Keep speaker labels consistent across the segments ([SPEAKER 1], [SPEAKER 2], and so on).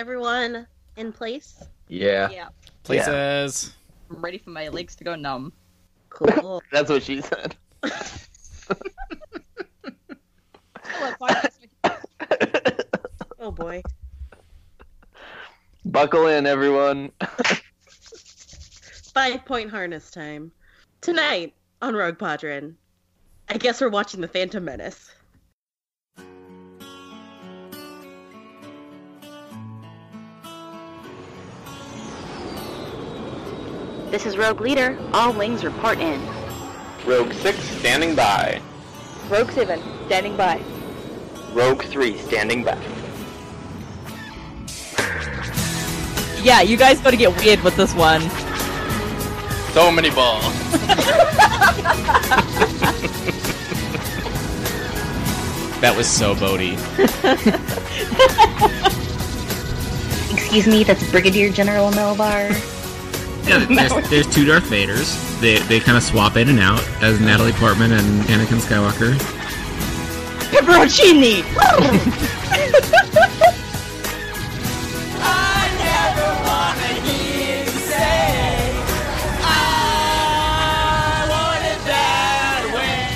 [SPEAKER 1] everyone in place?
[SPEAKER 2] Yeah.
[SPEAKER 3] Yeah.
[SPEAKER 4] Places.
[SPEAKER 3] I'm ready for my legs to go numb.
[SPEAKER 1] Cool.
[SPEAKER 2] That's what she said.
[SPEAKER 3] Oh, what podcast-
[SPEAKER 1] oh boy.
[SPEAKER 2] Buckle in, everyone.
[SPEAKER 1] Five point harness time. Tonight on Rogue Padron. I guess we're watching The Phantom Menace.
[SPEAKER 5] This is Rogue Leader. All wings report in.
[SPEAKER 6] Rogue 6 standing by.
[SPEAKER 5] Rogue 7, standing by.
[SPEAKER 6] Rogue 3 standing by.
[SPEAKER 3] yeah, you guys gotta get weird with this one.
[SPEAKER 6] So many balls.
[SPEAKER 4] That was so Bodhi.
[SPEAKER 5] Excuse me, that's Brigadier General Melbar.
[SPEAKER 7] Yeah, there's, there's two Darth Vaders. They they kind of swap in and out as Natalie Portman and Anakin Skywalker.
[SPEAKER 3] Pepperoncini!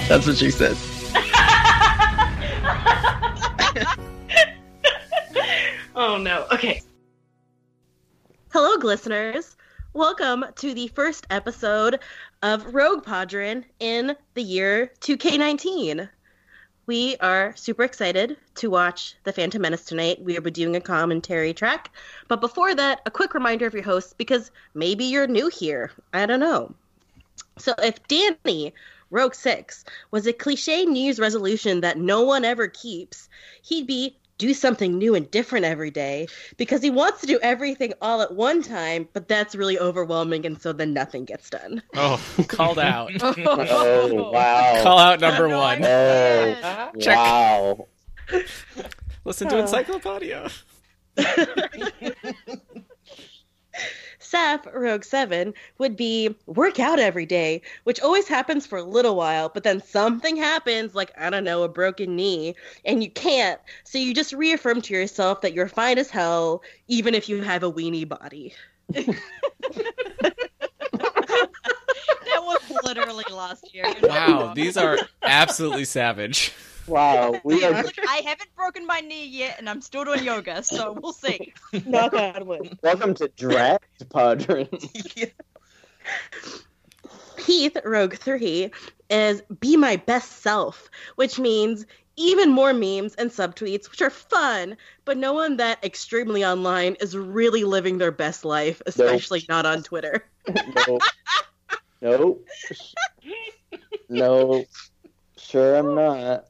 [SPEAKER 2] That's what she said.
[SPEAKER 1] Oh no. Okay. Hello, listeners. Welcome to the first episode of Rogue Padron in the year 2K19. We are super excited to watch The Phantom Menace tonight. We will be doing a commentary track. But before that, a quick reminder of your hosts because maybe you're new here. I don't know. So if Danny, Rogue 6, was a cliche New Year's resolution that no one ever keeps, he'd be do something new and different every day because he wants to do everything all at one time, but that's really overwhelming, and so then nothing gets done.
[SPEAKER 4] Oh, called out.
[SPEAKER 2] Oh, wow.
[SPEAKER 4] Call out number
[SPEAKER 3] No,
[SPEAKER 4] one.
[SPEAKER 3] I'm-
[SPEAKER 2] Oh,
[SPEAKER 4] Check.
[SPEAKER 2] wow.
[SPEAKER 4] Listen to Encyclopedia.
[SPEAKER 1] Seth, Rogue 7, would be work out every day, which always happens for a little while, but then something happens, like, I don't know, a broken knee, and you can't. So you just reaffirm to yourself that you're fine as hell, even if you have a weenie body.
[SPEAKER 3] That was literally last year.
[SPEAKER 4] Wow, these are absolutely savage.
[SPEAKER 2] Wow. We are
[SPEAKER 3] Look, I haven't broken my knee yet, and I'm still doing yoga, so we'll see.
[SPEAKER 1] Knock on wood.
[SPEAKER 2] welcome to Draft Padron.
[SPEAKER 1] Heath, Rogue 3, is be my best self, which means even more memes and subtweets, which are fun, but no one that extremely online is really living their best life, especially not on Twitter.
[SPEAKER 2] No. No. No. Sure, I'm not.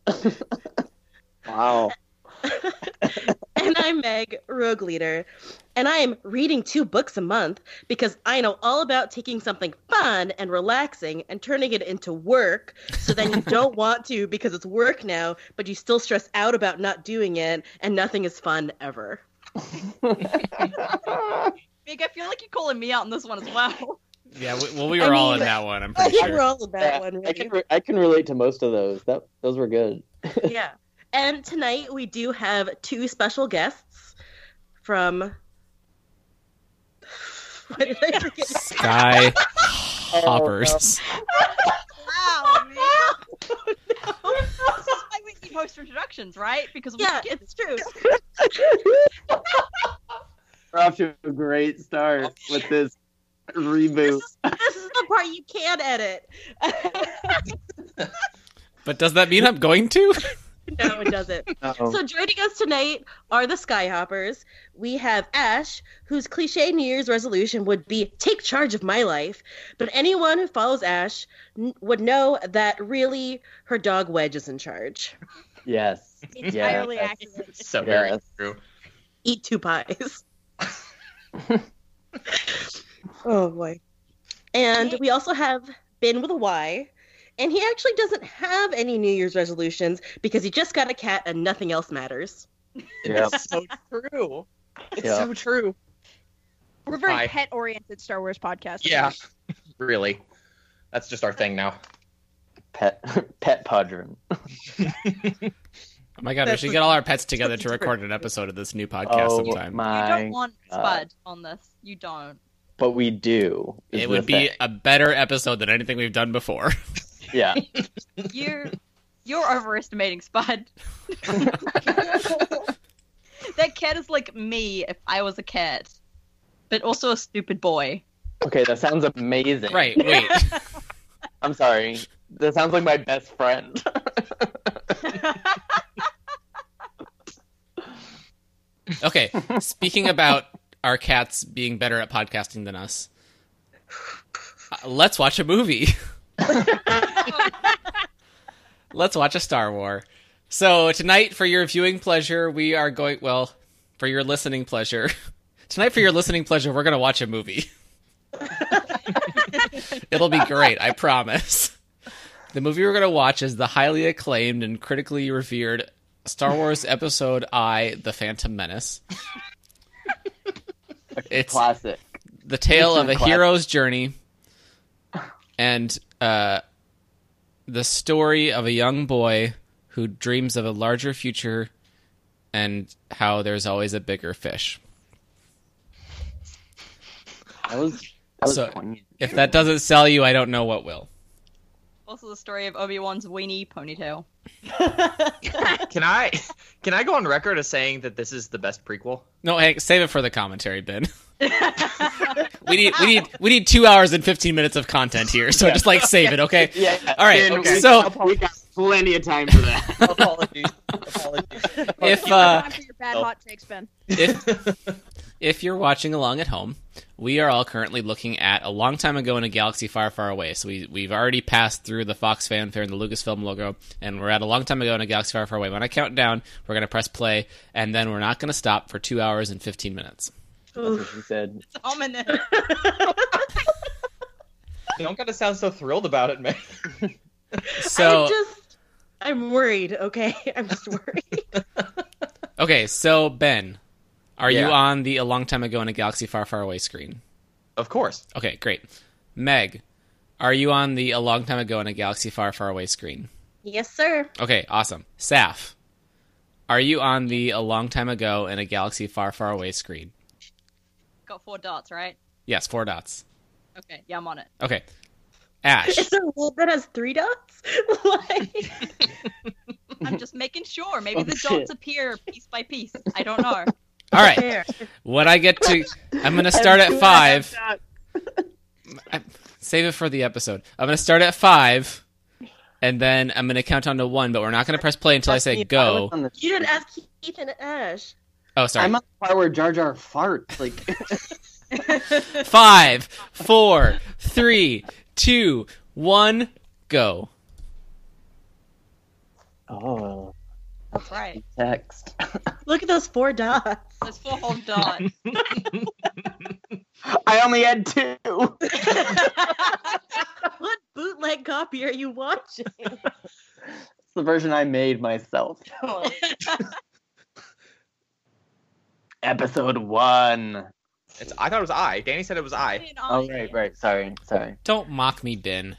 [SPEAKER 2] wow.
[SPEAKER 1] and I'm Meg, Rogue Leader, and I am reading two books a month because I know all about taking something fun and relaxing and turning it into work so then you don't want to because it's work now, but you still stress out about not doing it and nothing is fun ever.
[SPEAKER 3] Meg, I feel like you're calling me out on this one as well.
[SPEAKER 4] Yeah, we, well, we
[SPEAKER 1] I
[SPEAKER 4] were all
[SPEAKER 1] mean-
[SPEAKER 4] in that one. I'm pretty
[SPEAKER 1] Yeah, we're
[SPEAKER 4] sure.
[SPEAKER 1] all in that one,
[SPEAKER 2] I
[SPEAKER 1] right?
[SPEAKER 2] can re- I can relate to most of those. That those were good.
[SPEAKER 1] yeah. And tonight we do have two special guests from. Why did I forget?
[SPEAKER 4] Sky hoppers.
[SPEAKER 3] Wow, man. This is why we need post introductions, right? Because we
[SPEAKER 1] yeah,
[SPEAKER 3] get
[SPEAKER 1] it's true.
[SPEAKER 2] We're off to a great start with this reboot.
[SPEAKER 1] This is the part you can edit.
[SPEAKER 4] But does that mean I'm going to?
[SPEAKER 1] no, it doesn't.
[SPEAKER 2] Oh,
[SPEAKER 1] So joining us tonight are the Skyhoppers. We have Ash, whose cliche New Year's resolution would be take charge of my life. But anyone who follows Ash n- would know that really her dog Wedge is in charge.
[SPEAKER 2] yes.
[SPEAKER 3] entirely
[SPEAKER 2] Yes.
[SPEAKER 3] accurate.
[SPEAKER 6] So
[SPEAKER 2] very Yes.
[SPEAKER 6] true.
[SPEAKER 1] Eat two pies. oh boy. And we also have Ben with a Y. And he actually doesn't have any New Year's resolutions because he just got a cat and nothing else matters.
[SPEAKER 2] Yeah.
[SPEAKER 8] It's so true. It's
[SPEAKER 2] Yeah.
[SPEAKER 8] so true.
[SPEAKER 9] We're a very
[SPEAKER 8] Hi.
[SPEAKER 9] pet oriented Star Wars podcast.
[SPEAKER 8] Yeah. Really. That's just our thing now.
[SPEAKER 2] Pet pet padron.
[SPEAKER 4] Oh my god, we
[SPEAKER 1] That's
[SPEAKER 4] should
[SPEAKER 1] the-
[SPEAKER 4] get all our pets together to record an episode of this new podcast
[SPEAKER 10] oh
[SPEAKER 4] sometime.
[SPEAKER 3] You
[SPEAKER 10] my!
[SPEAKER 3] don't want
[SPEAKER 10] God.
[SPEAKER 3] Spud on this. You don't.
[SPEAKER 10] But we do. is
[SPEAKER 4] It
[SPEAKER 10] the
[SPEAKER 4] would be
[SPEAKER 10] thing.
[SPEAKER 4] a better episode than anything we've done before.
[SPEAKER 10] yeah.
[SPEAKER 3] You're you're overestimating Spud. that cat is like me if I was a cat, but also a stupid boy.
[SPEAKER 10] Okay, that sounds amazing.
[SPEAKER 4] right, wait.
[SPEAKER 10] I'm sorry. That sounds like my best friend.
[SPEAKER 4] Okay, speaking about our cats being better at podcasting than us, uh, let's watch a movie. let's watch a Star War. So tonight, for your viewing pleasure, we are going. Well, for your listening pleasure, tonight for your listening pleasure, we're going to watch a movie. It'll be great, I promise. The movie we're going to watch is the highly acclaimed and critically revered Star Wars Episode I: The Phantom Menace. It's
[SPEAKER 10] Classic.
[SPEAKER 4] the tale of a
[SPEAKER 10] Instant classic.
[SPEAKER 4] hero's journey and uh, the story of a young boy who dreams of a larger future and how there's always a bigger fish.
[SPEAKER 10] That was, that was
[SPEAKER 4] So-
[SPEAKER 10] poignant.
[SPEAKER 4] If that doesn't sell you, I don't know what will.
[SPEAKER 3] Also, the story of Obi Wan's weenie ponytail.
[SPEAKER 8] Can I can I go on record as saying that this is the best prequel?
[SPEAKER 4] No, Hank, save it for the commentary, Ben. we need we need we need two hours and fifteen minutes of content here, so just like save it, okay?
[SPEAKER 10] Yeah. yeah.
[SPEAKER 4] All right.
[SPEAKER 2] Ben,
[SPEAKER 8] okay.
[SPEAKER 2] we-
[SPEAKER 4] So
[SPEAKER 2] we got plenty of time for that.
[SPEAKER 8] Apologies. Apologies.
[SPEAKER 4] if uh,
[SPEAKER 9] Time for your bad
[SPEAKER 8] Oh.
[SPEAKER 9] hot takes, Ben.
[SPEAKER 4] if if you're watching along at home, we are all currently looking at a long time ago in a galaxy far, far away. So we we've already passed through the Fox fanfare and the Lucasfilm logo, and we're at a long time ago in a galaxy far, far away. When I count down, we're gonna press play, and then we're not gonna stop for two hours and fifteen minutes.
[SPEAKER 10] That's what she said.
[SPEAKER 3] It's ominous.
[SPEAKER 8] You don't gotta sound so thrilled about it, man.
[SPEAKER 4] So
[SPEAKER 1] I'm just, I'm worried. Okay, I'm just worried.
[SPEAKER 4] okay, so Ben, are
[SPEAKER 8] Yeah.
[SPEAKER 4] you on the a long time ago in a galaxy far, far away screen?
[SPEAKER 8] Of course.
[SPEAKER 4] Okay, great. Meg, are you on the a long time ago in a galaxy far, far away screen?
[SPEAKER 1] yes, sir.
[SPEAKER 4] Okay, awesome. Saf, are you on the a long time ago in a galaxy far, far away screen?
[SPEAKER 3] Got four dots, right?
[SPEAKER 4] Yes, four dots.
[SPEAKER 3] Okay, yeah, I'm on it.
[SPEAKER 4] Okay. Ash,
[SPEAKER 1] Is there a world that has three dots? like,
[SPEAKER 3] I'm just making sure. Maybe the
[SPEAKER 10] Oh, shit.
[SPEAKER 3] dots appear piece by piece. I don't know.
[SPEAKER 4] all right.
[SPEAKER 1] there.
[SPEAKER 4] When I get to, I'm gonna start at five. Save it for the episode. I'm gonna start at five, and then I'm gonna count down to one. But we're not gonna press play until I say go.
[SPEAKER 2] I'm on the-
[SPEAKER 1] You didn't ask Keith and Ash.
[SPEAKER 4] Oh, sorry.
[SPEAKER 2] I'm on the part where Jar Jar farts. Like
[SPEAKER 4] Five, four, three, two, one, go.
[SPEAKER 10] Oh,
[SPEAKER 3] That's right.
[SPEAKER 10] text.
[SPEAKER 1] Look at those four dots.
[SPEAKER 3] There's four whole dots.
[SPEAKER 2] I only had two.
[SPEAKER 1] What bootleg copy are you watching?
[SPEAKER 10] It's the version I made myself. Episode one.
[SPEAKER 8] It's, I thought it was I. Danny said it was I.
[SPEAKER 10] Oh, right, right. Sorry, sorry.
[SPEAKER 4] Don't mock me, Ben.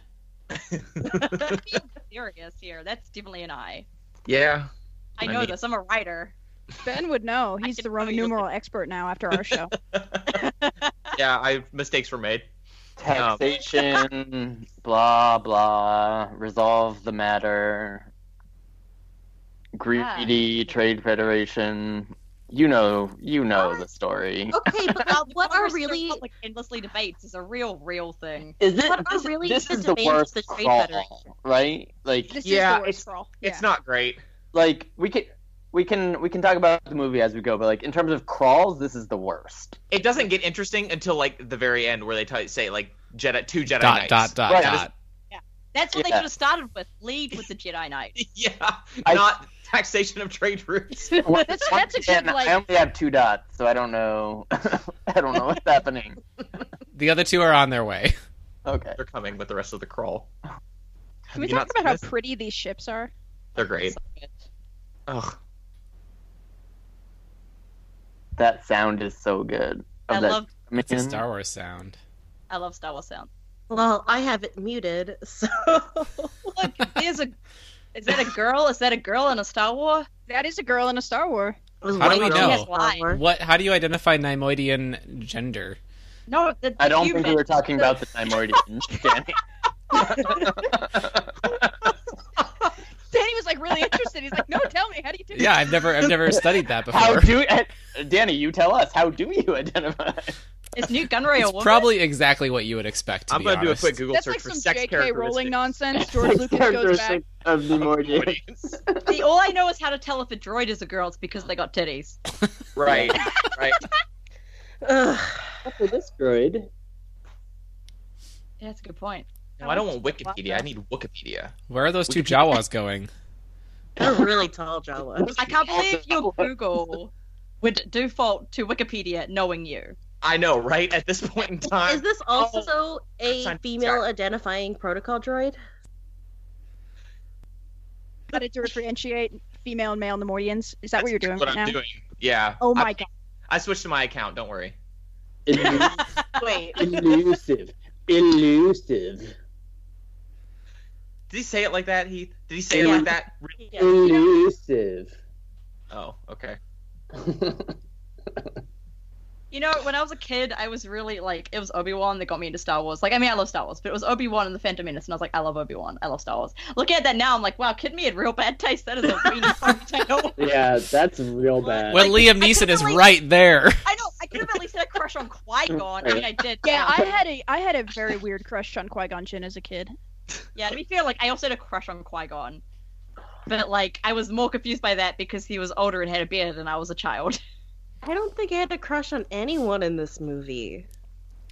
[SPEAKER 3] Let's be serious here. That's definitely an eye.
[SPEAKER 8] Yeah.
[SPEAKER 3] I
[SPEAKER 8] I
[SPEAKER 3] know
[SPEAKER 8] mean-
[SPEAKER 3] this. I'm a writer.
[SPEAKER 9] Ben would know. He's
[SPEAKER 3] can
[SPEAKER 9] the
[SPEAKER 3] tell
[SPEAKER 9] Roman
[SPEAKER 3] you look
[SPEAKER 9] numeral expert now after our show.
[SPEAKER 8] Yeah, I mistakes were made.
[SPEAKER 10] Taxation. blah blah. Resolve the matter. Greedy Trade Federation. You know, you know the story.
[SPEAKER 5] Okay, but
[SPEAKER 3] Now,
[SPEAKER 5] Uh, what
[SPEAKER 3] Congress
[SPEAKER 5] are
[SPEAKER 3] still
[SPEAKER 5] really
[SPEAKER 3] public endlessly debates is a real, real thing.
[SPEAKER 10] Is it
[SPEAKER 5] What are
[SPEAKER 10] this, is-
[SPEAKER 5] really
[SPEAKER 10] this
[SPEAKER 5] the
[SPEAKER 10] is the
[SPEAKER 5] demands of
[SPEAKER 10] worst
[SPEAKER 5] the Trade
[SPEAKER 10] crawl,
[SPEAKER 5] Federation?
[SPEAKER 10] right? Like
[SPEAKER 9] This is
[SPEAKER 8] Yeah,
[SPEAKER 9] the worst
[SPEAKER 8] it's-
[SPEAKER 9] troll.
[SPEAKER 8] It's not great.
[SPEAKER 10] like we can we can we can talk about the movie as we go, but like in terms of crawls, this is the worst.
[SPEAKER 8] It doesn't get interesting until like the very end where they t- say like Jedi two Jedi
[SPEAKER 4] Dot,
[SPEAKER 8] Knights.
[SPEAKER 4] dot, dot,
[SPEAKER 10] Right.
[SPEAKER 4] dot.
[SPEAKER 3] That's what they
[SPEAKER 10] Yeah.
[SPEAKER 3] should have started with. Lead with the Jedi Knight.
[SPEAKER 8] yeah,
[SPEAKER 10] I-
[SPEAKER 8] not taxation of trade routes.
[SPEAKER 9] That's, that's a good
[SPEAKER 10] And
[SPEAKER 9] like.
[SPEAKER 10] I only have two dots, so I don't know. I don't know what's happening.
[SPEAKER 4] The other two are on their way.
[SPEAKER 10] Okay.
[SPEAKER 8] They're coming with the rest of the crawl.
[SPEAKER 9] Can we
[SPEAKER 8] You're
[SPEAKER 9] talk
[SPEAKER 8] not
[SPEAKER 9] about how
[SPEAKER 8] missing-
[SPEAKER 9] pretty these ships are?
[SPEAKER 8] They're great. Ugh.
[SPEAKER 10] That sound is so good.
[SPEAKER 3] I
[SPEAKER 10] Of that
[SPEAKER 3] love,
[SPEAKER 4] It's a
[SPEAKER 10] man.
[SPEAKER 4] Star Wars sound.
[SPEAKER 3] I love Star Wars sound.
[SPEAKER 1] Well, I have it muted, so
[SPEAKER 3] Look, there's a Is that a girl? Is that a girl in a Star War?
[SPEAKER 9] That is a girl in a Star War.
[SPEAKER 4] How do we know?
[SPEAKER 3] Why?
[SPEAKER 4] What? How do you identify Nymoidian gender?
[SPEAKER 3] No, the, the
[SPEAKER 10] I don't
[SPEAKER 3] human.
[SPEAKER 10] think we were talking about the Nymordian, Danny.
[SPEAKER 9] Danny was like really interested. He's like, no, tell me, how do you do
[SPEAKER 4] Yeah, I've never, I've never studied that before.
[SPEAKER 10] How do eh, Danny? You tell us. How do you identify?
[SPEAKER 3] Is Newt Gunray a
[SPEAKER 4] it's
[SPEAKER 3] woman?
[SPEAKER 4] probably exactly what you would expect. To
[SPEAKER 8] I'm
[SPEAKER 4] be
[SPEAKER 8] gonna do a
[SPEAKER 4] honest.
[SPEAKER 8] quick Google
[SPEAKER 9] That's
[SPEAKER 8] search
[SPEAKER 9] like
[SPEAKER 8] for
[SPEAKER 9] some
[SPEAKER 8] sex
[SPEAKER 9] J.K.
[SPEAKER 8] characteristics.
[SPEAKER 9] Rowling nonsense. George Lucas goes back.
[SPEAKER 2] Characteristic of Nemordian.
[SPEAKER 3] The, all I know is how to tell if a droid is a girl. It's because they got titties.
[SPEAKER 8] Right, right.
[SPEAKER 1] Ugh.
[SPEAKER 2] After this droid,
[SPEAKER 3] Yeah, that's a good point.
[SPEAKER 8] No, I don't want Wikipedia. I need Wikipedia.
[SPEAKER 4] Where are those two Jawas going?
[SPEAKER 1] They're really tall Jawas.
[SPEAKER 3] I can't believe your Google would default to Wikipedia knowing you.
[SPEAKER 8] I know, right? At this point in
[SPEAKER 1] Is
[SPEAKER 8] time,
[SPEAKER 1] this also a
[SPEAKER 8] sorry.
[SPEAKER 1] female identifying protocol droid?
[SPEAKER 9] How to differentiate female and male in the Mordians. Is that what you're doing
[SPEAKER 8] what
[SPEAKER 9] right
[SPEAKER 8] I'm
[SPEAKER 9] now?
[SPEAKER 8] doing. Yeah.
[SPEAKER 9] Oh
[SPEAKER 8] I,
[SPEAKER 9] my god.
[SPEAKER 8] I switched to my account. Don't worry.
[SPEAKER 2] Elu-
[SPEAKER 1] Wait.
[SPEAKER 2] elusive, elusive,
[SPEAKER 8] Did he say it like that, Heath? Did he say it
[SPEAKER 1] Yeah.
[SPEAKER 8] like that?
[SPEAKER 1] Yeah.
[SPEAKER 2] elusive.
[SPEAKER 8] Oh, okay.
[SPEAKER 3] You know, when I was a kid, I was really like, it was Obi Wan that got me into Star Wars. Like, I mean, I love Star Wars, but it was Obi Wan and the Phantom Menace, and I was like, I love Obi Wan, I love Star Wars. Looking at that now, I'm like, wow, kid me had real bad taste. That is a weenie point. I know.
[SPEAKER 2] Yeah, that's real bad.
[SPEAKER 4] Well, Liam Neeson is right there.
[SPEAKER 3] I know. I could have at least had a crush on Qui Gon. I mean, I did.
[SPEAKER 9] Yeah, I had a I had a very weird crush on Qui Gon Jinn as a kid.
[SPEAKER 3] yeah. To be fair, like I also had a crush on Qui Gon, but like I was more confused by that because he was older and had a beard, and I was a child.
[SPEAKER 1] I don't think I had a crush on anyone in this movie.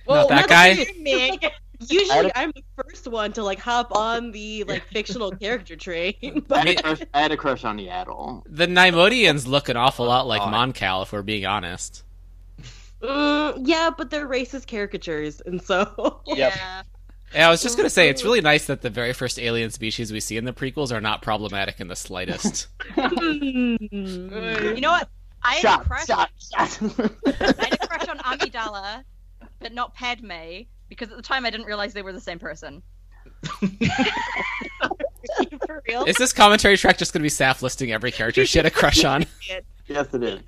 [SPEAKER 4] Not that guy.
[SPEAKER 3] Meg.
[SPEAKER 1] Usually, I'm the first one to like hop on the like fictional character train.
[SPEAKER 10] I had, a crush, I had a crush on Yaddle.
[SPEAKER 4] The Nymodians look an awful lot like
[SPEAKER 8] Oh, I-
[SPEAKER 4] Moncal, if we're being honest.
[SPEAKER 1] Mm, yeah, but they're racist caricatures, and so
[SPEAKER 3] Yeah.
[SPEAKER 4] Yeah, I was just gonna say it's really nice that the very first alien species we see in the prequels are not problematic in the slightest.
[SPEAKER 1] Mm.
[SPEAKER 3] You know what? I had a
[SPEAKER 10] Shot,
[SPEAKER 3] crush.
[SPEAKER 10] shot, shot.
[SPEAKER 3] I had a crush on Amidala, but not Padme, because at the time I didn't realize they were the same person. For real?
[SPEAKER 4] is this commentary track just gonna be Saf listing every character she had a crush on?
[SPEAKER 10] yes, it is.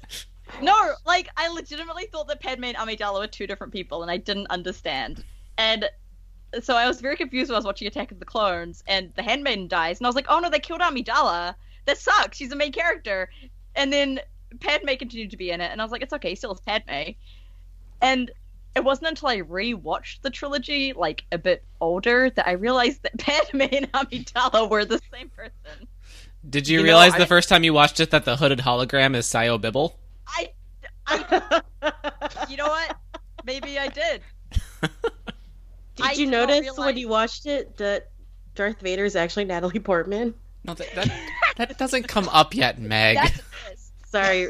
[SPEAKER 3] No, like I legitimately thought that Padme and Amidala were two different people, and I didn't understand. And so I was very confused when I was watching Attack of the Clones, and the Handmaiden dies, and I was like, oh no, they killed Amidala. That sucks. She's a main character. And then Padme continued to be in it, and I was like, it's okay, still it's Padme. And it wasn't until I rewatched the trilogy, like a bit older, that I realized that Padme and Amidala were the same person.
[SPEAKER 4] Did you,
[SPEAKER 8] You know,
[SPEAKER 4] realize the
[SPEAKER 8] I-
[SPEAKER 4] first time you watched it that the hooded hologram is Sayo Bibble?
[SPEAKER 3] I, I, you know what? Maybe I did.
[SPEAKER 1] Did
[SPEAKER 3] I
[SPEAKER 1] you
[SPEAKER 3] did not
[SPEAKER 1] notice when
[SPEAKER 3] realize-
[SPEAKER 1] you watched it that Darth Vader is actually Natalie Portman?
[SPEAKER 4] No, that that, that doesn't come up yet, Meg.
[SPEAKER 3] That's a twist.
[SPEAKER 1] Sorry,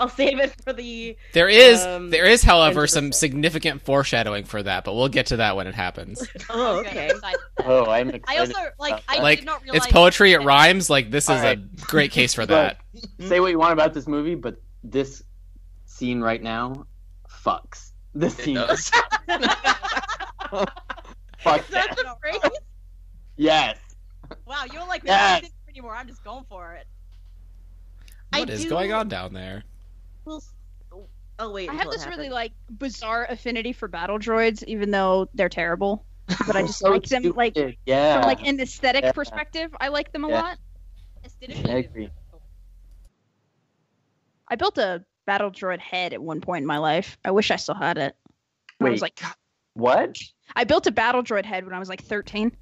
[SPEAKER 1] I'll save it for the.
[SPEAKER 4] There is
[SPEAKER 1] Um,
[SPEAKER 4] there is, however, some
[SPEAKER 1] interesting.
[SPEAKER 4] significant foreshadowing for that, but we'll get to that when it happens.
[SPEAKER 1] Oh,
[SPEAKER 3] Okay,
[SPEAKER 1] okay.
[SPEAKER 3] excited.
[SPEAKER 10] Oh, I'm
[SPEAKER 3] I
[SPEAKER 10] excited.
[SPEAKER 3] also like. I
[SPEAKER 4] Like
[SPEAKER 3] did not realize
[SPEAKER 4] it's poetry, it rhymes. Like this
[SPEAKER 10] All
[SPEAKER 4] is
[SPEAKER 10] right.
[SPEAKER 4] a great case for that.
[SPEAKER 10] But say what you want about this movie, but this scene right now fucks. This
[SPEAKER 8] It
[SPEAKER 10] scene
[SPEAKER 8] does.
[SPEAKER 10] fucks.
[SPEAKER 3] That's a phrase?
[SPEAKER 10] Yes.
[SPEAKER 3] Wow, you're like we
[SPEAKER 10] Yes.
[SPEAKER 3] don't need this anymore. I'm just going for it.
[SPEAKER 1] I
[SPEAKER 4] What is
[SPEAKER 1] do-
[SPEAKER 4] going on down there?
[SPEAKER 1] We'll s- I'll Oh, wait.
[SPEAKER 9] I have
[SPEAKER 1] until it
[SPEAKER 9] this really
[SPEAKER 1] happens.
[SPEAKER 9] like bizarre affinity for battle droids, even though they're terrible. But I just
[SPEAKER 10] So
[SPEAKER 9] like them like
[SPEAKER 10] stupid. yeah.
[SPEAKER 9] from like an aesthetic
[SPEAKER 10] Yeah.
[SPEAKER 9] perspective. I like them a
[SPEAKER 10] Yeah.
[SPEAKER 9] lot.
[SPEAKER 3] Aesthetically,
[SPEAKER 10] I agree.
[SPEAKER 9] I built a battle droid head at one point in my life. I wish I still had it. And I was
[SPEAKER 10] Wait.
[SPEAKER 9] like,
[SPEAKER 10] What?
[SPEAKER 9] I built a battle droid head when I was like 13.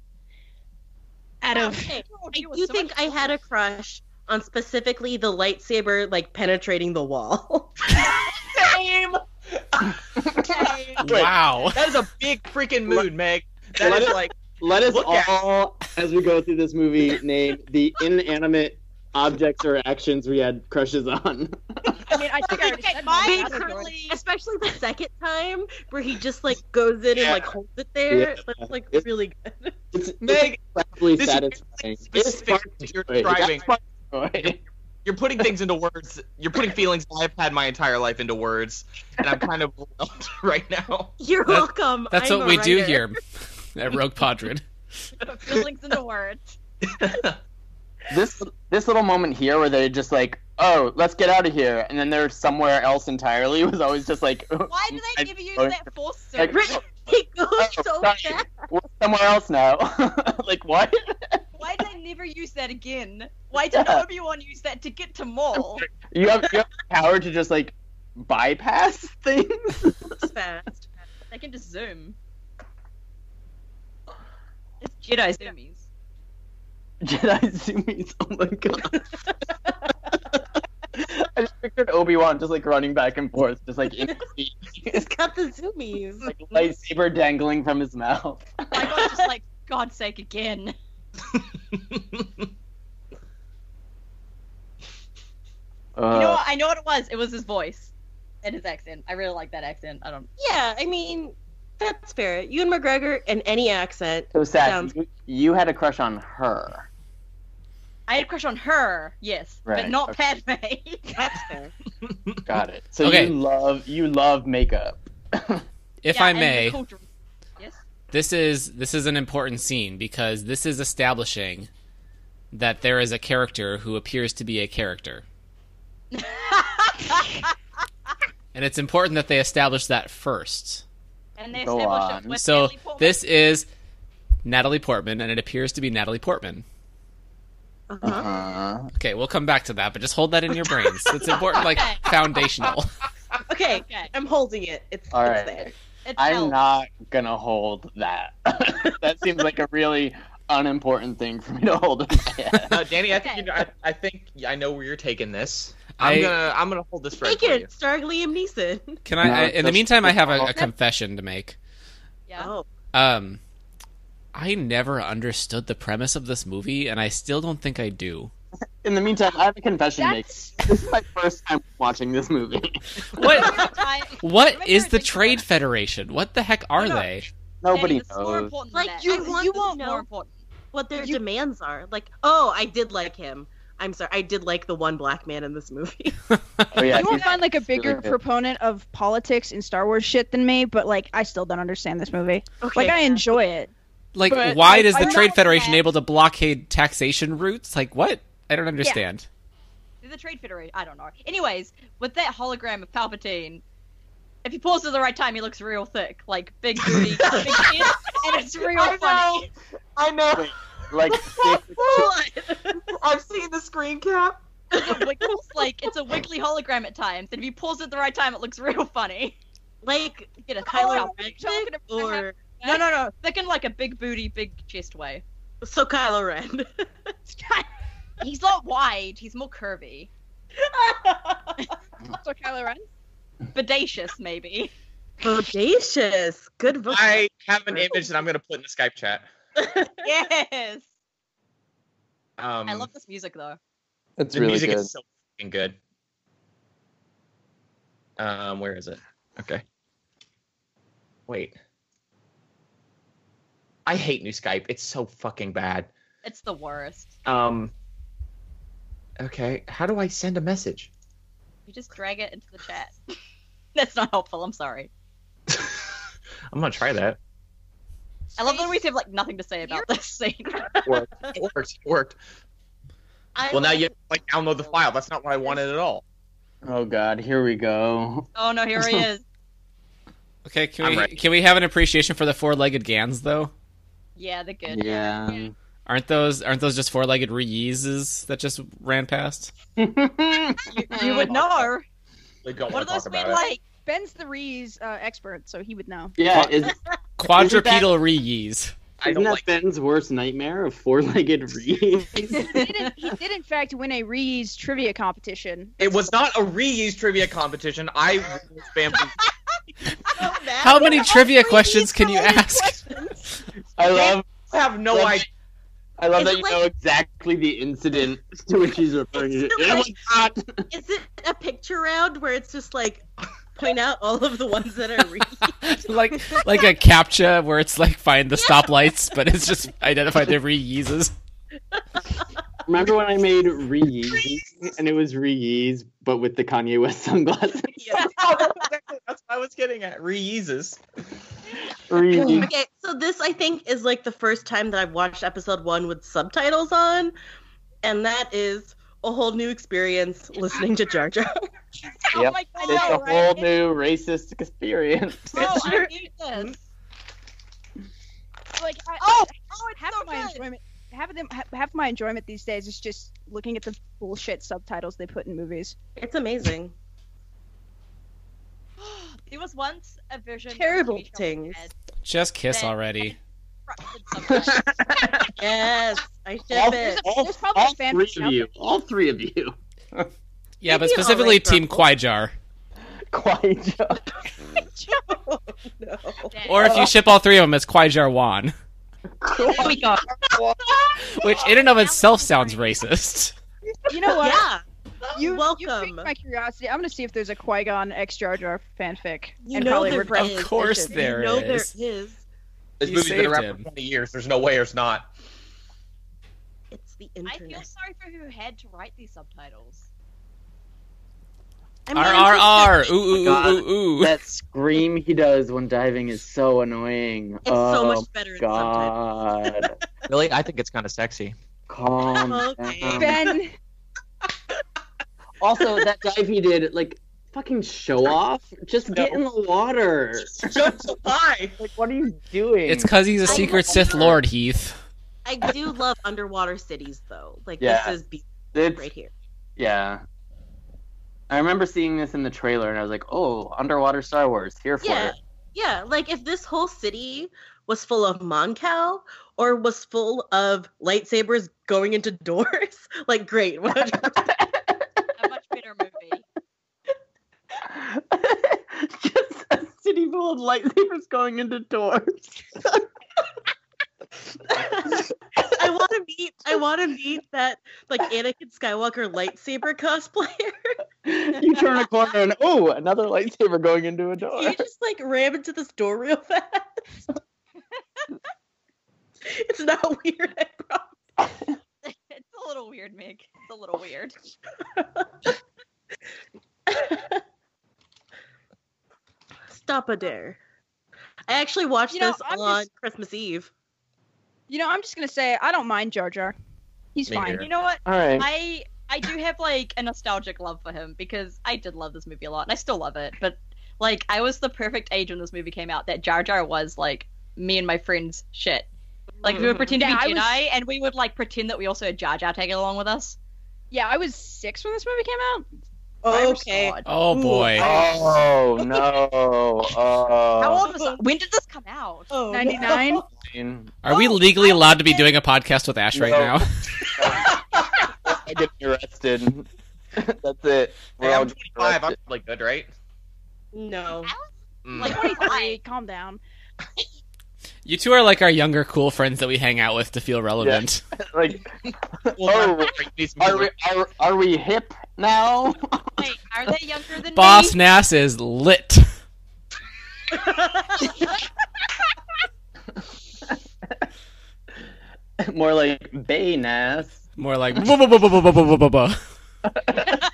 [SPEAKER 9] Out
[SPEAKER 3] wow,
[SPEAKER 9] of
[SPEAKER 3] Nick, your
[SPEAKER 1] I
[SPEAKER 3] review was
[SPEAKER 1] do
[SPEAKER 3] so
[SPEAKER 1] think
[SPEAKER 3] much
[SPEAKER 1] I had a crush on specifically the lightsaber like penetrating the wall.
[SPEAKER 8] Same. Wait.
[SPEAKER 4] Wow.
[SPEAKER 8] That is a big freaking mood, Meg.
[SPEAKER 2] Let
[SPEAKER 8] That is
[SPEAKER 2] it-
[SPEAKER 8] like
[SPEAKER 2] Let us
[SPEAKER 8] Look at-
[SPEAKER 2] all, as we go through this movie, name the inanimate objects or actions we had crushes on.
[SPEAKER 9] I mean, I think I already
[SPEAKER 3] Okay,
[SPEAKER 9] said
[SPEAKER 3] mine
[SPEAKER 9] mine.
[SPEAKER 3] currently-
[SPEAKER 1] Especially the second time where he just like goes in and like
[SPEAKER 8] Yeah.
[SPEAKER 1] holds it there.
[SPEAKER 2] Yeah.
[SPEAKER 1] That's like
[SPEAKER 2] It's-
[SPEAKER 1] really good.
[SPEAKER 2] It's
[SPEAKER 8] Meg.
[SPEAKER 2] incredibly
[SPEAKER 8] this is
[SPEAKER 2] satisfying. It's
[SPEAKER 8] Specific,
[SPEAKER 2] sparked
[SPEAKER 8] you're
[SPEAKER 2] joy. It got
[SPEAKER 8] describing.
[SPEAKER 2] sparked joy.
[SPEAKER 8] You're putting things into words. You're putting feelings I've had my entire life into words, and I'm kind of overwhelmed right now.
[SPEAKER 1] You're
[SPEAKER 4] That's-
[SPEAKER 1] welcome.
[SPEAKER 4] That's
[SPEAKER 1] I'm
[SPEAKER 4] what
[SPEAKER 1] a
[SPEAKER 4] we do
[SPEAKER 1] writer.
[SPEAKER 4] here at Rogue Podrin.
[SPEAKER 8] Uh,
[SPEAKER 3] feelings into words.
[SPEAKER 10] this this little moment here where they're just like, oh, let's get out of here, and then they're somewhere else entirely was always just like.
[SPEAKER 3] Why do they give you that force
[SPEAKER 10] Like,
[SPEAKER 3] surge?
[SPEAKER 1] It goes
[SPEAKER 10] oh,
[SPEAKER 1] so
[SPEAKER 10] sorry,
[SPEAKER 1] fast.
[SPEAKER 10] we're somewhere else now. like what?
[SPEAKER 3] Why did they never use that again? Why did
[SPEAKER 10] Yeah.
[SPEAKER 3] Obi Wan use that to get to Maul?
[SPEAKER 10] You have, you have the power to just like bypass things.
[SPEAKER 1] It's fast.
[SPEAKER 3] They can just zoom. It's Jedi zoomies.
[SPEAKER 10] Jedi zoomies. Oh my god. I just pictured Obi Wan just like running back and forth, just like in
[SPEAKER 1] It's got the zoomies.
[SPEAKER 10] lightsaber dangling from his mouth.
[SPEAKER 3] I got just like, God's sake again.
[SPEAKER 10] Uh,
[SPEAKER 3] you know what? I know what it was. It was his voice and his accent. I really like that accent. I don't.
[SPEAKER 1] Yeah, I mean, that's fair. Ewan McGregor and any accent.
[SPEAKER 10] so sad.
[SPEAKER 1] Sounds-
[SPEAKER 10] You, you had a crush on her.
[SPEAKER 3] I had a crush on her, yes,
[SPEAKER 10] Right,
[SPEAKER 3] but not
[SPEAKER 10] okay.
[SPEAKER 3] Padme.
[SPEAKER 1] That's fair.
[SPEAKER 10] Got it. So
[SPEAKER 4] Okay.
[SPEAKER 10] you love you love makeup.
[SPEAKER 4] If
[SPEAKER 3] Yeah,
[SPEAKER 4] I
[SPEAKER 3] and the
[SPEAKER 4] may,
[SPEAKER 3] culture- Yes.
[SPEAKER 4] this is this is an important scene because this is establishing that there is a character who appears to be a character. and it's important that they establish that first.
[SPEAKER 3] And they
[SPEAKER 10] Go
[SPEAKER 3] established
[SPEAKER 10] on.
[SPEAKER 3] it with
[SPEAKER 4] so
[SPEAKER 3] Natalie Portman.
[SPEAKER 4] this is Natalie Portman and it appears to be Natalie Portman.
[SPEAKER 1] Uh-huh.
[SPEAKER 10] Uh-huh.
[SPEAKER 4] Okay, we'll come back to that, but just hold that in your brains. It's important like
[SPEAKER 3] Okay.
[SPEAKER 4] foundational.
[SPEAKER 1] Okay,
[SPEAKER 3] Okay.
[SPEAKER 1] I'm holding it. It's,
[SPEAKER 10] All
[SPEAKER 1] it's
[SPEAKER 10] right.
[SPEAKER 1] there.
[SPEAKER 3] It's Elle.
[SPEAKER 10] I'm not gonna hold that. that seems like a really unimportant thing for me to hold. In my head.
[SPEAKER 8] Uh, Danny, I think
[SPEAKER 3] Okay.
[SPEAKER 8] you know, I, I think I know where you're taking this. I'm
[SPEAKER 4] I-
[SPEAKER 8] gonna I'm gonna hold this right
[SPEAKER 1] Take
[SPEAKER 8] for you.
[SPEAKER 1] it, starring Liam Neeson.
[SPEAKER 4] Can I,
[SPEAKER 10] No,
[SPEAKER 4] I in the
[SPEAKER 10] that's-
[SPEAKER 4] meantime I have a, a confession to make.
[SPEAKER 3] Yeah.
[SPEAKER 1] Oh,
[SPEAKER 4] Um, I never understood the premise of this movie, and I still don't think I do.
[SPEAKER 10] In the meantime, I have a confession to make.
[SPEAKER 3] That's
[SPEAKER 10] This is my first time watching this movie.
[SPEAKER 4] What?
[SPEAKER 3] What
[SPEAKER 4] What is the Trade Federation? What the heck are they?
[SPEAKER 10] Nobody
[SPEAKER 3] It's more
[SPEAKER 10] knows.
[SPEAKER 3] important
[SPEAKER 1] Like,
[SPEAKER 3] than that.
[SPEAKER 1] you
[SPEAKER 3] I
[SPEAKER 1] want
[SPEAKER 3] you
[SPEAKER 1] to
[SPEAKER 3] want
[SPEAKER 1] know-
[SPEAKER 3] more important.
[SPEAKER 1] what their
[SPEAKER 3] You-
[SPEAKER 1] demands are. Like, oh, I did like him. I'm sorry, I did like the one black man in this movie.
[SPEAKER 10] Oh yeah,
[SPEAKER 9] you won't
[SPEAKER 10] he's-
[SPEAKER 9] find like a bigger
[SPEAKER 10] really good.
[SPEAKER 9] proponent of politics and Star Wars shit than me, but like I still don't understand this movie.
[SPEAKER 1] Okay.
[SPEAKER 9] Like I enjoy it.
[SPEAKER 4] Like,
[SPEAKER 9] But,
[SPEAKER 4] why
[SPEAKER 9] like,
[SPEAKER 4] is the
[SPEAKER 9] I'm
[SPEAKER 4] Trade
[SPEAKER 9] not
[SPEAKER 4] Federation
[SPEAKER 9] mad.
[SPEAKER 4] able to blockade taxation routes? Like, what? I don't understand.
[SPEAKER 3] The Trade Federation. I don't know. Anyways, with that hologram of Palpatine, if you pause at the right time, he looks real thick, like big booty, big chin, and it's real
[SPEAKER 8] I know.
[SPEAKER 3] funny.
[SPEAKER 8] I know.
[SPEAKER 10] like
[SPEAKER 8] I've seen the screen cap.
[SPEAKER 3] It wiggles, like it's a wiggly hologram at times, and if you pause at the right time, it looks real funny.
[SPEAKER 1] like
[SPEAKER 3] Get a
[SPEAKER 1] Kylo
[SPEAKER 3] Kylo Ren
[SPEAKER 1] Ren
[SPEAKER 3] talking about how
[SPEAKER 1] or no, no, no.
[SPEAKER 3] thick in like a big booty, big chest way.
[SPEAKER 1] So Kylo Ren.
[SPEAKER 3] He's not wide. He's more curvy.
[SPEAKER 9] So Kylo Ren.
[SPEAKER 3] Bodacious, maybe.
[SPEAKER 1] Bodacious. Good vote.
[SPEAKER 8] I have an image that I'm gonna put in the Skype chat.
[SPEAKER 3] Yes.
[SPEAKER 8] Um,
[SPEAKER 3] I love this music though.
[SPEAKER 10] it's
[SPEAKER 8] the
[SPEAKER 10] really
[SPEAKER 8] music
[SPEAKER 10] good.
[SPEAKER 8] is so fucking good. Um, where is it? Okay. Wait. I hate new Skype. It's so fucking bad.
[SPEAKER 3] It's the worst.
[SPEAKER 8] Um. Okay, how do I send a message?
[SPEAKER 3] You just drag it into the chat. That's not helpful. I'm sorry.
[SPEAKER 8] I'm gonna try that.
[SPEAKER 3] I love that we have like nothing to say about this scene.
[SPEAKER 8] Worked. It worked. It worked.
[SPEAKER 1] I-
[SPEAKER 8] Well, now you have to, like download the file. That's not what I wanted at all.
[SPEAKER 10] Oh god, here we go.
[SPEAKER 3] Oh no, here he is.
[SPEAKER 4] Okay, can
[SPEAKER 8] I'm
[SPEAKER 4] we
[SPEAKER 8] ready.
[SPEAKER 4] can we have an appreciation for the four-legged Gans though?
[SPEAKER 3] Yeah, they're good.
[SPEAKER 10] Yeah.
[SPEAKER 4] Aren't those aren't those just four-legged Reeses that just ran past?
[SPEAKER 8] Um,
[SPEAKER 3] You would know.
[SPEAKER 8] We don't
[SPEAKER 3] One of
[SPEAKER 8] want to talk
[SPEAKER 3] those
[SPEAKER 8] about
[SPEAKER 3] made
[SPEAKER 8] it.
[SPEAKER 3] like
[SPEAKER 9] Ben's the Rees uh, expert, so he would know.
[SPEAKER 10] yeah, is,
[SPEAKER 4] Quadrupedal Rees.
[SPEAKER 8] I
[SPEAKER 2] Isn't
[SPEAKER 8] don't
[SPEAKER 2] that
[SPEAKER 8] like.
[SPEAKER 2] Ben's worst nightmare? A four-legged reed?
[SPEAKER 9] he, did, he did in fact win a Rees trivia competition.
[SPEAKER 8] It was not a reuse trivia competition. I was bamboo.
[SPEAKER 4] How many trivia questions can you ask?
[SPEAKER 10] I love
[SPEAKER 8] I have no
[SPEAKER 10] Well,
[SPEAKER 8] idea.
[SPEAKER 10] I love
[SPEAKER 1] It's
[SPEAKER 10] that you
[SPEAKER 1] like-
[SPEAKER 10] know exactly the incident to which he's referring to.
[SPEAKER 1] It's
[SPEAKER 10] Oh my
[SPEAKER 1] like-
[SPEAKER 10] god.
[SPEAKER 1] Is it a picture round where it's just like point out all of the ones that are real?
[SPEAKER 4] like like a captcha where it's like find the stoplights, but it's just identify the Reeses.
[SPEAKER 2] Remember when I made re Yeezy and it was re Yeez, but with the Kanye West sunglasses?
[SPEAKER 8] Oh, that's exactly- that's what I was getting at. Reuses.
[SPEAKER 10] Re- Yeez.
[SPEAKER 1] okay, so this I think is like the first time that I've watched episode one with subtitles on. and that is a whole new experience listening to Jar Jar.
[SPEAKER 3] Oh
[SPEAKER 10] yep.
[SPEAKER 3] my god,
[SPEAKER 10] it's a
[SPEAKER 3] right?
[SPEAKER 10] whole new racist experience.
[SPEAKER 3] Bro, I need this.
[SPEAKER 9] Like, I,
[SPEAKER 3] Oh, oh, it's
[SPEAKER 9] half
[SPEAKER 3] so
[SPEAKER 9] of my
[SPEAKER 3] good.
[SPEAKER 9] enjoyment, half of them, ha- half of my enjoyment these days is just looking at the bullshit subtitles they put in movies.
[SPEAKER 1] It's amazing.
[SPEAKER 3] There was once a version. of the
[SPEAKER 1] Terrible
[SPEAKER 3] TV show
[SPEAKER 1] things.
[SPEAKER 3] that
[SPEAKER 4] Just kiss already.
[SPEAKER 3] corrupted subtitles.
[SPEAKER 1] Yes, I ship
[SPEAKER 2] All,
[SPEAKER 1] it.
[SPEAKER 2] all-
[SPEAKER 9] There's probably
[SPEAKER 2] all
[SPEAKER 9] a fan
[SPEAKER 2] three
[SPEAKER 9] fiction
[SPEAKER 2] of
[SPEAKER 9] out
[SPEAKER 2] you. All three of you.
[SPEAKER 4] Yeah, but
[SPEAKER 1] Maybe I'll
[SPEAKER 4] specifically
[SPEAKER 1] write
[SPEAKER 4] Team
[SPEAKER 1] Grumble.
[SPEAKER 4] Kwai Jar.
[SPEAKER 10] Quiet job.
[SPEAKER 1] No.
[SPEAKER 3] Dang.
[SPEAKER 4] Or if you ship all three of them, it's Kwai Jar Wan,
[SPEAKER 8] Oh
[SPEAKER 3] There we go.
[SPEAKER 4] which in and of itself sounds racist.
[SPEAKER 9] You know what?
[SPEAKER 1] Yeah,
[SPEAKER 9] You
[SPEAKER 1] Welcome.
[SPEAKER 9] You piqued my curiosity. I'm gonna see if there's a Qui Gon X Jar Jar fanfic.
[SPEAKER 1] you
[SPEAKER 9] and
[SPEAKER 1] know
[SPEAKER 9] probably
[SPEAKER 1] there
[SPEAKER 9] we're-
[SPEAKER 4] Of
[SPEAKER 1] is.
[SPEAKER 4] course there
[SPEAKER 1] you know
[SPEAKER 4] is.
[SPEAKER 1] there is.
[SPEAKER 8] This
[SPEAKER 4] You
[SPEAKER 8] movie's been
[SPEAKER 4] saved
[SPEAKER 8] around
[SPEAKER 4] him.
[SPEAKER 8] for 20 years. There's no way it's not.
[SPEAKER 1] It's the
[SPEAKER 3] I feel
[SPEAKER 1] internet.
[SPEAKER 3] sorry for who had to write these subtitles.
[SPEAKER 1] I'm
[SPEAKER 4] R
[SPEAKER 1] not
[SPEAKER 4] R R.
[SPEAKER 1] interested.
[SPEAKER 4] Ooh ooh
[SPEAKER 10] God.
[SPEAKER 4] ooh ooh. ooh.
[SPEAKER 10] that scream he does when diving is so annoying.
[SPEAKER 1] It's
[SPEAKER 10] oh,
[SPEAKER 1] so much better in subtitles.
[SPEAKER 10] God.
[SPEAKER 8] Really? I think it's kind of sexy.
[SPEAKER 10] Calm
[SPEAKER 1] Okay.
[SPEAKER 10] down.
[SPEAKER 9] Ben,
[SPEAKER 2] Also, that dive he did, like, fucking show off. Just get in the water.
[SPEAKER 10] Like, what are you doing?
[SPEAKER 4] It's because he's a
[SPEAKER 1] I
[SPEAKER 4] secret
[SPEAKER 1] know.
[SPEAKER 4] Sith Lord, Heath.
[SPEAKER 1] I do love underwater cities though. Like
[SPEAKER 10] Yeah.
[SPEAKER 1] this is beautiful
[SPEAKER 10] It's-
[SPEAKER 1] right here.
[SPEAKER 10] Yeah. I remember seeing this in the trailer, and I was like, "Oh, underwater Star Wars, here for
[SPEAKER 1] Yeah.
[SPEAKER 10] it."
[SPEAKER 1] Yeah, like if this whole city was full of Mon Cal or was full of lightsabers going into doors, like great.
[SPEAKER 3] A much better movie.
[SPEAKER 10] Just a city full of lightsabers going into doors.
[SPEAKER 1] I want to meet. I want to meet that like Anakin Skywalker lightsaber cosplayer.
[SPEAKER 10] you turn a corner, and oh, another lightsaber going into a door.
[SPEAKER 1] you just like ram into this door real fast. it's not weird. I promise.
[SPEAKER 3] It's a little weird, Meg. It's a little weird.
[SPEAKER 1] Stop a dare. I actually watched
[SPEAKER 9] You know,
[SPEAKER 1] this
[SPEAKER 9] I'm
[SPEAKER 1] on
[SPEAKER 9] just-
[SPEAKER 1] Christmas Eve.
[SPEAKER 9] you know, I'm just gonna say I don't mind Jar Jar. He's
[SPEAKER 8] Me
[SPEAKER 9] fine.
[SPEAKER 8] neither.
[SPEAKER 3] You know what?
[SPEAKER 10] All right.
[SPEAKER 3] I I do have like a nostalgic love for him because I did love this movie a lot and I still love it, but like I was the perfect age when this movie came out that Jar Jar was like me and my friends shit. Like we would
[SPEAKER 1] Mm-hmm.
[SPEAKER 3] pretend
[SPEAKER 9] Yeah,
[SPEAKER 3] to be
[SPEAKER 9] I
[SPEAKER 3] Jedi
[SPEAKER 9] was-
[SPEAKER 3] and we would like pretend that we also had Jar Jar tagging along with us.
[SPEAKER 9] Yeah, I was six when this movie came out.
[SPEAKER 3] I was
[SPEAKER 1] okay.
[SPEAKER 3] God.
[SPEAKER 4] Oh
[SPEAKER 1] Ooh,
[SPEAKER 4] boy.
[SPEAKER 10] Oh no!
[SPEAKER 3] How
[SPEAKER 10] Oh.
[SPEAKER 3] old was I? When did this come out?
[SPEAKER 1] Oh,
[SPEAKER 9] Ninety nine.
[SPEAKER 4] Are we
[SPEAKER 3] Oh,
[SPEAKER 4] legally
[SPEAKER 3] I
[SPEAKER 4] allowed to be
[SPEAKER 3] did-
[SPEAKER 4] doing a podcast with Ash right
[SPEAKER 10] No.
[SPEAKER 4] now?
[SPEAKER 10] I get arrested. That's it. We're
[SPEAKER 8] Hey,
[SPEAKER 10] all
[SPEAKER 8] I'm
[SPEAKER 10] getting
[SPEAKER 8] 25. I'm
[SPEAKER 10] arrested.
[SPEAKER 8] like good, right?
[SPEAKER 1] No.
[SPEAKER 8] Mm.
[SPEAKER 3] Like,
[SPEAKER 9] Twenty three. Calm down.
[SPEAKER 4] You two are like our younger, cool friends that we hang out with to feel relevant.
[SPEAKER 10] Like,
[SPEAKER 8] Well,
[SPEAKER 10] oh,
[SPEAKER 8] you need some
[SPEAKER 10] are we
[SPEAKER 8] humor.
[SPEAKER 10] are, are we hip now?
[SPEAKER 3] Wait, are they younger than
[SPEAKER 4] Boss
[SPEAKER 3] me?
[SPEAKER 4] Nass is lit.
[SPEAKER 10] More like Bay Nass.
[SPEAKER 4] More like. "Buh, buh, buh, buh, buh, buh, buh, buh, buh, buh."
[SPEAKER 8] I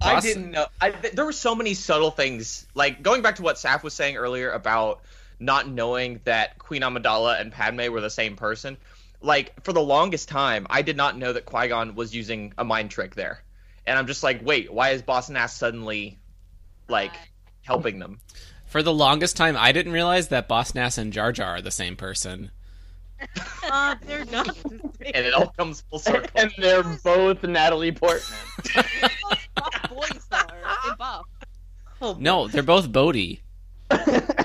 [SPEAKER 4] Boss-
[SPEAKER 8] didn't know. I, th- there were so many subtle things. Like going back to what Saf was saying earlier about not knowing that Queen Amidala and Padme were the same person. Like for the longest time, I did not know that Qui Gon was using a mind trick there, and I'm just like, wait, why is Boss Nass suddenly like
[SPEAKER 3] Right.
[SPEAKER 8] helping them?
[SPEAKER 4] For the longest time, I didn't realize that Boss Nass and Jar Jar are the same person.
[SPEAKER 1] Uh, they're not.
[SPEAKER 8] And it all comes full circle.
[SPEAKER 10] And they're both Natalie Portman.
[SPEAKER 3] They're both buff boys though. They're buff.
[SPEAKER 1] Oh,
[SPEAKER 4] No, they're both Bodhi. the,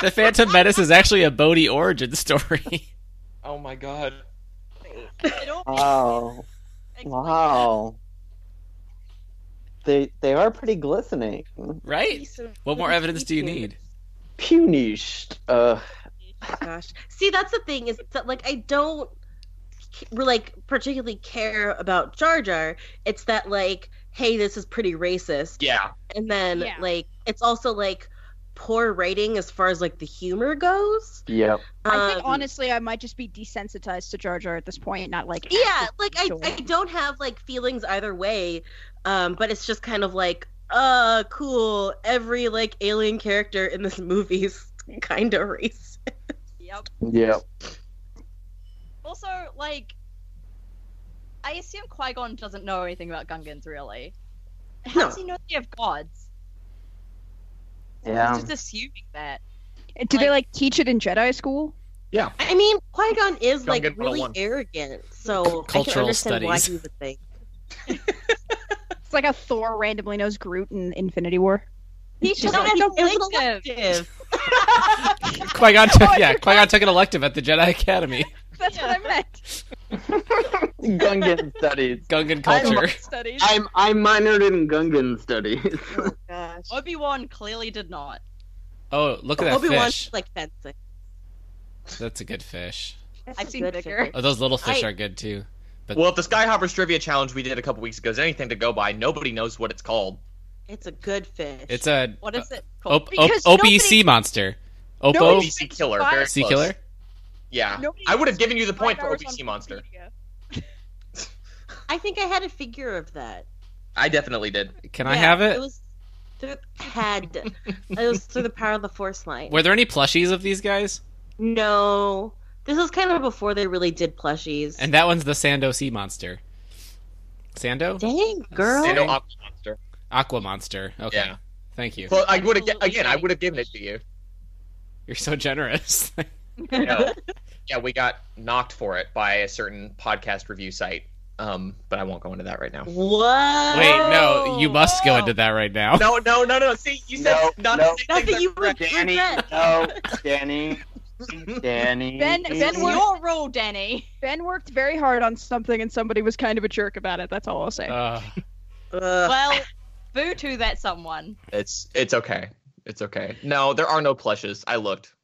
[SPEAKER 4] the Phantom Menace is actually a Bodhi origin story.
[SPEAKER 8] oh my god.
[SPEAKER 3] It all
[SPEAKER 10] Wow.
[SPEAKER 3] explains-
[SPEAKER 10] Wow. They they are pretty glistening.
[SPEAKER 4] Right? What more evidence do you need?
[SPEAKER 10] Punished. Uh
[SPEAKER 1] Gosh, see, that's the thing is that like I don't c- like particularly care about Jar Jar. It's that like, hey, this is pretty racist,
[SPEAKER 8] Yeah.
[SPEAKER 1] and then
[SPEAKER 9] Yeah.
[SPEAKER 1] like it's also like poor writing as far as like the humor goes.
[SPEAKER 10] yep.
[SPEAKER 9] I think
[SPEAKER 1] Um,
[SPEAKER 9] honestly, I might just be desensitized to Jar Jar at this point. Not like
[SPEAKER 1] yeah like I,
[SPEAKER 9] Sure.
[SPEAKER 1] I don't have like feelings either way um but it's just kind of like uh, cool. Every like alien character in this movie's kind of racist.
[SPEAKER 3] Yep.
[SPEAKER 10] Yeah.
[SPEAKER 3] Also, like, I assume Qui Gon doesn't know anything about Gungans, really. How
[SPEAKER 1] No.
[SPEAKER 3] does he know they have gods?
[SPEAKER 10] Yeah.
[SPEAKER 3] He's just assuming that.
[SPEAKER 9] Do they like teach it in Jedi school?
[SPEAKER 1] I mean, Qui Gon is like
[SPEAKER 8] Gungan
[SPEAKER 1] really
[SPEAKER 8] 101.
[SPEAKER 1] arrogant, so I can
[SPEAKER 4] Cultural
[SPEAKER 1] understand why he
[SPEAKER 4] studies.
[SPEAKER 1] would think.
[SPEAKER 9] It's like how Thor randomly knows Groot in Infinity War.
[SPEAKER 3] He's
[SPEAKER 9] just
[SPEAKER 3] just
[SPEAKER 1] No,
[SPEAKER 9] like-
[SPEAKER 1] he
[SPEAKER 3] an
[SPEAKER 1] is an
[SPEAKER 3] elective.
[SPEAKER 1] elective.
[SPEAKER 4] Qui Gon took yeah, Qui Gon took an elective at the Jedi Academy.
[SPEAKER 9] That's what I meant.
[SPEAKER 10] Gungan studies.
[SPEAKER 4] Gungan
[SPEAKER 10] I'm-
[SPEAKER 4] culture.
[SPEAKER 3] Studies.
[SPEAKER 2] I'm I minored in Gungan studies.
[SPEAKER 1] Gosh.
[SPEAKER 3] Obi Wan clearly did not.
[SPEAKER 4] Oh, look at that
[SPEAKER 1] Obi Wan
[SPEAKER 4] fish.
[SPEAKER 1] like fencing.
[SPEAKER 4] That's a good fish.
[SPEAKER 1] That's
[SPEAKER 3] I've
[SPEAKER 1] a
[SPEAKER 3] seen
[SPEAKER 1] good
[SPEAKER 3] bigger.
[SPEAKER 1] fish.
[SPEAKER 4] Oh, those little fish
[SPEAKER 1] I-
[SPEAKER 4] are good too. But-
[SPEAKER 8] Well, if the Skyhoppers trivia challenge we did a couple weeks ago is anything to go by, nobody knows what it's called.
[SPEAKER 1] It's a good fish.
[SPEAKER 4] It's a uh,
[SPEAKER 3] What is it called?
[SPEAKER 4] op- op-
[SPEAKER 9] Because
[SPEAKER 4] OPC monster. Opo
[SPEAKER 9] nobody-
[SPEAKER 8] OBC killer. Very
[SPEAKER 4] sea
[SPEAKER 8] close.
[SPEAKER 4] killer.
[SPEAKER 8] Yeah.
[SPEAKER 9] Nobody
[SPEAKER 8] I would have
[SPEAKER 9] knows
[SPEAKER 8] given you the point for
[SPEAKER 9] Five hours
[SPEAKER 8] OBC
[SPEAKER 9] on
[SPEAKER 8] monster.
[SPEAKER 9] Wikipedia.
[SPEAKER 1] I think I had a figure of that.
[SPEAKER 8] I definitely did.
[SPEAKER 4] Can I have it?
[SPEAKER 1] It was through, had. it was through the power of the Force line.
[SPEAKER 4] Were there any plushies of these guys?
[SPEAKER 1] No, this was kind of before they really did plushies.
[SPEAKER 4] And that one's the Sando sea monster. Sando?
[SPEAKER 1] dang girl,
[SPEAKER 8] Sando
[SPEAKER 4] Okay.
[SPEAKER 8] Aqua Monster.
[SPEAKER 4] Aqua monster. Okay.
[SPEAKER 8] Yeah.
[SPEAKER 4] Thank you.
[SPEAKER 8] Well, I would have
[SPEAKER 3] Absolutely
[SPEAKER 8] again. I
[SPEAKER 3] right.
[SPEAKER 8] would have given it to you.
[SPEAKER 4] You're so generous.
[SPEAKER 8] No. yeah, we got knocked for it by a certain podcast review site. Um, but I won't go into that right now.
[SPEAKER 1] what?
[SPEAKER 4] Wait, no, you must go
[SPEAKER 3] Oh.
[SPEAKER 4] into that right now.
[SPEAKER 8] No, no, no, no. See, you said
[SPEAKER 10] No,
[SPEAKER 8] not
[SPEAKER 10] no.
[SPEAKER 8] to say
[SPEAKER 1] Not
[SPEAKER 8] things
[SPEAKER 1] that you
[SPEAKER 8] are
[SPEAKER 1] would
[SPEAKER 8] correct.
[SPEAKER 10] Danny,
[SPEAKER 1] regret.
[SPEAKER 10] no, Danny, Danny.
[SPEAKER 9] Ben- Ben
[SPEAKER 3] It's
[SPEAKER 9] Word-
[SPEAKER 3] your rule, Danny.
[SPEAKER 9] Ben worked very hard on something, and somebody was kind of a jerk about it. That's all I'll say.
[SPEAKER 4] Ugh.
[SPEAKER 1] Ugh.
[SPEAKER 3] Well, boo to that someone.
[SPEAKER 8] It's it's okay. It's okay. No, there are no plushes. I looked.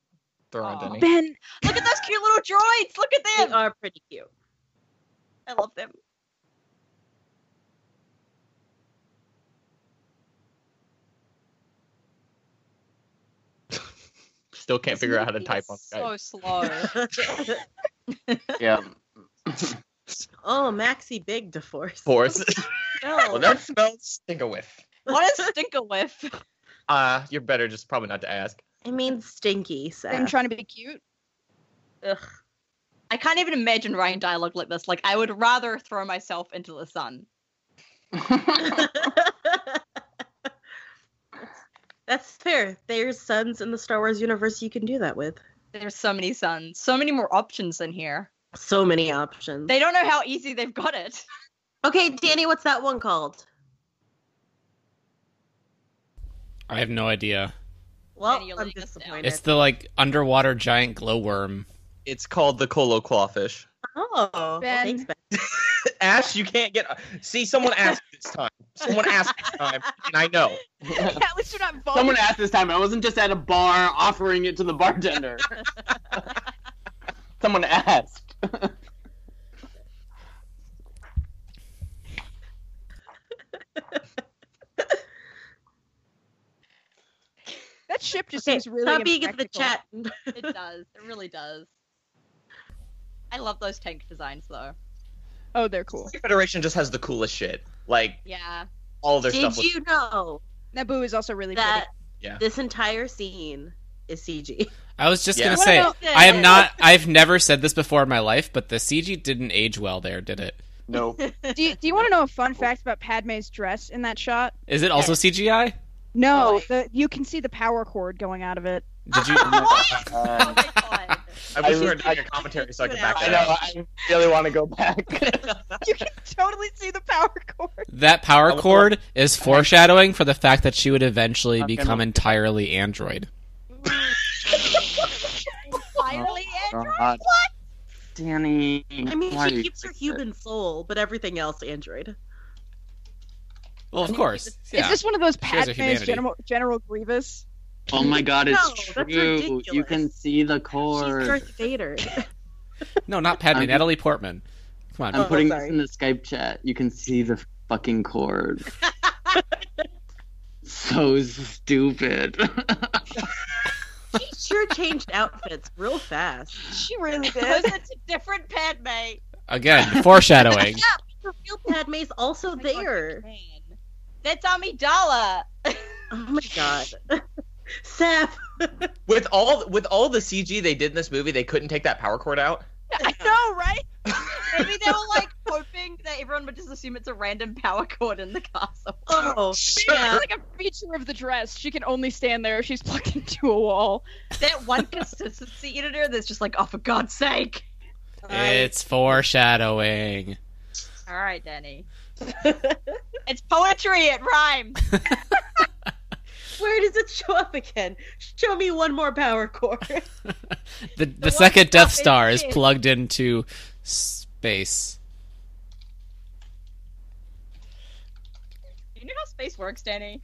[SPEAKER 8] There aren't
[SPEAKER 3] Aw.
[SPEAKER 8] any.
[SPEAKER 9] ben,
[SPEAKER 3] Look at those cute little droids. Look at
[SPEAKER 1] they
[SPEAKER 3] them.
[SPEAKER 1] are pretty cute.
[SPEAKER 3] I love them.
[SPEAKER 8] Still can't
[SPEAKER 3] This
[SPEAKER 8] figure out how to
[SPEAKER 3] movie
[SPEAKER 8] type
[SPEAKER 3] is
[SPEAKER 8] on Skype.
[SPEAKER 3] So slow.
[SPEAKER 10] Yeah.
[SPEAKER 1] oh, Maxi Big DeForce.
[SPEAKER 8] Force.
[SPEAKER 1] No.
[SPEAKER 8] well, that smells. Think a whiff.
[SPEAKER 3] what is stinker whiff?
[SPEAKER 8] Uh, you're better just probably not to ask.
[SPEAKER 1] I mean, stinky. So.
[SPEAKER 9] Ben trying to be cute.
[SPEAKER 1] Ugh.
[SPEAKER 3] I can't even imagine writing dialogue like this. Like, I would rather throw myself into the sun.
[SPEAKER 1] That's fair. There's sons in the Star Wars universe you can do that with.
[SPEAKER 3] There's so many suns, so many more options in here.
[SPEAKER 1] So many options.
[SPEAKER 3] They don't know how easy they've got it.
[SPEAKER 1] okay, Danny, what's that one called?
[SPEAKER 4] I have no idea.
[SPEAKER 1] Well,
[SPEAKER 3] Danny, you're
[SPEAKER 1] I'm
[SPEAKER 3] letting us down.
[SPEAKER 1] disappointed.
[SPEAKER 4] It's the like underwater giant glowworm.
[SPEAKER 8] It's called the Colo Clawfish.
[SPEAKER 1] Oh, well,
[SPEAKER 9] Ben.
[SPEAKER 1] thanks, Ben.
[SPEAKER 8] Ash, you can't get. See, someone asked this time. Someone asked this time, and I know.
[SPEAKER 9] At least you're not
[SPEAKER 10] Someone
[SPEAKER 9] vulgar.
[SPEAKER 10] asked this time. I wasn't just at a bar offering it to the bartender. Someone asked.
[SPEAKER 9] That ship just
[SPEAKER 1] Okay,
[SPEAKER 9] seems really.
[SPEAKER 1] stop being into the
[SPEAKER 9] impractical.
[SPEAKER 1] chat.
[SPEAKER 3] It does. It really does. I love those tank designs, though.
[SPEAKER 9] Oh, they're cool.
[SPEAKER 8] The Federation just has the coolest shit. Like
[SPEAKER 3] Yeah.
[SPEAKER 8] all their
[SPEAKER 1] Did
[SPEAKER 8] stuff. was-
[SPEAKER 1] you know
[SPEAKER 9] Naboo is also really
[SPEAKER 1] that
[SPEAKER 8] Yeah.
[SPEAKER 1] this entire scene is CG?
[SPEAKER 4] I was just
[SPEAKER 8] Yeah.
[SPEAKER 4] gonna
[SPEAKER 8] What
[SPEAKER 4] say
[SPEAKER 3] else
[SPEAKER 4] I am
[SPEAKER 3] is-
[SPEAKER 4] not I've never said this before in my life, but the CG didn't age well there, did it?
[SPEAKER 10] Nope.
[SPEAKER 9] pretty. Do you, do you want to know a fun fact about Padme's dress in that shot?
[SPEAKER 4] Is it also CGI?
[SPEAKER 9] No, the, you can see the power cord going out of it.
[SPEAKER 4] Did you
[SPEAKER 10] Uh,
[SPEAKER 3] Oh my god.
[SPEAKER 8] I wish
[SPEAKER 10] I
[SPEAKER 8] we were
[SPEAKER 10] was-
[SPEAKER 8] doing
[SPEAKER 10] I-
[SPEAKER 8] a commentary so I could
[SPEAKER 1] I
[SPEAKER 8] back
[SPEAKER 10] I
[SPEAKER 8] that
[SPEAKER 10] know.
[SPEAKER 8] up.
[SPEAKER 10] I really want to go back.
[SPEAKER 9] You can totally see the power cord.
[SPEAKER 4] That power
[SPEAKER 8] I-
[SPEAKER 4] cord is foreshadowing for the fact that she would eventually
[SPEAKER 10] I'm gonna-
[SPEAKER 4] become entirely android.
[SPEAKER 3] Finally, Andrew.
[SPEAKER 10] God. Danny.
[SPEAKER 1] I mean,
[SPEAKER 10] why are
[SPEAKER 1] she
[SPEAKER 10] you
[SPEAKER 1] keeps her
[SPEAKER 10] like
[SPEAKER 1] human soul, but everything else android.
[SPEAKER 4] Well, of course.
[SPEAKER 9] Is
[SPEAKER 4] Yeah.
[SPEAKER 9] this one of those
[SPEAKER 4] Shares her
[SPEAKER 9] Padme's
[SPEAKER 4] humanity.
[SPEAKER 9] General General Grievous?
[SPEAKER 10] this? Oh my God, it's
[SPEAKER 1] No, that's
[SPEAKER 10] true. You
[SPEAKER 1] ridiculous.
[SPEAKER 10] can see the
[SPEAKER 1] She's
[SPEAKER 10] cord.
[SPEAKER 1] Darth Vader.
[SPEAKER 4] No, not Padme,
[SPEAKER 10] I'm-
[SPEAKER 4] Natalie Portman. Come on.
[SPEAKER 10] I'm
[SPEAKER 1] Oh,
[SPEAKER 10] putting
[SPEAKER 1] sorry.
[SPEAKER 10] this in the Skype chat. You can see the fucking cord. so stupid.
[SPEAKER 1] she sure changed outfits real fast.
[SPEAKER 9] She really
[SPEAKER 3] Because it's a different Padme.
[SPEAKER 4] Again, foreshadowing.
[SPEAKER 1] The real Padme's also
[SPEAKER 3] Oh my God,
[SPEAKER 1] there.
[SPEAKER 3] you can. That's Amidala.
[SPEAKER 1] Oh my god. Seth.
[SPEAKER 8] With all with all the CG they did in this movie, they couldn't take that power cord out.
[SPEAKER 3] I know, right? Maybe they were like hoping that everyone would just assume it's a random power cord in the castle.
[SPEAKER 1] Oh, yeah.
[SPEAKER 9] It's like a feature of the dress. She can only stand there if she's plugged into a wall.
[SPEAKER 3] That one consistency editor that's just like, oh, for God's sake.
[SPEAKER 4] It's foreshadowing.
[SPEAKER 3] All right, Danny. it's poetry. It rhymes.
[SPEAKER 1] Where does it show up again? Show me one more power cord.
[SPEAKER 4] The, the,
[SPEAKER 3] one
[SPEAKER 4] second Death
[SPEAKER 3] up in
[SPEAKER 4] Star is
[SPEAKER 3] space.
[SPEAKER 4] plugged into space.
[SPEAKER 3] You know how space works, Danny.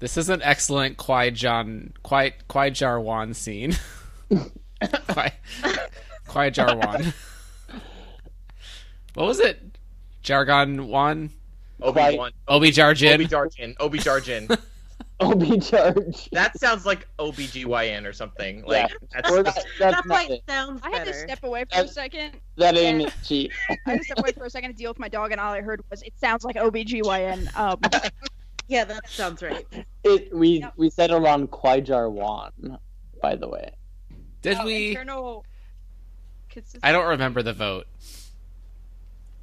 [SPEAKER 4] This is an excellent Kwai John Kwai Kwai Jarwan scene. Kwai, Kwai Jarwan. what was it? Jargon Wan?
[SPEAKER 8] Obi Wan,
[SPEAKER 4] Obi
[SPEAKER 8] Obi
[SPEAKER 4] Jarjin?
[SPEAKER 8] Jarjin, Obi Jarjin.
[SPEAKER 10] Obi charge.
[SPEAKER 8] that sounds like OBGYN or something. Like that's
[SPEAKER 10] Or that, that's
[SPEAKER 1] that
[SPEAKER 10] not
[SPEAKER 1] point
[SPEAKER 10] it.
[SPEAKER 1] sounds
[SPEAKER 9] I
[SPEAKER 1] better.
[SPEAKER 9] had to step away for a
[SPEAKER 10] That-
[SPEAKER 9] second.
[SPEAKER 10] That ain't it, Chief.
[SPEAKER 9] I had to step away for a second to deal with my dog, and all I heard was, it sounds like OBGYN. Um,
[SPEAKER 1] Yeah, that sounds right.
[SPEAKER 10] It, we
[SPEAKER 9] Yep.
[SPEAKER 10] we settled on Kwaijar Wan, by the way.
[SPEAKER 4] Did
[SPEAKER 3] Oh,
[SPEAKER 4] we?
[SPEAKER 3] Internal... Consistency.
[SPEAKER 4] I don't remember the vote.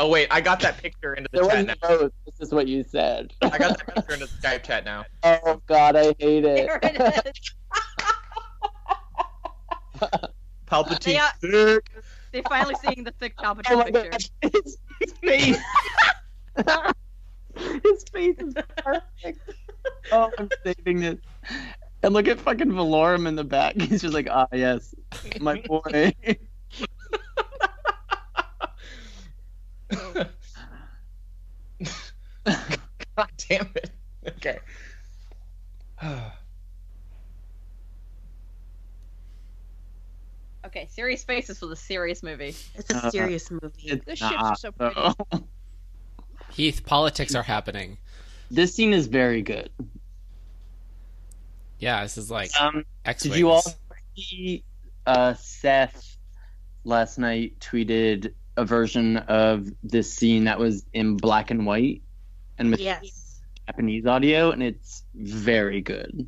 [SPEAKER 8] Oh wait, I got that picture into the
[SPEAKER 10] There
[SPEAKER 8] chat
[SPEAKER 10] wasn't
[SPEAKER 8] now.
[SPEAKER 10] a vote. This is what you said.
[SPEAKER 8] I got that picture into the Skype chat now.
[SPEAKER 10] Oh God, I hate it.
[SPEAKER 3] There it is. They
[SPEAKER 8] Palpatine.
[SPEAKER 3] are-
[SPEAKER 8] sick.
[SPEAKER 3] They're finally seeing the thick Palpatine
[SPEAKER 10] Oh my
[SPEAKER 3] picture.
[SPEAKER 10] God, his, his face. his face is perfect. Oh, I'm saving this. And look at fucking Valorum in the back. He's just like, ah, yes, my boy.
[SPEAKER 8] God damn it. Okay.
[SPEAKER 3] Okay, serious faces for the serious movie.
[SPEAKER 1] It's a
[SPEAKER 10] Uh,
[SPEAKER 1] serious movie.
[SPEAKER 9] The
[SPEAKER 10] It's
[SPEAKER 9] ships are
[SPEAKER 10] not,
[SPEAKER 4] Uh-uh.
[SPEAKER 9] so pretty.
[SPEAKER 10] though.
[SPEAKER 4] Heath, politics are happening.
[SPEAKER 10] This scene is very good.
[SPEAKER 4] Yeah, this is like
[SPEAKER 10] Um,
[SPEAKER 4] X
[SPEAKER 10] Did you all see uh, Seth last night tweeted a version of this scene that was in black and white and with
[SPEAKER 1] Yes.
[SPEAKER 10] Japanese audio, and it's very good.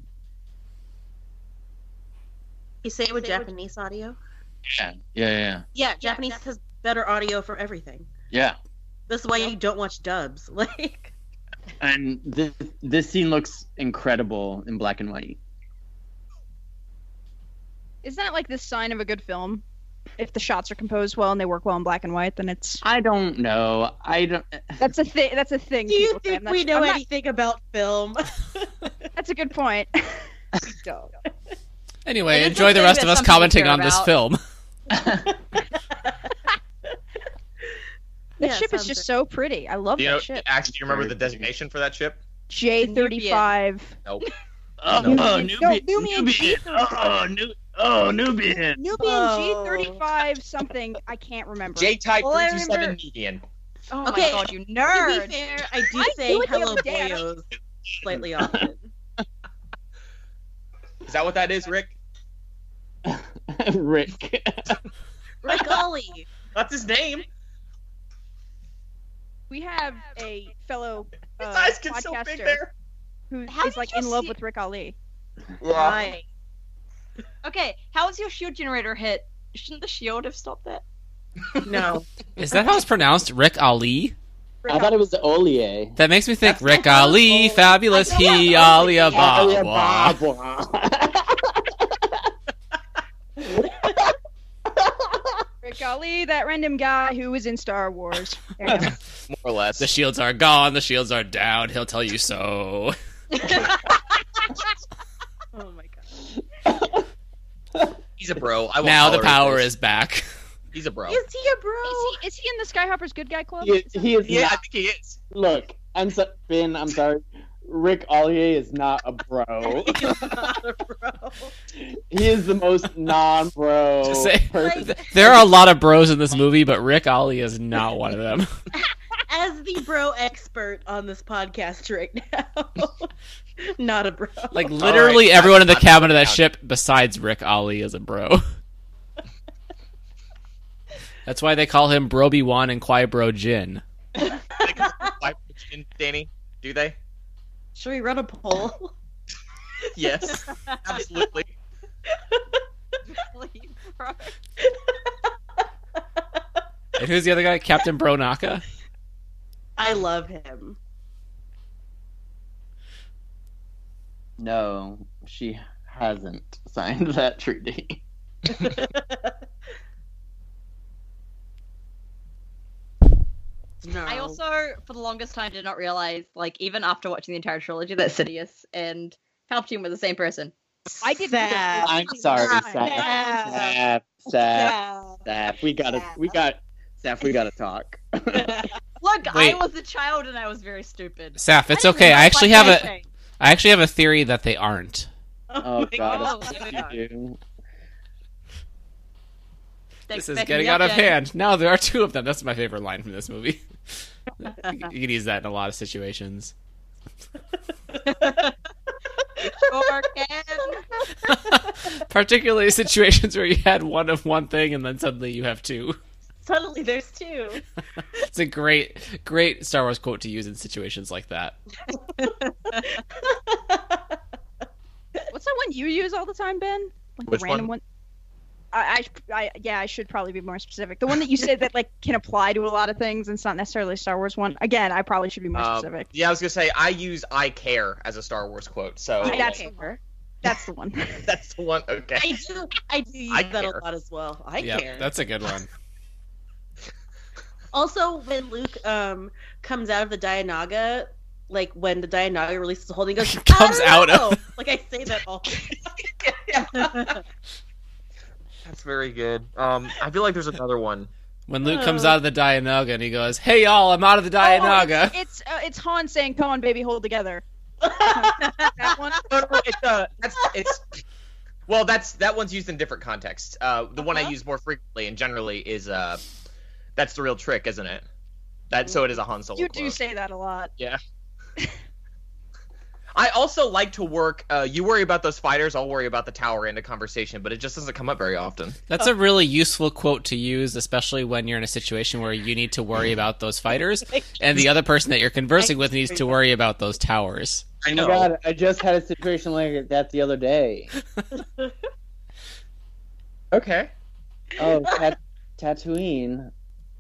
[SPEAKER 1] You say it with Japanese audio?
[SPEAKER 10] Yeah, yeah, yeah,
[SPEAKER 1] Yeah, Japanese has better audio for everything.
[SPEAKER 10] yeah.
[SPEAKER 1] That's why you don't watch dubs. Like,
[SPEAKER 10] And this this scene looks incredible in black and white.
[SPEAKER 9] Isn't that like the sign of a good film? If the shots are composed well and they work well in black and white, then it's
[SPEAKER 10] I don't know. I don't.
[SPEAKER 9] that's a thing. That's a thing.
[SPEAKER 1] do you
[SPEAKER 9] people say. I'm
[SPEAKER 1] think
[SPEAKER 9] not
[SPEAKER 1] we
[SPEAKER 9] sure-
[SPEAKER 1] know
[SPEAKER 9] I'm not-
[SPEAKER 1] anything about film?
[SPEAKER 9] That's a good point. We don't.
[SPEAKER 4] Anyway,
[SPEAKER 3] It is
[SPEAKER 4] enjoy the
[SPEAKER 3] something
[SPEAKER 4] rest of
[SPEAKER 3] that's
[SPEAKER 4] us
[SPEAKER 3] something to
[SPEAKER 4] commenting
[SPEAKER 3] care
[SPEAKER 4] on this
[SPEAKER 3] about.
[SPEAKER 4] film.
[SPEAKER 9] That
[SPEAKER 1] Yeah,
[SPEAKER 9] ship is
[SPEAKER 1] sounds
[SPEAKER 9] just
[SPEAKER 1] right.
[SPEAKER 9] so pretty. I love
[SPEAKER 8] Do you
[SPEAKER 9] that
[SPEAKER 8] know
[SPEAKER 9] ship.
[SPEAKER 8] actually do you remember the designation for that ship?
[SPEAKER 9] J thirty five.
[SPEAKER 8] Nope.
[SPEAKER 10] oh,
[SPEAKER 8] No.
[SPEAKER 10] oh,
[SPEAKER 9] Nubian- no,
[SPEAKER 10] Nubian,
[SPEAKER 9] Nubian
[SPEAKER 10] Nubian. Oh, new, oh, Nubian.
[SPEAKER 9] Nubian
[SPEAKER 1] Oh.
[SPEAKER 9] G thirty five something. I can't remember.
[SPEAKER 8] J type
[SPEAKER 3] Well, I
[SPEAKER 8] 37
[SPEAKER 3] remember-
[SPEAKER 8] median.
[SPEAKER 3] Oh
[SPEAKER 1] Okay,
[SPEAKER 3] my god, you
[SPEAKER 1] to
[SPEAKER 3] nerd!
[SPEAKER 1] be fair, I do
[SPEAKER 9] I
[SPEAKER 1] say
[SPEAKER 9] do it the
[SPEAKER 1] hello
[SPEAKER 9] other day.
[SPEAKER 1] boyos slightly often.
[SPEAKER 8] Is that what that is, Rick?
[SPEAKER 10] Rick.
[SPEAKER 1] Rick Ollie.
[SPEAKER 8] That's his name.
[SPEAKER 9] We have a fellow
[SPEAKER 8] His
[SPEAKER 9] uh,
[SPEAKER 8] eyes get so big
[SPEAKER 9] podcaster
[SPEAKER 8] there.
[SPEAKER 9] who
[SPEAKER 3] How
[SPEAKER 9] is
[SPEAKER 3] did
[SPEAKER 9] like
[SPEAKER 3] you
[SPEAKER 9] in love
[SPEAKER 3] see-
[SPEAKER 9] with Rick Ali.
[SPEAKER 1] Right.
[SPEAKER 3] Okay, how was your shield generator hit? Shouldn't the shield have stopped that?
[SPEAKER 1] No.
[SPEAKER 4] Is that how it's pronounced? Rick Ali?
[SPEAKER 10] I thought it was Olier.
[SPEAKER 4] That makes me think
[SPEAKER 8] That's
[SPEAKER 4] Rick
[SPEAKER 8] the first
[SPEAKER 4] Ali,
[SPEAKER 8] one.
[SPEAKER 4] fabulous,
[SPEAKER 3] I know
[SPEAKER 4] he,
[SPEAKER 3] it.
[SPEAKER 4] Ali,
[SPEAKER 3] Yeah,
[SPEAKER 10] Oh,
[SPEAKER 4] Abba. Wah.
[SPEAKER 9] Rick Ali, that random guy who was in Star Wars. There you go.
[SPEAKER 8] More or less.
[SPEAKER 4] The shields are gone, the shields are down, he'll tell you so.
[SPEAKER 1] Oh my god.
[SPEAKER 8] He's a bro. I won't
[SPEAKER 4] Now the
[SPEAKER 8] tolerate
[SPEAKER 4] power
[SPEAKER 8] this.
[SPEAKER 4] is back.
[SPEAKER 8] He's a bro.
[SPEAKER 1] Is he a bro?
[SPEAKER 9] Is he, is he in the Skyhopper's Good Guy Club?
[SPEAKER 10] he, he is
[SPEAKER 8] yeah, I
[SPEAKER 10] not.
[SPEAKER 8] think he is.
[SPEAKER 10] Look, I'm so, Finn. I'm sorry. Rick Ollier is not a bro.
[SPEAKER 1] He's not a bro.
[SPEAKER 10] he is the most non-bro
[SPEAKER 4] Just say-
[SPEAKER 10] person.
[SPEAKER 4] There are a lot of bros in this movie, but Rick Ali is not one of them.
[SPEAKER 1] As the bro expert on this podcast right now. not a bro.
[SPEAKER 4] Like literally
[SPEAKER 8] Alright,
[SPEAKER 4] everyone in the
[SPEAKER 8] I'm-
[SPEAKER 4] cabin of that
[SPEAKER 8] I'm-
[SPEAKER 4] ship besides Rick Ali is a bro. That's why they call him Broby Wan and Kwai Bro Jin.
[SPEAKER 8] Like, why would question, Danny? Do they?
[SPEAKER 3] Should we run a poll?
[SPEAKER 8] Yes, absolutely.
[SPEAKER 3] Leave, bro.
[SPEAKER 4] And who's the other guy? Captain Bronaka?
[SPEAKER 1] I love him.
[SPEAKER 10] No, she hasn't signed that treaty.
[SPEAKER 1] No.
[SPEAKER 3] I also, for the longest time, did not realize, like, even after watching the entire trilogy, that Sidious and Palpatine were the same person.
[SPEAKER 9] I did
[SPEAKER 1] Sad.
[SPEAKER 10] I'm sorry,
[SPEAKER 1] Saf.
[SPEAKER 10] Saf. Saf. Saf. We gotta. We got. Saf. We gotta talk.
[SPEAKER 3] Look,
[SPEAKER 4] Wait.
[SPEAKER 3] I was a child and I was very stupid.
[SPEAKER 4] Saf, it's
[SPEAKER 3] didn't
[SPEAKER 4] okay. I
[SPEAKER 3] realize
[SPEAKER 4] actually
[SPEAKER 3] what
[SPEAKER 4] have
[SPEAKER 3] they
[SPEAKER 4] a
[SPEAKER 3] changed.
[SPEAKER 4] I actually have a theory that they aren't.
[SPEAKER 10] Oh
[SPEAKER 1] my
[SPEAKER 10] God.
[SPEAKER 3] God.
[SPEAKER 10] if you do.
[SPEAKER 3] They
[SPEAKER 4] This is
[SPEAKER 3] expect
[SPEAKER 4] getting
[SPEAKER 3] me
[SPEAKER 4] out
[SPEAKER 3] up
[SPEAKER 4] of
[SPEAKER 3] there.
[SPEAKER 4] hand. Now there are two of them. That's my favorite line from this movie. you can use that in a lot of situations.
[SPEAKER 3] Sure can.
[SPEAKER 4] Particularly situations where you had one of one thing and then suddenly you have two.
[SPEAKER 1] Suddenly there's two.
[SPEAKER 4] It's a great, great Star Wars quote to use in situations like that.
[SPEAKER 9] What's that one you use all the time, Ben? Like
[SPEAKER 8] Which
[SPEAKER 9] the random one? I, I, I- yeah, I should probably be more specific. The one that you said that like can apply to a lot of things, and it's not necessarily a Star Wars one. Again, I probably should be more
[SPEAKER 8] Um,
[SPEAKER 9] specific.
[SPEAKER 8] yeah, I was gonna say I use "I care" as a Star Wars quote, so
[SPEAKER 9] Yeah, that's
[SPEAKER 1] okay.
[SPEAKER 9] the one. That's the one.
[SPEAKER 8] that's the one. Okay.
[SPEAKER 1] I do. I do use
[SPEAKER 8] I
[SPEAKER 1] that
[SPEAKER 8] care.
[SPEAKER 1] a lot as well. I
[SPEAKER 4] yeah,
[SPEAKER 1] care.
[SPEAKER 4] that's a good one.
[SPEAKER 1] Also, when Luke um comes out of the Dianaga, like when the Dianaga releases the holding, he goes
[SPEAKER 4] Comes
[SPEAKER 1] "I don't
[SPEAKER 4] out
[SPEAKER 1] know."
[SPEAKER 4] of-
[SPEAKER 1] Like I say that all.
[SPEAKER 8] That's very good. Um, I feel like there's another one.
[SPEAKER 4] When Luke comes
[SPEAKER 1] Oh.
[SPEAKER 4] out of the Dianaga and he goes, "Hey y'all, I'm out of the
[SPEAKER 9] Oh,
[SPEAKER 4] Dianaga."
[SPEAKER 9] it's it's, uh, it's Han saying, "Come on, baby, hold together."
[SPEAKER 1] that
[SPEAKER 9] one?
[SPEAKER 8] No, no, it's, uh, that's it's. Well, that's that one's used in different contexts. Uh, the one I
[SPEAKER 1] Uh-huh.
[SPEAKER 8] use more frequently and generally is uh, that's the real trick, isn't it? That so it is a Han Solo.
[SPEAKER 9] You
[SPEAKER 8] quote.
[SPEAKER 9] do say that a lot.
[SPEAKER 8] I also like to work. Uh, you worry about those fighters, I'll worry about the tower in a conversation, but it just doesn't come up very often.
[SPEAKER 4] That's a really useful quote to use, especially when you're in a situation where you need to worry about those fighters, and the other person that you're conversing with needs to worry about those towers.
[SPEAKER 8] I
[SPEAKER 10] Oh
[SPEAKER 8] know.
[SPEAKER 10] my God. I just had a situation like that the other day.
[SPEAKER 8] Okay.
[SPEAKER 10] Oh, tat- Tatooine.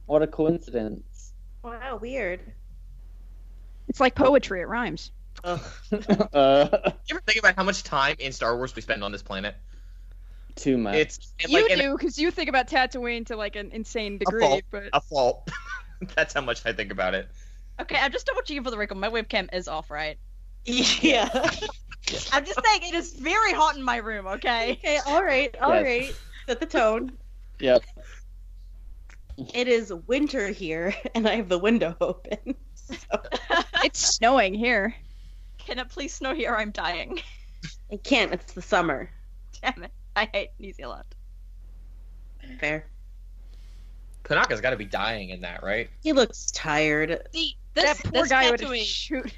[SPEAKER 10] What a coincidence.
[SPEAKER 1] Wow, weird.
[SPEAKER 9] It's like poetry; it rhymes.
[SPEAKER 10] uh,
[SPEAKER 8] You ever think about how much time in Star Wars we spend on this planet?
[SPEAKER 10] too much.
[SPEAKER 8] It's and,
[SPEAKER 9] you
[SPEAKER 8] like, in
[SPEAKER 9] do because you think about Tatooine to like an insane
[SPEAKER 8] fault.
[SPEAKER 9] degree, but
[SPEAKER 8] a fault. that's how much I think about it.
[SPEAKER 3] Okay, I'm just double checking for the record. My webcam is off, right?
[SPEAKER 1] Yeah.
[SPEAKER 3] I'm just saying it is very hot in my room, okay?
[SPEAKER 1] Okay. All right. all right.
[SPEAKER 10] Yes.
[SPEAKER 1] Set the tone.
[SPEAKER 10] Yep.
[SPEAKER 1] It is winter here, and I have the window open.
[SPEAKER 9] it's snowing here.
[SPEAKER 3] Can it please snow here? I'm dying.
[SPEAKER 1] I can't. It's the summer.
[SPEAKER 3] Damn it. I hate New Zealand.
[SPEAKER 1] Fair.
[SPEAKER 8] Kanaka's got to be dying in that, right?
[SPEAKER 1] He looks tired.
[SPEAKER 3] See, this,
[SPEAKER 9] that poor
[SPEAKER 3] this
[SPEAKER 9] guy would
[SPEAKER 3] tattooing
[SPEAKER 9] shoot.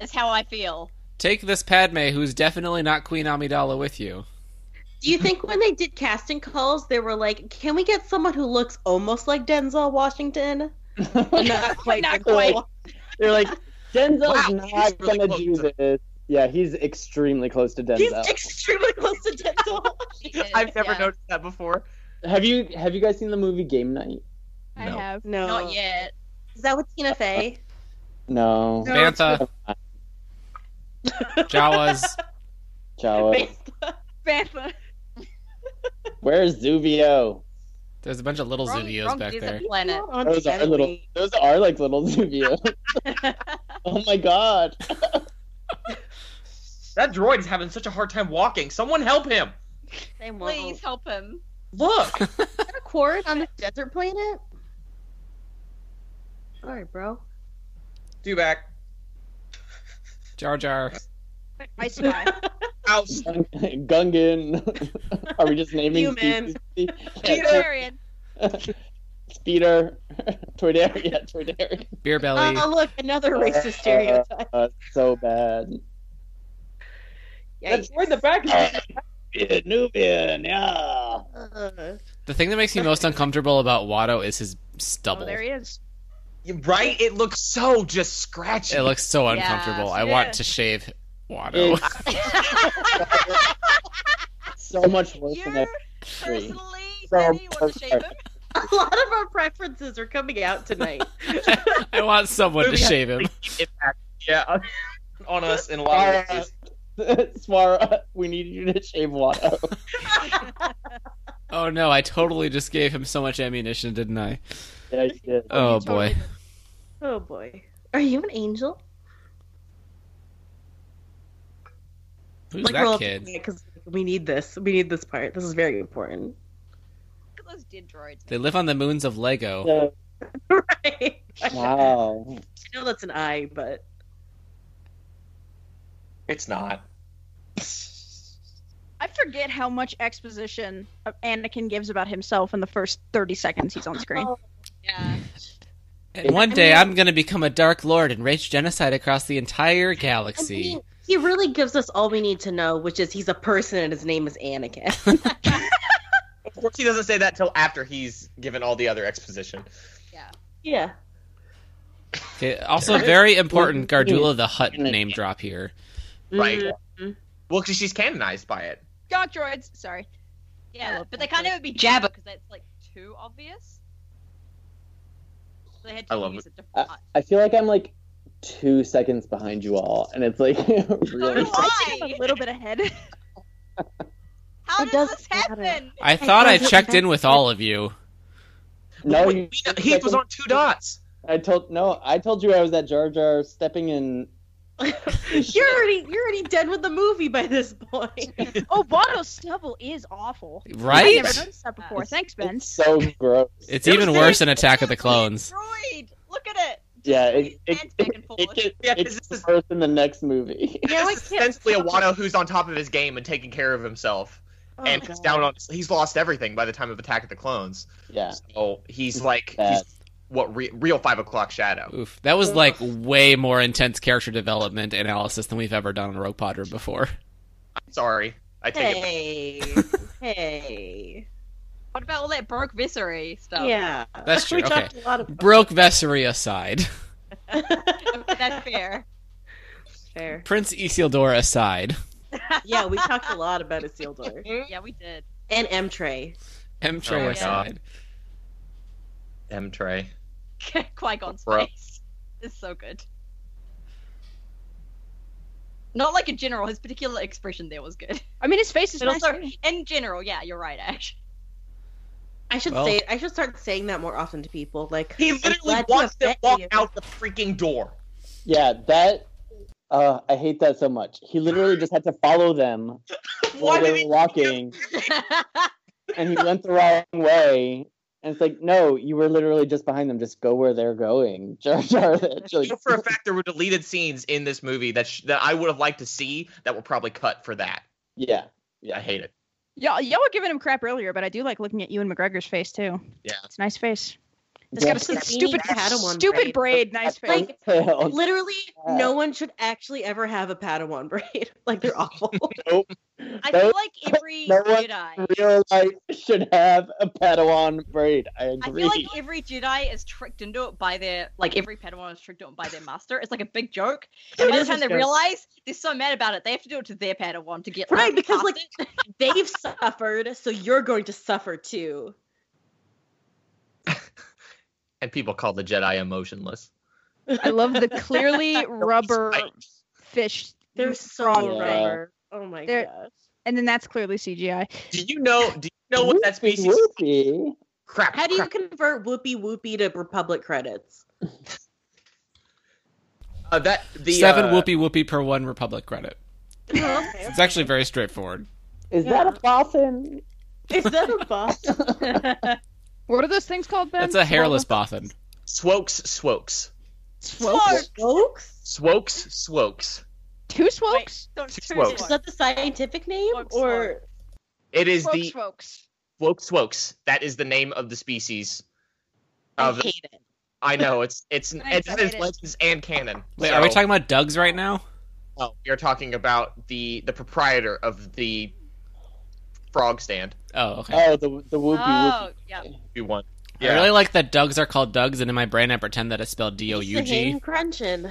[SPEAKER 3] is how I feel.
[SPEAKER 4] Take this Padme, who's definitely not Queen Amidala, with you.
[SPEAKER 1] Do you think when they did casting calls, they were like, "Can we get someone who looks almost like Denzel Washington?" Not quite.
[SPEAKER 9] Not
[SPEAKER 1] Denzel.
[SPEAKER 9] quite.
[SPEAKER 10] They're like, Denzel's
[SPEAKER 8] Wow, he's
[SPEAKER 10] not
[SPEAKER 8] really
[SPEAKER 10] gonna
[SPEAKER 8] close
[SPEAKER 10] do
[SPEAKER 8] to-
[SPEAKER 10] this. Yeah, he's extremely close to Denzel.
[SPEAKER 1] He's extremely close to Denzel.
[SPEAKER 8] I've never
[SPEAKER 3] Yeah.
[SPEAKER 8] noticed that before.
[SPEAKER 10] have you have you guys seen the movie Game Night?
[SPEAKER 9] I
[SPEAKER 4] No.
[SPEAKER 9] have.
[SPEAKER 1] no,
[SPEAKER 3] Not yet.
[SPEAKER 1] Is that with Tina Fey?
[SPEAKER 10] No.
[SPEAKER 9] No.
[SPEAKER 4] Bantha, Jawas.
[SPEAKER 10] Jawa.
[SPEAKER 9] Bantha.
[SPEAKER 10] Where's Zuvio?
[SPEAKER 4] There's a bunch of little
[SPEAKER 3] Wrong-
[SPEAKER 4] Zuvios
[SPEAKER 3] wrong
[SPEAKER 4] back
[SPEAKER 3] desert
[SPEAKER 4] there.
[SPEAKER 3] Planet.
[SPEAKER 1] Not on
[SPEAKER 10] Those are
[SPEAKER 1] Saturday.
[SPEAKER 10] little. Those are like little Zuvio. oh my god.
[SPEAKER 8] That droid is having such a hard time walking. Someone help him.
[SPEAKER 1] They won't.
[SPEAKER 3] Please help him.
[SPEAKER 8] Look.
[SPEAKER 1] Quark on the desert planet. All right, bro.
[SPEAKER 8] Do back.
[SPEAKER 4] Jar Jar.
[SPEAKER 9] Ice guy.
[SPEAKER 8] House.
[SPEAKER 10] Gungan. are we just naming?
[SPEAKER 1] Human.
[SPEAKER 10] species? Yeah,
[SPEAKER 3] Vegetarian.
[SPEAKER 10] Speeder. Toydarian. Yeah, Toydarian.
[SPEAKER 4] Beer Belly.
[SPEAKER 1] Oh, look, another racist stereotype.
[SPEAKER 10] Uh, so bad.
[SPEAKER 1] Yikes.
[SPEAKER 10] right in the back. Nubian. Yeah.
[SPEAKER 1] Uh,
[SPEAKER 4] The thing that makes me most uncomfortable about Watto is his
[SPEAKER 9] oh,
[SPEAKER 4] stubble.
[SPEAKER 9] there he is.
[SPEAKER 8] Right? It looks so just scratchy.
[SPEAKER 4] It looks so uncomfortable. I want to shave Watto.
[SPEAKER 10] so much worse than that.
[SPEAKER 1] Personally,
[SPEAKER 10] So,
[SPEAKER 1] a lot of our preferences are coming out tonight.
[SPEAKER 4] I want someone to
[SPEAKER 8] Movie has
[SPEAKER 4] shave him.
[SPEAKER 8] impact, yeah, on us in a lot of
[SPEAKER 10] Alright.
[SPEAKER 8] ways.
[SPEAKER 10] Swara, we need you to shave Watto.
[SPEAKER 4] Oh no, I totally just gave him so much ammunition, didn't I?
[SPEAKER 10] Yeah, you did.
[SPEAKER 4] Oh
[SPEAKER 10] You totally
[SPEAKER 4] boy.
[SPEAKER 1] oh boy, are you an angel?
[SPEAKER 4] Who's
[SPEAKER 1] Like, roll
[SPEAKER 4] that
[SPEAKER 1] up-
[SPEAKER 4] kid?
[SPEAKER 1] yeah, 'cause we need this. We need this part. This is very important.
[SPEAKER 3] Look at those dead droids.
[SPEAKER 4] They live on the moons of Lego.
[SPEAKER 1] right?
[SPEAKER 10] Wow.
[SPEAKER 1] I know that's an I, but
[SPEAKER 8] It's not.
[SPEAKER 9] I forget how much exposition uh, Anakin gives about himself in the first 30 seconds he's on screen.
[SPEAKER 3] Yeah.
[SPEAKER 4] And one day I'm gonna become a dark lord and wage genocide across the entire galaxy.
[SPEAKER 1] he really gives us all we need to know, which is he's a person and his name is Anakin.
[SPEAKER 8] Of course, he doesn't say that till after he's given all the other exposition.
[SPEAKER 1] yeah.
[SPEAKER 4] Okay, also very important Gardula the Hut name drop here.
[SPEAKER 8] Right.
[SPEAKER 1] Mhm.
[SPEAKER 8] Well, because she's canonized by it.
[SPEAKER 9] Dog droids, sorry.
[SPEAKER 3] Yeah, but they can't ever be Jabba because that's like too obvious. They had to
[SPEAKER 8] I love
[SPEAKER 3] use a
[SPEAKER 1] Uh,
[SPEAKER 3] different.
[SPEAKER 10] I feel like I'm like two seconds behind you all, and it's like really.
[SPEAKER 3] Oh, why?
[SPEAKER 9] I'm a little bit ahead.
[SPEAKER 3] How
[SPEAKER 1] It
[SPEAKER 3] does
[SPEAKER 1] doesn't
[SPEAKER 3] this happen?
[SPEAKER 1] matter.
[SPEAKER 4] I thought I checked in with all of you.
[SPEAKER 10] No,
[SPEAKER 8] Wait,
[SPEAKER 10] you,
[SPEAKER 8] Mina- Heath was on two dots.
[SPEAKER 10] I told no. I told you I was at Jar Jar stepping in.
[SPEAKER 1] You're already you're already dead with the movie by this point.
[SPEAKER 9] oh, Watto's stubble is awful. I
[SPEAKER 4] Right?
[SPEAKER 9] never noticed that before. Thanks, Ben.
[SPEAKER 10] It's so gross.
[SPEAKER 4] It's even worse than Attack of the Clones.
[SPEAKER 3] Droid, look at it.
[SPEAKER 10] yeah, it it,
[SPEAKER 3] Hands
[SPEAKER 10] it,
[SPEAKER 3] back and forth.
[SPEAKER 10] it gets
[SPEAKER 8] Yeah, 'cause
[SPEAKER 10] it's
[SPEAKER 8] this is-
[SPEAKER 10] worse in the next movie.
[SPEAKER 1] Yeah, I
[SPEAKER 8] this is
[SPEAKER 1] can't
[SPEAKER 8] essentially a
[SPEAKER 1] stop
[SPEAKER 8] Wano who's on top of his game and taking care of himself,
[SPEAKER 1] Oh,
[SPEAKER 8] and
[SPEAKER 1] God.
[SPEAKER 8] he's down on. He's lost everything by the time of Attack of the Clones.
[SPEAKER 10] Yeah,
[SPEAKER 8] So he's like
[SPEAKER 10] bad.
[SPEAKER 8] he's what re- real five o'clock shadow.
[SPEAKER 4] Oof. That was like way more intense character development analysis than we've ever done on Rogue Podder before.
[SPEAKER 8] I'm sorry, I take it. back.
[SPEAKER 1] Hey, hey,
[SPEAKER 3] What about all that broke viscery stuff?
[SPEAKER 1] yeah.
[SPEAKER 4] That's true,
[SPEAKER 1] We
[SPEAKER 4] okay.
[SPEAKER 1] talked a lot about
[SPEAKER 4] Broke Vessery aside.
[SPEAKER 3] that's fair.
[SPEAKER 1] fair.
[SPEAKER 4] Prince Isildur aside.
[SPEAKER 1] Yeah, we talked a lot about Isildur
[SPEAKER 3] Yeah, we did.
[SPEAKER 1] and M Trey.
[SPEAKER 4] M.
[SPEAKER 8] Oh
[SPEAKER 4] Trey
[SPEAKER 8] my
[SPEAKER 4] aside.
[SPEAKER 8] M Trey.
[SPEAKER 3] Qui Gon's
[SPEAKER 8] Bro.
[SPEAKER 3] face is so good. Not like in general. His particular expression there was good.
[SPEAKER 9] I mean, his face is
[SPEAKER 3] But
[SPEAKER 9] nice.
[SPEAKER 3] also,
[SPEAKER 9] too.
[SPEAKER 3] in general, yeah, you're right, Ash.
[SPEAKER 1] I should
[SPEAKER 4] Well-
[SPEAKER 1] say I should start saying that more often to people. Like
[SPEAKER 8] He
[SPEAKER 1] I'm
[SPEAKER 8] literally
[SPEAKER 1] glad to
[SPEAKER 8] wants to
[SPEAKER 1] offend
[SPEAKER 8] walk
[SPEAKER 1] you.
[SPEAKER 8] out the freaking door.
[SPEAKER 10] yeah. That uh, I hate that so much. He literally just had to follow them
[SPEAKER 8] Why
[SPEAKER 10] while they
[SPEAKER 8] did
[SPEAKER 10] were
[SPEAKER 8] he?
[SPEAKER 10] walking, and he went the wrong way. And it's like, no, you were literally just behind them. Just go where they're going, Jar Jar. That's
[SPEAKER 8] I
[SPEAKER 10] really-
[SPEAKER 8] know for a fact there were deleted scenes in this movie that sh- that I would have liked to see that were probably cut for that.
[SPEAKER 10] yeah,
[SPEAKER 8] Yeah, I hate it.
[SPEAKER 9] Y'all, y'all were giving him crap earlier, but I do like looking at you and McGregor's face too.
[SPEAKER 8] Yeah.
[SPEAKER 9] It's a nice face. It's
[SPEAKER 10] Yeah.
[SPEAKER 9] got a st-
[SPEAKER 1] Yes.
[SPEAKER 9] stupid,
[SPEAKER 1] Padawan
[SPEAKER 9] stupid
[SPEAKER 1] braid.
[SPEAKER 9] braid. Nice face.
[SPEAKER 1] Like,
[SPEAKER 10] Tails.
[SPEAKER 1] Literally,
[SPEAKER 10] Yeah.
[SPEAKER 1] no one should actually ever have a Padawan braid. Like they're awful.
[SPEAKER 3] I
[SPEAKER 10] No-
[SPEAKER 3] feel like every
[SPEAKER 10] no one-
[SPEAKER 3] Jedi.
[SPEAKER 10] real life should have a Padawan braid. I
[SPEAKER 3] I
[SPEAKER 10] agree.
[SPEAKER 3] feel like every Jedi is tricked into it by their like every Padawan is tricked into it by their master. It's like a big joke. And
[SPEAKER 1] It
[SPEAKER 3] by the
[SPEAKER 1] is a
[SPEAKER 3] time they
[SPEAKER 1] joke.
[SPEAKER 3] realize they're so mad about it, they have to do it to their Padawan to get
[SPEAKER 1] Right, because,
[SPEAKER 3] past
[SPEAKER 1] like,
[SPEAKER 3] it.
[SPEAKER 1] They've suffered, so you're going to suffer too.
[SPEAKER 8] And people call the Jedi emotionless.
[SPEAKER 9] I love the clearly rubber
[SPEAKER 8] I-
[SPEAKER 9] fish.
[SPEAKER 1] They're so
[SPEAKER 10] Yeah.
[SPEAKER 1] rubber. Oh my
[SPEAKER 9] They're-
[SPEAKER 1] gosh.
[SPEAKER 9] And then that's clearly CGI.
[SPEAKER 8] Do you know? Do you know what that
[SPEAKER 10] Whoopee
[SPEAKER 8] species?
[SPEAKER 10] whoopee.
[SPEAKER 8] Crap.
[SPEAKER 1] How do you
[SPEAKER 8] crap.
[SPEAKER 1] convert whoopee whoopee to Republic credits?
[SPEAKER 8] Uh, that the
[SPEAKER 4] Seven
[SPEAKER 8] uh,
[SPEAKER 4] whoopee whoopee per one Republic credit.
[SPEAKER 1] okay.
[SPEAKER 4] It's actually very straightforward.
[SPEAKER 10] Is that a boffin?
[SPEAKER 1] Is that a boss?
[SPEAKER 9] What are those things called, Ben?
[SPEAKER 4] That's a hairless boffin.
[SPEAKER 8] Swokes, swokes,
[SPEAKER 9] Swokes.
[SPEAKER 1] Oaks?
[SPEAKER 8] swokes, swokes.
[SPEAKER 9] Two swokes.
[SPEAKER 3] Don't
[SPEAKER 8] Two
[SPEAKER 3] choose
[SPEAKER 8] Swokes.
[SPEAKER 1] Is
[SPEAKER 3] one.
[SPEAKER 1] that the scientific name?
[SPEAKER 3] Oaks
[SPEAKER 1] Or
[SPEAKER 8] It is
[SPEAKER 9] Swokes.
[SPEAKER 8] the
[SPEAKER 9] Swokes.
[SPEAKER 8] swokes, swokes. That is the name of the species.
[SPEAKER 1] I
[SPEAKER 8] Of the,
[SPEAKER 1] hate it.
[SPEAKER 8] I know it's it's
[SPEAKER 9] I
[SPEAKER 8] it's
[SPEAKER 9] hate it.
[SPEAKER 8] legends and canon.
[SPEAKER 4] Wait,
[SPEAKER 8] So,
[SPEAKER 4] are we talking about Doug's right now?
[SPEAKER 8] no, Oh, we are talking about the the proprietor of the frog stand.
[SPEAKER 4] Oh, okay.
[SPEAKER 10] Oh, the the whoopee
[SPEAKER 3] Oh, yeah.
[SPEAKER 8] If you want,
[SPEAKER 4] I really like that Dougs are called Dougs, and in my brain I pretend that it's spelled D O U G.
[SPEAKER 1] Singing, crunching.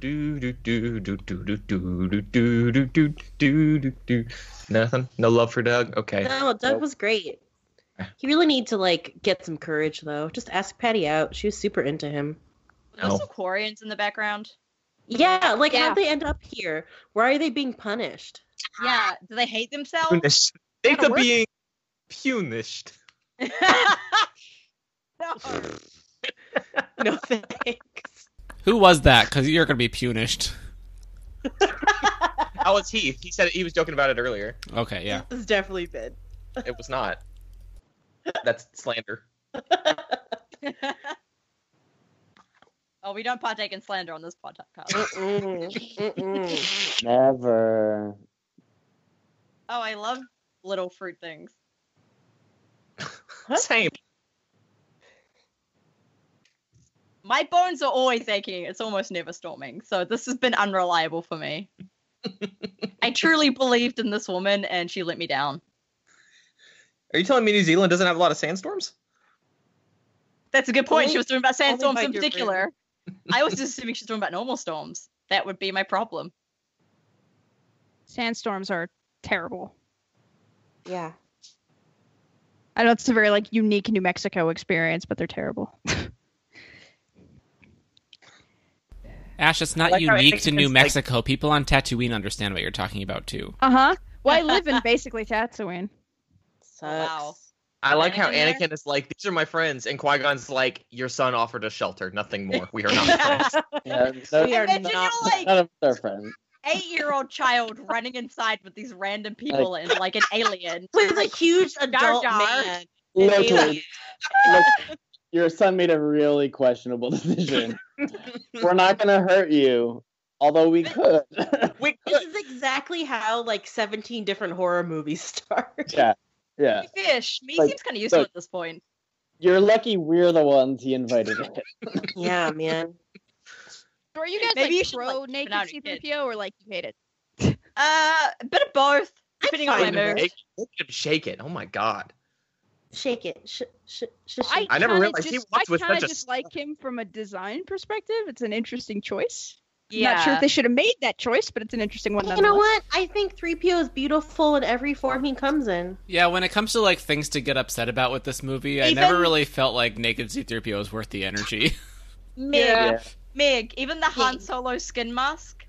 [SPEAKER 8] Do do do do do do do do do do do do do do. Nothing. No love for Doug. Okay.
[SPEAKER 1] No, Doug was great. He really needs to like get some courage though. Just ask Patty out. She was super into him.
[SPEAKER 3] There's some Quarians in the background.
[SPEAKER 1] Yeah, like how'd they end up here? Why are they being punished?
[SPEAKER 3] Yeah. Do they hate themselves?
[SPEAKER 8] Punished. They
[SPEAKER 3] Gotta
[SPEAKER 8] are
[SPEAKER 3] work.
[SPEAKER 8] being punished.
[SPEAKER 1] No thanks.
[SPEAKER 4] Who was that? Because you're gonna be punished.
[SPEAKER 8] Oh, it's Heath. He said he was joking about it earlier.
[SPEAKER 4] Okay, yeah.
[SPEAKER 1] It's definitely been.
[SPEAKER 8] It was not. That's slander.
[SPEAKER 3] Oh, we don't partake in slander on this podcast.
[SPEAKER 10] Never.
[SPEAKER 3] oh, I love little fruit things.
[SPEAKER 8] Same.
[SPEAKER 3] My bones are always aching. It's almost never storming. So this has been unreliable for me. I truly believed in this woman and she let me down.
[SPEAKER 8] Are you telling me New Zealand doesn't have a lot of sandstorms?
[SPEAKER 3] That's a good point.
[SPEAKER 1] Only-
[SPEAKER 3] she was talking about sandstorms
[SPEAKER 1] by
[SPEAKER 3] in
[SPEAKER 1] your
[SPEAKER 3] particular. I was just assuming she was talking about normal storms. That would be my problem.
[SPEAKER 9] Sandstorms are terrible.
[SPEAKER 1] Yeah.
[SPEAKER 9] I know it's a very like unique New Mexico experience, but they're terrible.
[SPEAKER 4] Ash, it's not
[SPEAKER 8] Like how
[SPEAKER 4] unique to
[SPEAKER 8] Mexicans
[SPEAKER 4] New
[SPEAKER 8] like-
[SPEAKER 4] Mexico. People on Tatooine understand what you're talking about too.
[SPEAKER 9] Uh huh. Well, I live in basically Tatooine.
[SPEAKER 1] Sucks.
[SPEAKER 3] Wow.
[SPEAKER 8] I like how
[SPEAKER 3] Anakin there?
[SPEAKER 8] Anakin is like, these are my friends, and Qui Gon's like, your son offered us shelter, nothing more. We are not friends.
[SPEAKER 10] Yeah, no,
[SPEAKER 1] We are
[SPEAKER 3] Imagine
[SPEAKER 1] not-
[SPEAKER 3] you're like
[SPEAKER 10] none of us are friends.
[SPEAKER 3] eight year old child running inside with these random people and like an alien.
[SPEAKER 1] With a
[SPEAKER 3] Like,
[SPEAKER 1] huge adult
[SPEAKER 3] Jar.
[SPEAKER 1] man.
[SPEAKER 10] No,
[SPEAKER 1] Alien.
[SPEAKER 10] Tori, look, your son made a really questionable decision. We're not gonna hurt you, although we could.
[SPEAKER 8] We
[SPEAKER 1] This is exactly how like 17 different horror movies start.
[SPEAKER 10] yeah, yeah.
[SPEAKER 3] Fish. Me
[SPEAKER 10] Like-
[SPEAKER 3] seems kind of useful
[SPEAKER 10] like-
[SPEAKER 3] at this point.
[SPEAKER 10] You're lucky we're the ones he invited. in.
[SPEAKER 1] yeah, man.
[SPEAKER 9] So are you guys
[SPEAKER 3] Maybe
[SPEAKER 9] like
[SPEAKER 3] you should,
[SPEAKER 9] pro
[SPEAKER 3] like,
[SPEAKER 9] naked
[SPEAKER 3] put out a
[SPEAKER 9] C
[SPEAKER 3] kid.
[SPEAKER 9] three PO or like you hate it?
[SPEAKER 3] Uh, a bit of both, depending on my
[SPEAKER 1] fine with
[SPEAKER 3] mood.
[SPEAKER 8] Shake, look at him shake it. Oh my god.
[SPEAKER 1] Shake it. Sh- sh- sh-
[SPEAKER 9] I,
[SPEAKER 1] shake.
[SPEAKER 8] I never
[SPEAKER 9] kinda
[SPEAKER 8] realized he
[SPEAKER 9] just-
[SPEAKER 8] worked
[SPEAKER 9] I
[SPEAKER 8] with
[SPEAKER 9] kinda
[SPEAKER 8] such a
[SPEAKER 9] just like him from a design perspective. It's an interesting choice.
[SPEAKER 3] Yeah.
[SPEAKER 9] Not sure if they should have made that choice, but it's an interesting one.
[SPEAKER 1] You know what? I think 3PO is beautiful in every form he comes in.
[SPEAKER 4] Yeah, when it comes to like things to get upset about with this movie, I
[SPEAKER 3] Even-
[SPEAKER 4] never really felt like Naked C-3PO was worth the energy.
[SPEAKER 3] Meg,
[SPEAKER 10] Yeah.
[SPEAKER 3] Meg, even the Han
[SPEAKER 1] Yeah.
[SPEAKER 3] Solo skin mask.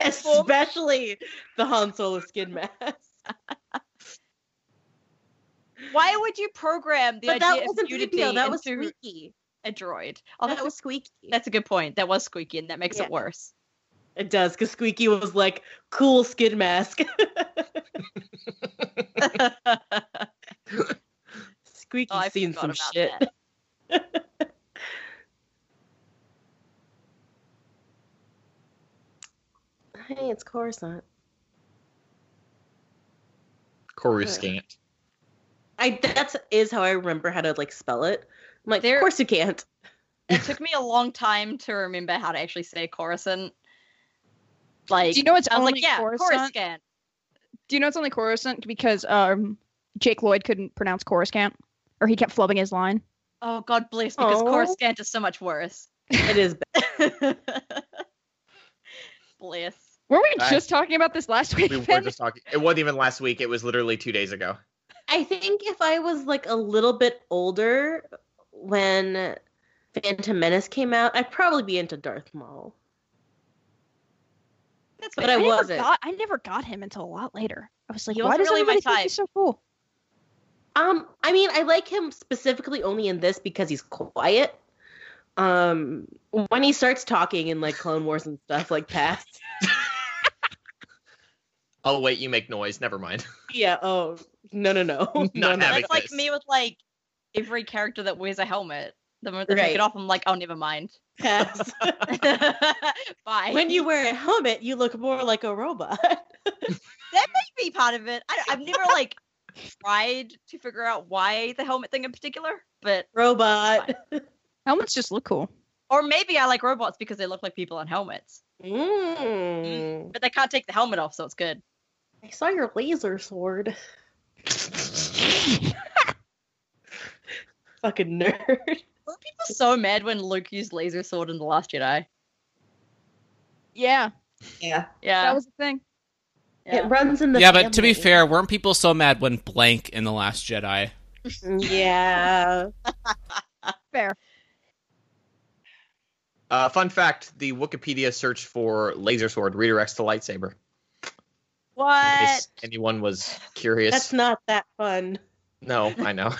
[SPEAKER 1] Especially the Han Solo skin mask.
[SPEAKER 3] Why would you program the
[SPEAKER 1] but
[SPEAKER 3] idea
[SPEAKER 1] that wasn't
[SPEAKER 3] of nudity
[SPEAKER 1] 3PO. That was
[SPEAKER 3] into
[SPEAKER 1] Squeaky.
[SPEAKER 3] a droid? Oh,
[SPEAKER 1] that
[SPEAKER 3] that's,
[SPEAKER 1] was Squeaky.
[SPEAKER 3] that's a good point. That was squeaky, and that makes
[SPEAKER 1] Yeah.
[SPEAKER 3] it worse.
[SPEAKER 1] It does, because Squeaky was like, cool skin mask. Squeaky's
[SPEAKER 3] Oh, I
[SPEAKER 1] seen
[SPEAKER 3] forgot
[SPEAKER 1] some
[SPEAKER 3] about
[SPEAKER 1] shit.
[SPEAKER 3] that.
[SPEAKER 1] Hey, it's Coruscant.
[SPEAKER 8] Coruscant.
[SPEAKER 1] I that's is how I remember how to like spell it. I'm like,
[SPEAKER 3] There-
[SPEAKER 1] of course you can't.
[SPEAKER 3] It took me a long time to remember how to actually say Coruscant. Like,
[SPEAKER 9] Do you know it's
[SPEAKER 3] I was
[SPEAKER 9] only
[SPEAKER 3] like, yeah,
[SPEAKER 9] Coruscant?
[SPEAKER 3] Coruscant.
[SPEAKER 9] Do you know it's only Coruscant because um, Jake Lloyd couldn't pronounce Coruscant, or he kept flubbing his line.
[SPEAKER 3] Oh, God bless, because
[SPEAKER 1] Aw.
[SPEAKER 3] Coruscant is so much worse.
[SPEAKER 1] It is
[SPEAKER 3] bless.
[SPEAKER 9] Were we
[SPEAKER 8] I-
[SPEAKER 9] just talking about this last week?
[SPEAKER 8] We were
[SPEAKER 9] Ben?
[SPEAKER 8] just talking. It wasn't even last week. It was literally two days ago.
[SPEAKER 1] I think if I was like a little bit older when Phantom Menace came out, I'd probably be into Darth Maul.
[SPEAKER 3] That's
[SPEAKER 1] But
[SPEAKER 3] what
[SPEAKER 1] I
[SPEAKER 9] never
[SPEAKER 1] wasn't.
[SPEAKER 9] got- I never got him until a lot later. I was like,
[SPEAKER 3] He
[SPEAKER 9] why
[SPEAKER 3] wasn't
[SPEAKER 9] does
[SPEAKER 3] really my
[SPEAKER 9] everybody think
[SPEAKER 3] type.
[SPEAKER 9] he's so cool?
[SPEAKER 1] Um, I mean, I like him specifically only in this because he's quiet. Um, when he starts talking in like Clone Wars and stuff, like past.
[SPEAKER 8] Oh wait, you make noise. Never mind.
[SPEAKER 1] Yeah. Oh no no no no
[SPEAKER 8] Not
[SPEAKER 1] no.
[SPEAKER 8] having
[SPEAKER 3] That's like
[SPEAKER 8] this.
[SPEAKER 3] me with like every character that wears a helmet. The moment they take
[SPEAKER 1] Right.
[SPEAKER 3] it off, I'm like, oh, never mind.
[SPEAKER 1] Pass.
[SPEAKER 3] Bye.
[SPEAKER 1] when you wear a helmet, you look more like a robot.
[SPEAKER 3] that may be part of it. I, I've never like tried to figure out why the helmet thing in particular, but
[SPEAKER 1] Robot.
[SPEAKER 9] Helmets just look cool.
[SPEAKER 3] or maybe I like robots because they look like people on helmets,
[SPEAKER 1] Mm.
[SPEAKER 3] but they can't take the helmet off, so it's good.
[SPEAKER 1] I saw your laser sword. Fucking nerd.
[SPEAKER 3] Were people so mad when Luke used laser sword in The Last Jedi?
[SPEAKER 9] Yeah,
[SPEAKER 1] Yeah.
[SPEAKER 3] Yeah.
[SPEAKER 9] that was the thing.
[SPEAKER 3] Yeah.
[SPEAKER 1] It runs in the
[SPEAKER 4] yeah, but to be
[SPEAKER 1] family.
[SPEAKER 4] fair, weren't people so mad when blank in The Last Jedi?
[SPEAKER 1] Yeah.
[SPEAKER 9] Fair.
[SPEAKER 8] Uh, fun fact: the Wikipedia search for laser sword redirects to lightsaber. In
[SPEAKER 9] What?
[SPEAKER 8] case anyone was curious.
[SPEAKER 1] That's not that fun.
[SPEAKER 8] No, I know.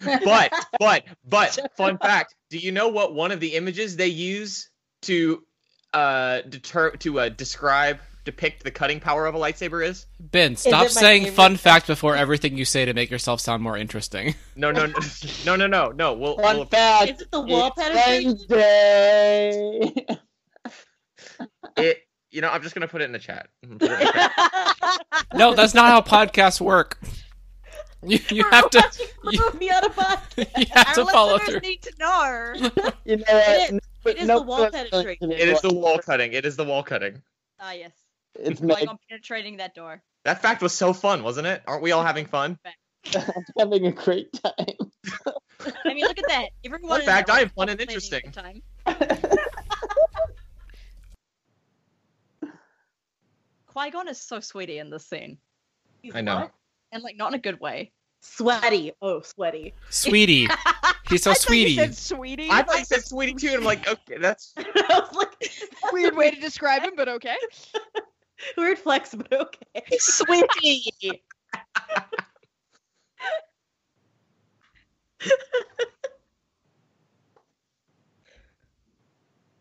[SPEAKER 8] but but but fun fact: Do you know what one of the images they use to uh deter to uh, describe depict the cutting power of a lightsaber is?
[SPEAKER 4] Ben,
[SPEAKER 1] it my
[SPEAKER 4] stop saying
[SPEAKER 1] favorite
[SPEAKER 4] fun fact before everything you say to make yourself sound more interesting.
[SPEAKER 8] No no no no no no no. We'll,
[SPEAKER 10] Fun
[SPEAKER 8] we'll-
[SPEAKER 1] Is
[SPEAKER 10] fact.
[SPEAKER 1] it the wall penetration?
[SPEAKER 10] It's Wednesday.
[SPEAKER 8] it. You know, I'm just gonna put it in the chat. I'm gonna put it in the chat.
[SPEAKER 4] no, that's not how podcasts work. You, you have to you,
[SPEAKER 1] Move me out of my-
[SPEAKER 4] you have to
[SPEAKER 9] Our
[SPEAKER 4] follow
[SPEAKER 9] listeners
[SPEAKER 4] through.
[SPEAKER 9] need to know.
[SPEAKER 10] You know what?
[SPEAKER 1] It
[SPEAKER 10] No-
[SPEAKER 1] it is
[SPEAKER 10] no
[SPEAKER 1] the wall
[SPEAKER 10] one
[SPEAKER 1] penetrating.
[SPEAKER 10] listening
[SPEAKER 8] It is
[SPEAKER 10] to
[SPEAKER 8] the wall cutting. It is the wall cutting.
[SPEAKER 3] Ah, yes.
[SPEAKER 10] It's
[SPEAKER 3] Going
[SPEAKER 10] Meg
[SPEAKER 3] on penetrating that door.
[SPEAKER 8] That fact was so fun, wasn't it? Aren't we all having fun?
[SPEAKER 10] having a great time.
[SPEAKER 3] I mean, look at that. Everyone.
[SPEAKER 8] Fun
[SPEAKER 3] in
[SPEAKER 8] fact,
[SPEAKER 3] there
[SPEAKER 8] I
[SPEAKER 3] was
[SPEAKER 8] am fun and
[SPEAKER 3] complaining
[SPEAKER 8] interesting.
[SPEAKER 3] at the Time. Qui Gon is so sweaty in this scene,
[SPEAKER 8] I know.
[SPEAKER 3] and like not in a good way.
[SPEAKER 1] Sweaty. Oh, sweaty.
[SPEAKER 4] Sweetie. He's so
[SPEAKER 9] I thought you
[SPEAKER 4] sweetie.
[SPEAKER 9] said sweetie.
[SPEAKER 8] I thought you said sweetie too, and I'm like, okay, that's
[SPEAKER 1] I was like,
[SPEAKER 9] weird way to describe him, but okay.
[SPEAKER 1] weird flex, but okay.
[SPEAKER 3] Sweaty.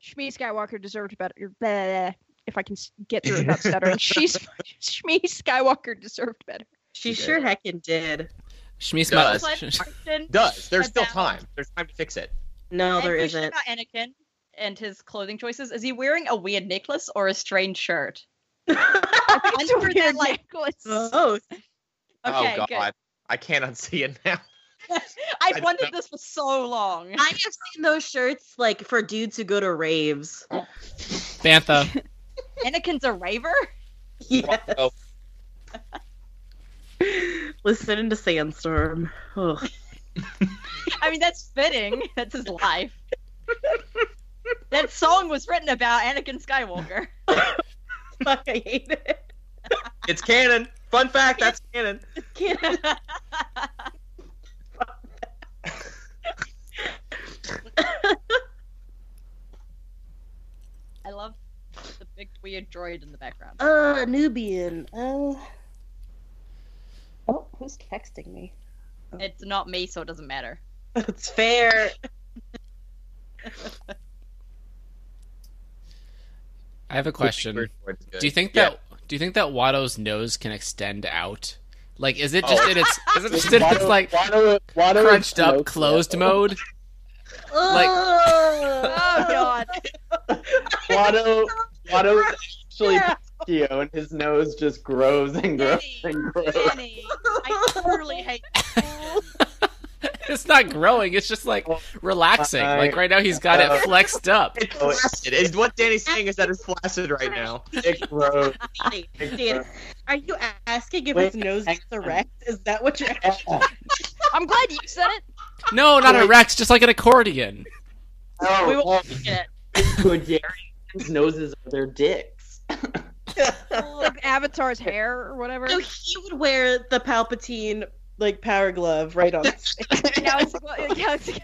[SPEAKER 9] Shmi Skywalker deserved better. er, bleh, if I can s- get through it without stuttering, she's Shmi Skywalker deserved better.
[SPEAKER 1] She sure heckin' did.
[SPEAKER 4] Shmi
[SPEAKER 8] Does.
[SPEAKER 4] Smut- sh- sh-
[SPEAKER 8] does. There's still time. There's time to fix it.
[SPEAKER 1] No, there
[SPEAKER 3] and question
[SPEAKER 1] isn't.
[SPEAKER 3] About Anakin and his clothing choices. Is he wearing a weird necklace or a strange shirt?
[SPEAKER 9] It's a
[SPEAKER 3] Under that,
[SPEAKER 9] weird
[SPEAKER 3] like-
[SPEAKER 9] necklace.
[SPEAKER 1] Oh,
[SPEAKER 3] Okay,
[SPEAKER 8] oh God,
[SPEAKER 3] good.
[SPEAKER 8] I can't unsee it now.
[SPEAKER 3] I
[SPEAKER 8] I
[SPEAKER 3] wondered
[SPEAKER 8] don't-
[SPEAKER 3] this for so long.
[SPEAKER 1] I have seen those shirts like for dudes who go to raves.
[SPEAKER 4] Bantha.
[SPEAKER 3] Anakin's a raver.
[SPEAKER 1] Yes.
[SPEAKER 8] Oh.
[SPEAKER 1] Listen to Sandstorm. Ugh.
[SPEAKER 3] I mean, that's fitting. That's his life. that song was written about Anakin Skywalker.
[SPEAKER 1] Fuck, I hate it.
[SPEAKER 8] It's canon. Fun fact, that's canon.
[SPEAKER 1] Can't-
[SPEAKER 3] I love the big weird droid in the background.
[SPEAKER 1] Uh, Nubian. Uh,
[SPEAKER 5] Oh, who's texting me?
[SPEAKER 3] It's not me, so it doesn't matter.
[SPEAKER 1] it's fair.
[SPEAKER 4] I have a question.
[SPEAKER 8] Weird word's good.
[SPEAKER 4] Do you think
[SPEAKER 8] Yeah.
[SPEAKER 4] that do you think that Watto's nose can extend out? Like is it
[SPEAKER 8] Oh.
[SPEAKER 4] just in its is it just in its
[SPEAKER 10] Watto-
[SPEAKER 4] like
[SPEAKER 10] Watto- Watto is
[SPEAKER 4] crunched up
[SPEAKER 10] smoke
[SPEAKER 4] closed mode?
[SPEAKER 9] Oh god.
[SPEAKER 2] Watto, Watto's actually Pinocchio, and his nose just grows and grows and grows.
[SPEAKER 3] Danny, I totally hate.
[SPEAKER 4] It's not growing, it's just like relaxing.
[SPEAKER 2] I-
[SPEAKER 4] Like right now he's got
[SPEAKER 8] Uh,
[SPEAKER 4] it flexed up.
[SPEAKER 8] It's flaccid. Is what Danny's saying is that it's flaccid right now.
[SPEAKER 2] It grows.
[SPEAKER 1] Danny,
[SPEAKER 2] It
[SPEAKER 1] Dan,
[SPEAKER 2] grows.
[SPEAKER 1] are you asking if
[SPEAKER 2] Wait,
[SPEAKER 1] his nose
[SPEAKER 2] hang
[SPEAKER 1] is
[SPEAKER 2] on.
[SPEAKER 1] erect? Is that what you're asking?
[SPEAKER 2] uh,
[SPEAKER 9] I'm glad you said it.
[SPEAKER 4] No, not a Rex, just like an accordion.
[SPEAKER 2] Oh,
[SPEAKER 3] We
[SPEAKER 2] oh,
[SPEAKER 3] won't forget
[SPEAKER 2] Gojarians' noses are their dicks.
[SPEAKER 9] Like Avatar's hair or whatever.
[SPEAKER 1] So he would wear the Palpatine like power glove right on.
[SPEAKER 9] Galaxy, Galaxy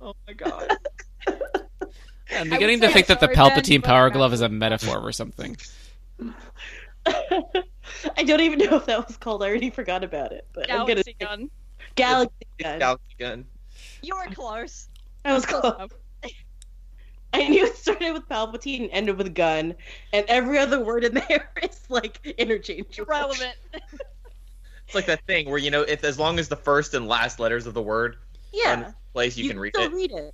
[SPEAKER 2] Oh my god.
[SPEAKER 4] I'm
[SPEAKER 9] would
[SPEAKER 4] beginning to
[SPEAKER 9] say
[SPEAKER 4] think
[SPEAKER 9] I'm
[SPEAKER 4] that the
[SPEAKER 9] sorry, Ben,
[SPEAKER 4] Palpatine
[SPEAKER 9] but-
[SPEAKER 4] power glove is a metaphor or something.
[SPEAKER 1] I don't even know if that was called. I already forgot about it. But I'm gonna
[SPEAKER 9] Galaxy gun.
[SPEAKER 1] Galaxy gun.
[SPEAKER 8] Galaxy gun.
[SPEAKER 3] You were close.
[SPEAKER 1] I was close. I knew it started with Palpatine and ended with gun, and every other word in there is like interchangeable.
[SPEAKER 9] Irrelevant.
[SPEAKER 8] It's like that thing where you know, if as long as the first and last letters of the word are in
[SPEAKER 1] Yeah,
[SPEAKER 8] the place, you, can read
[SPEAKER 1] still
[SPEAKER 8] it.
[SPEAKER 1] read it.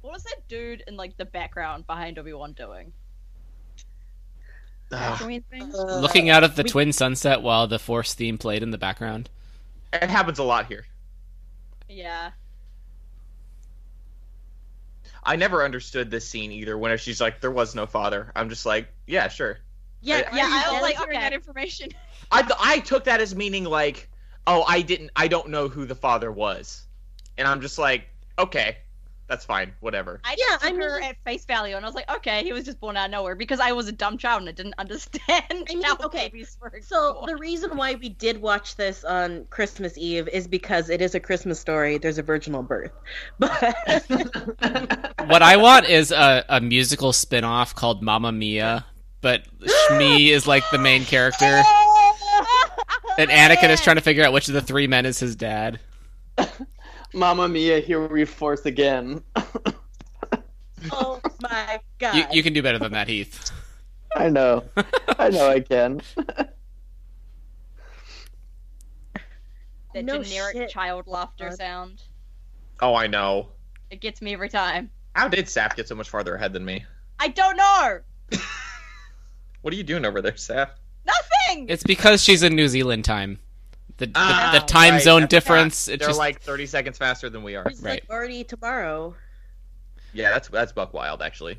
[SPEAKER 3] What was that dude in like the background behind Obi Wan doing?
[SPEAKER 8] Ugh.
[SPEAKER 9] Tatooine thing.
[SPEAKER 1] Uh,
[SPEAKER 4] Looking out at the
[SPEAKER 1] we-
[SPEAKER 4] twin sunset while the Force theme played in the background.
[SPEAKER 8] It happens a lot here.
[SPEAKER 3] Yeah.
[SPEAKER 8] I never understood this scene either. When she's like, "There was no father," I'm just like, "Yeah, sure."
[SPEAKER 1] Yeah,
[SPEAKER 8] I-
[SPEAKER 1] yeah,
[SPEAKER 9] I
[SPEAKER 1] I
[SPEAKER 9] was
[SPEAKER 1] was
[SPEAKER 9] like,
[SPEAKER 1] okay.
[SPEAKER 9] that information.
[SPEAKER 8] I th- I took that as meaning like, oh, I didn't, I don't know who the father was, and I'm just like, okay, that's fine, whatever.
[SPEAKER 3] I just took her at face value, and I was like, okay, he was just born out of nowhere because I was a dumb child and I didn't understand.
[SPEAKER 1] I mean, okay. So the reason why we did watch this on Christmas Eve is because it is a Christmas story. There's a virginal birth.
[SPEAKER 4] What I want is a, a musical spin off called Mamma Mia, but Shmi is like the main character.
[SPEAKER 1] Oh,
[SPEAKER 4] And Anakin is trying to figure out which of the three men is his dad.
[SPEAKER 2] Mamma Mia, here we force again.
[SPEAKER 1] Oh my god.
[SPEAKER 4] You, you can do better than that, Heath.
[SPEAKER 2] I know. I know I can.
[SPEAKER 3] That
[SPEAKER 1] No
[SPEAKER 3] generic
[SPEAKER 1] shit.
[SPEAKER 3] child laughter sound.
[SPEAKER 8] Oh, I know.
[SPEAKER 3] It gets me every time.
[SPEAKER 8] How did Sap get so much farther ahead than me?
[SPEAKER 3] I don't know!
[SPEAKER 8] What are you doing over there, Sap?
[SPEAKER 3] Nothing!
[SPEAKER 4] It's because she's in New Zealand time. The, the,
[SPEAKER 8] Ah,
[SPEAKER 4] the time
[SPEAKER 8] right,
[SPEAKER 4] zone
[SPEAKER 8] that's
[SPEAKER 4] difference.
[SPEAKER 8] right.
[SPEAKER 4] It's
[SPEAKER 8] They're
[SPEAKER 4] just
[SPEAKER 8] like 30 seconds faster than we are.
[SPEAKER 1] It's like already tomorrow.
[SPEAKER 8] Yeah, that's that's Buck Wild actually.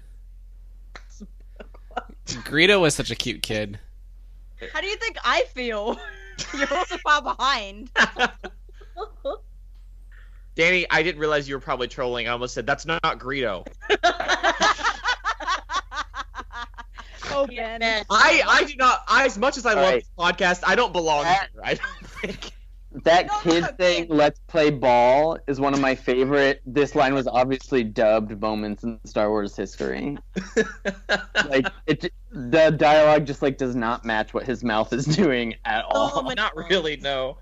[SPEAKER 4] Greedo was such a cute kid.
[SPEAKER 3] How do you think I feel? You're also far behind.
[SPEAKER 8] Danny, I didn't realize you were probably trolling. I almost said that's not, not Greedo.
[SPEAKER 9] Oh, man.
[SPEAKER 8] I I do not. I as much as I
[SPEAKER 10] All
[SPEAKER 8] love
[SPEAKER 10] right.
[SPEAKER 8] this podcast, I don't belong here. I don't think.
[SPEAKER 10] That kid thing, "Let's play ball," is one of my favorite. This line was obviously dubbed moments in Star Wars history. like it, the dialogue just like does not match what his mouth is doing at all.
[SPEAKER 8] not really. No.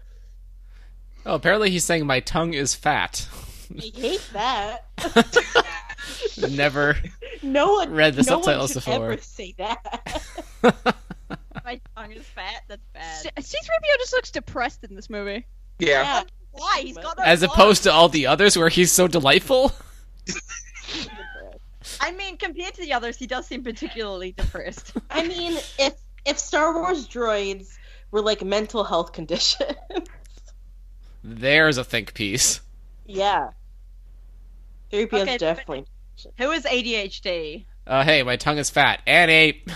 [SPEAKER 4] Oh, apparently he's saying my tongue is fat.
[SPEAKER 1] I hate that.
[SPEAKER 4] Never.
[SPEAKER 1] No one
[SPEAKER 4] Read the
[SPEAKER 1] no one
[SPEAKER 4] subtitles
[SPEAKER 1] should
[SPEAKER 4] before.
[SPEAKER 1] Ever say that.
[SPEAKER 3] My tongue is fat. That's bad.
[SPEAKER 9] C3PO just looks depressed in this movie.
[SPEAKER 8] Yeah.
[SPEAKER 3] Why? He's got no
[SPEAKER 4] As
[SPEAKER 3] clothes.
[SPEAKER 4] opposed to all the others where he's so delightful.
[SPEAKER 3] I mean, compared to the others, he does seem particularly depressed.
[SPEAKER 1] I mean, if if Star Wars droids were like mental health condition,
[SPEAKER 4] There's a think piece.
[SPEAKER 1] yeah. 3PO
[SPEAKER 3] Okay, but-
[SPEAKER 1] is definitely.
[SPEAKER 3] Who is ADHD?
[SPEAKER 4] Uh, hey, my tongue is fat. And ape.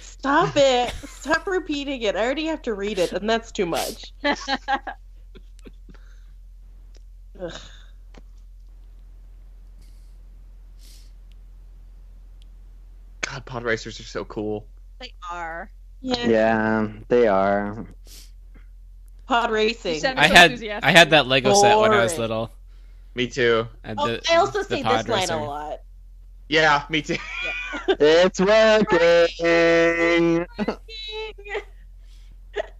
[SPEAKER 1] Stop it. Stop repeating it. I already have to read it, and that's too much. Ugh.
[SPEAKER 8] God, pod racers are so cool.
[SPEAKER 3] They are.
[SPEAKER 1] Yeah.
[SPEAKER 10] Yeah, they are.
[SPEAKER 1] Pod racing.
[SPEAKER 4] I had I had that Lego set when I was
[SPEAKER 1] Boring.
[SPEAKER 4] little.
[SPEAKER 8] Me too.
[SPEAKER 4] And
[SPEAKER 1] Oh,
[SPEAKER 4] the-
[SPEAKER 1] I also
[SPEAKER 4] the
[SPEAKER 1] say
[SPEAKER 4] pod
[SPEAKER 1] this line
[SPEAKER 4] racer.
[SPEAKER 1] a lot.
[SPEAKER 8] Yeah, me too.
[SPEAKER 10] It's working.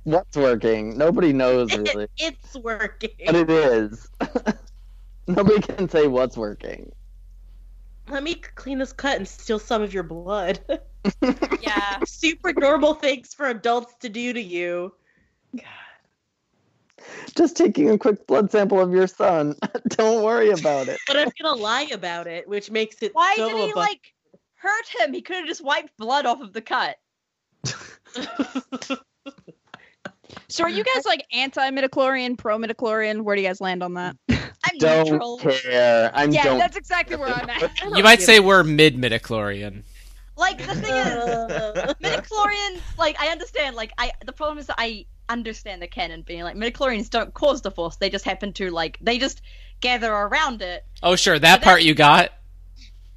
[SPEAKER 10] What's working? Nobody knows really,
[SPEAKER 1] It's working.
[SPEAKER 10] but it is. Nobody can say what's working.
[SPEAKER 1] Let me clean this cut and steal some of your blood.
[SPEAKER 3] Yeah.
[SPEAKER 1] Super normal things for adults to do to you.
[SPEAKER 10] Just taking a quick blood sample of your son. Don't worry about it.
[SPEAKER 1] But I'm gonna lie about it, which makes it
[SPEAKER 3] Why
[SPEAKER 1] so
[SPEAKER 3] did he
[SPEAKER 1] abun-
[SPEAKER 3] like hurt him? He could have just wiped blood off of the cut.
[SPEAKER 9] So are you guys like anti-midichlorian, pro-midichlorian? Where do you guys land on that?
[SPEAKER 3] I'm
[SPEAKER 10] Don't
[SPEAKER 3] neutral.
[SPEAKER 10] care. I'm
[SPEAKER 9] yeah,
[SPEAKER 10] don't.
[SPEAKER 9] that's exactly where I'm at.
[SPEAKER 4] You might say we're mid midichlorian.
[SPEAKER 3] Like the thing is,
[SPEAKER 1] Uh,
[SPEAKER 3] midichlorians. Like I understand. Like I, the problem is that I understand the canon being like midichlorians don't cause the force. They just happen to like they just gather around it.
[SPEAKER 4] Oh sure, that part you got.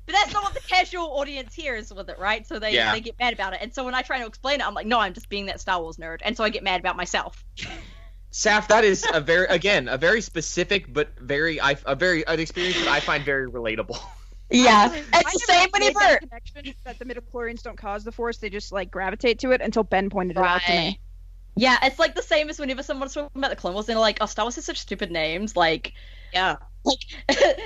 [SPEAKER 3] But that's not what the casual audience hears with it, right? So they
[SPEAKER 8] Yeah.
[SPEAKER 3] they get mad about it. And so when I try to explain it, I'm like, no, I'm just being that Star Wars nerd. And so I get mad about myself.
[SPEAKER 8] Saf, that is a very again a very specific but very I a very an experience that I find very relatable.
[SPEAKER 9] Yeah,
[SPEAKER 3] it's the same when he burnt.
[SPEAKER 9] Connection that the midichlorians don't cause the force; they just like gravitate to it until Ben pointed it out to me.
[SPEAKER 3] Yeah, it's like the same as whenever someone's talking about the Clone Wars, they're like, oh, Star Wars has such stupid names, like
[SPEAKER 1] yeah.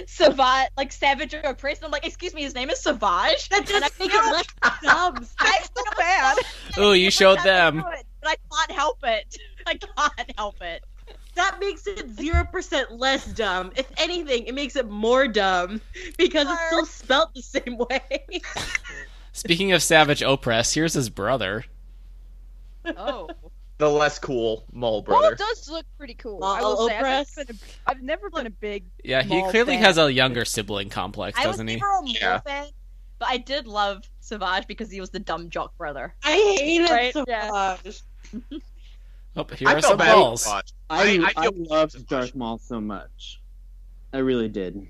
[SPEAKER 3] Savage, like Savage or Oppressed. And I'm like, excuse me, his name is Savage?
[SPEAKER 1] That
[SPEAKER 3] And I
[SPEAKER 1] doesn't make it less dumb.
[SPEAKER 3] I feel bad.
[SPEAKER 4] Ooh, you showed them.
[SPEAKER 3] But I can't help it. I can't help it.
[SPEAKER 1] That makes it zero percent less dumb. If anything, it makes it more dumb because it's still spelt the same way.
[SPEAKER 4] Speaking of savage oppress, here's his brother.
[SPEAKER 3] Oh.
[SPEAKER 8] The less cool mole
[SPEAKER 9] Maul
[SPEAKER 8] brother.
[SPEAKER 9] does look pretty cool.
[SPEAKER 1] Maul
[SPEAKER 9] I will say, I've never
[SPEAKER 1] Opress.
[SPEAKER 9] been a- I've never been a big
[SPEAKER 4] Yeah, he
[SPEAKER 9] Maul
[SPEAKER 4] clearly
[SPEAKER 9] fan.
[SPEAKER 4] has a younger sibling complex,
[SPEAKER 3] I was
[SPEAKER 4] doesn't he?
[SPEAKER 3] never a Maul
[SPEAKER 8] Yeah.
[SPEAKER 3] fan, but I did love Savage because he was the dumb jock brother.
[SPEAKER 1] I hated
[SPEAKER 3] Right?
[SPEAKER 1] Savage.
[SPEAKER 4] Oh, here
[SPEAKER 10] I
[SPEAKER 4] are
[SPEAKER 10] felt
[SPEAKER 4] some
[SPEAKER 10] bad.
[SPEAKER 4] balls.
[SPEAKER 10] I,
[SPEAKER 4] I-
[SPEAKER 10] I,
[SPEAKER 4] I
[SPEAKER 10] loved Darth Maul so much. I really did.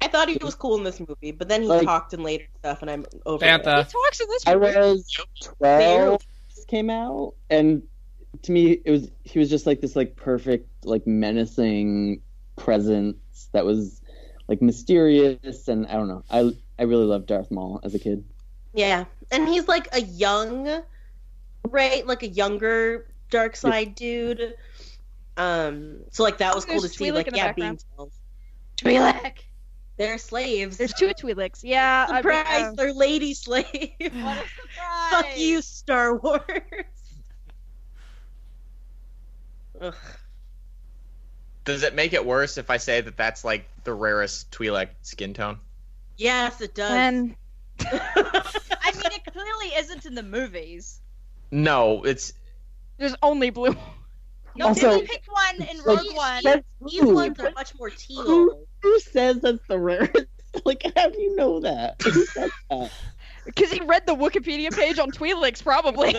[SPEAKER 1] I thought he was cool in this movie, but then he talked in later stuff, and I'm over.
[SPEAKER 10] Bantha.
[SPEAKER 1] It.
[SPEAKER 10] He
[SPEAKER 9] talks in this
[SPEAKER 10] I was twelve. This came out, and to me, it was he was just like this like perfect like menacing presence that was like mysterious, and I don't know. I I really loved Darth Maul as a kid.
[SPEAKER 1] Yeah, and he's like a young, right? Like a younger dark side dude. Um, so like that was cool to
[SPEAKER 9] There's
[SPEAKER 1] see.
[SPEAKER 9] Twi'lek
[SPEAKER 1] Like
[SPEAKER 9] in the
[SPEAKER 1] yeah, being
[SPEAKER 9] background.
[SPEAKER 1] Twi'lek. They're slaves.
[SPEAKER 9] There's two Twi'leks. Yeah. I-
[SPEAKER 1] Surprise!
[SPEAKER 9] uh,
[SPEAKER 1] they're lady slaves. Fuck you, Star Wars. Ugh.
[SPEAKER 8] Does it make it worse if I say that that's like the rarest Twi'lek skin tone?
[SPEAKER 1] Yes, it does.
[SPEAKER 3] I mean, it clearly isn't in the movies.
[SPEAKER 8] No, it's
[SPEAKER 9] There's only blue.
[SPEAKER 3] No,
[SPEAKER 10] Also-
[SPEAKER 3] they picked one in Rogue One.
[SPEAKER 10] that's
[SPEAKER 1] These
[SPEAKER 10] true.
[SPEAKER 1] ones are much more teal.
[SPEAKER 10] Who, who says that's the rarest? Like, how do you know that? Who said that?
[SPEAKER 9] Because he read the Wikipedia page on Twi'leks, probably.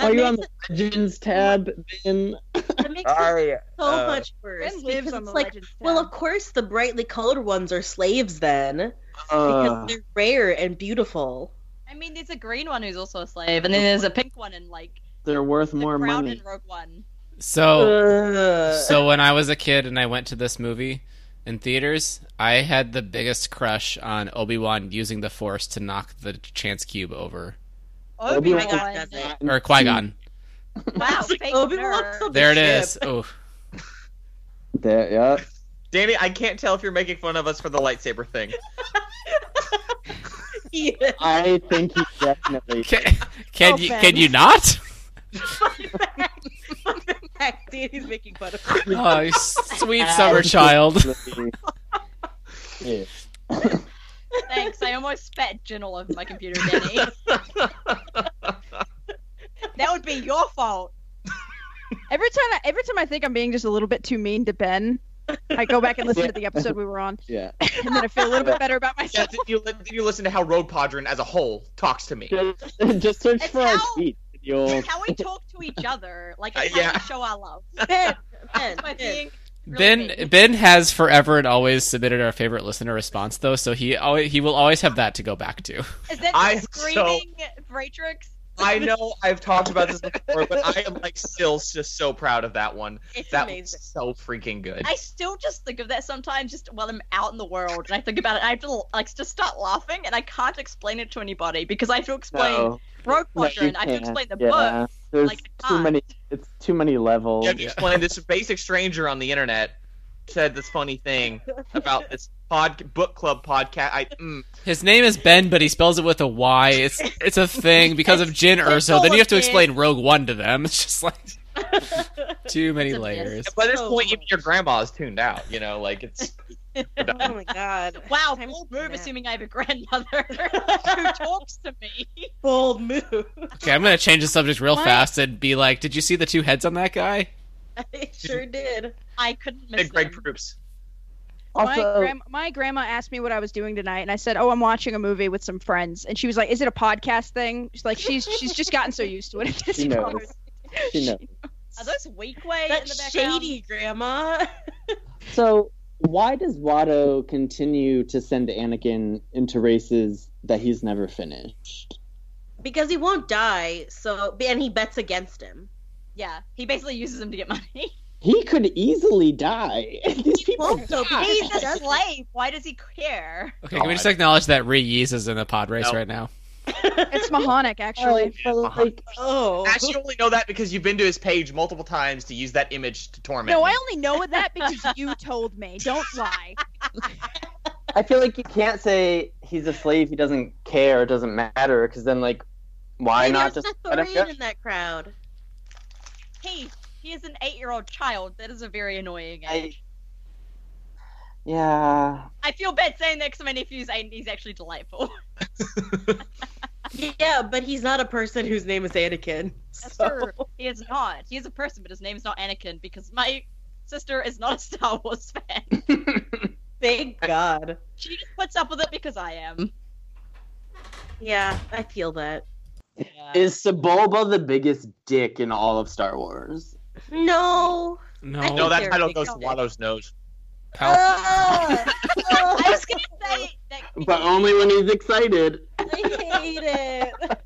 [SPEAKER 10] Are you on the Legends tab? Then
[SPEAKER 1] It makes
[SPEAKER 10] Sorry,
[SPEAKER 1] it so
[SPEAKER 10] uh,
[SPEAKER 1] much worse.
[SPEAKER 9] Ben lives
[SPEAKER 1] because
[SPEAKER 9] on
[SPEAKER 1] it's
[SPEAKER 9] the
[SPEAKER 1] like,
[SPEAKER 9] Legends
[SPEAKER 1] well, of course the brightly colored ones are slaves then,
[SPEAKER 10] Uh.
[SPEAKER 1] because they're rare and beautiful.
[SPEAKER 3] I mean, there's a green one who's also a slave, and then there's a pink one in like
[SPEAKER 10] they're worth more
[SPEAKER 3] brown
[SPEAKER 10] money.
[SPEAKER 3] in Rogue One.
[SPEAKER 4] So, Oh. so when I was a kid and I went to this movie in theaters, I had the biggest crush on Obi Wan using the Force to knock the Chance Cube over,
[SPEAKER 1] Oh
[SPEAKER 10] Obi-Wan
[SPEAKER 1] Obi-Wan
[SPEAKER 10] does
[SPEAKER 1] it.
[SPEAKER 4] or Qui Gon.
[SPEAKER 3] Wow, fake nerd.
[SPEAKER 4] There it is. Oh,
[SPEAKER 10] There, yeah.
[SPEAKER 8] Danny, I can't tell if you're making fun of us for the lightsaber thing.
[SPEAKER 10] I think he definitely.
[SPEAKER 4] Can, can
[SPEAKER 1] Oh,
[SPEAKER 4] you
[SPEAKER 1] Ben.
[SPEAKER 4] can you not?
[SPEAKER 1] Heck, Danny's making fun of me.
[SPEAKER 4] Oh, you sweet summer child.
[SPEAKER 10] Yeah.
[SPEAKER 3] Thanks. I almost spat gin all over my computer, Danny. that would be your fault.
[SPEAKER 9] Every time, I, every time I think I'm being just a little bit too mean to Ben, I go back and listen to the episode we were on,
[SPEAKER 10] Yeah.
[SPEAKER 9] and then I feel a little bit better about
[SPEAKER 8] Yeah,
[SPEAKER 9] myself.
[SPEAKER 8] did, you, li- did you listen to how Road Podrin as a whole talks to me?
[SPEAKER 10] Just, just search
[SPEAKER 3] It's
[SPEAKER 10] for our
[SPEAKER 3] how-
[SPEAKER 10] tweet. You'll.
[SPEAKER 3] How we talk to each other, like
[SPEAKER 8] Uh,
[SPEAKER 3] it's how
[SPEAKER 8] yeah.
[SPEAKER 3] we show our love.
[SPEAKER 1] Ben, Ben,
[SPEAKER 3] By
[SPEAKER 1] Ben.
[SPEAKER 3] being
[SPEAKER 4] Ben Ben has forever and always submitted our favorite listener response though, so he always, he will always have that to go back to.
[SPEAKER 3] Is that
[SPEAKER 8] I-
[SPEAKER 3] the screaming Matrix?
[SPEAKER 8] I know I've talked about this before, but I am like still just so proud of that one.
[SPEAKER 3] It's
[SPEAKER 8] that
[SPEAKER 3] amazing.
[SPEAKER 8] was so freaking good.
[SPEAKER 3] I still just think of that sometimes, just while I'm out in the world, and I think about it. I have to like just start laughing, and I can't explain it to anybody because I have to explain
[SPEAKER 10] No.
[SPEAKER 3] Rogue
[SPEAKER 10] No, you
[SPEAKER 3] Quadrant. I have to
[SPEAKER 10] can't.
[SPEAKER 3] explain the
[SPEAKER 10] yeah.
[SPEAKER 3] book.
[SPEAKER 10] There's
[SPEAKER 3] like,
[SPEAKER 10] too
[SPEAKER 3] ah.
[SPEAKER 10] many. It's too many levels.
[SPEAKER 8] You have to explain this basic stranger on the internet said this funny thing about this pod book club podcast. I mm,
[SPEAKER 4] His name is Ben, but he spells it with a Y. It's it's a thing because of Jin Urso.
[SPEAKER 3] all
[SPEAKER 4] Then you have to
[SPEAKER 3] a
[SPEAKER 4] explain Rogue One to them. It's just like too many layers.
[SPEAKER 8] by this
[SPEAKER 3] Oh.
[SPEAKER 1] So
[SPEAKER 8] point, even your grandma is tuned out. You know, like it's
[SPEAKER 1] Oh my god.
[SPEAKER 3] Wow,
[SPEAKER 1] Time's
[SPEAKER 3] bold
[SPEAKER 1] been
[SPEAKER 3] move.
[SPEAKER 1] that.
[SPEAKER 3] Assuming I have a grandmother who talks to me.
[SPEAKER 1] Bold move.
[SPEAKER 4] Okay, I'm gonna change the subject real fast and be like, "Did you see the two heads on that guy?"
[SPEAKER 1] I sure did.
[SPEAKER 3] I couldn't miss
[SPEAKER 8] big Greg
[SPEAKER 3] them.
[SPEAKER 8] Proops.
[SPEAKER 9] my,
[SPEAKER 10] Also-
[SPEAKER 9] gram- my grandma asked me what I was doing tonight, and I said, "Oh, I'm watching a movie with some friends." And she was like, "Is it a podcast thing?" She's like, "She's she's just gotten so used to it." It
[SPEAKER 10] She
[SPEAKER 9] doesn't
[SPEAKER 10] knows.
[SPEAKER 9] bother
[SPEAKER 10] She knows.
[SPEAKER 3] Are those Weekway in the
[SPEAKER 1] That's
[SPEAKER 3] background?
[SPEAKER 1] shady, Grandma.
[SPEAKER 10] So why does Watto continue to send Anakin into races that he's never finished?
[SPEAKER 1] Because he won't die, so and he bets against him.
[SPEAKER 3] Yeah, he basically uses them to get money.
[SPEAKER 10] He could easily die. These
[SPEAKER 1] He
[SPEAKER 10] people
[SPEAKER 1] won't though, because he
[SPEAKER 3] He's a
[SPEAKER 1] doesn't.
[SPEAKER 3] slave. Why does he care?
[SPEAKER 4] Okay, can we just
[SPEAKER 8] God.
[SPEAKER 4] acknowledge that Ree Yeez is in a pod race
[SPEAKER 8] Oh, No.
[SPEAKER 4] right now?
[SPEAKER 9] me. It's Mahonic, actually.
[SPEAKER 10] But, like,
[SPEAKER 1] Oh,
[SPEAKER 8] Ash, you only know that because you've been to his page multiple times to use that image to torment.
[SPEAKER 9] No,
[SPEAKER 8] me.
[SPEAKER 9] I only know that because you told me. Don't lie.
[SPEAKER 10] I feel like you can't say he's a slave. He doesn't care. It doesn't matter. Because then, like, why
[SPEAKER 1] Maybe
[SPEAKER 10] not
[SPEAKER 1] there's
[SPEAKER 10] just let him
[SPEAKER 1] Thethorin
[SPEAKER 10] go?
[SPEAKER 1] in that crowd.
[SPEAKER 3] He he is an eight-year-old child. That is a very annoying
[SPEAKER 10] I-
[SPEAKER 3] age.
[SPEAKER 10] Yeah.
[SPEAKER 3] I, feel bad saying that because my nephew's eight and he's actually delightful.
[SPEAKER 1] Yeah, but he's not a person whose name is Anakin.
[SPEAKER 3] That's
[SPEAKER 1] so-
[SPEAKER 3] true. He is not. He is a person, but his name is not Anakin because my sister is not a Star Wars fan.
[SPEAKER 1] Thank God.
[SPEAKER 10] Mm.
[SPEAKER 3] She just puts up with it because I am.
[SPEAKER 1] Yeah, I feel that.
[SPEAKER 10] Is Sebulba the biggest dick in all of Star Wars?
[SPEAKER 1] No. I think
[SPEAKER 8] No,
[SPEAKER 1] they're
[SPEAKER 8] that title
[SPEAKER 1] big
[SPEAKER 8] goes to
[SPEAKER 1] dogs.
[SPEAKER 8] Watto's nose.
[SPEAKER 1] Ugh.
[SPEAKER 3] I was gonna say that
[SPEAKER 10] But only when he's excited.
[SPEAKER 1] I hate it.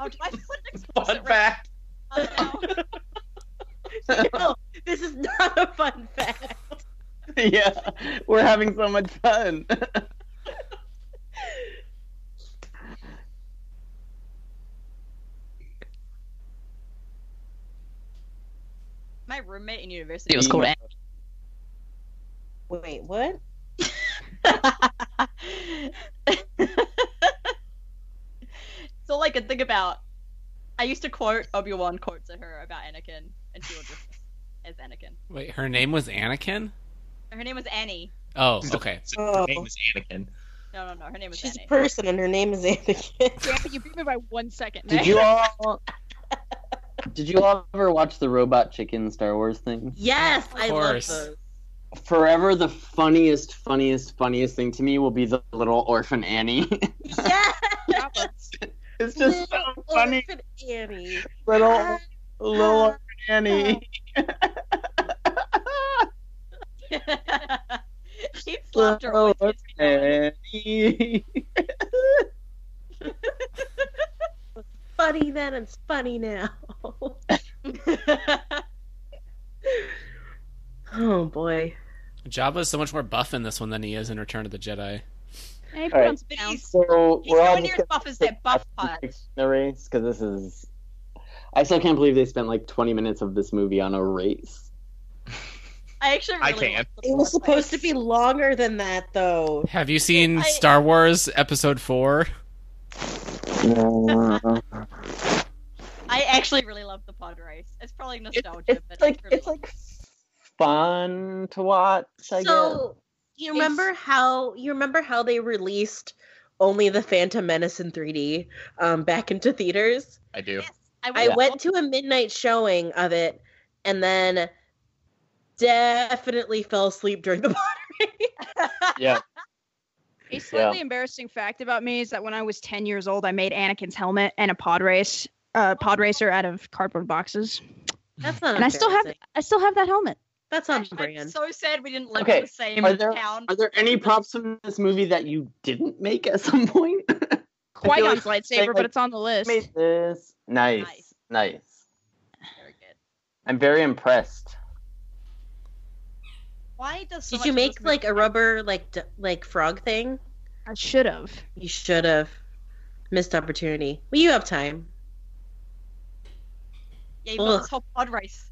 [SPEAKER 3] Oh, do I put an explicit
[SPEAKER 8] Fun fact.
[SPEAKER 3] right now?
[SPEAKER 1] No, this is not a fun fact.
[SPEAKER 10] yeah, we're having so much fun.
[SPEAKER 3] My roommate in university was called.
[SPEAKER 1] Wait, what?
[SPEAKER 3] It's all I could think about. I used to quote Obi Wan quotes at her about Anakin, and she would just as Anakin.
[SPEAKER 4] Wait, her name was Anakin?
[SPEAKER 3] Her name was Annie.
[SPEAKER 4] Oh,
[SPEAKER 8] She's a-
[SPEAKER 4] okay.
[SPEAKER 1] Oh.
[SPEAKER 8] Name is Anakin.
[SPEAKER 3] No, no, no. Her name was
[SPEAKER 1] She's a
[SPEAKER 3] Annie.
[SPEAKER 1] person and her name is Anakin.
[SPEAKER 9] Damn it, you beat me by one second.
[SPEAKER 10] Did you all? Did you all ever watch the Robot Chicken Star Wars thing?
[SPEAKER 1] Yes, I love
[SPEAKER 4] course.
[SPEAKER 1] those.
[SPEAKER 10] Forever, the funniest, funniest, funniest thing to me will be the little orphan Annie.
[SPEAKER 1] Yes,
[SPEAKER 10] it's just so
[SPEAKER 1] Little
[SPEAKER 10] funny,
[SPEAKER 1] Orphan Annie.
[SPEAKER 10] little little orphan Annie.
[SPEAKER 3] she slapped her.
[SPEAKER 10] Little
[SPEAKER 3] always
[SPEAKER 10] orphan
[SPEAKER 3] gets me going.
[SPEAKER 10] Annie.
[SPEAKER 1] funny then, it's funny now. oh boy.
[SPEAKER 4] Jabba is so much more buff in this one than he is in Return of the Jedi.
[SPEAKER 9] Hey,
[SPEAKER 10] All
[SPEAKER 9] put
[SPEAKER 10] right.
[SPEAKER 9] on some
[SPEAKER 3] But
[SPEAKER 9] pounds.
[SPEAKER 3] he's,
[SPEAKER 10] So
[SPEAKER 3] he's
[SPEAKER 10] we're all
[SPEAKER 3] nowhere
[SPEAKER 10] just
[SPEAKER 3] near as buff as that buff part.
[SPEAKER 10] the race because this is. I still can't believe they spent like 20 minutes of this movie on a race.
[SPEAKER 3] I actually
[SPEAKER 8] I
[SPEAKER 3] really
[SPEAKER 8] can.
[SPEAKER 3] like the
[SPEAKER 1] It was
[SPEAKER 3] fourth
[SPEAKER 1] supposed to be
[SPEAKER 3] place.
[SPEAKER 1] longer than that though.
[SPEAKER 4] Have you seen
[SPEAKER 3] I-
[SPEAKER 4] Star Wars Episode 4?
[SPEAKER 3] I actually really love the pod race. It's probably
[SPEAKER 10] it's,
[SPEAKER 3] nostalgia,
[SPEAKER 10] it's
[SPEAKER 3] but
[SPEAKER 10] like
[SPEAKER 3] really
[SPEAKER 10] it's like fun to watch. I
[SPEAKER 1] So you remember how you remember how they released only the Phantom Menace in 3D um, back into theaters?
[SPEAKER 8] I do.
[SPEAKER 3] Yes, I,
[SPEAKER 1] I went to a midnight showing of it and then definitely fell asleep during the
[SPEAKER 10] guess. yeah.
[SPEAKER 9] A slightly embarrassing fact about me is that when I was 10 years old, I made Anakin's helmet and a pod race, uh, pod racer out of cardboard boxes.
[SPEAKER 1] That's not
[SPEAKER 9] And I still have-
[SPEAKER 1] embarrassing.
[SPEAKER 9] I still have that helmet.
[SPEAKER 1] that's on
[SPEAKER 3] I'm
[SPEAKER 1] brand.
[SPEAKER 3] so sad we didn't live
[SPEAKER 10] Okay,
[SPEAKER 3] in the same
[SPEAKER 10] are there-
[SPEAKER 3] town.
[SPEAKER 10] Are there any props from this movie that you didn't make at some point? feel
[SPEAKER 9] Qui Gon's
[SPEAKER 10] like
[SPEAKER 9] lightsaber,
[SPEAKER 10] saying,
[SPEAKER 9] but
[SPEAKER 10] like,
[SPEAKER 9] it's on the list.
[SPEAKER 10] Made this nice,
[SPEAKER 3] Nice.
[SPEAKER 10] nice.
[SPEAKER 3] Very good.
[SPEAKER 10] I'm very impressed.
[SPEAKER 3] Why does so
[SPEAKER 1] Did you
[SPEAKER 3] much of
[SPEAKER 1] make
[SPEAKER 3] this
[SPEAKER 1] like a
[SPEAKER 3] movie-
[SPEAKER 1] rubber like d- like frog thing?
[SPEAKER 9] I should have.
[SPEAKER 1] You should have missed opportunity. Well, you have time.
[SPEAKER 3] Yeah, you built this
[SPEAKER 1] Ugh.
[SPEAKER 3] whole pod race.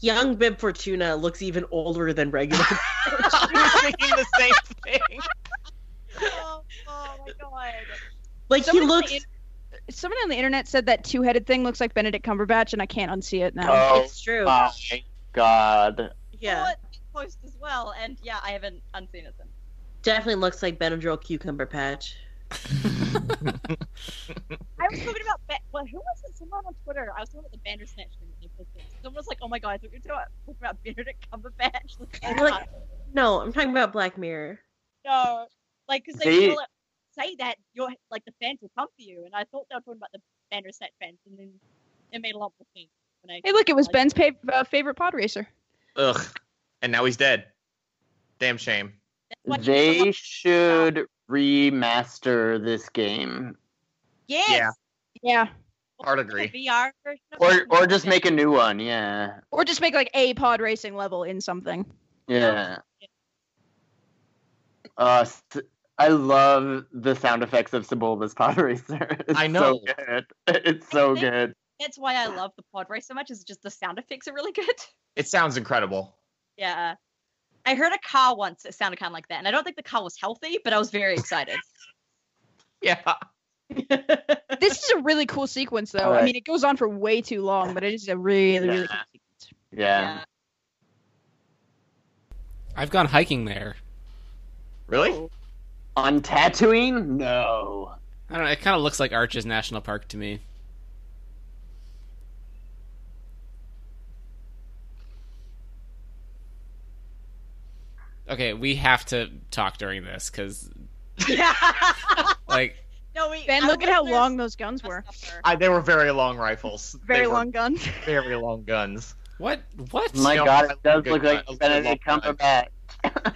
[SPEAKER 1] Young Bib Fortuna looks even older than regular.
[SPEAKER 8] I was thinking the same thing.
[SPEAKER 3] oh, oh my god.
[SPEAKER 1] like he
[SPEAKER 9] Somebody
[SPEAKER 1] looks
[SPEAKER 9] in- Someone on the internet said that two-headed thing looks like Benedict Cumberbatch, and I can't unsee it now.
[SPEAKER 10] Oh
[SPEAKER 1] it's true.
[SPEAKER 10] my god.
[SPEAKER 1] yeah.
[SPEAKER 3] Well, it post as well, and yeah, I haven't unseen it since.
[SPEAKER 1] Definitely looks like Benadryl cucumber patch.
[SPEAKER 3] I was talking about ba- well, who was it? Someone on Twitter. I was talking about the Bandersnatch thing. that they posted. Someone was like, "Oh my god, I thought you were talking about- talking about Benedict Cumberbatch." Like,
[SPEAKER 1] I'm
[SPEAKER 3] oh,
[SPEAKER 1] like- No, I'm talking about Black Mirror.
[SPEAKER 3] no, like because
[SPEAKER 10] They-
[SPEAKER 3] they call it, say that you're like the fans will come for you, and I thought they were talking about the Bandersnatch fans, and then it made a lot more sense when I.
[SPEAKER 9] Hey, look, it was
[SPEAKER 3] like,
[SPEAKER 9] Ben's pa- uh, favorite pod racer.
[SPEAKER 8] Ugh. And now he's dead. Damn shame.
[SPEAKER 3] that's why you
[SPEAKER 10] They
[SPEAKER 3] love-
[SPEAKER 10] should remaster this game,
[SPEAKER 3] Yes.
[SPEAKER 8] Yeah.
[SPEAKER 9] Yeah.
[SPEAKER 8] Hard
[SPEAKER 3] Or
[SPEAKER 8] agree.
[SPEAKER 3] VR version of
[SPEAKER 10] or
[SPEAKER 3] it.
[SPEAKER 10] or just make a new one. Yeah,
[SPEAKER 9] Or just make like a pod racing level in something.
[SPEAKER 10] yeah. Uh, s- I love the sound effects of Sebulba's Pod Racer. It's
[SPEAKER 8] I know.
[SPEAKER 10] So good. It's so
[SPEAKER 3] I think-
[SPEAKER 10] good.
[SPEAKER 3] That's why I love the pod race so much. Is just the sound effects are really good.
[SPEAKER 8] It sounds incredible.
[SPEAKER 3] Yeah. I heard a car once that sounded kind of like that, and I don't think the car was healthy, but I was very excited.
[SPEAKER 8] Yeah.
[SPEAKER 9] This is a really cool sequence, though. I
[SPEAKER 10] Alright.
[SPEAKER 9] mean, it goes on for way too long, but it is a really, really cool sequence.
[SPEAKER 10] Yeah.
[SPEAKER 4] I've gone hiking there.
[SPEAKER 8] Really?
[SPEAKER 10] On Tatooine? No.
[SPEAKER 4] I don't know, it kind of looks like Arches National Park to me. okay, we have to talk during this because like
[SPEAKER 3] No, we,
[SPEAKER 9] Ben,
[SPEAKER 3] our
[SPEAKER 9] look at how
[SPEAKER 3] listeners-
[SPEAKER 9] long those guns were.
[SPEAKER 8] I, they were very long rifles. They
[SPEAKER 9] Very
[SPEAKER 8] were
[SPEAKER 9] long guns.
[SPEAKER 8] Very long guns.
[SPEAKER 4] what what
[SPEAKER 10] My
[SPEAKER 8] You know,
[SPEAKER 10] God,
[SPEAKER 8] I
[SPEAKER 10] it does
[SPEAKER 8] good
[SPEAKER 10] look
[SPEAKER 8] gun-
[SPEAKER 10] like
[SPEAKER 8] I love
[SPEAKER 10] Benedict
[SPEAKER 8] long guns.
[SPEAKER 10] Cumberbatch.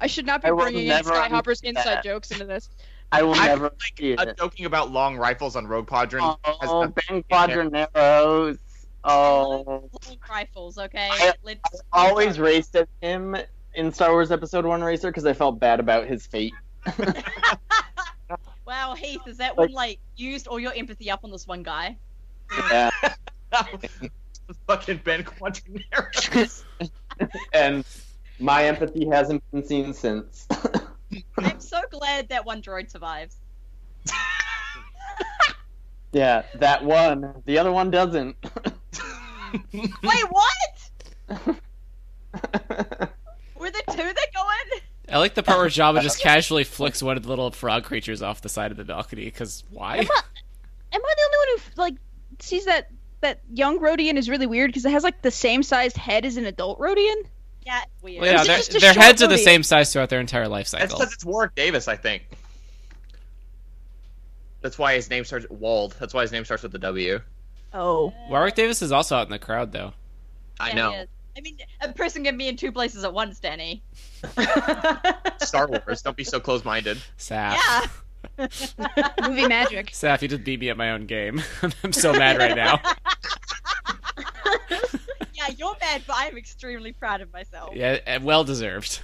[SPEAKER 9] I should not be
[SPEAKER 10] I will
[SPEAKER 9] bringing in
[SPEAKER 10] never
[SPEAKER 9] Skyhopper's inside
[SPEAKER 10] understand.
[SPEAKER 9] jokes into this.
[SPEAKER 10] I will
[SPEAKER 8] I-
[SPEAKER 10] never see
[SPEAKER 8] Uh,
[SPEAKER 10] it.
[SPEAKER 8] joking about long rifles on Rogue Padron. has
[SPEAKER 10] Oh,
[SPEAKER 8] nothing
[SPEAKER 10] Ben
[SPEAKER 8] to do with
[SPEAKER 10] Quadraneros. Oh,
[SPEAKER 3] Long rifles, okay?
[SPEAKER 10] I-
[SPEAKER 3] Let's-
[SPEAKER 10] always raced at him in Star Wars Episode One Racer because I felt bad about his fate.
[SPEAKER 3] Wow, Heath, is that one like you used all your empathy up on this one guy?
[SPEAKER 10] Yeah.
[SPEAKER 8] Fucking Ben Quadranero.
[SPEAKER 10] and my empathy hasn't been seen since.
[SPEAKER 3] I'm so glad that one droid survives.
[SPEAKER 10] yeah, that one. The other one doesn't.
[SPEAKER 3] Wait, what? Were the two that going?
[SPEAKER 4] I like the part where Jabba just casually flicks one of the little frog creatures off the side of the balcony because why?
[SPEAKER 9] Am I, am I the only one who like sees that that young Rodian is really weird because it has like the same sized head as an adult Rodian?
[SPEAKER 3] Yeah, it's weird.
[SPEAKER 4] Well, yeah,
[SPEAKER 9] Is it
[SPEAKER 4] their,
[SPEAKER 9] just a
[SPEAKER 4] their
[SPEAKER 9] short
[SPEAKER 4] heads are the
[SPEAKER 9] movie?
[SPEAKER 4] same size throughout their entire life
[SPEAKER 8] That's
[SPEAKER 4] cycle.
[SPEAKER 8] because it's Warwick Davis, I think. That's why his name starts Wald. That's why his name starts with the W.
[SPEAKER 9] Oh,
[SPEAKER 4] Warwick Davis is also out in the crowd though.
[SPEAKER 8] I
[SPEAKER 3] Yeah, it
[SPEAKER 8] know.
[SPEAKER 3] is. I mean, a person can be in two places at once, Danny.
[SPEAKER 8] Star Wars. Don't be so close minded.
[SPEAKER 4] Saf,
[SPEAKER 3] Yeah.
[SPEAKER 9] movie magic.
[SPEAKER 4] Saf, you just beat me at my own game. I'm so mad right now.
[SPEAKER 3] Yeah, you're mad, but I'm extremely proud of myself.
[SPEAKER 4] Yeah, uh, and well deserved.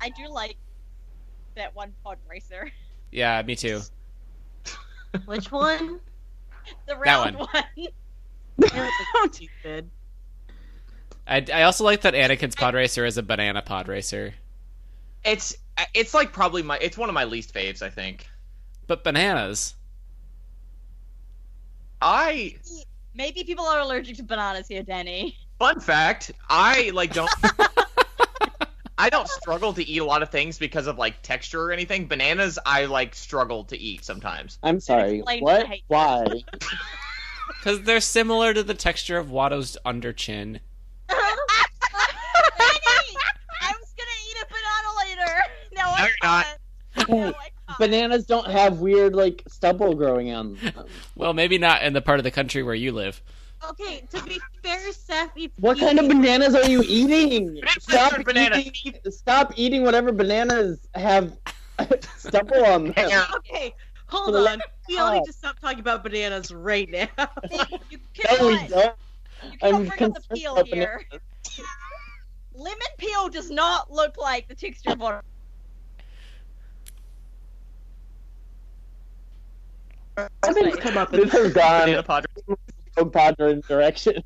[SPEAKER 3] I do like that one pod racer.
[SPEAKER 4] Yeah, me too.
[SPEAKER 1] Which one?
[SPEAKER 3] The round
[SPEAKER 4] one.
[SPEAKER 3] one.
[SPEAKER 1] That was stupid.
[SPEAKER 4] I, I also like that Anakin's pod racer is a banana pod racer,
[SPEAKER 8] It's it's like probably my it's one of my least faves, I think.
[SPEAKER 4] but bananas.
[SPEAKER 8] I
[SPEAKER 3] Maybe people are allergic to bananas here, Danny.
[SPEAKER 8] fun fact, I like don't I don't struggle to eat a lot of things because of like texture or anything. Bananas I like struggle to eat sometimes.
[SPEAKER 10] I'm sorry.
[SPEAKER 3] Explain
[SPEAKER 10] What?
[SPEAKER 3] why.
[SPEAKER 10] Why?
[SPEAKER 4] Because they're similar to the texture of Watto's under chin.
[SPEAKER 3] Danny, I was gonna eat a banana later. No,
[SPEAKER 8] No,
[SPEAKER 3] I
[SPEAKER 8] you're not.
[SPEAKER 3] can't. No, I can't.
[SPEAKER 10] Bananas don't have weird like stubble growing on them.
[SPEAKER 4] Well, maybe not in the part of the country where you live.
[SPEAKER 1] Okay, to be fair, Seth, you-
[SPEAKER 10] What
[SPEAKER 1] you-
[SPEAKER 10] kind of bananas are you eating? Stop
[SPEAKER 8] bananas.
[SPEAKER 10] eating, stop eating whatever bananas have stubble on them.
[SPEAKER 1] Okay, hold on. We all need to stop talking about bananas right now.
[SPEAKER 3] See, you
[SPEAKER 10] No, we
[SPEAKER 3] cannot,
[SPEAKER 10] don't.
[SPEAKER 3] you
[SPEAKER 10] I'm
[SPEAKER 3] cannot bring up the
[SPEAKER 10] concerned
[SPEAKER 3] peel
[SPEAKER 10] about
[SPEAKER 3] here. Lemon peel does not look like the texture of water.
[SPEAKER 1] Come up
[SPEAKER 10] This has
[SPEAKER 8] Banana
[SPEAKER 10] gone
[SPEAKER 8] pod
[SPEAKER 10] in Padron direction.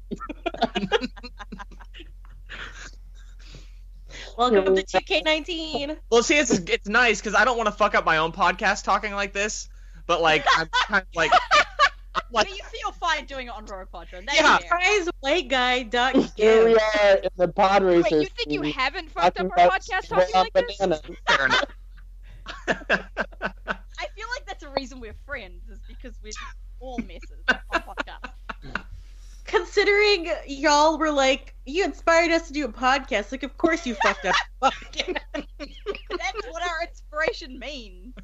[SPEAKER 1] Welcome to 2K19.
[SPEAKER 8] Well, see, it's it's nice because I don't want to fuck up my own podcast talking like this, but like I'm kind of like I'm
[SPEAKER 3] But
[SPEAKER 8] like
[SPEAKER 3] you feel fine doing it on Royal Quadrant. That's
[SPEAKER 8] Yeah.
[SPEAKER 3] fair.
[SPEAKER 1] Prize white guy dot
[SPEAKER 10] Here we
[SPEAKER 1] give.
[SPEAKER 10] are in the pod
[SPEAKER 9] Wait,
[SPEAKER 10] racer.
[SPEAKER 9] you think you
[SPEAKER 10] scene,
[SPEAKER 9] haven't fucked up
[SPEAKER 10] talking
[SPEAKER 9] our
[SPEAKER 10] about
[SPEAKER 9] podcast
[SPEAKER 10] stubble
[SPEAKER 9] talking like this?
[SPEAKER 10] on bananas.
[SPEAKER 8] fair enough.
[SPEAKER 3] I feel like that's the reason we're friends is because we're all messes on podcast.
[SPEAKER 1] Considering y'all were like, you inspired us to do a podcast, like, of course you fucked up.
[SPEAKER 3] That's what our inspiration means.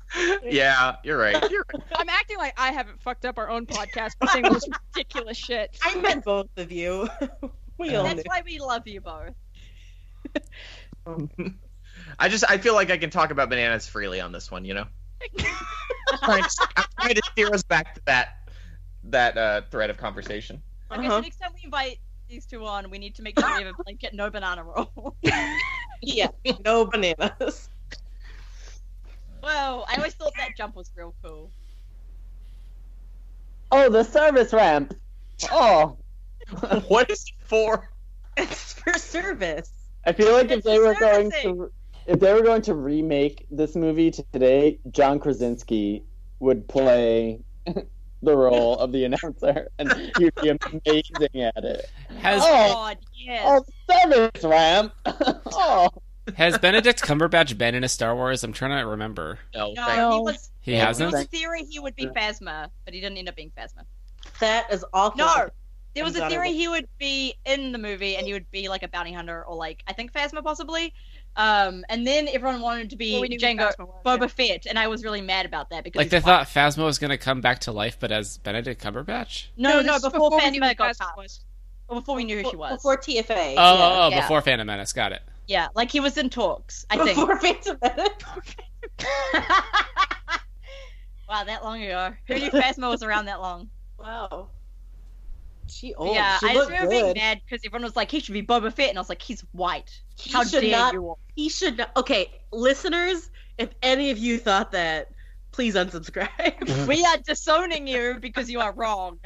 [SPEAKER 8] yeah, you're right. You're right.
[SPEAKER 9] I'm acting like I haven't fucked up our own podcast by saying all this ridiculous shit.
[SPEAKER 1] I meant both of you. we all
[SPEAKER 3] That's
[SPEAKER 1] knew.
[SPEAKER 3] why we love you both.
[SPEAKER 8] I just I feel like I can talk about bananas freely on this one, you know. I'm trying to- I'm trying to steer us back to that that uh, thread of conversation.
[SPEAKER 3] Okay,
[SPEAKER 1] Uh-huh.
[SPEAKER 3] so next time we invite these two on, we need to make sure we have a blanket no banana roll.
[SPEAKER 1] Yeah, no bananas.
[SPEAKER 3] Whoa, I always thought that jump was real cool.
[SPEAKER 10] Oh, the service ramp. Oh,
[SPEAKER 8] what is it for?
[SPEAKER 1] It's for service.
[SPEAKER 10] I feel like
[SPEAKER 3] It's
[SPEAKER 10] if they were going
[SPEAKER 3] servicing.
[SPEAKER 10] to if they were going to remake this movie today, John Krasinski would play the role of the announcer, and he'd be amazing at it.
[SPEAKER 4] Has
[SPEAKER 10] Oh.
[SPEAKER 3] God, yes.
[SPEAKER 10] Oh, service ramp. oh,
[SPEAKER 4] has Benedict Cumberbatch been in a Star Wars? I'm trying to remember.
[SPEAKER 8] No,
[SPEAKER 3] no,
[SPEAKER 8] thank-
[SPEAKER 3] he was.
[SPEAKER 4] He
[SPEAKER 10] Yeah,
[SPEAKER 3] It
[SPEAKER 4] hasn't.
[SPEAKER 3] was theory he would be Phasma, but he didn't end up being Phasma.
[SPEAKER 1] That is awful.
[SPEAKER 3] No, There was
[SPEAKER 1] comes
[SPEAKER 3] a
[SPEAKER 1] out of
[SPEAKER 3] theory
[SPEAKER 1] the-
[SPEAKER 3] he would be in the movie and he would be like a bounty hunter or like I think Phasma possibly. Um, and then everyone wanted to be
[SPEAKER 9] Well, we knew who
[SPEAKER 3] Jango
[SPEAKER 9] Phasma was,
[SPEAKER 3] Boba Fett, and I was really mad about that because
[SPEAKER 4] Like
[SPEAKER 3] he's
[SPEAKER 4] they
[SPEAKER 3] black.
[SPEAKER 4] thought Phasma was going to come back to life, but as Benedict Cumberbatch.
[SPEAKER 3] No,
[SPEAKER 9] this
[SPEAKER 3] no,
[SPEAKER 9] is
[SPEAKER 3] before,
[SPEAKER 9] before we knew
[SPEAKER 3] Phasma
[SPEAKER 9] who
[SPEAKER 3] got
[SPEAKER 9] Phasma
[SPEAKER 3] caught. Or before we knew who she was.
[SPEAKER 1] Before TFA.
[SPEAKER 4] Oh, oh, oh,
[SPEAKER 3] yeah.
[SPEAKER 4] before Phantom Menace. Got it.
[SPEAKER 3] Yeah, like he was in talks, I think.
[SPEAKER 1] Before Phantom Menace.
[SPEAKER 3] wow, that long ago. Who knew Phasma was around that long?
[SPEAKER 1] Wow. She
[SPEAKER 3] But
[SPEAKER 1] old.
[SPEAKER 3] yeah,
[SPEAKER 1] Oh, she
[SPEAKER 3] I just
[SPEAKER 1] looked
[SPEAKER 3] remember being
[SPEAKER 1] good.
[SPEAKER 3] mad because everyone was like, he should be Boba Fett, and I was like, he's white.
[SPEAKER 1] He
[SPEAKER 3] How
[SPEAKER 1] should
[SPEAKER 3] dare
[SPEAKER 1] not-
[SPEAKER 3] you all?
[SPEAKER 1] He should not. Okay, listeners, if any of you thought that, please unsubscribe.
[SPEAKER 3] we are disowning you because you are wrong.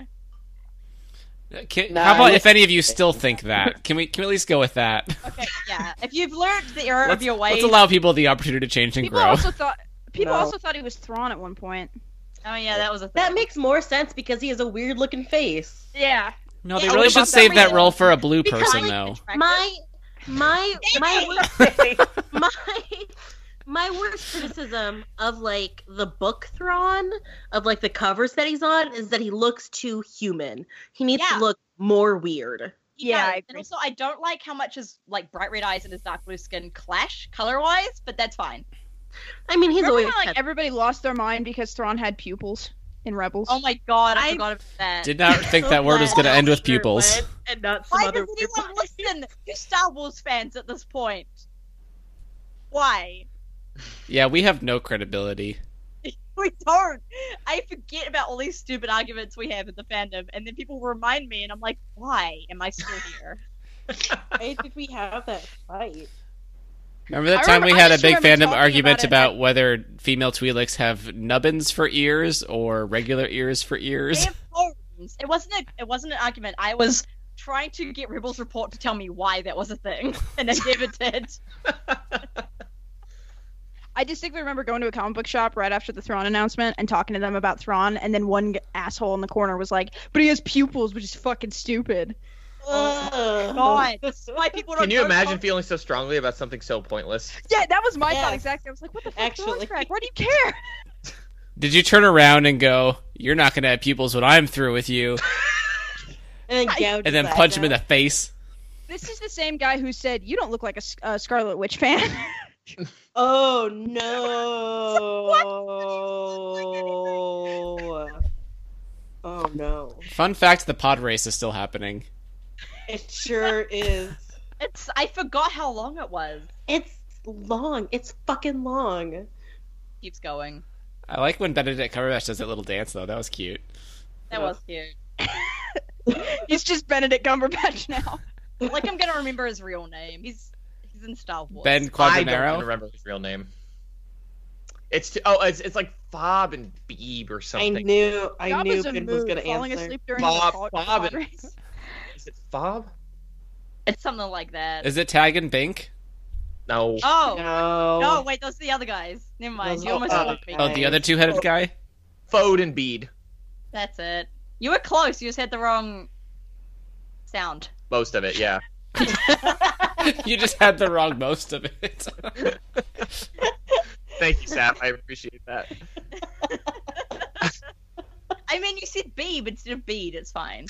[SPEAKER 4] Can,
[SPEAKER 2] Nah,
[SPEAKER 4] Uh, how about
[SPEAKER 2] I-
[SPEAKER 4] if any of you still think that? Can we can we at least go with that?
[SPEAKER 3] Okay, yeah. If you've learned the error
[SPEAKER 4] Let's,
[SPEAKER 3] of your
[SPEAKER 4] let's
[SPEAKER 3] ways,
[SPEAKER 4] allow people the opportunity to change and
[SPEAKER 9] People
[SPEAKER 4] grow.
[SPEAKER 9] also thought people
[SPEAKER 1] No.
[SPEAKER 9] also thought he was Thrawn at one point.
[SPEAKER 3] oh yeah, that was a thing.
[SPEAKER 1] that makes more sense because he has a weird looking face.
[SPEAKER 9] Yeah.
[SPEAKER 4] no, they
[SPEAKER 3] Yeah,
[SPEAKER 4] really
[SPEAKER 3] what
[SPEAKER 4] should
[SPEAKER 3] about
[SPEAKER 4] save
[SPEAKER 3] that
[SPEAKER 4] that role for a blue person
[SPEAKER 1] Because-
[SPEAKER 4] though.
[SPEAKER 1] My my my worst, my my worst criticism of like the book Thrawn of like the covers that he's on is that he looks too human. He needs
[SPEAKER 3] Yeah.
[SPEAKER 1] to look more weird.
[SPEAKER 3] He
[SPEAKER 9] Yeah,
[SPEAKER 3] does.
[SPEAKER 9] I
[SPEAKER 3] and
[SPEAKER 9] agree.
[SPEAKER 3] also I don't like how much his like bright red eyes and his dark blue skin clash color wise, but that's fine.
[SPEAKER 1] I mean, he's
[SPEAKER 9] Remember
[SPEAKER 1] always
[SPEAKER 9] how, like
[SPEAKER 1] had-
[SPEAKER 9] everybody lost their mind because Thrawn had pupils in Rebels.
[SPEAKER 3] Oh my god, I,
[SPEAKER 1] I-
[SPEAKER 3] forgot about that.
[SPEAKER 4] Did not think
[SPEAKER 1] so
[SPEAKER 4] that word was
[SPEAKER 1] glad
[SPEAKER 4] going to end with
[SPEAKER 1] Peter
[SPEAKER 4] pupils.
[SPEAKER 1] went And not some
[SPEAKER 3] Why
[SPEAKER 1] other
[SPEAKER 3] does
[SPEAKER 1] weird
[SPEAKER 3] anyone listen? You Star Wars fans at this point. Why?
[SPEAKER 4] Yeah, we have no credibility.
[SPEAKER 3] We don't. I forget about all these stupid arguments we have in the fandom, and then people remind me, and I'm like, why am I still here?
[SPEAKER 1] Why did we have that fight?
[SPEAKER 4] Remember that
[SPEAKER 9] I
[SPEAKER 4] time
[SPEAKER 9] remember-
[SPEAKER 4] we
[SPEAKER 9] I
[SPEAKER 4] had a
[SPEAKER 9] just
[SPEAKER 4] big
[SPEAKER 9] remember
[SPEAKER 4] fandom
[SPEAKER 9] talking
[SPEAKER 4] argument
[SPEAKER 9] about
[SPEAKER 4] about, whether female Twi'leks have nubbins for ears or regular ears for
[SPEAKER 3] They
[SPEAKER 4] ears?
[SPEAKER 3] have phones. It wasn't a, it wasn't an argument. I was trying to get Rebels report to tell me why that was a thing, and they never did.
[SPEAKER 9] I distinctly remember going to a comic book shop right after the Thrawn announcement and talking to them about Thrawn, and then one g- asshole in the corner was like, "But he has pupils, which is fucking stupid."
[SPEAKER 1] Oh,
[SPEAKER 3] God, that's why people don't
[SPEAKER 8] Can you
[SPEAKER 3] know
[SPEAKER 8] imagine
[SPEAKER 3] Star
[SPEAKER 8] feeling so strongly about something so pointless?
[SPEAKER 9] Yeah, that was my
[SPEAKER 1] Yes.
[SPEAKER 9] thought exactly. I was like, "What the fuck,
[SPEAKER 1] Actually.
[SPEAKER 9] Actually. Crack? Why do you care?"
[SPEAKER 4] Did you turn around and go, "You're not going to have pupils when I'm through with you,"
[SPEAKER 1] And then, gouges
[SPEAKER 4] and then
[SPEAKER 1] that
[SPEAKER 4] punch him in
[SPEAKER 1] guy.
[SPEAKER 4] the face?
[SPEAKER 9] This is the same guy who said, "You don't look like a S- uh, Scarlet Witch fan."
[SPEAKER 1] Oh no! oh no!
[SPEAKER 4] Fun fact: the pod race is still happening.
[SPEAKER 1] It sure is.
[SPEAKER 3] It's I forgot how long it was.
[SPEAKER 1] It's long. It's fucking long.
[SPEAKER 3] Keeps going.
[SPEAKER 4] I like when Benedict Cumberbatch does that little dance though. That was cute.
[SPEAKER 3] That
[SPEAKER 1] Yeah.
[SPEAKER 3] was cute.
[SPEAKER 9] He's just Benedict Cumberbatch now.
[SPEAKER 3] Like I'm gonna remember his real name. He's he's in Star Wars.
[SPEAKER 4] Ben
[SPEAKER 8] I don't even
[SPEAKER 4] Quadranero.
[SPEAKER 8] remember his real name. It's t- oh, it's, it's like Fob and Beeb or something.
[SPEAKER 1] I knew. I
[SPEAKER 9] Bob
[SPEAKER 1] knew
[SPEAKER 9] was a
[SPEAKER 1] Finn was
[SPEAKER 9] mood,
[SPEAKER 1] gonna
[SPEAKER 9] falling
[SPEAKER 1] answer.
[SPEAKER 9] asleep during
[SPEAKER 8] Bob-
[SPEAKER 9] the pod-
[SPEAKER 8] Bob
[SPEAKER 9] pod
[SPEAKER 8] and-
[SPEAKER 9] race.
[SPEAKER 8] Is it Fob?
[SPEAKER 3] It's something like that.
[SPEAKER 4] Is it Tag and Bink?
[SPEAKER 8] No.
[SPEAKER 3] Oh no.
[SPEAKER 1] No.
[SPEAKER 3] wait, those are the other guys. Never mind.
[SPEAKER 1] Those
[SPEAKER 3] you
[SPEAKER 1] are
[SPEAKER 3] almost
[SPEAKER 1] other
[SPEAKER 3] got me.
[SPEAKER 4] Oh, the other two-headed guy.
[SPEAKER 8] Fode and Bede.
[SPEAKER 3] That's it. You were close. You just had the wrong sound.
[SPEAKER 8] Most of it, yeah.
[SPEAKER 4] You just had the wrong most of it.
[SPEAKER 8] Thank you, Sap. I appreciate that.
[SPEAKER 3] I mean, you said Beeb instead of Bead. It's fine.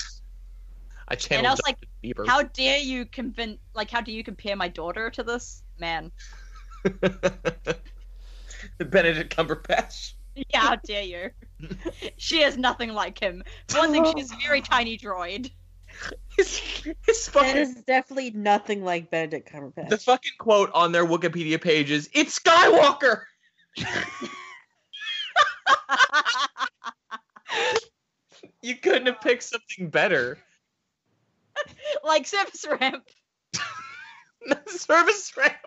[SPEAKER 8] I channeled
[SPEAKER 3] And I was
[SPEAKER 8] Justin Bieber.
[SPEAKER 3] How dare you convince? Like, how do you compare my daughter to this man?
[SPEAKER 8] Benedict Cumberbatch.
[SPEAKER 3] Yeah, how dare you? she is nothing like him. For one thing, she's a very tiny droid.
[SPEAKER 8] His, his
[SPEAKER 1] That
[SPEAKER 8] fucking,
[SPEAKER 1] is definitely nothing like Benedict Cumberbatch.
[SPEAKER 8] the fucking quote on their Wikipedia page is, It's Skywalker! You couldn't have picked something better.
[SPEAKER 3] like surface ramp.
[SPEAKER 8] Service ramp.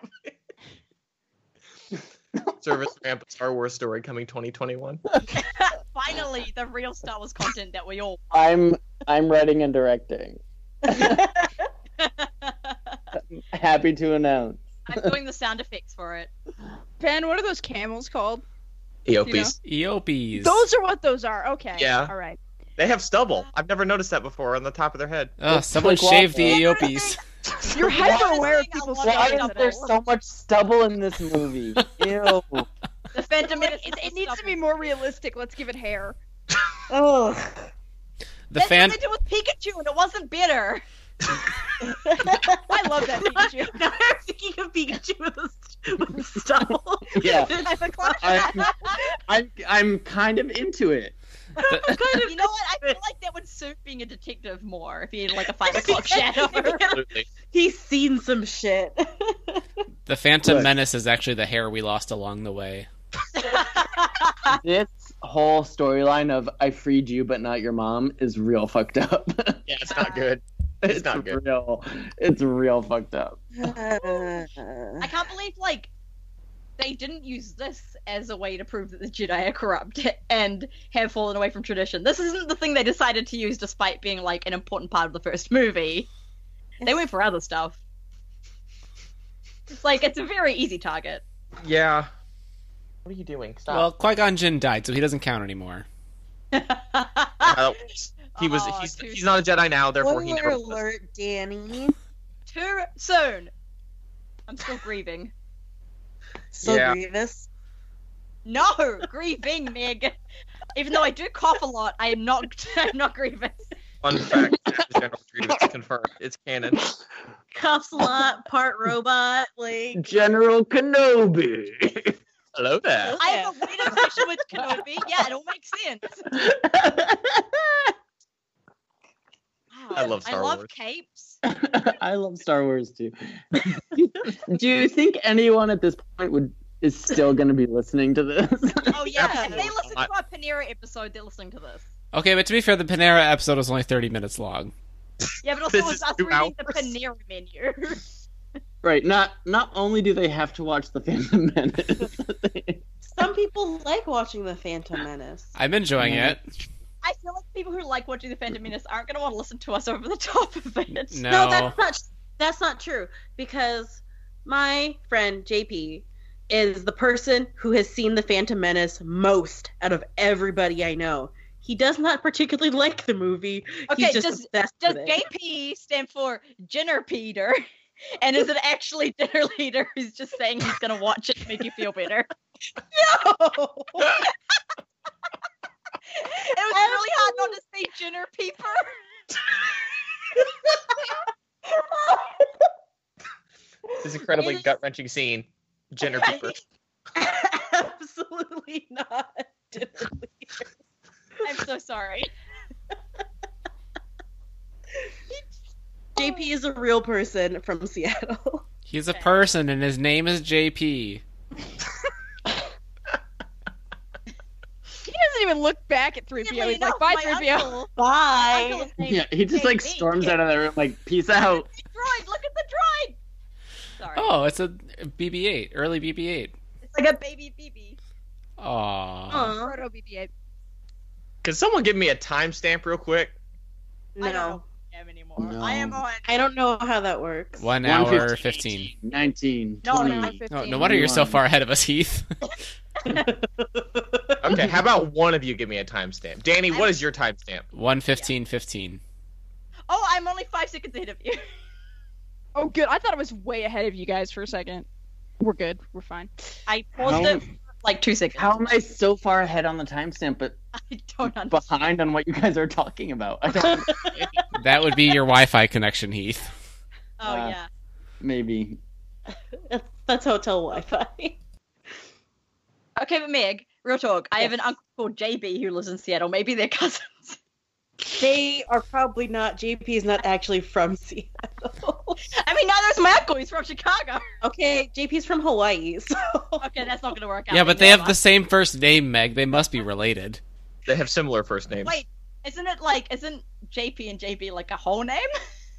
[SPEAKER 8] Service ramp, a Star Wars story coming 2021.
[SPEAKER 3] Finally, the real Star Wars content that we all.
[SPEAKER 10] I'm I'm writing and directing. Happy to announce.
[SPEAKER 3] I'm doing the sound effects for it.
[SPEAKER 9] Ben, what are those camels called?
[SPEAKER 8] EOPs.
[SPEAKER 4] E Eopies.
[SPEAKER 9] Those are what those are. Okay.
[SPEAKER 8] Yeah.
[SPEAKER 9] All right.
[SPEAKER 8] They have stubble. I've never noticed that before on the top of their head.
[SPEAKER 4] Oh, someone
[SPEAKER 10] Click
[SPEAKER 4] shaved the E
[SPEAKER 10] waffle.
[SPEAKER 4] Eopies.
[SPEAKER 9] You're hyper aware of
[SPEAKER 3] thing I
[SPEAKER 9] people's
[SPEAKER 3] love
[SPEAKER 10] Why
[SPEAKER 9] stories.
[SPEAKER 3] about
[SPEAKER 10] is
[SPEAKER 9] today.
[SPEAKER 10] there so much stubble in this movie? Ew.
[SPEAKER 3] The Phantom
[SPEAKER 9] It,
[SPEAKER 3] Menace.
[SPEAKER 9] it needs to be more realistic. Let's give it hair.
[SPEAKER 1] Ugh.
[SPEAKER 4] the
[SPEAKER 3] That's
[SPEAKER 4] fan
[SPEAKER 3] what they did with Pikachu, and it wasn't bitter. I love that Pikachu.
[SPEAKER 1] Now I'm thinking of Pikachu with a, st- with a stubble.
[SPEAKER 2] Yeah.
[SPEAKER 1] Five
[SPEAKER 3] o'clock.
[SPEAKER 2] I'm, I'm, I'm kind of into it.
[SPEAKER 3] you know what? I feel like that would suit being a detective more if he had like a five o'clock shadow.
[SPEAKER 8] Absolutely.
[SPEAKER 1] He's seen some shit.
[SPEAKER 4] the Phantom Menace is actually the hair we lost along the way.
[SPEAKER 10] this whole storyline of I freed you but not your mom is real fucked up.
[SPEAKER 8] Yeah, it's not good. It's not good.
[SPEAKER 10] real. It's real fucked up.
[SPEAKER 1] Uh,
[SPEAKER 3] I can't believe like they didn't use this as a way to prove that the Jedi are corrupt and have fallen away from tradition. This isn't the thing they decided to use, despite being like an important part of the first movie. They went for other stuff. It's like it's a very easy target.
[SPEAKER 8] Yeah. What are you doing? Stop.
[SPEAKER 4] Well, Qui Gon Jinn died, so he doesn't count anymore.
[SPEAKER 8] Uh, he was.
[SPEAKER 3] Aw,
[SPEAKER 8] he's,
[SPEAKER 3] too
[SPEAKER 8] he's not a Jedi now, therefore he never. was.
[SPEAKER 1] alert, Danny.
[SPEAKER 3] Too soon. I'm still grieving.
[SPEAKER 1] So
[SPEAKER 8] Yeah.
[SPEAKER 1] grievous.
[SPEAKER 3] No, grieving, Meg. Even though I do cough a lot, I am not. I'm not grieving.
[SPEAKER 8] Fun fact: General Grievous is confirmed. It's canon.
[SPEAKER 1] Cuffs a lot, part robot. Like,
[SPEAKER 2] General Kenobi.
[SPEAKER 8] Hello there.
[SPEAKER 3] I have a weird obsession with Kenobi. Yeah, it all makes sense. Wow.
[SPEAKER 8] I love Star
[SPEAKER 3] Oh, I love
[SPEAKER 8] Wars.
[SPEAKER 3] capes.
[SPEAKER 10] I love Star Wars too. Do you think anyone at this point would is still going to be listening to this?
[SPEAKER 3] Oh yeah, if they
[SPEAKER 8] Absolutely.
[SPEAKER 3] listen to our Panera episode, they're listening to this.
[SPEAKER 4] Okay, but to be fair, the Panera episode was only 30 minutes long.
[SPEAKER 3] Yeah, but also
[SPEAKER 8] This
[SPEAKER 3] it's
[SPEAKER 8] is
[SPEAKER 3] us
[SPEAKER 8] two
[SPEAKER 3] reading the Panera
[SPEAKER 8] hours.
[SPEAKER 3] menu.
[SPEAKER 10] right. Not not only do they have to watch the Phantom Menace.
[SPEAKER 1] some people like watching The Phantom Menace.
[SPEAKER 4] I'm enjoying
[SPEAKER 10] Yeah.
[SPEAKER 4] it.
[SPEAKER 3] I feel like people who like watching the Phantom Menace aren't going to want to listen to us over the top of it.
[SPEAKER 4] No.
[SPEAKER 1] that's not that's not true because my friend JP is the person who has seen the Phantom Menace most out of everybody I know. He does not particularly like the movie.
[SPEAKER 3] Okay,
[SPEAKER 1] He's just
[SPEAKER 3] does-
[SPEAKER 1] obsessed
[SPEAKER 3] Does
[SPEAKER 1] with it.
[SPEAKER 3] JP stand for Jenner Peter? And is it actually Dinner Leader who's just saying he's going to watch it to make you feel better? no! it was really hard not to say Jenner Peeper.
[SPEAKER 8] This incredibly
[SPEAKER 3] It is-
[SPEAKER 8] gut wrenching scene. Jenner
[SPEAKER 3] Okay.
[SPEAKER 8] Peeper.
[SPEAKER 1] Absolutely not.
[SPEAKER 3] I'm so sorry.
[SPEAKER 1] JP is a real person from Seattle.
[SPEAKER 4] He's a
[SPEAKER 3] Okay.
[SPEAKER 4] person, and his name is JP.
[SPEAKER 9] He doesn't even look back at 3PO.
[SPEAKER 3] Weirdly
[SPEAKER 9] He's like,
[SPEAKER 3] enough,
[SPEAKER 9] bye,
[SPEAKER 3] my
[SPEAKER 9] 3PO.
[SPEAKER 3] uncle- my uncle
[SPEAKER 1] Bye.
[SPEAKER 3] is named
[SPEAKER 10] yeah, he just like
[SPEAKER 3] JP.
[SPEAKER 10] storms out of the room like peace out.
[SPEAKER 3] Droid, look at the droid! Sorry.
[SPEAKER 4] Oh, it's a BB-8, early BB-8.
[SPEAKER 3] It's like a baby BB.
[SPEAKER 4] Aww.
[SPEAKER 9] Proto BB-8.
[SPEAKER 8] Can someone give me a timestamp real quick?
[SPEAKER 3] I don't
[SPEAKER 1] No,
[SPEAKER 3] know who I am anymore. I am
[SPEAKER 10] No.
[SPEAKER 3] on.
[SPEAKER 1] I don't know how that works.
[SPEAKER 4] One hour 15.
[SPEAKER 10] 19,
[SPEAKER 3] No,
[SPEAKER 10] 20.
[SPEAKER 3] no,
[SPEAKER 4] No, no wonder you're so
[SPEAKER 10] 21.
[SPEAKER 4] far ahead of us, Heath.
[SPEAKER 8] Okay, how about one of you give me a timestamp? Danny, what is your timestamp?
[SPEAKER 4] 115, 15.
[SPEAKER 3] Oh, I'm only five seconds ahead of you.
[SPEAKER 9] Oh, good. I thought I was way ahead of you guys for a second. We're good. We're fine.
[SPEAKER 3] I paused
[SPEAKER 10] How-
[SPEAKER 3] it for like two seconds.
[SPEAKER 10] How am I so far ahead on the timestamp but
[SPEAKER 3] I don't oh, understand.
[SPEAKER 10] behind on what you guys are talking about? I don't,
[SPEAKER 4] That would be your Wi-Fi connection, Heath.
[SPEAKER 3] Oh
[SPEAKER 10] Uh,
[SPEAKER 3] yeah.
[SPEAKER 10] maybe.
[SPEAKER 1] That's hotel Wi-Fi.
[SPEAKER 3] Okay, but Meg, real talk. I have an uncle called JB who lives in Seattle. Maybe they're cousins.
[SPEAKER 1] They are probably not. JP is not actually from Seattle.
[SPEAKER 3] I mean, neither is my uncle. He's from Chicago.
[SPEAKER 1] okay, JP's from Hawaii. So
[SPEAKER 3] Okay, that's not gonna work out.
[SPEAKER 4] Yeah, but they have the
[SPEAKER 3] this.
[SPEAKER 4] same first name, Meg. They must be related.
[SPEAKER 8] They have similar first names.
[SPEAKER 3] Wait, isn't it like isn't JP and JB like a whole name?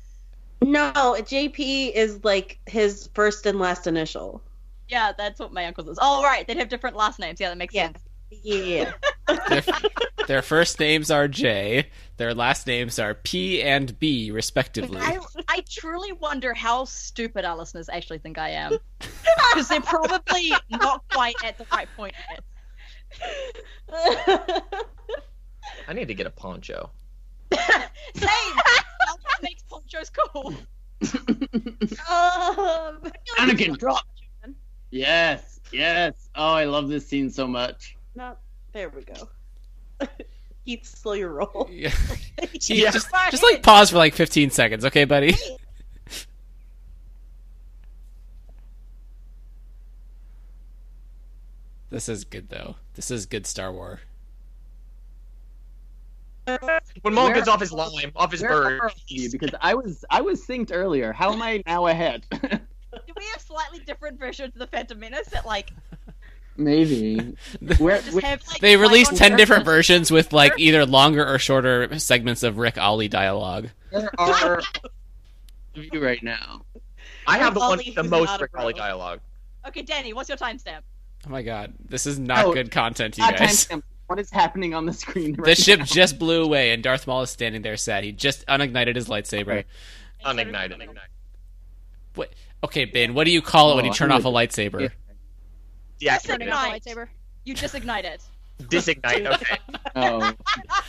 [SPEAKER 1] no, JP is like his first and last initial.
[SPEAKER 3] yeah, that's what my uncle is. Oh right, they'd have different last names. Yeah, that makes
[SPEAKER 1] Yeah.
[SPEAKER 3] sense.
[SPEAKER 1] Yeah.
[SPEAKER 4] Their, their first names are J. Their last names are P and B, respectively.
[SPEAKER 3] I, I truly wonder how stupid our listeners actually think I am. Because they're probably not quite at the right point yet.
[SPEAKER 8] I need to get a poncho.
[SPEAKER 3] Same! Elvis makes ponchos cool.
[SPEAKER 1] um,
[SPEAKER 10] Anakin, drop. Yes, yes. Oh, I love this scene so much.
[SPEAKER 1] no, there we go. Keith slow your roll.
[SPEAKER 4] Yeah. Gee, Just, just like pause for like 15 seconds, okay, buddy? this is good though. This is good Star Wars.
[SPEAKER 8] When Maul gets off his lime, off his bird.
[SPEAKER 10] Because I was I was synced earlier. How am I now ahead?
[SPEAKER 3] Do we have slightly different versions of the Phantom Menace that like
[SPEAKER 10] Maybe.
[SPEAKER 4] Where,
[SPEAKER 3] just have like
[SPEAKER 4] They
[SPEAKER 3] like,
[SPEAKER 4] released
[SPEAKER 3] on
[SPEAKER 4] 10
[SPEAKER 3] Earth-
[SPEAKER 4] different versions with like either longer or shorter segments of Rick Ollie dialogue.
[SPEAKER 10] There are you right now.
[SPEAKER 8] I have the one
[SPEAKER 3] Ollie
[SPEAKER 8] with the
[SPEAKER 3] who's
[SPEAKER 8] most
[SPEAKER 3] not a
[SPEAKER 8] Rick Ollie dialogue.
[SPEAKER 3] Okay, Danny, what's your timestamp?
[SPEAKER 4] Oh my god. This is not
[SPEAKER 10] Oh,
[SPEAKER 4] good content, you
[SPEAKER 10] Ah,
[SPEAKER 4] guys.
[SPEAKER 10] timestamp. What is happening on the screen right
[SPEAKER 4] The ship
[SPEAKER 10] now?
[SPEAKER 4] just blew away and Darth Maul is standing there sad. He just unignited his lightsaber.
[SPEAKER 8] Unignited.
[SPEAKER 4] What? Okay, Ben, what do you call it when
[SPEAKER 10] Oh,
[SPEAKER 4] you turn
[SPEAKER 10] I
[SPEAKER 4] off a lightsaber?
[SPEAKER 8] Deactivate.
[SPEAKER 3] Ignite.
[SPEAKER 9] lightsaber.
[SPEAKER 3] You just ignite it.
[SPEAKER 8] Disignite. Okay.
[SPEAKER 10] Oh.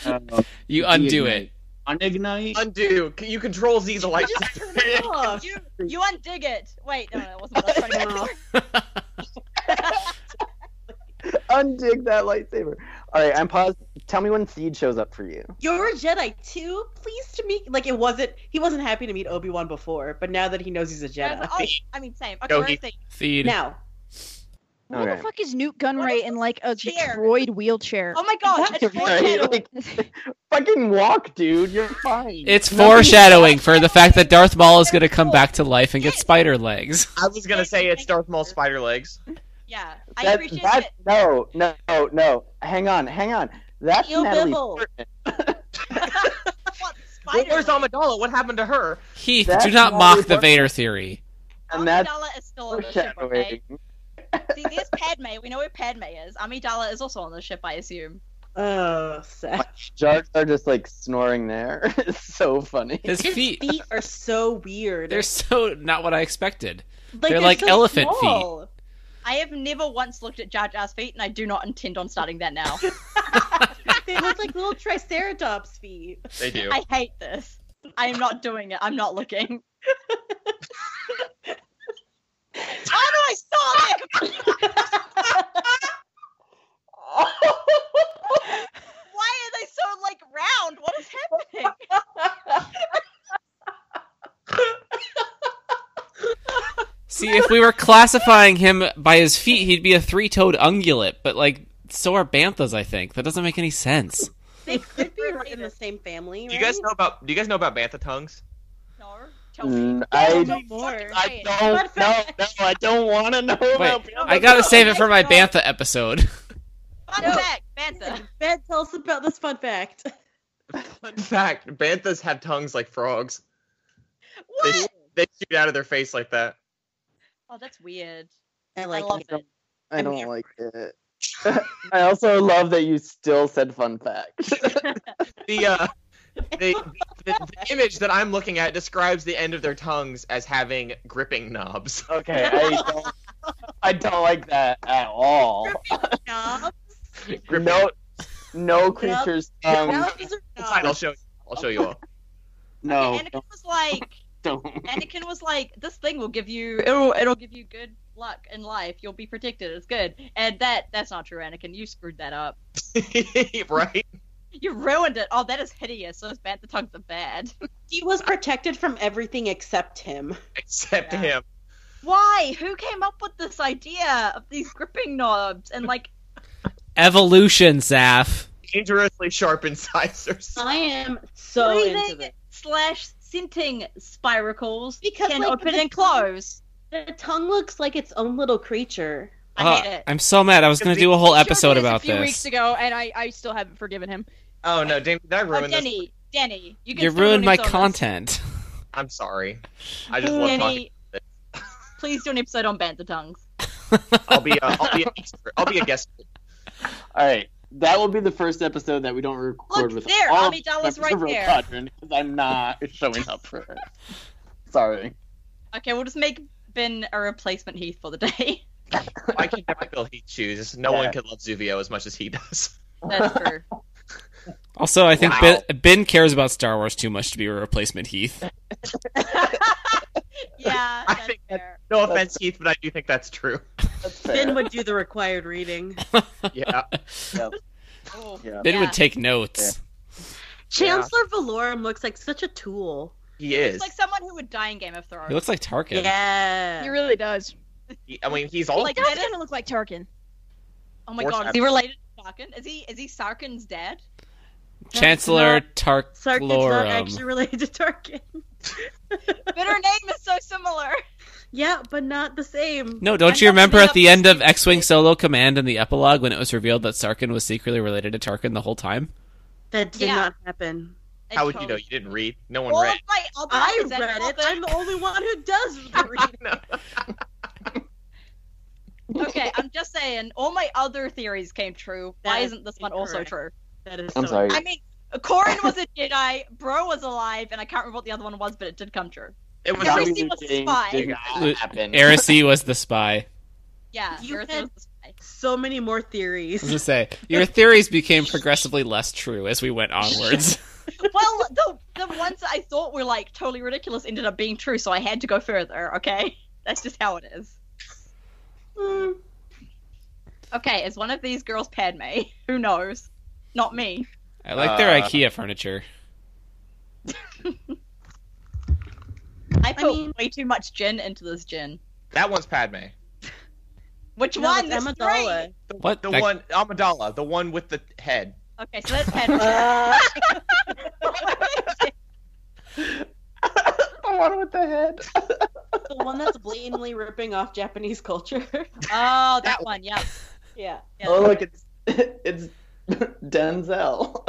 [SPEAKER 10] Oh.
[SPEAKER 4] You undo it.
[SPEAKER 10] Unignite?
[SPEAKER 8] Undo. C- You control Z the lightsaber.
[SPEAKER 1] Oh,
[SPEAKER 3] You you undig it. Wait, no, no, it wasn't. what I was trying to get.
[SPEAKER 10] Undig that lightsaber. All right, I'm paused. Tell me when Seed shows up for you.
[SPEAKER 1] You're a Jedi too. Pleased to meet. Like it wasn't. He wasn't happy to meet Obi Wan before, but now that he knows he's a
[SPEAKER 3] I was
[SPEAKER 1] Jedi.
[SPEAKER 3] like, oh, I mean, same. Okay,
[SPEAKER 8] Go
[SPEAKER 3] where
[SPEAKER 8] he-
[SPEAKER 3] is he?
[SPEAKER 4] Feed.
[SPEAKER 1] Now,
[SPEAKER 9] What
[SPEAKER 10] Okay.
[SPEAKER 9] the fuck is Newt Gunray in like a
[SPEAKER 3] Chair.
[SPEAKER 9] droid wheelchair?
[SPEAKER 3] Oh my god, it's
[SPEAKER 10] Right,
[SPEAKER 3] foreshadowing.
[SPEAKER 10] like, fucking walk, dude. You're fine.
[SPEAKER 4] It's foreshadowing for the fact that Darth Maul is going to come back to life and get spider legs.
[SPEAKER 8] I was gonna say it's Darth Maul spider legs.
[SPEAKER 3] Yeah, I
[SPEAKER 10] That-
[SPEAKER 3] appreciate
[SPEAKER 10] that-
[SPEAKER 3] it.
[SPEAKER 10] No, no, no. Hang on, hang on. That's
[SPEAKER 1] Ew,
[SPEAKER 10] Natalie
[SPEAKER 1] Bibble.
[SPEAKER 10] Portman.
[SPEAKER 3] What,
[SPEAKER 8] Well,
[SPEAKER 3] spider
[SPEAKER 8] where's Amidala? What happened to her?
[SPEAKER 4] Heath,
[SPEAKER 10] That's
[SPEAKER 4] do not
[SPEAKER 10] not
[SPEAKER 4] mock
[SPEAKER 10] really
[SPEAKER 4] the
[SPEAKER 10] what-
[SPEAKER 4] Vader theory.
[SPEAKER 10] And that's
[SPEAKER 3] Amidala is still on the ship, okay?
[SPEAKER 10] foreshadowing.
[SPEAKER 3] See, there's Padme. We know where Padme is. Amidala is also on the ship, I assume.
[SPEAKER 1] oh, sad.
[SPEAKER 10] My sharks are just like snoring there. it's so funny.
[SPEAKER 4] His feet,
[SPEAKER 1] Feet are so weird.
[SPEAKER 4] they're so not what I expected.
[SPEAKER 1] like,
[SPEAKER 4] they're like elephant feet.
[SPEAKER 1] small.
[SPEAKER 3] I have never once looked at Jar Jar's feet, and I do not intend on starting that now.
[SPEAKER 1] They look like little Triceratops feet.
[SPEAKER 8] They do.
[SPEAKER 3] I hate this. I am not doing it. I'm not looking. How do I stop it? Why are they so like round? What is happening?
[SPEAKER 4] See, if we were classifying him by his feet, he'd be a three-toed ungulate. But like, so are banthas. I think that doesn't make any sense.
[SPEAKER 1] They could be right in the same family.
[SPEAKER 8] Do you guys know about Do you guys know about bantha tongues?
[SPEAKER 3] No, tell me.
[SPEAKER 10] Mm, I,
[SPEAKER 1] know more.
[SPEAKER 10] I don't no no I don't want to know about.
[SPEAKER 4] I gotta save it for my bantha episode.
[SPEAKER 3] Fun
[SPEAKER 1] No.
[SPEAKER 3] fact, Bantha.
[SPEAKER 1] Ben, tell us about this fun fact.
[SPEAKER 8] Fun fact: banthas have tongues like frogs. They,
[SPEAKER 3] What?
[SPEAKER 8] they shoot out of their face like that.
[SPEAKER 3] Oh, that's weird.
[SPEAKER 1] I
[SPEAKER 3] I
[SPEAKER 1] like
[SPEAKER 3] love
[SPEAKER 1] it.
[SPEAKER 3] it.
[SPEAKER 10] I don't like it. I also love that you still said fun fact.
[SPEAKER 8] The uh, the, the, the image that I'm looking at describes the end of their tongues as having gripping knobs.
[SPEAKER 10] okay, I don't, I don't like that at all.
[SPEAKER 1] Knobs.
[SPEAKER 8] Gripping.
[SPEAKER 10] No, no creatures. Um,
[SPEAKER 1] Knobs are
[SPEAKER 8] It's fine, I'll
[SPEAKER 1] knobs.
[SPEAKER 8] show you. I'll show you all.
[SPEAKER 10] no,
[SPEAKER 3] Anakin was like,
[SPEAKER 10] don't.
[SPEAKER 3] Anakin was like, this thing will give you, it'll, it'll give you good luck in life. You'll be protected. It's good. And that, that's not true, Anakin. You screwed that up.
[SPEAKER 8] right?
[SPEAKER 3] You ruined it. Oh, that is hideous. So it's bad. The tongues are bad.
[SPEAKER 1] He was protected from everything except him.
[SPEAKER 8] Except
[SPEAKER 3] Yeah.
[SPEAKER 8] him.
[SPEAKER 3] Why? Who came up with this idea of these gripping knobs and like?
[SPEAKER 4] Evolution, Saf.
[SPEAKER 8] Dangerously sharp incisors.
[SPEAKER 1] I am so into
[SPEAKER 3] Breathing
[SPEAKER 1] this.
[SPEAKER 3] slash scenting spiracles
[SPEAKER 1] Because,
[SPEAKER 3] can
[SPEAKER 1] like,
[SPEAKER 3] open
[SPEAKER 1] the-
[SPEAKER 3] and close.
[SPEAKER 1] The tongue looks like its own little creature.
[SPEAKER 3] I hate
[SPEAKER 4] Uh,
[SPEAKER 3] it.
[SPEAKER 4] I'm so mad. I was gonna do a whole episode about
[SPEAKER 9] a few
[SPEAKER 4] this.
[SPEAKER 9] weeks ago, and I, I still haven't forgiven him.
[SPEAKER 8] Oh no, Danny, did I
[SPEAKER 3] Oh,
[SPEAKER 8] ruin this?
[SPEAKER 3] Denny, Denny, you, can
[SPEAKER 4] You
[SPEAKER 3] still
[SPEAKER 4] ruined
[SPEAKER 3] do
[SPEAKER 4] my
[SPEAKER 3] an episode on this.
[SPEAKER 4] content.
[SPEAKER 8] I'm sorry. I just love talking.
[SPEAKER 3] Denny, please do an episode on bantha tongues.
[SPEAKER 8] I'll be a, I'll be a, I'll be a guest.
[SPEAKER 10] All right. That will be the first episode that we don't record
[SPEAKER 3] Look,
[SPEAKER 10] with
[SPEAKER 3] there,
[SPEAKER 10] all
[SPEAKER 3] Amidala's
[SPEAKER 10] members of
[SPEAKER 3] right there.
[SPEAKER 10] Quadrant, 'cause I'm not showing up for it. Sorry.
[SPEAKER 3] Okay, we'll just make Ben a replacement Heath for the day.
[SPEAKER 8] I can never feel he chooses. No
[SPEAKER 10] Yeah.
[SPEAKER 8] one can love Zuvio as much as he does.
[SPEAKER 3] That's true.
[SPEAKER 4] Also, I think
[SPEAKER 8] Wow.
[SPEAKER 4] ben, ben cares about Star Wars too much to be a replacement Heath.
[SPEAKER 3] yeah,
[SPEAKER 8] I
[SPEAKER 3] that's
[SPEAKER 8] think that's-
[SPEAKER 3] fair.
[SPEAKER 8] No offense, Heath, but I do think that's true.
[SPEAKER 10] That's fair.
[SPEAKER 1] Ben would do the required reading.
[SPEAKER 8] Yeah.
[SPEAKER 3] Oh.
[SPEAKER 2] Yeah.
[SPEAKER 4] It would take notes.
[SPEAKER 1] Chancellor Valorum looks like such a tool.
[SPEAKER 8] He
[SPEAKER 3] He's
[SPEAKER 8] is.
[SPEAKER 3] like someone who would die in Game of Thrones.
[SPEAKER 4] He looks like Tarkin.
[SPEAKER 1] Yeah.
[SPEAKER 9] He really does.
[SPEAKER 8] He- I mean, he's all.
[SPEAKER 9] Like that's gonna look like Tarkin.
[SPEAKER 3] oh my
[SPEAKER 8] Force
[SPEAKER 3] god, is he
[SPEAKER 8] Admiral.
[SPEAKER 3] related to Sarkin? Is he is he Sarkin's dad?
[SPEAKER 4] Chancellor
[SPEAKER 1] Sarkin's not
[SPEAKER 4] Tarklorum.
[SPEAKER 1] actually related to Tarkin.
[SPEAKER 3] But her name is so similar.
[SPEAKER 1] Yeah, but not the same.
[SPEAKER 4] No, don't
[SPEAKER 3] I'm
[SPEAKER 4] you
[SPEAKER 3] not
[SPEAKER 4] remember
[SPEAKER 3] made
[SPEAKER 4] at the
[SPEAKER 3] up
[SPEAKER 4] end of X Wing Solo Command in the epilogue when it was revealed that Sarkin was secretly related to Tarkin the whole time?
[SPEAKER 1] That did
[SPEAKER 3] Yeah.
[SPEAKER 1] not happen.
[SPEAKER 3] It
[SPEAKER 8] How would you know?
[SPEAKER 3] totally-
[SPEAKER 8] You didn't read. No one
[SPEAKER 3] All
[SPEAKER 8] read.
[SPEAKER 3] of my other
[SPEAKER 1] I
[SPEAKER 3] is that
[SPEAKER 1] read it.
[SPEAKER 3] other-
[SPEAKER 1] I'm the only one who does read.
[SPEAKER 3] Okay, I'm just saying, all my other theories came true.
[SPEAKER 1] That
[SPEAKER 3] Why
[SPEAKER 1] is
[SPEAKER 3] isn't this one also
[SPEAKER 1] incorrect.
[SPEAKER 3] true?
[SPEAKER 1] That is
[SPEAKER 10] I'm
[SPEAKER 1] so-
[SPEAKER 10] sorry.
[SPEAKER 3] I mean, Corin was a Jedi, Bro was alive, and I can't remember what the other one was, but it did come true.
[SPEAKER 8] It was.
[SPEAKER 3] Every
[SPEAKER 8] obvious-
[SPEAKER 3] single
[SPEAKER 10] Things
[SPEAKER 3] spy.
[SPEAKER 10] did not
[SPEAKER 4] Uh,
[SPEAKER 10] happen.
[SPEAKER 4] Erisi was the spy.
[SPEAKER 3] Yeah,
[SPEAKER 1] You
[SPEAKER 3] Aerith
[SPEAKER 1] had-
[SPEAKER 3] was the spy.
[SPEAKER 1] So many more
[SPEAKER 4] I was
[SPEAKER 1] theories.
[SPEAKER 4] gonna say your theories became progressively less true as we went onwards.
[SPEAKER 3] well, the the ones that I thought were like totally ridiculous ended up being true, so I had to go further. Okay, that's just how it is.
[SPEAKER 1] Mm.
[SPEAKER 3] Okay, is one of these girls Padme? Who knows? Not me.
[SPEAKER 4] I like their
[SPEAKER 8] Uh,
[SPEAKER 4] IKEA furniture.
[SPEAKER 3] I put
[SPEAKER 1] mean-
[SPEAKER 3] way too much gin into this gin.
[SPEAKER 8] That one's Padme.
[SPEAKER 3] Which
[SPEAKER 1] No,
[SPEAKER 3] one?
[SPEAKER 1] that's
[SPEAKER 3] There's
[SPEAKER 1] Amidala.
[SPEAKER 3] three.
[SPEAKER 8] The,
[SPEAKER 4] What?
[SPEAKER 8] The
[SPEAKER 4] That-
[SPEAKER 8] one Amidala, the one with the head.
[SPEAKER 3] Okay, so that's Padme.
[SPEAKER 1] Uh,
[SPEAKER 10] The one with the head.
[SPEAKER 1] the one that's blatantly ripping off Japanese culture.
[SPEAKER 3] oh, that one. Yeah.
[SPEAKER 1] yeah.
[SPEAKER 3] yeah.
[SPEAKER 10] Oh look, it's it's Denzel.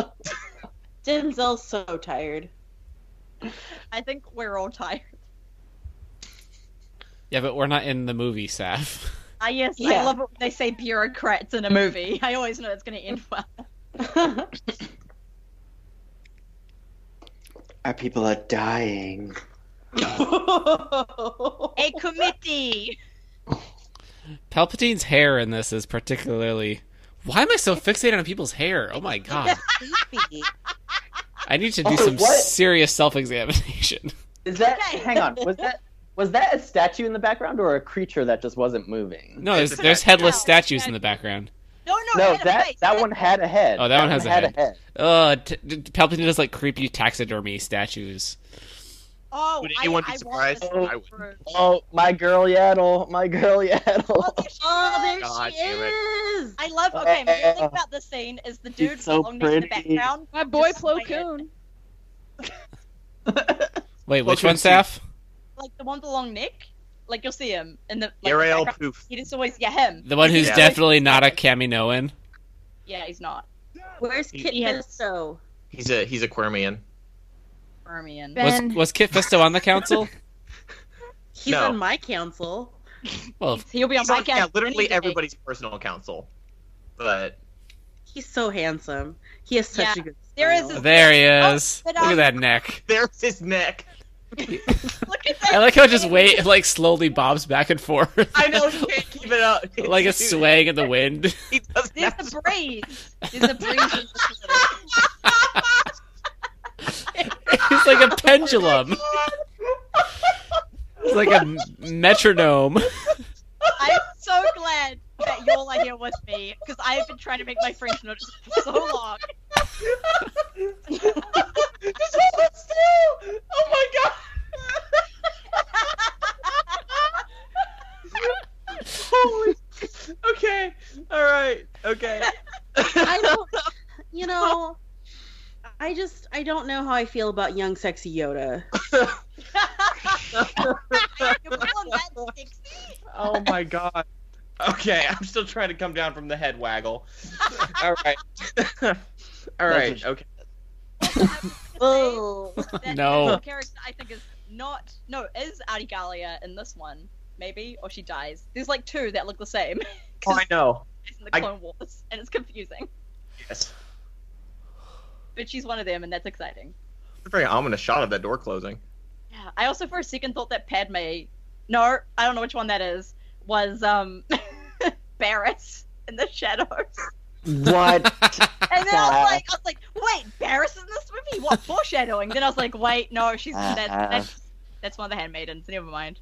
[SPEAKER 1] Denzel's so tired.
[SPEAKER 3] I think we're all tired.
[SPEAKER 4] Yeah, but we're not in the movie, Saf.
[SPEAKER 3] Ah, yes. I
[SPEAKER 1] Yeah.
[SPEAKER 3] love it when they say bureaucrats in a movie. I always know it's going to end well.
[SPEAKER 10] Our people are dying.
[SPEAKER 3] A committee.
[SPEAKER 4] Palpatine's hair in this is particularly. Why am I so fixated on people's hair? Oh my god!
[SPEAKER 1] Creepy.
[SPEAKER 4] I need to do
[SPEAKER 10] Oh,
[SPEAKER 4] some
[SPEAKER 10] what?
[SPEAKER 4] serious self-examination.
[SPEAKER 10] Is that?
[SPEAKER 3] Okay.
[SPEAKER 10] Hang on. Was that was that a statue in the background or a creature that just wasn't moving?
[SPEAKER 4] No, there's, there's headless statues in the background.
[SPEAKER 3] No, no,
[SPEAKER 10] No,
[SPEAKER 3] it had a
[SPEAKER 10] that
[SPEAKER 3] face.
[SPEAKER 10] that one had a head.
[SPEAKER 4] Oh, that one has a
[SPEAKER 10] had
[SPEAKER 4] head. Uh, t- t- Palpatine does like creepy taxidermy statues.
[SPEAKER 3] Oh,
[SPEAKER 8] Would
[SPEAKER 3] I-
[SPEAKER 8] anyone be
[SPEAKER 3] I want
[SPEAKER 8] surprised?
[SPEAKER 3] this
[SPEAKER 8] Oh, I
[SPEAKER 3] to be
[SPEAKER 8] wouldn't.
[SPEAKER 3] true.
[SPEAKER 10] Oh, my girl Yaddle, my girl
[SPEAKER 3] Oh,
[SPEAKER 10] Yaddle.
[SPEAKER 3] there she
[SPEAKER 1] Oh,
[SPEAKER 3] is.
[SPEAKER 1] there
[SPEAKER 8] God
[SPEAKER 1] she
[SPEAKER 8] damn
[SPEAKER 1] is.
[SPEAKER 3] I love. Okay, my
[SPEAKER 10] Oh, Yeah.
[SPEAKER 3] favorite thing about this scene is the dude with
[SPEAKER 10] so
[SPEAKER 3] the long neck in the
[SPEAKER 10] pretty.
[SPEAKER 3] background.
[SPEAKER 9] My boy
[SPEAKER 3] Just
[SPEAKER 9] Plo
[SPEAKER 3] like it.
[SPEAKER 9] Koon.
[SPEAKER 4] Wait, which
[SPEAKER 8] Look,
[SPEAKER 4] one,
[SPEAKER 8] let's see.
[SPEAKER 4] Saf?
[SPEAKER 3] Like the one with the long neck. Like you'll see him in the. Like, the
[SPEAKER 8] Ariel
[SPEAKER 3] background.
[SPEAKER 8] Poof.
[SPEAKER 3] He just always yeah him.
[SPEAKER 4] The one who's
[SPEAKER 8] Yeah.
[SPEAKER 4] definitely not a Kaminoan.
[SPEAKER 3] Yeah, he's not.
[SPEAKER 1] Where's Kit
[SPEAKER 3] He has-
[SPEAKER 1] Fisto?
[SPEAKER 8] He's a he's a Quirmian.
[SPEAKER 3] Fermian.
[SPEAKER 4] Was,
[SPEAKER 9] Ben.
[SPEAKER 4] was Kit Fisto on the council?
[SPEAKER 1] He's
[SPEAKER 8] No.
[SPEAKER 1] on my council.
[SPEAKER 4] Well,
[SPEAKER 3] He'll be on
[SPEAKER 8] He's
[SPEAKER 3] my
[SPEAKER 8] on, yeah,
[SPEAKER 3] couch any
[SPEAKER 8] literally
[SPEAKER 3] day.
[SPEAKER 8] everybody's personal counsel. But
[SPEAKER 1] He's so handsome. He has such
[SPEAKER 3] Yeah.
[SPEAKER 1] a good.
[SPEAKER 3] There is
[SPEAKER 1] smile.
[SPEAKER 3] his-
[SPEAKER 4] there he is.
[SPEAKER 3] Oh, but
[SPEAKER 4] Look
[SPEAKER 3] I-
[SPEAKER 4] at that neck.
[SPEAKER 8] there's his neck.
[SPEAKER 3] Look at
[SPEAKER 4] I
[SPEAKER 3] that.
[SPEAKER 4] like how it just wait it, like slowly bobs back and forth.
[SPEAKER 8] I know he can't keep it up.
[SPEAKER 4] like a
[SPEAKER 8] Dude,
[SPEAKER 4] swaying in the wind.
[SPEAKER 8] He does
[SPEAKER 3] There's
[SPEAKER 8] that.
[SPEAKER 3] the breeze. There's the breeze. in this little-
[SPEAKER 4] It's like a pendulum. It's like a m- metronome.
[SPEAKER 3] I'm so glad that y'all are here with me because I have been trying to make my friends notice for so long.
[SPEAKER 8] Just hold it still. Oh my god. Holy. Okay. All right. Okay.
[SPEAKER 1] I don't. You know, I just I don't know how I feel about young sexy Yoda.
[SPEAKER 3] You're calling that sexy?
[SPEAKER 8] Oh my god. Okay, I'm still trying to come down from the head waggle. All right. All right. Okay.
[SPEAKER 1] Oh,
[SPEAKER 3] That-
[SPEAKER 4] No.
[SPEAKER 3] that character I think is not no is Adigalia in this one maybe or she dies. There's like two that look the same
[SPEAKER 8] Oh, I know.
[SPEAKER 3] in the
[SPEAKER 8] I-
[SPEAKER 3] Clone Wars and it's confusing.
[SPEAKER 8] Yes.
[SPEAKER 3] But she's one of them and that's exciting.
[SPEAKER 8] It's a very ominous shot of that door closing.
[SPEAKER 3] Yeah, I also for a second thought that Padme, no, I don't know which one that is, was um Barris in the shadows.
[SPEAKER 10] What?
[SPEAKER 3] And then I was like, I was like, wait, Barris in this movie? What foreshadowing? then I was like, wait, no, she's that's that's, that's one of the handmaidens. Never mind.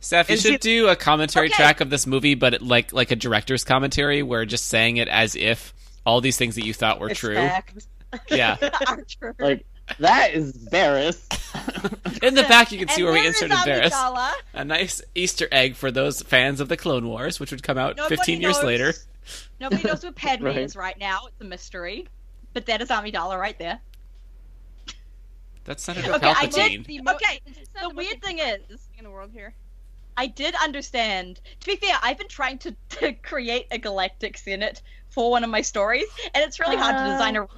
[SPEAKER 4] Seth, you
[SPEAKER 8] And
[SPEAKER 4] should
[SPEAKER 8] she-
[SPEAKER 4] do a commentary
[SPEAKER 8] Okay.
[SPEAKER 4] track of this movie, but it, like like a director's commentary, where just saying it as if all these things that you thought were true. Yeah.
[SPEAKER 10] Like that is Barris.
[SPEAKER 4] In the back, you can see
[SPEAKER 3] And
[SPEAKER 4] where we
[SPEAKER 3] there
[SPEAKER 4] inserted
[SPEAKER 3] is
[SPEAKER 4] Varys.
[SPEAKER 3] Amidala.
[SPEAKER 4] A nice Easter egg for those fans of the Clone Wars, which would come out
[SPEAKER 3] Nobody
[SPEAKER 4] 15 years
[SPEAKER 3] knows.
[SPEAKER 4] later.
[SPEAKER 3] Nobody knows where Padme
[SPEAKER 4] Right.
[SPEAKER 3] is right now. It's a mystery. But that is Amidala right there.
[SPEAKER 4] That's Senator
[SPEAKER 3] Okay, I did.
[SPEAKER 4] Palpatine.
[SPEAKER 3] okay, the weird thing is,
[SPEAKER 9] in the world here,
[SPEAKER 3] I did understand. To be fair, I've been trying to, to create a galactic senate for one of my stories, and it's really hard to design a
[SPEAKER 9] Oh.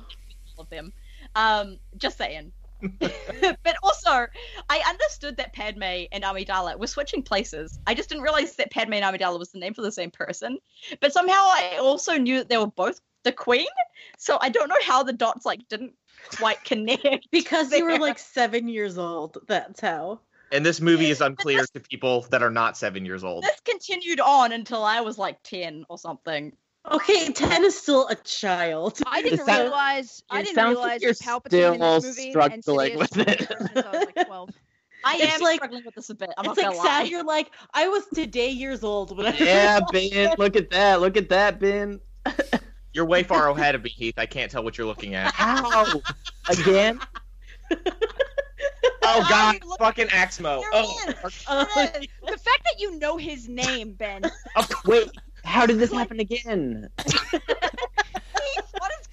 [SPEAKER 3] all of them. Um, just saying. but also, I understood that Padme and Amidala were switching places. I just didn't realize that Padme and Amidala was the name for the same person. But somehow, I also knew that they were both the queen. So I don't know how the dots like didn't quite connect
[SPEAKER 1] because they were like seven years old. That's how.
[SPEAKER 8] And this movie is unclear to people that are not seven years old.
[SPEAKER 3] this continued on until I was like ten or something.
[SPEAKER 1] Okay, ten is still a child.
[SPEAKER 9] I didn't
[SPEAKER 1] It sounds-
[SPEAKER 9] realize. I
[SPEAKER 1] it
[SPEAKER 9] didn't
[SPEAKER 1] sounds
[SPEAKER 9] realize
[SPEAKER 1] like you're
[SPEAKER 9] Palpatine in
[SPEAKER 1] still
[SPEAKER 9] this movie and
[SPEAKER 1] struggling
[SPEAKER 9] Sidious
[SPEAKER 1] with
[SPEAKER 9] were
[SPEAKER 1] it.
[SPEAKER 9] together since I was like 12.
[SPEAKER 3] I
[SPEAKER 1] It's
[SPEAKER 3] am
[SPEAKER 1] like-
[SPEAKER 3] struggling with this a bit. I'm
[SPEAKER 1] it's
[SPEAKER 3] not
[SPEAKER 1] like
[SPEAKER 3] gonna
[SPEAKER 1] sad.
[SPEAKER 3] lie.
[SPEAKER 1] You're like, I was today years old when I
[SPEAKER 10] yeah, Ben. Look at that. Look at that, Ben.
[SPEAKER 8] You're way far ahead of me, Heath. I can't tell what you're looking at.
[SPEAKER 10] Ow! Again?
[SPEAKER 8] Oh God! Fucking Axmo. Oh,
[SPEAKER 9] the fact that you know his name, Ben.
[SPEAKER 10] Wait, how did this happen again?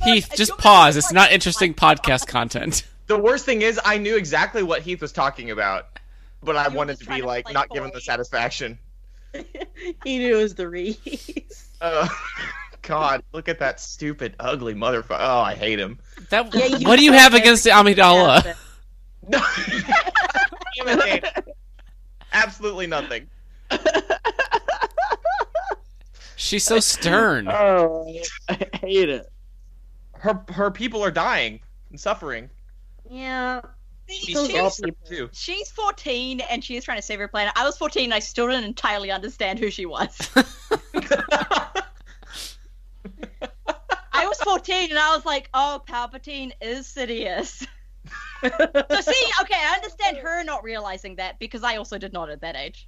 [SPEAKER 4] Heath, just pause. It's not interesting podcast content.
[SPEAKER 8] the worst thing is, I knew exactly what Heath was talking about, but I wanted to be like not given the satisfaction.
[SPEAKER 1] he knew it was the Reese.
[SPEAKER 8] Uh, God, look at that stupid, ugly motherfucker. Oh, I hate him.
[SPEAKER 4] That,
[SPEAKER 1] Yeah, you
[SPEAKER 4] what do you have against Amidala?
[SPEAKER 8] Absolutely nothing.
[SPEAKER 4] She's so stern.
[SPEAKER 10] Oh, I hate it.
[SPEAKER 8] Her her people are dying and suffering.
[SPEAKER 1] Yeah.
[SPEAKER 8] She's
[SPEAKER 3] Those
[SPEAKER 8] cancer,
[SPEAKER 3] are
[SPEAKER 8] too.
[SPEAKER 3] She's 14 and she's trying to save her planet. I was 14 and I still didn't entirely understand who she was. I was 14 and I was like, oh, Palpatine is Sidious. so see, okay, I understand her not realizing that because I also did not at that age.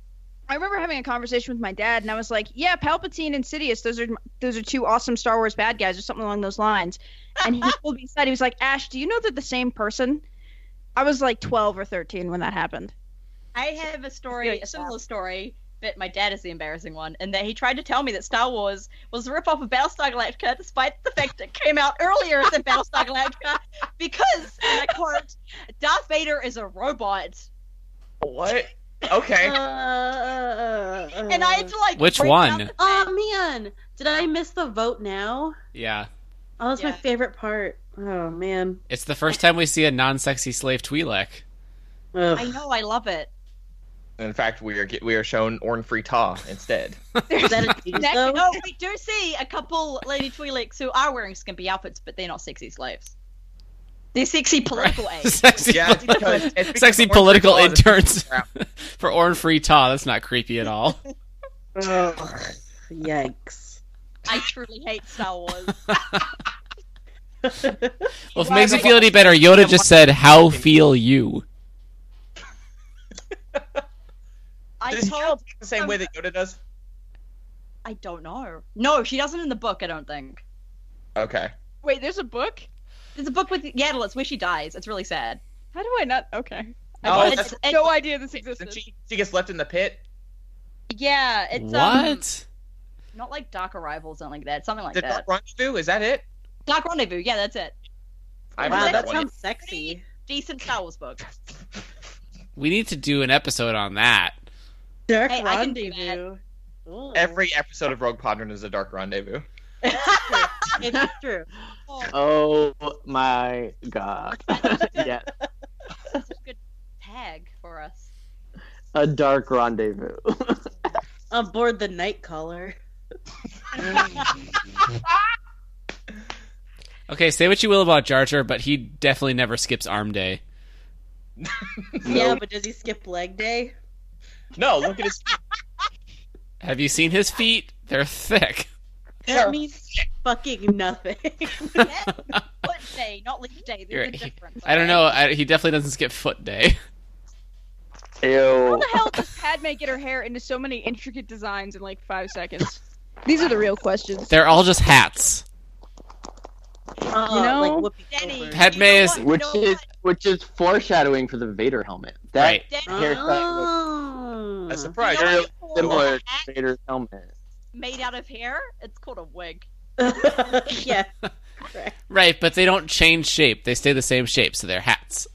[SPEAKER 9] I remember having a conversation with my dad, and I was like, "Yeah, Palpatine and Sidious. Those are those are two awesome Star Wars bad guys, or something along those lines." And he pulled me aside. He was like, "Ash, do you know they're the same person?" I was like 12 or 13 when that happened.
[SPEAKER 3] I have a story, a similar story, but my dad is the embarrassing one, and that he tried to tell me that Star Wars was a ripoff of Battlestar Galactica, despite the fact it came out earlier than Battlestar Galactica, because, and I quote, Darth Vader is a robot.
[SPEAKER 8] What? Okay.
[SPEAKER 1] Uh,
[SPEAKER 3] and I had to like.
[SPEAKER 4] Which
[SPEAKER 3] break Um,
[SPEAKER 4] one?
[SPEAKER 3] down-
[SPEAKER 1] Oh man, did I miss the vote now?
[SPEAKER 4] Yeah.
[SPEAKER 1] Oh, that's my favorite part. Oh man.
[SPEAKER 4] It's the first time we see a non sexy slave Twi'lek.
[SPEAKER 3] I know, I love it.
[SPEAKER 8] In fact, we are we are shown Orn Frita instead.
[SPEAKER 3] Next- no, we do see a couple Lady Twi'leks who are wearing skimpy outfits, but they're not sexy slaves. They're sexy political aides.
[SPEAKER 4] Sexy,
[SPEAKER 8] Yeah, it's because- it's because
[SPEAKER 4] sexy
[SPEAKER 8] Orn
[SPEAKER 4] political
[SPEAKER 8] Frita is-
[SPEAKER 4] interns for Orn Free Ta. That's not creepy at all.
[SPEAKER 1] yikes.
[SPEAKER 3] I truly hate Star Wars.
[SPEAKER 4] Well, if it makes you feel any better, Yoda just said, How feel you?
[SPEAKER 3] I
[SPEAKER 8] Does
[SPEAKER 3] told
[SPEAKER 8] the same way that Yoda does.
[SPEAKER 3] I don't know. No, she doesn't in the book. I don't think.
[SPEAKER 8] Okay.
[SPEAKER 9] Wait, there's a book?
[SPEAKER 3] There's a book with Yaddle. It's where she dies. It's really sad.
[SPEAKER 9] How do I not? Okay.
[SPEAKER 8] Oh,
[SPEAKER 9] I
[SPEAKER 8] that's-
[SPEAKER 9] had no idea this existed.
[SPEAKER 8] She gets left in the pit.
[SPEAKER 3] Yeah, it's um,
[SPEAKER 4] What?
[SPEAKER 3] not like Dark Arrival, something like that. Something like
[SPEAKER 8] Did
[SPEAKER 3] that.
[SPEAKER 8] Dark Rendezvous? Is that it?
[SPEAKER 3] Dark Rendezvous. Yeah, that's it.
[SPEAKER 8] I
[SPEAKER 3] Wow,
[SPEAKER 8] remember
[SPEAKER 3] that
[SPEAKER 8] that one.
[SPEAKER 1] sounds sexy.
[SPEAKER 3] Decent Star Wars book.
[SPEAKER 4] We need to do an episode on that.
[SPEAKER 1] Dark
[SPEAKER 3] Hey, I can do that.
[SPEAKER 1] rendezvous. Ooh,
[SPEAKER 8] Every episode of Rogue Padron is a Dark Rendezvous.
[SPEAKER 1] it's true.
[SPEAKER 10] Oh my god. yeah,
[SPEAKER 3] That's a good tag for us.
[SPEAKER 10] a dark rendezvous.
[SPEAKER 1] On board the night caller.
[SPEAKER 4] Okay, say what you will about Jar Jar, but he definitely never skips arm day.
[SPEAKER 1] Yeah, but does he skip leg day?
[SPEAKER 8] No, look at his.
[SPEAKER 4] Have you seen his feet? They're thick.
[SPEAKER 1] That means fucking nothing.
[SPEAKER 3] Foot day, not leaf day. There's
[SPEAKER 4] You're-
[SPEAKER 3] a difference.
[SPEAKER 4] I don't know. I, he definitely doesn't skip foot day.
[SPEAKER 9] How
[SPEAKER 10] Ew.
[SPEAKER 9] the hell does Padme get her hair into so many intricate designs in like five seconds? These are the real questions.
[SPEAKER 4] They're all just hats.
[SPEAKER 1] Oh,
[SPEAKER 9] you know,
[SPEAKER 4] Padme is
[SPEAKER 10] which is which is foreshadowing for the Vader helmet. That
[SPEAKER 4] Right.
[SPEAKER 1] Oh.
[SPEAKER 10] haircut
[SPEAKER 1] Uh-huh.
[SPEAKER 8] A
[SPEAKER 10] looks
[SPEAKER 8] surprise.
[SPEAKER 10] very similar to Vader's helmet.
[SPEAKER 3] Made out of hair? It's called a wig.
[SPEAKER 1] yeah.
[SPEAKER 4] right, but they don't change shape. They stay the same shape, so they're hats.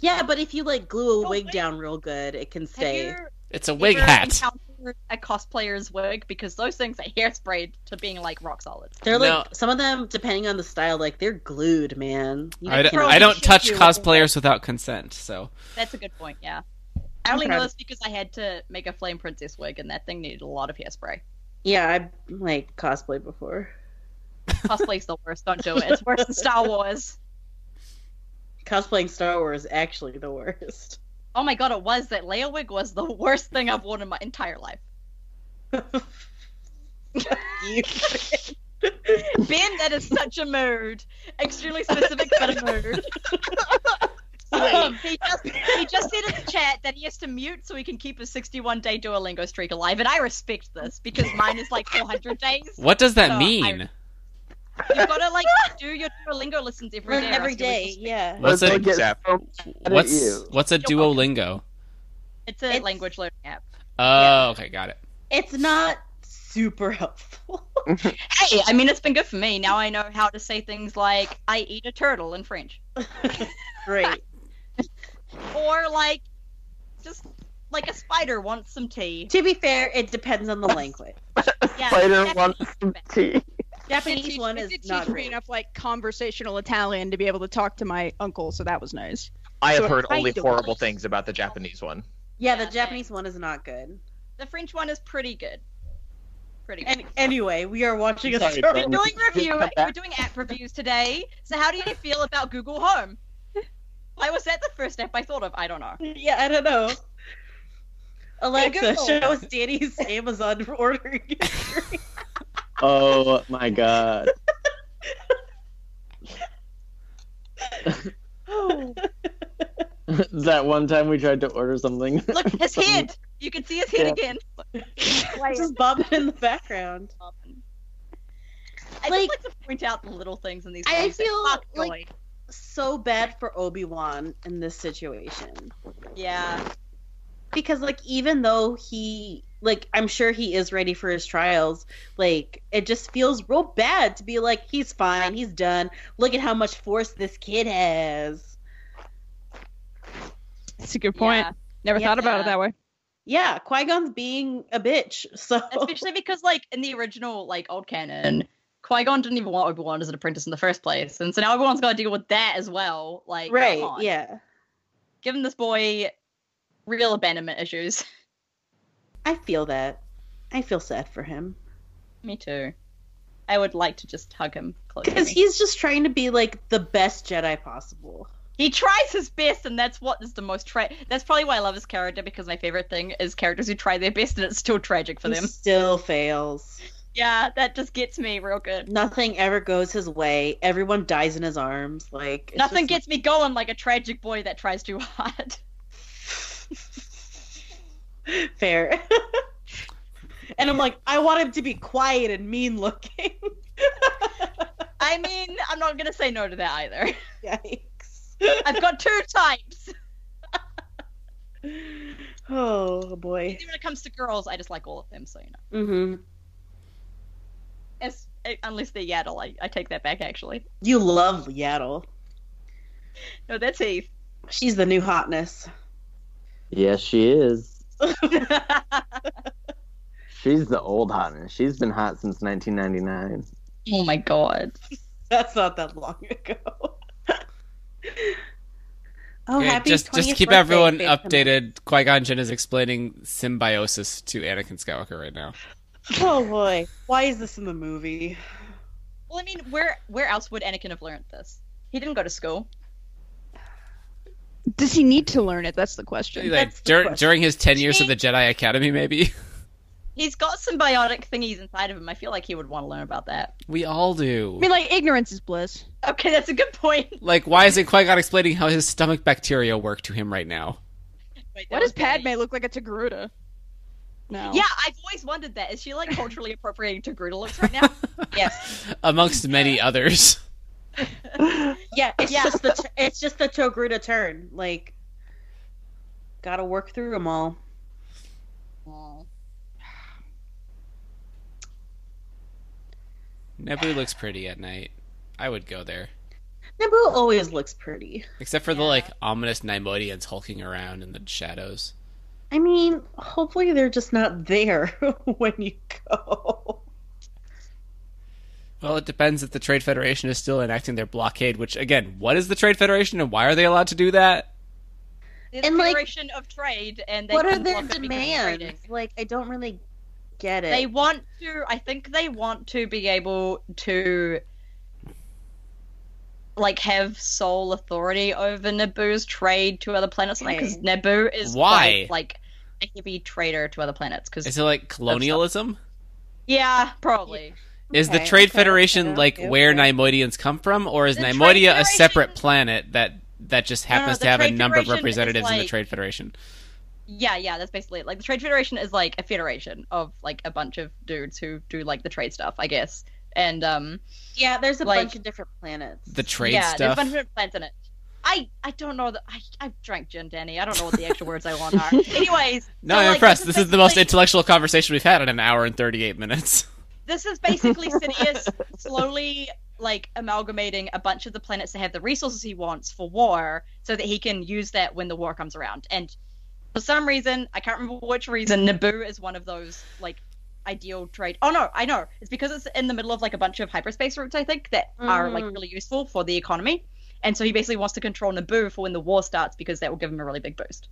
[SPEAKER 1] Yeah, but if you like glue a wig down real good, it can stay.
[SPEAKER 4] It's a wig hat.
[SPEAKER 3] Encounter a cosplayer's wig because those things are hairsprayed to being like rock solid.
[SPEAKER 1] They're like some of them, depending on the style, like they're glued, man. You
[SPEAKER 4] I d-
[SPEAKER 1] can't-
[SPEAKER 4] I don't touch cosplayers without consent, so
[SPEAKER 3] That's a good point. Yeah. I only
[SPEAKER 1] Okay.
[SPEAKER 3] know this because I had to make a flame princess wig, and that thing needed a lot of hairspray.
[SPEAKER 1] Yeah, I've like cosplayed before.
[SPEAKER 3] Cosplay's the worst. Don't do it. It's worse than Star Wars.
[SPEAKER 1] Cosplaying Star Wars is actually the worst.
[SPEAKER 3] Oh my god, it was that Leia wig was the worst thing I've worn in my entire life. Ben, that is such a mood. Extremely specific, but a mood. Um, he, just, he just said in the chat that he has to mute so he can keep his 61 day Duolingo streak alive, and I respect this because mine is like 400 days.
[SPEAKER 4] what does that
[SPEAKER 3] So I-
[SPEAKER 4] mean?
[SPEAKER 3] You've got to like do your Duolingo listens every
[SPEAKER 1] Learn
[SPEAKER 3] day.
[SPEAKER 1] every day,
[SPEAKER 3] yeah.
[SPEAKER 4] What's
[SPEAKER 2] Let's
[SPEAKER 4] a
[SPEAKER 2] look at
[SPEAKER 4] Zap.
[SPEAKER 2] some-
[SPEAKER 4] what's what's a Duolingo?
[SPEAKER 3] It's a language learning app.
[SPEAKER 4] Oh, okay, got it.
[SPEAKER 1] It's not super helpful.
[SPEAKER 3] Hey, I mean, it's been good for me. Now I know how to say things like "I eat a turtle" in French,
[SPEAKER 1] Great.
[SPEAKER 3] or like just like a spider wants some tea.
[SPEAKER 1] to be fair, it depends on the language.
[SPEAKER 3] Yeah,
[SPEAKER 10] Spider wants some tea.
[SPEAKER 1] Japanese
[SPEAKER 9] It did-
[SPEAKER 1] one
[SPEAKER 9] it
[SPEAKER 1] is
[SPEAKER 9] did teach
[SPEAKER 1] not
[SPEAKER 9] me
[SPEAKER 1] great.
[SPEAKER 9] enough like conversational Italian to be able to talk to my uncle, so that was nice.
[SPEAKER 8] I have
[SPEAKER 9] So
[SPEAKER 8] heard
[SPEAKER 9] I
[SPEAKER 8] only
[SPEAKER 9] don't-
[SPEAKER 8] horrible things about the Japanese one.
[SPEAKER 1] Yeah, the Japanese one is not good.
[SPEAKER 3] The French one is pretty good. Pretty good.
[SPEAKER 1] And anyway, we are watching a
[SPEAKER 3] Sorry,
[SPEAKER 1] Star
[SPEAKER 3] we're
[SPEAKER 1] Wars-
[SPEAKER 3] doing review. We're doing app reviews today. So how do you feel about Google Home? Why was that the first app I thought of? I don't know.
[SPEAKER 1] Yeah, I don't know. Alexa,
[SPEAKER 3] Google.
[SPEAKER 1] show us Danny's Amazon ordering.
[SPEAKER 10] Oh my god. that one time we tried to order something.
[SPEAKER 3] Look, his head. You can see his head
[SPEAKER 10] Yeah.
[SPEAKER 3] again.
[SPEAKER 1] Just bobbing in the background.
[SPEAKER 3] I just like to point out the little things in these.
[SPEAKER 1] I
[SPEAKER 3] games that
[SPEAKER 1] feel
[SPEAKER 3] fuck
[SPEAKER 1] like- So bad for Obi Wan in this situation.
[SPEAKER 3] Joy. yeah.
[SPEAKER 1] because like even though he like i'm sure he is ready for his trials like it just feels real bad to be like he's fine he's done look at how much force this kid has
[SPEAKER 9] That's a good point.
[SPEAKER 3] Yeah.
[SPEAKER 9] Never thought about
[SPEAKER 3] Yeah.
[SPEAKER 9] it that way.
[SPEAKER 1] yeah qui-gon's being a bitch so
[SPEAKER 3] Especially because like in the original like old canon, Qui Gon didn't even want Obi Wan as an apprentice in the first place, and so now everyone's got to deal with that as well. Like, come
[SPEAKER 1] right
[SPEAKER 3] on.
[SPEAKER 1] yeah
[SPEAKER 3] Giving this boy real abandonment issues.
[SPEAKER 1] i feel that i feel sad for him
[SPEAKER 3] Me too. I would like to just hug him close. to
[SPEAKER 1] because
[SPEAKER 3] me.
[SPEAKER 1] he's just trying to be like the best jedi possible
[SPEAKER 3] He tries his best, and that's what is the most tra- That's probably why I love his character because my favorite thing is characters who try their best and it's still tragic for
[SPEAKER 1] he
[SPEAKER 3] them.
[SPEAKER 1] still fails
[SPEAKER 3] Yeah, that just gets me real good.
[SPEAKER 1] nothing ever goes his way everyone dies in his arms like it's
[SPEAKER 3] Nothing
[SPEAKER 1] just-
[SPEAKER 3] gets me going like a tragic boy that tries too hard.
[SPEAKER 1] Fair. and I'm like, I want him to be quiet and mean looking.
[SPEAKER 3] I mean, I'm not gonna say no to that either.
[SPEAKER 1] Yikes.
[SPEAKER 3] I've got two types.
[SPEAKER 1] Oh boy.
[SPEAKER 3] When it comes to girls, I just like all of them, so you know.
[SPEAKER 1] Mm-hmm.
[SPEAKER 3] As, eh, unless they're Yaddle, I, I take that back actually.
[SPEAKER 1] You love Yaddle.
[SPEAKER 3] No, that's Heath.
[SPEAKER 1] She's the new hotness.
[SPEAKER 10] Yes, she is.
[SPEAKER 3] oh
[SPEAKER 10] She's the old hotness. She's been hot since 1999.
[SPEAKER 3] Oh my god.
[SPEAKER 1] That's not that long ago. oh,
[SPEAKER 4] Okay,
[SPEAKER 1] happy
[SPEAKER 4] just just
[SPEAKER 1] 20th
[SPEAKER 4] keep
[SPEAKER 1] birthday,
[SPEAKER 4] everyone
[SPEAKER 1] Faith
[SPEAKER 4] updated. Qui Gon Jinn is explaining symbiosis to Anakin Skywalker right now.
[SPEAKER 1] Amidala. Oh boy. Why is this in the movie?
[SPEAKER 3] Well, I mean, where where else would Anakin have learned this? He didn't go to school.
[SPEAKER 9] Does he need to learn it? That's the question.
[SPEAKER 4] Like dur- during his ten years at the Jedi Academy, maybe
[SPEAKER 3] He's got symbiotic thingies inside of him. I feel like he would want to learn about that.
[SPEAKER 4] we all
[SPEAKER 9] I
[SPEAKER 4] do.
[SPEAKER 9] mean, like ignorance is bliss.
[SPEAKER 3] Okay, that's a good point.
[SPEAKER 4] Like, why isn't Qui Gon explaining how his stomach bacteria work to him right now?
[SPEAKER 3] Wait, that
[SPEAKER 9] Why does
[SPEAKER 3] was Patty.
[SPEAKER 9] Padme look like a Togruta? No.
[SPEAKER 3] Yeah, I've always wondered that. Is she like culturally appropriating Togruta looks right now? yes.
[SPEAKER 4] amongst many others.
[SPEAKER 1] Yeah, it's
[SPEAKER 3] Yeah.
[SPEAKER 1] just the t- it's just the Togruta turn. Like, gotta work through them all.
[SPEAKER 4] Nebu looks pretty at night. I would go there,
[SPEAKER 1] Naboo always looks pretty.
[SPEAKER 4] except for the like ominous Nymodians hulking around in the shadows.
[SPEAKER 1] I mean, hopefully they're just not there when you go.
[SPEAKER 4] Well, it depends if the Trade Federation is still enacting their blockade. Which again, what is the Trade Federation and why are they allowed to do that?
[SPEAKER 3] The
[SPEAKER 1] And, like,
[SPEAKER 3] Federation of Trade and they
[SPEAKER 1] what are
[SPEAKER 3] can
[SPEAKER 1] their
[SPEAKER 3] block it because of trading.
[SPEAKER 1] demands? Like, I don't really get it.
[SPEAKER 3] They want to. I think they want to be able to, like, have sole authority over Naboo's trade to other planets, because
[SPEAKER 1] Okay.
[SPEAKER 3] Naboo is
[SPEAKER 4] Why?
[SPEAKER 3] quite, like a heavy trader to other planets. Because
[SPEAKER 4] Is it like colonialism?
[SPEAKER 3] yeah, probably.
[SPEAKER 4] Is the
[SPEAKER 1] Okay,
[SPEAKER 4] Trade
[SPEAKER 1] okay,
[SPEAKER 4] Federation
[SPEAKER 1] okay,
[SPEAKER 4] like
[SPEAKER 1] okay,
[SPEAKER 4] where
[SPEAKER 1] okay.
[SPEAKER 4] Nymodians come from, or is
[SPEAKER 3] The Trade
[SPEAKER 4] Nymodia a
[SPEAKER 3] Federation-
[SPEAKER 4] separate planet that that just happens
[SPEAKER 3] the
[SPEAKER 4] to have a
[SPEAKER 3] Trade
[SPEAKER 4] number of
[SPEAKER 3] Federation is
[SPEAKER 4] representatives in the
[SPEAKER 3] like-
[SPEAKER 4] Trade Federation?
[SPEAKER 3] Yeah, yeah. That's basically it. Like the Trade Federation is like a federation of like a bunch of dudes who do like the trade stuff, I guess. And um,
[SPEAKER 1] yeah, there's a
[SPEAKER 3] like-
[SPEAKER 1] bunch of different planets.
[SPEAKER 4] The trade
[SPEAKER 3] yeah, there's a
[SPEAKER 4] stuff.
[SPEAKER 3] bunch of different plants in it. I I don't know that I I've drank gin, Danny. I don't know what the extra words I want are. Anyways,
[SPEAKER 4] No,
[SPEAKER 3] so,
[SPEAKER 4] I'm
[SPEAKER 3] like,
[SPEAKER 4] impressed. This is the most
[SPEAKER 3] basically-
[SPEAKER 4] intellectual conversation we've had in an hour and 38 minutes.
[SPEAKER 3] this is basically Sidious slowly like amalgamating a bunch of the planets that have the resources he wants for war so that he can use that when the war comes around. And for some reason, I can't remember which reason, Naboo is one of those like ideal trade. Oh no, I know. It's because it's in the middle of like a bunch of hyperspace routes I think that are like
[SPEAKER 1] Mm.
[SPEAKER 3] really useful for the economy. And so he basically wants to control Naboo for when the war starts because that will give him a really big boost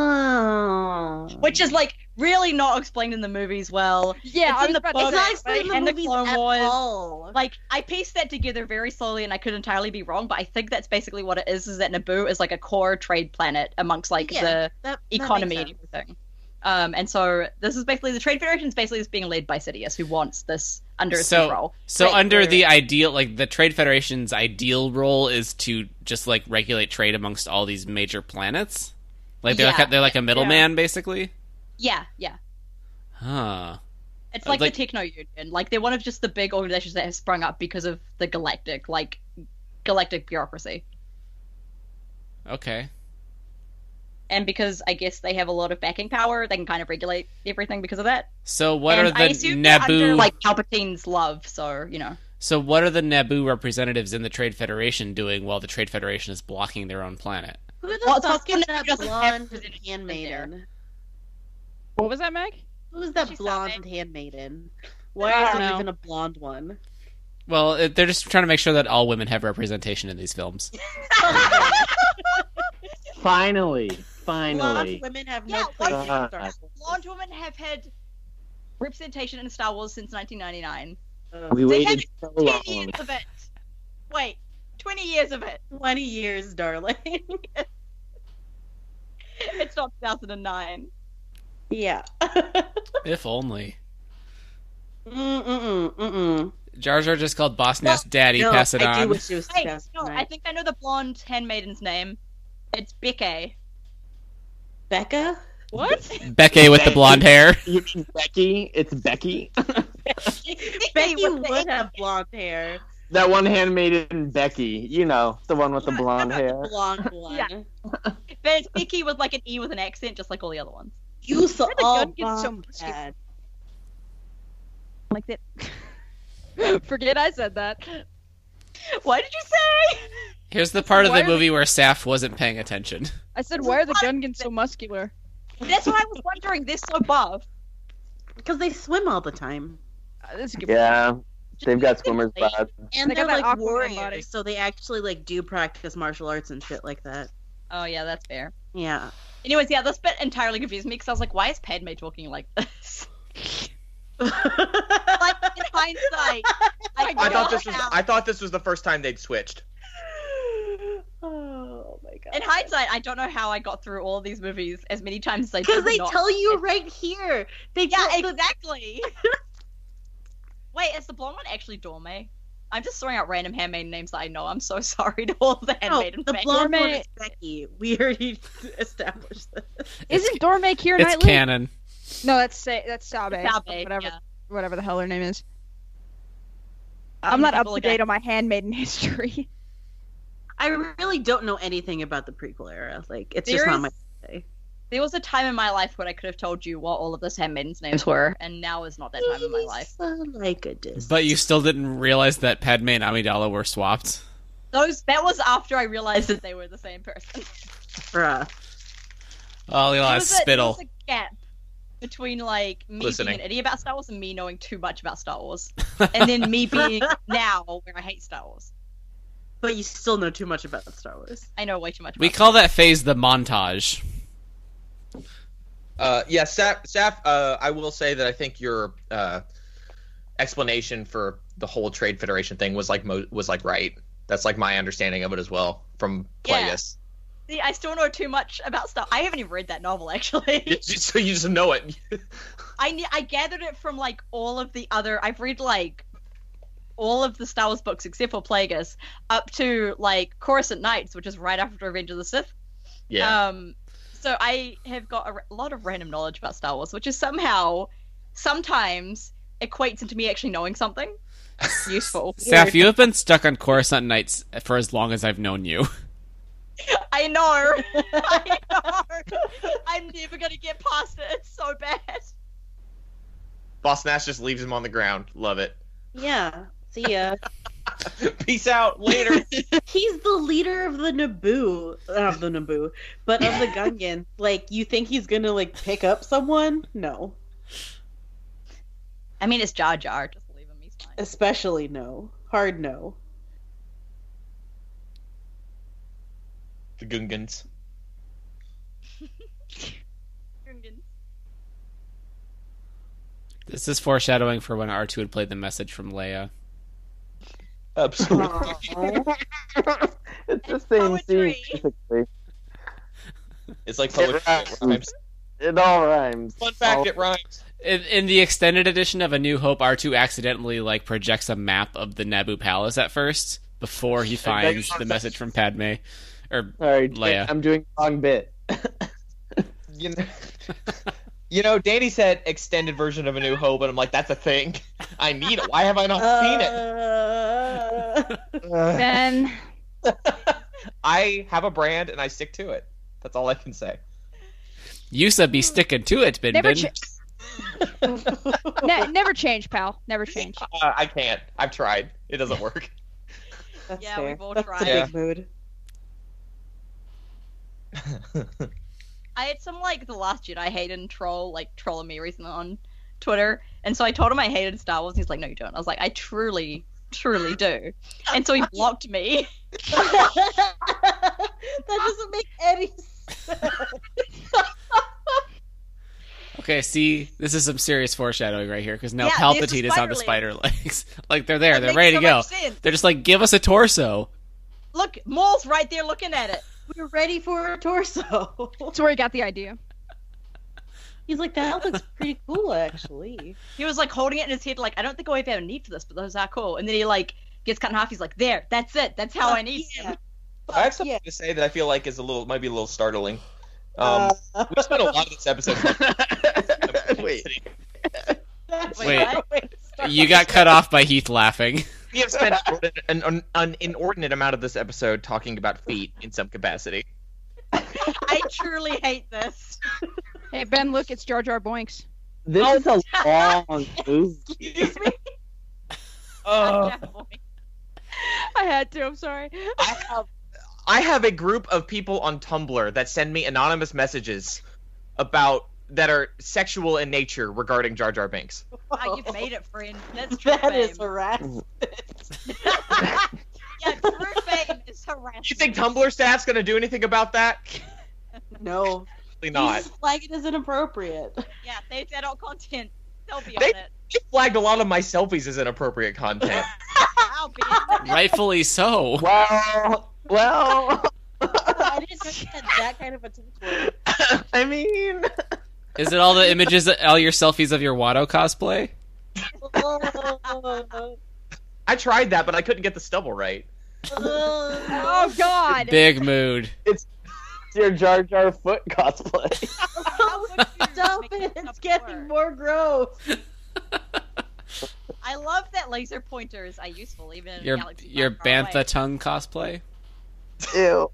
[SPEAKER 1] Oh.
[SPEAKER 3] which is like really not explained in the movies well.
[SPEAKER 9] Yeah,
[SPEAKER 3] It's
[SPEAKER 9] I
[SPEAKER 3] in
[SPEAKER 9] was
[SPEAKER 3] the
[SPEAKER 9] about to
[SPEAKER 3] book,
[SPEAKER 1] it's
[SPEAKER 9] say,
[SPEAKER 1] not explained in
[SPEAKER 3] and
[SPEAKER 1] the
[SPEAKER 3] the
[SPEAKER 1] movies
[SPEAKER 3] Clone
[SPEAKER 1] at
[SPEAKER 3] Wars.
[SPEAKER 1] all.
[SPEAKER 3] Like I pieced that together very slowly, and I could entirely be wrong, but I think that's basically what it is: is that Naboo is like a core trade planet amongst like
[SPEAKER 1] Yeah,
[SPEAKER 3] the
[SPEAKER 1] That- that makes
[SPEAKER 3] economy and
[SPEAKER 1] sense.
[SPEAKER 3] everything. Um, and so this is basically the Trade Federation is basically just being led by Sidious, who wants this under his
[SPEAKER 4] So-
[SPEAKER 3] control.
[SPEAKER 4] So
[SPEAKER 3] Right,
[SPEAKER 4] under
[SPEAKER 3] right,
[SPEAKER 4] the ideal, like the Trade Federation's ideal role is to just like regulate trade amongst all these major planets. Like they're like
[SPEAKER 3] Yeah.
[SPEAKER 4] a, they're like a middleman basically.
[SPEAKER 3] Yeah, yeah.
[SPEAKER 4] Huh.
[SPEAKER 3] It's
[SPEAKER 4] Uh,
[SPEAKER 3] like,
[SPEAKER 4] like-
[SPEAKER 3] the Techno Union. Like they're one of just the big organizations that have sprung up because of the galactic, like galactic bureaucracy.
[SPEAKER 4] Okay.
[SPEAKER 3] and because I guess they have a lot of backing power, they can kind of regulate everything because of that.
[SPEAKER 4] So what
[SPEAKER 3] and
[SPEAKER 4] are
[SPEAKER 3] I
[SPEAKER 4] the
[SPEAKER 3] assume they're under,
[SPEAKER 4] Naboo?
[SPEAKER 3] like Palpatine's love? So you know,
[SPEAKER 4] so what are the Naboo representatives in the Trade Federation doing while the Trade Federation is blocking their own planet?
[SPEAKER 1] Who the
[SPEAKER 3] Well, it's
[SPEAKER 1] fuck
[SPEAKER 3] possible
[SPEAKER 1] is
[SPEAKER 3] that
[SPEAKER 1] that
[SPEAKER 3] he doesn't have
[SPEAKER 1] blonde
[SPEAKER 3] representatives in
[SPEAKER 1] handmaiden?
[SPEAKER 9] What was that, Meg?
[SPEAKER 1] Who's that
[SPEAKER 3] She's
[SPEAKER 1] blonde
[SPEAKER 3] Salve.
[SPEAKER 1] handmaiden? Why
[SPEAKER 9] I
[SPEAKER 1] is
[SPEAKER 9] don't
[SPEAKER 1] there
[SPEAKER 9] know.
[SPEAKER 1] even a blonde one?
[SPEAKER 4] Well, it, they're just trying to make sure that all women have representation in these films.
[SPEAKER 2] Finally,
[SPEAKER 1] Blonde
[SPEAKER 2] finally.
[SPEAKER 1] women have
[SPEAKER 3] Yeah,
[SPEAKER 1] no
[SPEAKER 3] why
[SPEAKER 1] place in
[SPEAKER 2] can't
[SPEAKER 1] Star Wars.
[SPEAKER 3] blonde women have had representation in Star Wars since 1999.
[SPEAKER 2] We
[SPEAKER 3] They
[SPEAKER 2] waited so
[SPEAKER 3] Ten
[SPEAKER 2] long.
[SPEAKER 3] years of it. Wait, 20 years of it.
[SPEAKER 1] Twenty years, darling.
[SPEAKER 3] It's not 2009.
[SPEAKER 1] yeah.
[SPEAKER 4] if only.
[SPEAKER 1] Mm-mm, mm-mm.
[SPEAKER 4] Jar Jar just called Boss Nass Daddy.
[SPEAKER 1] no,
[SPEAKER 4] pass it
[SPEAKER 1] I do
[SPEAKER 4] on.
[SPEAKER 1] wish it was
[SPEAKER 3] Wait, no,
[SPEAKER 1] 2009.
[SPEAKER 3] I think I know the blonde handmaiden's name. It's Becky.
[SPEAKER 1] Becca.
[SPEAKER 3] What?
[SPEAKER 4] Becky with the blonde hair.
[SPEAKER 10] You mean Becky? It's Becky.
[SPEAKER 1] Becky
[SPEAKER 3] with the
[SPEAKER 1] would have blonde hair.
[SPEAKER 10] That one handmaiden Becky. You know, the one with the blonde hair.
[SPEAKER 1] Blonde one.
[SPEAKER 3] Yeah. But it's Becky with like an E with an accent, just like all the other ones.
[SPEAKER 1] You saw
[SPEAKER 9] Where the
[SPEAKER 1] all
[SPEAKER 9] gun gets so
[SPEAKER 1] blonde
[SPEAKER 9] much-
[SPEAKER 1] bad.
[SPEAKER 9] Like that. Forget I said that.
[SPEAKER 3] Why did you say?
[SPEAKER 4] Here's the part of
[SPEAKER 9] Why
[SPEAKER 4] the
[SPEAKER 9] are
[SPEAKER 4] movie where Saf wasn't paying attention.
[SPEAKER 9] I said, why are the Gungans so muscular?
[SPEAKER 3] That's what I was wondering. They're so buff.
[SPEAKER 1] Because they swim all the time,
[SPEAKER 9] Uh, that's a good
[SPEAKER 10] Yeah, they've got swimmers'
[SPEAKER 3] Like,
[SPEAKER 10] bods.
[SPEAKER 1] and
[SPEAKER 9] They
[SPEAKER 1] they are
[SPEAKER 9] got that
[SPEAKER 1] like
[SPEAKER 9] Aquaman
[SPEAKER 1] warriors,
[SPEAKER 9] body.
[SPEAKER 1] so they actually like do practice martial arts and shit like that.
[SPEAKER 3] Oh yeah, that's fair.
[SPEAKER 1] Yeah.
[SPEAKER 3] Anyways, yeah, this bit entirely confused me because I was like, why is Padme talking like this? like in hindsight, I,
[SPEAKER 8] I thought
[SPEAKER 3] got
[SPEAKER 8] this was
[SPEAKER 3] how-
[SPEAKER 8] I thought this was the first time they'd switched.
[SPEAKER 1] oh my god.
[SPEAKER 3] In hindsight, I don't know how I got through all of these movies as many times as I
[SPEAKER 1] Because
[SPEAKER 3] did
[SPEAKER 1] they
[SPEAKER 3] not.
[SPEAKER 1] tell you right here. They
[SPEAKER 3] Yeah,
[SPEAKER 1] tell the-
[SPEAKER 3] exactly. Wait, is the blonde one actually Dorme? I'm just throwing out random handmaiden names that I know. I'm so sorry to all the
[SPEAKER 1] No,
[SPEAKER 3] handmaiden
[SPEAKER 1] Oh, the
[SPEAKER 3] fans.
[SPEAKER 1] blonde one is Becky. We already established this.
[SPEAKER 9] Isn't Dorme Keira
[SPEAKER 4] It's
[SPEAKER 9] Knightley?
[SPEAKER 4] canon.
[SPEAKER 9] No, that's Sa- that's Sabe.
[SPEAKER 3] Sabe,
[SPEAKER 9] whatever,
[SPEAKER 3] yeah.
[SPEAKER 9] whatever the hell her name is.
[SPEAKER 3] Um,
[SPEAKER 9] I'm not
[SPEAKER 3] I'm
[SPEAKER 9] up to
[SPEAKER 3] looking at-
[SPEAKER 9] date on my handmaiden history.
[SPEAKER 1] I really don't know anything about the prequel era. Like, it's just
[SPEAKER 3] There
[SPEAKER 1] not
[SPEAKER 3] is-
[SPEAKER 1] my thing.
[SPEAKER 3] There was a time in my life when I could have told you what all of this handmaiden's names were, and now is not that time in my life.
[SPEAKER 1] Like a dis.
[SPEAKER 4] But you still didn't realize that Padme and Amidala were swapped.
[SPEAKER 3] Those that was after I realized that they were the same person.
[SPEAKER 1] Bruh.
[SPEAKER 4] Oh, look at all
[SPEAKER 3] There
[SPEAKER 4] that
[SPEAKER 3] was a-
[SPEAKER 4] spittle.
[SPEAKER 3] there was a gap between like me
[SPEAKER 4] Listening.
[SPEAKER 3] being an idiot about Star Wars and me knowing too much about Star Wars, and then me being now where I hate Star Wars.
[SPEAKER 1] But you still know too much about Star Wars.
[SPEAKER 3] I know way too much.
[SPEAKER 4] we call that phase the montage.
[SPEAKER 8] Uh, yeah, Saf, Saf uh, I will say that I think your uh, explanation for the whole Trade Federation thing was like mo- was like right. That's like my understanding of it as well from
[SPEAKER 3] Yeah.
[SPEAKER 8] Plagueis.
[SPEAKER 3] See, I still know too much about Star. I haven't even read that novel actually.
[SPEAKER 8] You- so you just know it.
[SPEAKER 3] I ne- I gathered it from like all of the other. I've read like all of the Star Wars books except for Plagueis up to like Coruscant Nights, which is right after Revenge of the Sith.
[SPEAKER 8] Yeah.
[SPEAKER 3] Um, so I have got a r- lot of random knowledge about Star Wars, which is somehow sometimes equates into me actually knowing something useful.
[SPEAKER 4] Saf, you have been stuck on Coruscant Nights for as long as I've known you.
[SPEAKER 3] I know. I know. I'm never gonna get past it. It's so bad.
[SPEAKER 8] Boss Nash just leaves him on the ground. Love it.
[SPEAKER 1] Yeah. See ya.
[SPEAKER 8] Peace out. Later.
[SPEAKER 1] he's the leader of the Naboo, uh, of the Naboo, but of the Gungan. like, you think he's gonna like pick up someone? No,
[SPEAKER 3] I mean, it's Jar Jar. Just leave him. He's fine.
[SPEAKER 1] especially no. Hard no.
[SPEAKER 8] the Gungans.
[SPEAKER 4] This is foreshadowing for when R2 had played the message from Leia.
[SPEAKER 8] Absolutely.
[SPEAKER 10] it's the same scene. basically.
[SPEAKER 8] It's like
[SPEAKER 10] It
[SPEAKER 8] poetry.
[SPEAKER 10] rhymes.
[SPEAKER 8] It rhymes.
[SPEAKER 10] It all rhymes. Oh,
[SPEAKER 8] Fun fact,
[SPEAKER 10] All-
[SPEAKER 8] it rhymes.
[SPEAKER 4] In, in the extended edition of A New Hope, R2 accidentally like projects a map of the Naboo Palace at first before he finds the message from Padme or
[SPEAKER 10] Sorry,
[SPEAKER 8] oh,
[SPEAKER 4] Leia.
[SPEAKER 10] I'm doing the wrong bit.
[SPEAKER 8] You know, you know, Danny said extended version of A New Hope, and I'm like, that's a thing. I need it. Why have I not seen it? Uh,
[SPEAKER 9] Ben,
[SPEAKER 8] I have a brand and I stick to it. That's all I can say.
[SPEAKER 4] Yusa be sticking to it, Bin
[SPEAKER 9] never,
[SPEAKER 4] Bin.
[SPEAKER 9] cha- ne- never change, pal. Never change.
[SPEAKER 8] Uh, I can't. I've tried. It doesn't work.
[SPEAKER 1] That's
[SPEAKER 3] Yeah,
[SPEAKER 1] fair.
[SPEAKER 3] we've all
[SPEAKER 1] That's
[SPEAKER 3] tried.
[SPEAKER 1] a
[SPEAKER 8] Yeah.
[SPEAKER 1] big mood.
[SPEAKER 3] I had some like the last Jedi Hayden troll like trolling me recently on Twitter, and so I told him I hated Star Wars. and He's like, "No, you don't." I was like, "I truly, truly do," and so he blocked me.
[SPEAKER 1] that doesn't make any sense.
[SPEAKER 4] Okay, see, this is some serious foreshadowing right here because now
[SPEAKER 3] Yeah, there's
[SPEAKER 4] Palpatine
[SPEAKER 3] the
[SPEAKER 4] is on the
[SPEAKER 3] spider
[SPEAKER 4] spider legs. like they're there,
[SPEAKER 3] That
[SPEAKER 4] they're
[SPEAKER 3] makes
[SPEAKER 4] ready
[SPEAKER 3] so
[SPEAKER 4] to go.
[SPEAKER 3] much sense.
[SPEAKER 4] They're just like, give us a torso.
[SPEAKER 3] Look, Maul's right there looking at it.
[SPEAKER 1] We're ready for a torso.
[SPEAKER 9] That's where he got the idea.
[SPEAKER 1] He's like, that looks pretty cool, actually.
[SPEAKER 3] He was like holding it in his head, like, "I don't think I'll ever have a need for this, but those are cool." And then he like gets cut in half. He's like, "There, that's it. That's how I need
[SPEAKER 1] Oh, Yeah.
[SPEAKER 3] them."
[SPEAKER 8] I have something
[SPEAKER 1] Yeah.
[SPEAKER 8] to say that I feel like is a little, might be a little startling. Um,
[SPEAKER 1] Uh,
[SPEAKER 8] we spent a lot of this episode.
[SPEAKER 10] Wait.
[SPEAKER 1] that's
[SPEAKER 4] Wait.
[SPEAKER 1] not the way to start.
[SPEAKER 4] You got cut off by Heath laughing.
[SPEAKER 8] We have spent an, an, an inordinate amount of this episode talking about feet in some capacity.
[SPEAKER 3] I truly hate this.
[SPEAKER 9] Hey, Ben, look, it's Jar Jar Boinks.
[SPEAKER 10] This
[SPEAKER 3] Oh.
[SPEAKER 10] is a long movie.
[SPEAKER 3] Excuse me.
[SPEAKER 1] Uh,
[SPEAKER 8] Oh.
[SPEAKER 9] I had to. I'm sorry.
[SPEAKER 8] I have I have a group of people on Tumblr that send me anonymous messages about that are sexual in nature regarding Jar Jar Binks.
[SPEAKER 3] Ah, you've made it, friend. That's true
[SPEAKER 1] That
[SPEAKER 3] fame.
[SPEAKER 1] is harassment.
[SPEAKER 3] yeah, true fame is harassing.
[SPEAKER 8] You think Tumblr staff's gonna do anything about that?
[SPEAKER 1] No.
[SPEAKER 8] Probably not.
[SPEAKER 1] He's like it is inappropriate.
[SPEAKER 3] Yeah, they it's adult content. They'll be
[SPEAKER 8] They-
[SPEAKER 3] on it.
[SPEAKER 8] They flagged a lot of my selfies as inappropriate content.
[SPEAKER 3] I'll be on it.
[SPEAKER 4] Rightfully so.
[SPEAKER 10] Well, well,
[SPEAKER 1] I didn't know you had that kind of attention.
[SPEAKER 10] I mean,
[SPEAKER 4] Is it all the images, all your selfies of your Watto cosplay?
[SPEAKER 8] I tried that, but I couldn't get the stubble right.
[SPEAKER 9] oh God!
[SPEAKER 4] Big mood.
[SPEAKER 10] It's, it's your Jar Jar foot cosplay.
[SPEAKER 1] Stop it! It's getting more gross.
[SPEAKER 3] I love that laser pointers are useful even in a
[SPEAKER 4] Your
[SPEAKER 3] galaxy
[SPEAKER 4] your
[SPEAKER 3] far, far away.
[SPEAKER 4] bantha tongue cosplay.
[SPEAKER 10] Ew.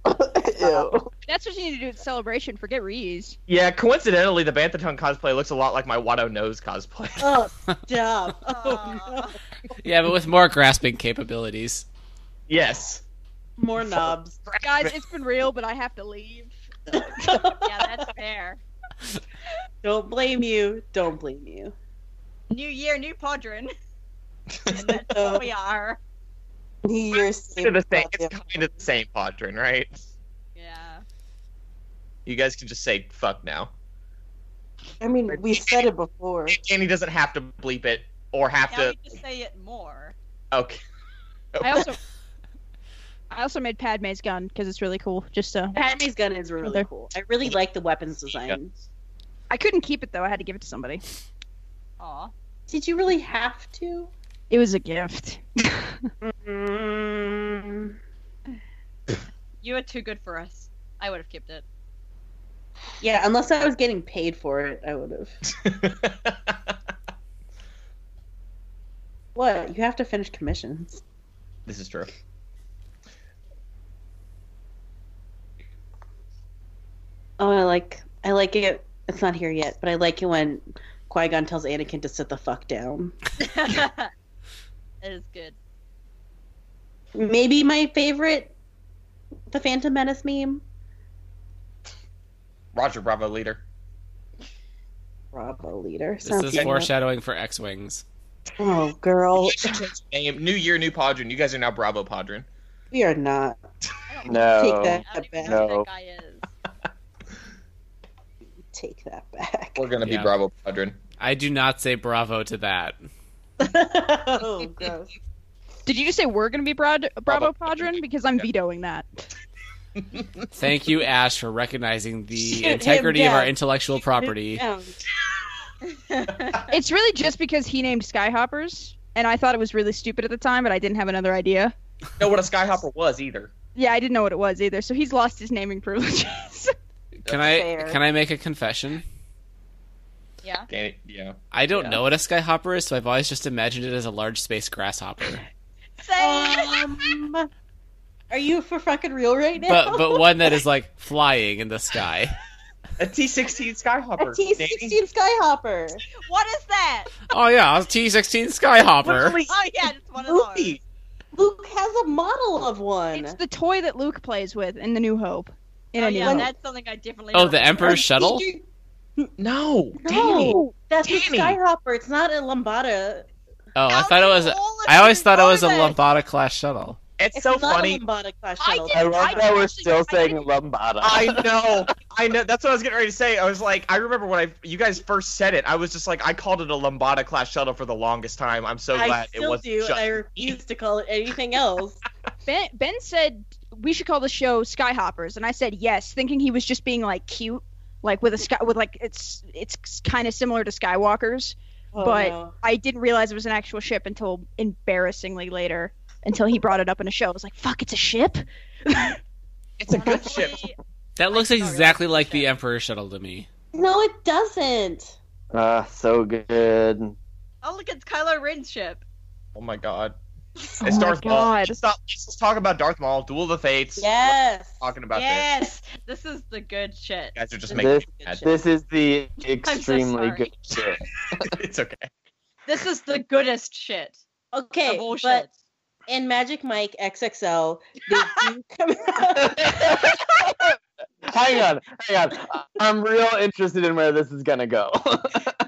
[SPEAKER 10] Ew.
[SPEAKER 9] That's what you need to do at celebration. Forget reuse.
[SPEAKER 8] Yeah, coincidentally, the Bantatongue cosplay looks a lot like my Watto nose cosplay.
[SPEAKER 1] Oh, stop. Oh, no.
[SPEAKER 4] Yeah, but with more grasping capabilities.
[SPEAKER 8] Yes.
[SPEAKER 1] More knobs.
[SPEAKER 9] Guys, it's been real, but I have to leave.
[SPEAKER 3] yeah, that's fair.
[SPEAKER 1] Don't blame you. Don't blame you.
[SPEAKER 3] New year, new Podrin. and that's what we are.
[SPEAKER 1] You're
[SPEAKER 8] Kind of the same. It's kind of the same Podrin, right?
[SPEAKER 3] Yeah.
[SPEAKER 8] You guys can just say fuck now.
[SPEAKER 1] I mean, we said it before.
[SPEAKER 8] Danny doesn't have to bleep it or have
[SPEAKER 3] Now
[SPEAKER 8] to.
[SPEAKER 3] you just say it more.
[SPEAKER 8] Okay.
[SPEAKER 9] I also, I also made Padme's gun because it's really cool. Just uh, so
[SPEAKER 1] Padme's gun is really cool. I really like the weapons design.
[SPEAKER 9] I couldn't keep it though. I had to give it to somebody.
[SPEAKER 3] Aw.
[SPEAKER 1] Did you really have to?
[SPEAKER 9] It was a gift.
[SPEAKER 1] Mm,
[SPEAKER 3] You are too good for us. I would have kept it.
[SPEAKER 1] yeah, unless I was getting paid for it, I would have. What? You have to finish commissions.
[SPEAKER 8] this is true.
[SPEAKER 1] Oh, I like I like it. It's not here yet, but I like it when Qui Gon tells Anakin to sit the fuck down.
[SPEAKER 3] it is good.
[SPEAKER 1] Maybe my favorite, the Phantom Menace meme.
[SPEAKER 8] Roger Bravo leader.
[SPEAKER 1] Bravo, leader.
[SPEAKER 4] This
[SPEAKER 1] Sounds
[SPEAKER 4] is
[SPEAKER 1] good.
[SPEAKER 4] foreshadowing for X Wings.
[SPEAKER 1] Oh, girl,
[SPEAKER 8] Name- New year, new Podrin. You guys are now Bravo Podrin.
[SPEAKER 1] we are not.
[SPEAKER 10] No.
[SPEAKER 1] Take
[SPEAKER 3] I don't
[SPEAKER 1] that
[SPEAKER 3] even
[SPEAKER 1] back.
[SPEAKER 3] know
[SPEAKER 10] No.
[SPEAKER 3] who that guy is.
[SPEAKER 1] Take that back.
[SPEAKER 8] We're gonna
[SPEAKER 4] Yeah.
[SPEAKER 8] be Bravo Podrin.
[SPEAKER 4] I do not say bravo to that.
[SPEAKER 1] oh, gross.
[SPEAKER 9] Did you just say we're gonna be Brad- Bravo Padron? Because I'm
[SPEAKER 8] Yeah.
[SPEAKER 9] vetoing that.
[SPEAKER 4] Thank you, Ash, for recognizing the
[SPEAKER 1] Shoot him
[SPEAKER 4] integrity of our
[SPEAKER 1] down.
[SPEAKER 4] intellectual property.
[SPEAKER 1] Um,
[SPEAKER 9] It's really just because he named Skyhoppers, and I thought it was really stupid at the time, but I didn't have another idea.
[SPEAKER 8] Didn't know what a skyhopper was either.
[SPEAKER 9] Yeah, I didn't know what it was either, so he's lost his naming privileges.
[SPEAKER 4] Can I
[SPEAKER 1] Fair.
[SPEAKER 4] can I make a confession?
[SPEAKER 3] Yeah.
[SPEAKER 8] Danny, yeah.
[SPEAKER 4] I don't
[SPEAKER 8] Yeah.
[SPEAKER 4] know what a skyhopper is, so I've always just imagined it as a large space grasshopper.
[SPEAKER 3] Say
[SPEAKER 1] um, are you for fucking real right now?
[SPEAKER 4] but but one that is like flying in the sky.
[SPEAKER 8] A T16
[SPEAKER 1] A
[SPEAKER 8] skyhopper. Danny.
[SPEAKER 1] T16 Skyhopper.
[SPEAKER 3] what is that?
[SPEAKER 4] Oh yeah, a T sixteen skyhopper.
[SPEAKER 8] Really?
[SPEAKER 3] Oh yeah, just one of those.
[SPEAKER 8] Movie.
[SPEAKER 1] Luke has a model of one.
[SPEAKER 9] it's the toy that Luke plays with in The New Hope. In
[SPEAKER 3] Oh
[SPEAKER 9] a New
[SPEAKER 3] yeah,
[SPEAKER 9] Hope.
[SPEAKER 3] that's something I definitely.
[SPEAKER 4] Oh,
[SPEAKER 3] remember.
[SPEAKER 4] the Emperor's shuttle.
[SPEAKER 8] No, Danny.
[SPEAKER 1] No, that's a
[SPEAKER 8] Danny.
[SPEAKER 1] Skyhopper. It's not a Lombada.
[SPEAKER 4] Oh, I
[SPEAKER 3] How
[SPEAKER 4] thought it
[SPEAKER 3] do
[SPEAKER 4] was. A,
[SPEAKER 3] all of
[SPEAKER 4] I always
[SPEAKER 3] you
[SPEAKER 4] thought it
[SPEAKER 3] know
[SPEAKER 4] was a
[SPEAKER 3] this?
[SPEAKER 4] Lombada class shuttle.
[SPEAKER 8] It's,
[SPEAKER 1] It's
[SPEAKER 8] so
[SPEAKER 1] not
[SPEAKER 8] funny.
[SPEAKER 1] a Lombada class
[SPEAKER 3] I
[SPEAKER 1] shuttle.
[SPEAKER 3] did-
[SPEAKER 10] I love
[SPEAKER 3] I
[SPEAKER 10] that we're
[SPEAKER 3] actually-
[SPEAKER 10] still
[SPEAKER 3] I
[SPEAKER 10] saying
[SPEAKER 3] didn't-
[SPEAKER 10] lumbata.
[SPEAKER 8] I know, I know. That's what I was getting ready to say. I was like, I remember when I you guys first said it. I was just like, I called it a Lombada class shuttle for the longest time. I'm so
[SPEAKER 1] I
[SPEAKER 8] glad it
[SPEAKER 1] still
[SPEAKER 8] wasn't.
[SPEAKER 1] do, and
[SPEAKER 8] shut-
[SPEAKER 1] I refuse to call it anything else.
[SPEAKER 9] Ben, ben said we should call the show Skyhoppers, and I said yes, thinking he was just being like cute, like with a sky, with like it's it's kind of similar to Skywalkers.
[SPEAKER 1] Oh,
[SPEAKER 9] But-
[SPEAKER 1] no.
[SPEAKER 9] I didn't realize it was an actual ship until embarrassingly later, until he brought it up in a show. I was like, "Fuck, it's a ship."
[SPEAKER 8] it's a good ship.
[SPEAKER 3] Honestly,
[SPEAKER 4] That looks
[SPEAKER 3] I saw it.
[SPEAKER 4] exactly like the Emperor's shuttle to me.
[SPEAKER 1] no, it doesn't.
[SPEAKER 10] Ah, so good.
[SPEAKER 3] Oh look, it's Kylo Ren's ship.
[SPEAKER 8] Oh my god. It's
[SPEAKER 1] Oh
[SPEAKER 9] my
[SPEAKER 8] Darth Maul.
[SPEAKER 9] God.
[SPEAKER 8] Let's Stop. Let's talk about Darth Maul. Duel of the Fates.
[SPEAKER 1] Yes.
[SPEAKER 8] We're Talking about this.
[SPEAKER 3] yes, this is the good shit.
[SPEAKER 8] You guys are just
[SPEAKER 1] This-
[SPEAKER 8] making
[SPEAKER 10] This
[SPEAKER 8] me mad.
[SPEAKER 10] this is the extremely
[SPEAKER 3] sorry.
[SPEAKER 10] good shit.
[SPEAKER 8] it's okay.
[SPEAKER 3] This is the goodest shit.
[SPEAKER 1] Okay,
[SPEAKER 3] of all shit.
[SPEAKER 1] but in Magic Mike XXL, they do come out.
[SPEAKER 10] hang on, hang on. I'm real interested in where this is gonna go.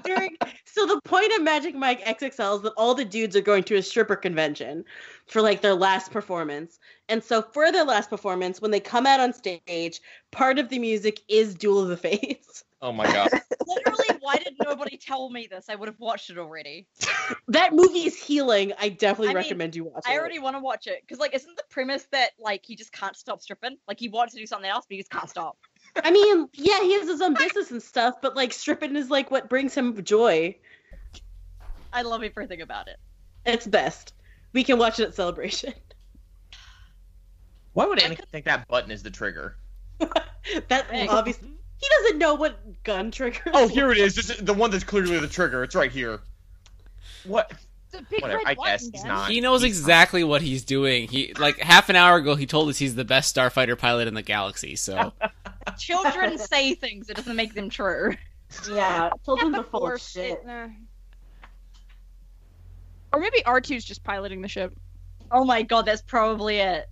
[SPEAKER 1] during so the point of magic mike xxl is that all the dudes are going to a stripper convention for like their last performance and so for their last performance when they come out on stage part of the music is duel of the fates
[SPEAKER 8] Oh my god.
[SPEAKER 3] Literally, why did nobody tell me this? I would have watched it already.
[SPEAKER 1] that movie is healing i definitely
[SPEAKER 3] I mean,
[SPEAKER 1] recommend you watch it
[SPEAKER 3] I already want to watch it because, like, isn't the premise that like he just can't stop stripping? Like he wants to do something else, but he just can't stop.
[SPEAKER 1] i mean yeah he has his own business and stuff but like stripping is like what brings him joy
[SPEAKER 3] I love everything about it.
[SPEAKER 1] it's best We can watch it at Celebration.
[SPEAKER 8] Why would Anakin think that button is the trigger?
[SPEAKER 1] That obviously he doesn't know what gun trigger.
[SPEAKER 8] Oh, here it is. This is the one that's clearly the trigger. It's right here. What? Whatever. I guess he's not.
[SPEAKER 4] He knows exactly what he's doing. He like half an hour ago he told us he's the best starfighter pilot in the galaxy. So
[SPEAKER 3] Children say things. It doesn't make them true.
[SPEAKER 1] Yeah, children
[SPEAKER 9] Yeah,
[SPEAKER 1] are
[SPEAKER 9] but
[SPEAKER 1] full of
[SPEAKER 9] worse,
[SPEAKER 1] shit.
[SPEAKER 9] it- nah. Or maybe R2's just piloting the ship.
[SPEAKER 3] Oh my god, that's probably it.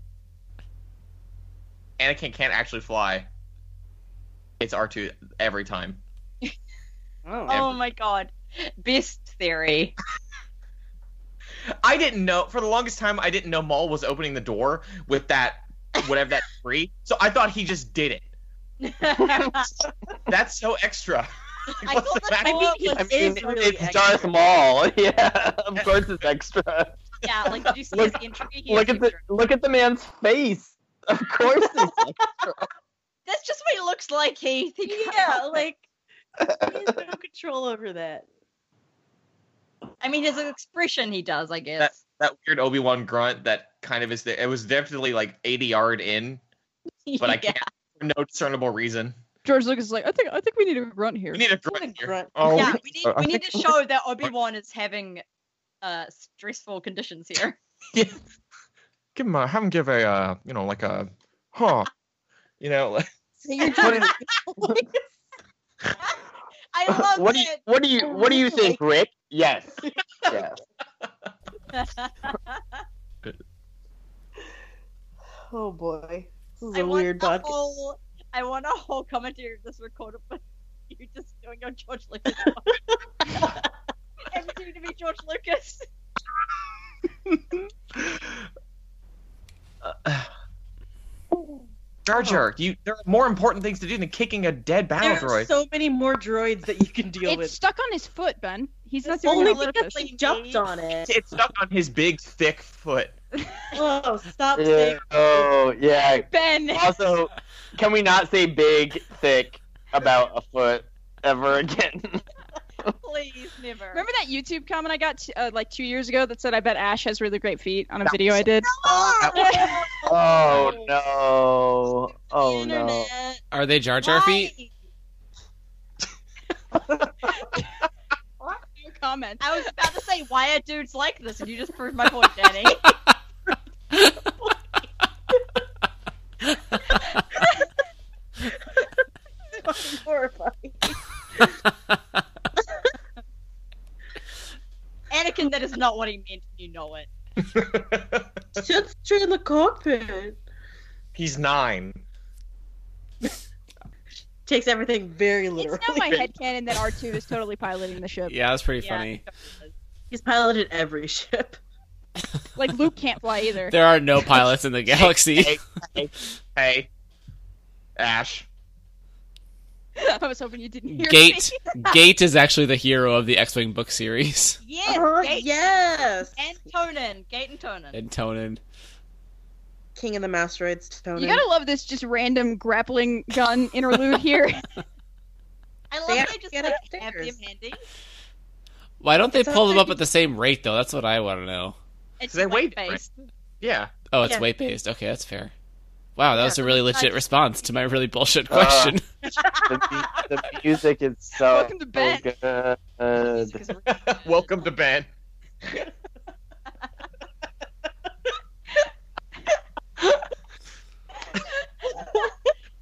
[SPEAKER 8] Anakin can't actually fly. It's R two every time.
[SPEAKER 3] Oh my god. Best theory.
[SPEAKER 8] I didn't know for the longest time. I didn't know Maul was opening the door with that whatever that tree. So I thought he just did it.
[SPEAKER 3] I
[SPEAKER 8] That's so extra.
[SPEAKER 3] thought the
[SPEAKER 8] matter?
[SPEAKER 3] door
[SPEAKER 1] I
[SPEAKER 3] was
[SPEAKER 1] mean, It's really
[SPEAKER 10] it's
[SPEAKER 1] extra.
[SPEAKER 10] Darth Maul. Yeah, of course it's extra.
[SPEAKER 3] yeah, like did you see his
[SPEAKER 10] Look-
[SPEAKER 3] entry? He
[SPEAKER 10] Look
[SPEAKER 3] has
[SPEAKER 10] at the
[SPEAKER 3] entry.
[SPEAKER 10] look at the man's face. Of course it's extra.
[SPEAKER 3] That's just what he looks like, Keith. He can't-
[SPEAKER 1] Yeah, like he has no control over that.
[SPEAKER 3] I mean his expression he does, I guess.
[SPEAKER 8] that weird Obi Wan grunt that kind of is there. It was definitely like 80 yard in, but I
[SPEAKER 3] Yeah.
[SPEAKER 8] can't for no discernible reason.
[SPEAKER 9] George Lucas is like, I think I think we need a grunt here.
[SPEAKER 8] We need a
[SPEAKER 1] What a
[SPEAKER 8] grunt here.
[SPEAKER 1] grunt.
[SPEAKER 8] Oh,
[SPEAKER 3] yeah, we need,
[SPEAKER 8] I
[SPEAKER 3] we need to show that Obi Wan is having uh, stressful conditions here.
[SPEAKER 8] give him a have him give a uh, you know like a huh, you know like
[SPEAKER 3] I love
[SPEAKER 10] What do you
[SPEAKER 3] it.
[SPEAKER 10] what do you what do you think, Rick? Yes. Yes.
[SPEAKER 1] Oh boy, this is
[SPEAKER 3] I
[SPEAKER 1] a
[SPEAKER 3] want
[SPEAKER 1] weird
[SPEAKER 3] a
[SPEAKER 1] podcast.
[SPEAKER 3] whole, I want a whole commentary of this recorded, but you just doing your George Lucas. Everything to be George Lucas.
[SPEAKER 8] Jar Jar. You there are more important things to do than kicking a dead
[SPEAKER 1] There
[SPEAKER 8] battle
[SPEAKER 1] are
[SPEAKER 8] droid.
[SPEAKER 1] so many more droids that you can deal
[SPEAKER 9] It's
[SPEAKER 1] with.
[SPEAKER 9] stuck on his foot, Ben. He's not
[SPEAKER 1] It's
[SPEAKER 9] doing
[SPEAKER 1] only
[SPEAKER 9] it
[SPEAKER 1] because they jumped on it.
[SPEAKER 8] it's stuck on his big thick foot.
[SPEAKER 1] Oh, stop
[SPEAKER 10] Yeah.
[SPEAKER 1] saying
[SPEAKER 10] Oh yeah.
[SPEAKER 9] Ben.
[SPEAKER 10] Also, can we not say big, thick about a foot ever again?
[SPEAKER 3] Please, never.
[SPEAKER 9] Remember that YouTube comment I got uh, like two years ago that said I bet Ash has really great feet on a video I did.
[SPEAKER 10] Oh no.
[SPEAKER 1] the
[SPEAKER 10] Oh
[SPEAKER 1] internet.
[SPEAKER 10] no.
[SPEAKER 4] are they Jar Jar
[SPEAKER 3] Why?
[SPEAKER 4] feet?
[SPEAKER 9] No comment.
[SPEAKER 3] I was about to say why are dudes like this, and you just proved my point, Danny.
[SPEAKER 1] Fucking horrifying.
[SPEAKER 3] Anakin, that is not what he meant. and You know it.
[SPEAKER 1] Just in the cockpit.
[SPEAKER 8] He's nine.
[SPEAKER 1] Takes everything very literally.
[SPEAKER 9] It's now my headcanon that R2 is totally piloting the ship.
[SPEAKER 4] Yeah, that's pretty
[SPEAKER 3] Yeah,
[SPEAKER 4] funny.
[SPEAKER 1] He's piloted every ship.
[SPEAKER 9] Like Luke can't fly either.
[SPEAKER 4] There are no pilots in the galaxy.
[SPEAKER 8] Hey, Ash.
[SPEAKER 9] I was hoping you didn't hear
[SPEAKER 4] Gate Gate is actually the hero of the X-wing book series.
[SPEAKER 3] Yes,
[SPEAKER 1] Uh-huh,
[SPEAKER 3] Gate
[SPEAKER 1] yes.
[SPEAKER 3] and Tonin, Gate and Tonin.
[SPEAKER 4] And Tonin.
[SPEAKER 1] King of the Masteroids,
[SPEAKER 9] me.
[SPEAKER 1] Tony.
[SPEAKER 9] You gotta love this just random grappling gun interlude here.
[SPEAKER 3] I love
[SPEAKER 1] They
[SPEAKER 3] they,
[SPEAKER 1] have to
[SPEAKER 3] just
[SPEAKER 1] get
[SPEAKER 3] like
[SPEAKER 1] upstairs.
[SPEAKER 3] have them handy.
[SPEAKER 4] Why don't they
[SPEAKER 1] It's
[SPEAKER 4] pull them up
[SPEAKER 1] already-
[SPEAKER 4] at the same rate though? That's what I want to know.
[SPEAKER 3] It's
[SPEAKER 8] They weigh
[SPEAKER 3] white
[SPEAKER 8] different.
[SPEAKER 3] based.
[SPEAKER 8] Yeah.
[SPEAKER 4] Oh, it's
[SPEAKER 1] Yeah.
[SPEAKER 4] weight based. Okay, that's fair. Wow, that was a really legit
[SPEAKER 3] I-
[SPEAKER 4] response to my really bullshit
[SPEAKER 10] Uh,
[SPEAKER 4] question.
[SPEAKER 10] The, mu- the music is so
[SPEAKER 9] Welcome to Ben.
[SPEAKER 10] good.
[SPEAKER 8] Uh, Welcome to Ben.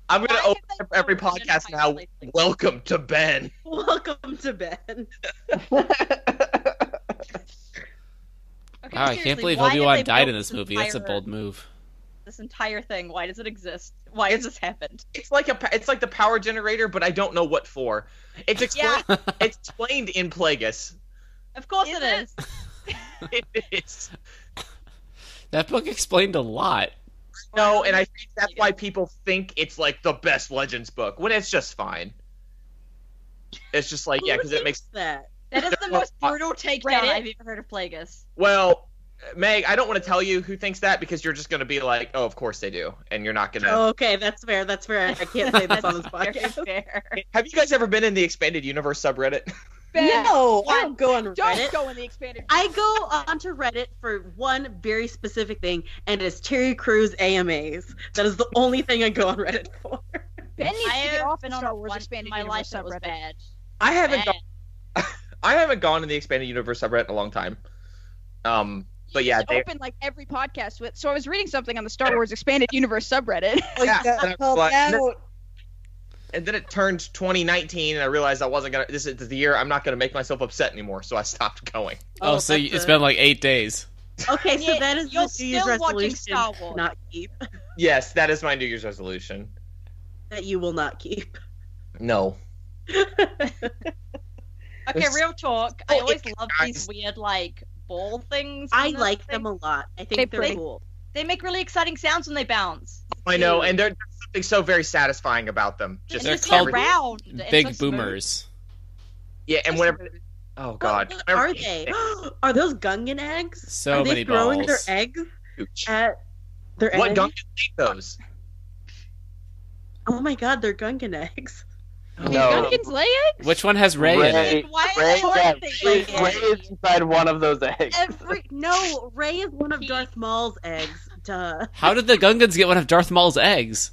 [SPEAKER 8] I'm gonna
[SPEAKER 3] Why
[SPEAKER 8] open
[SPEAKER 3] have
[SPEAKER 8] up
[SPEAKER 3] they
[SPEAKER 8] every
[SPEAKER 3] always been
[SPEAKER 8] podcast now.
[SPEAKER 3] highlighted?
[SPEAKER 8] Welcome to Ben.
[SPEAKER 1] Welcome to Ben.
[SPEAKER 3] Okay,
[SPEAKER 4] wow, I can't
[SPEAKER 3] seriously,
[SPEAKER 4] believe
[SPEAKER 3] why have
[SPEAKER 4] Obi Wan
[SPEAKER 3] they
[SPEAKER 4] died
[SPEAKER 3] built
[SPEAKER 4] in this movie. That's a
[SPEAKER 3] entire-
[SPEAKER 4] bold move.
[SPEAKER 3] This entire thing. Why does it exist? Why has this happened?
[SPEAKER 8] It's like a pa- it's like the power generator, but I don't know what for. It's explained. it's explained in Plagueis.
[SPEAKER 3] Of course
[SPEAKER 9] Is
[SPEAKER 3] it
[SPEAKER 9] it?
[SPEAKER 3] is.
[SPEAKER 8] It is.
[SPEAKER 4] That book explained a lot.
[SPEAKER 8] No, and I think that's why people think it's like the best Legends book when it's just fine. It's just like yeah, because it makes
[SPEAKER 1] that.
[SPEAKER 3] That is the most brutal takedown
[SPEAKER 9] Reddit?
[SPEAKER 3] I've ever heard of Plagueis.
[SPEAKER 8] well, Meg. I don't want to tell you who thinks that because you're just gonna be like, oh, of course they do, and you're not gonna.
[SPEAKER 2] Oh.
[SPEAKER 1] Oh, okay, that's fair. That's fair. I can't say this on this
[SPEAKER 3] Very
[SPEAKER 1] podcast.
[SPEAKER 3] fair.
[SPEAKER 8] Have you guys ever been in the expanded universe subreddit?
[SPEAKER 9] bad.
[SPEAKER 1] No, I don't go on Reddit.
[SPEAKER 9] Don't go in the expanded.
[SPEAKER 1] I go onto Reddit for one very specific thing, and it's Terry Crews AMAs. That is the only thing I go on Reddit for.
[SPEAKER 3] I
[SPEAKER 9] Ben needs to get
[SPEAKER 3] have
[SPEAKER 9] off
[SPEAKER 3] been
[SPEAKER 9] the
[SPEAKER 3] on
[SPEAKER 9] Star
[SPEAKER 3] a
[SPEAKER 9] Wars
[SPEAKER 3] one-
[SPEAKER 9] expanded
[SPEAKER 3] my life
[SPEAKER 9] universe
[SPEAKER 3] that was
[SPEAKER 9] subreddit.
[SPEAKER 3] bad.
[SPEAKER 2] I haven't
[SPEAKER 3] Bad.
[SPEAKER 2] gone.
[SPEAKER 8] I haven't gone in the expanded universe subreddit in a long time. Um, but yeah,
[SPEAKER 9] It's
[SPEAKER 8] they,
[SPEAKER 9] open like every podcast with. So I was reading something on the Star Wars expanded universe subreddit.
[SPEAKER 8] yeah,
[SPEAKER 2] that
[SPEAKER 8] and I was
[SPEAKER 2] helped
[SPEAKER 8] like-
[SPEAKER 2] out.
[SPEAKER 8] and then it turned 2019, and I realized I wasn't gonna. This is the year I'm not gonna make myself upset anymore, so I stopped going.
[SPEAKER 4] Oh, so
[SPEAKER 1] that's
[SPEAKER 4] you, it's
[SPEAKER 1] a-
[SPEAKER 4] been like eight days.
[SPEAKER 1] Okay, so
[SPEAKER 3] Yet
[SPEAKER 1] that is
[SPEAKER 3] you're
[SPEAKER 1] the New Year's
[SPEAKER 3] still watching
[SPEAKER 1] resolution
[SPEAKER 3] Star
[SPEAKER 1] to
[SPEAKER 3] Wars.
[SPEAKER 1] not keep
[SPEAKER 8] Yes, that is my New Year's resolution.
[SPEAKER 1] that you will not keep.
[SPEAKER 8] No,
[SPEAKER 3] Okay,
[SPEAKER 8] It's-
[SPEAKER 3] real talk.
[SPEAKER 8] Oh,
[SPEAKER 3] I always
[SPEAKER 8] it's
[SPEAKER 3] love these weird like ball things.
[SPEAKER 1] I
[SPEAKER 3] on this
[SPEAKER 1] like
[SPEAKER 3] thing.
[SPEAKER 1] them a lot. I
[SPEAKER 9] They're
[SPEAKER 1] think they're,
[SPEAKER 9] pretty.
[SPEAKER 1] cool.
[SPEAKER 3] They make really exciting sounds when they bounce.
[SPEAKER 8] I know, and there- there's something so very satisfying about them.
[SPEAKER 3] Just,
[SPEAKER 8] Just
[SPEAKER 4] They're
[SPEAKER 3] just
[SPEAKER 4] called
[SPEAKER 3] round. and
[SPEAKER 4] Big
[SPEAKER 3] so smooth.
[SPEAKER 4] boomers.
[SPEAKER 8] yeah, and whenever. Oh
[SPEAKER 1] What-
[SPEAKER 8] God,
[SPEAKER 1] What,
[SPEAKER 8] whenever-
[SPEAKER 1] are they? are those Gungan eggs?
[SPEAKER 4] So
[SPEAKER 1] are they
[SPEAKER 4] many
[SPEAKER 1] throwing
[SPEAKER 4] balls.
[SPEAKER 1] their eggs
[SPEAKER 8] Huge.
[SPEAKER 1] at their
[SPEAKER 8] What
[SPEAKER 1] eggs?
[SPEAKER 8] Gungan ate those?
[SPEAKER 1] Oh my god, they're Gungan eggs.
[SPEAKER 10] No.
[SPEAKER 9] Gunkins lay eggs.
[SPEAKER 4] Which one has Ray, in it?
[SPEAKER 10] Ray,
[SPEAKER 3] Like, why
[SPEAKER 10] Ray,
[SPEAKER 3] are
[SPEAKER 10] yeah,
[SPEAKER 3] they
[SPEAKER 10] Ray
[SPEAKER 3] like
[SPEAKER 10] Ray is inside one of those eggs.
[SPEAKER 1] Every no, Ray is one of
[SPEAKER 3] He-
[SPEAKER 1] Darth Maul's eggs. Duh.
[SPEAKER 4] How did the Gungans get one of Darth Maul's eggs?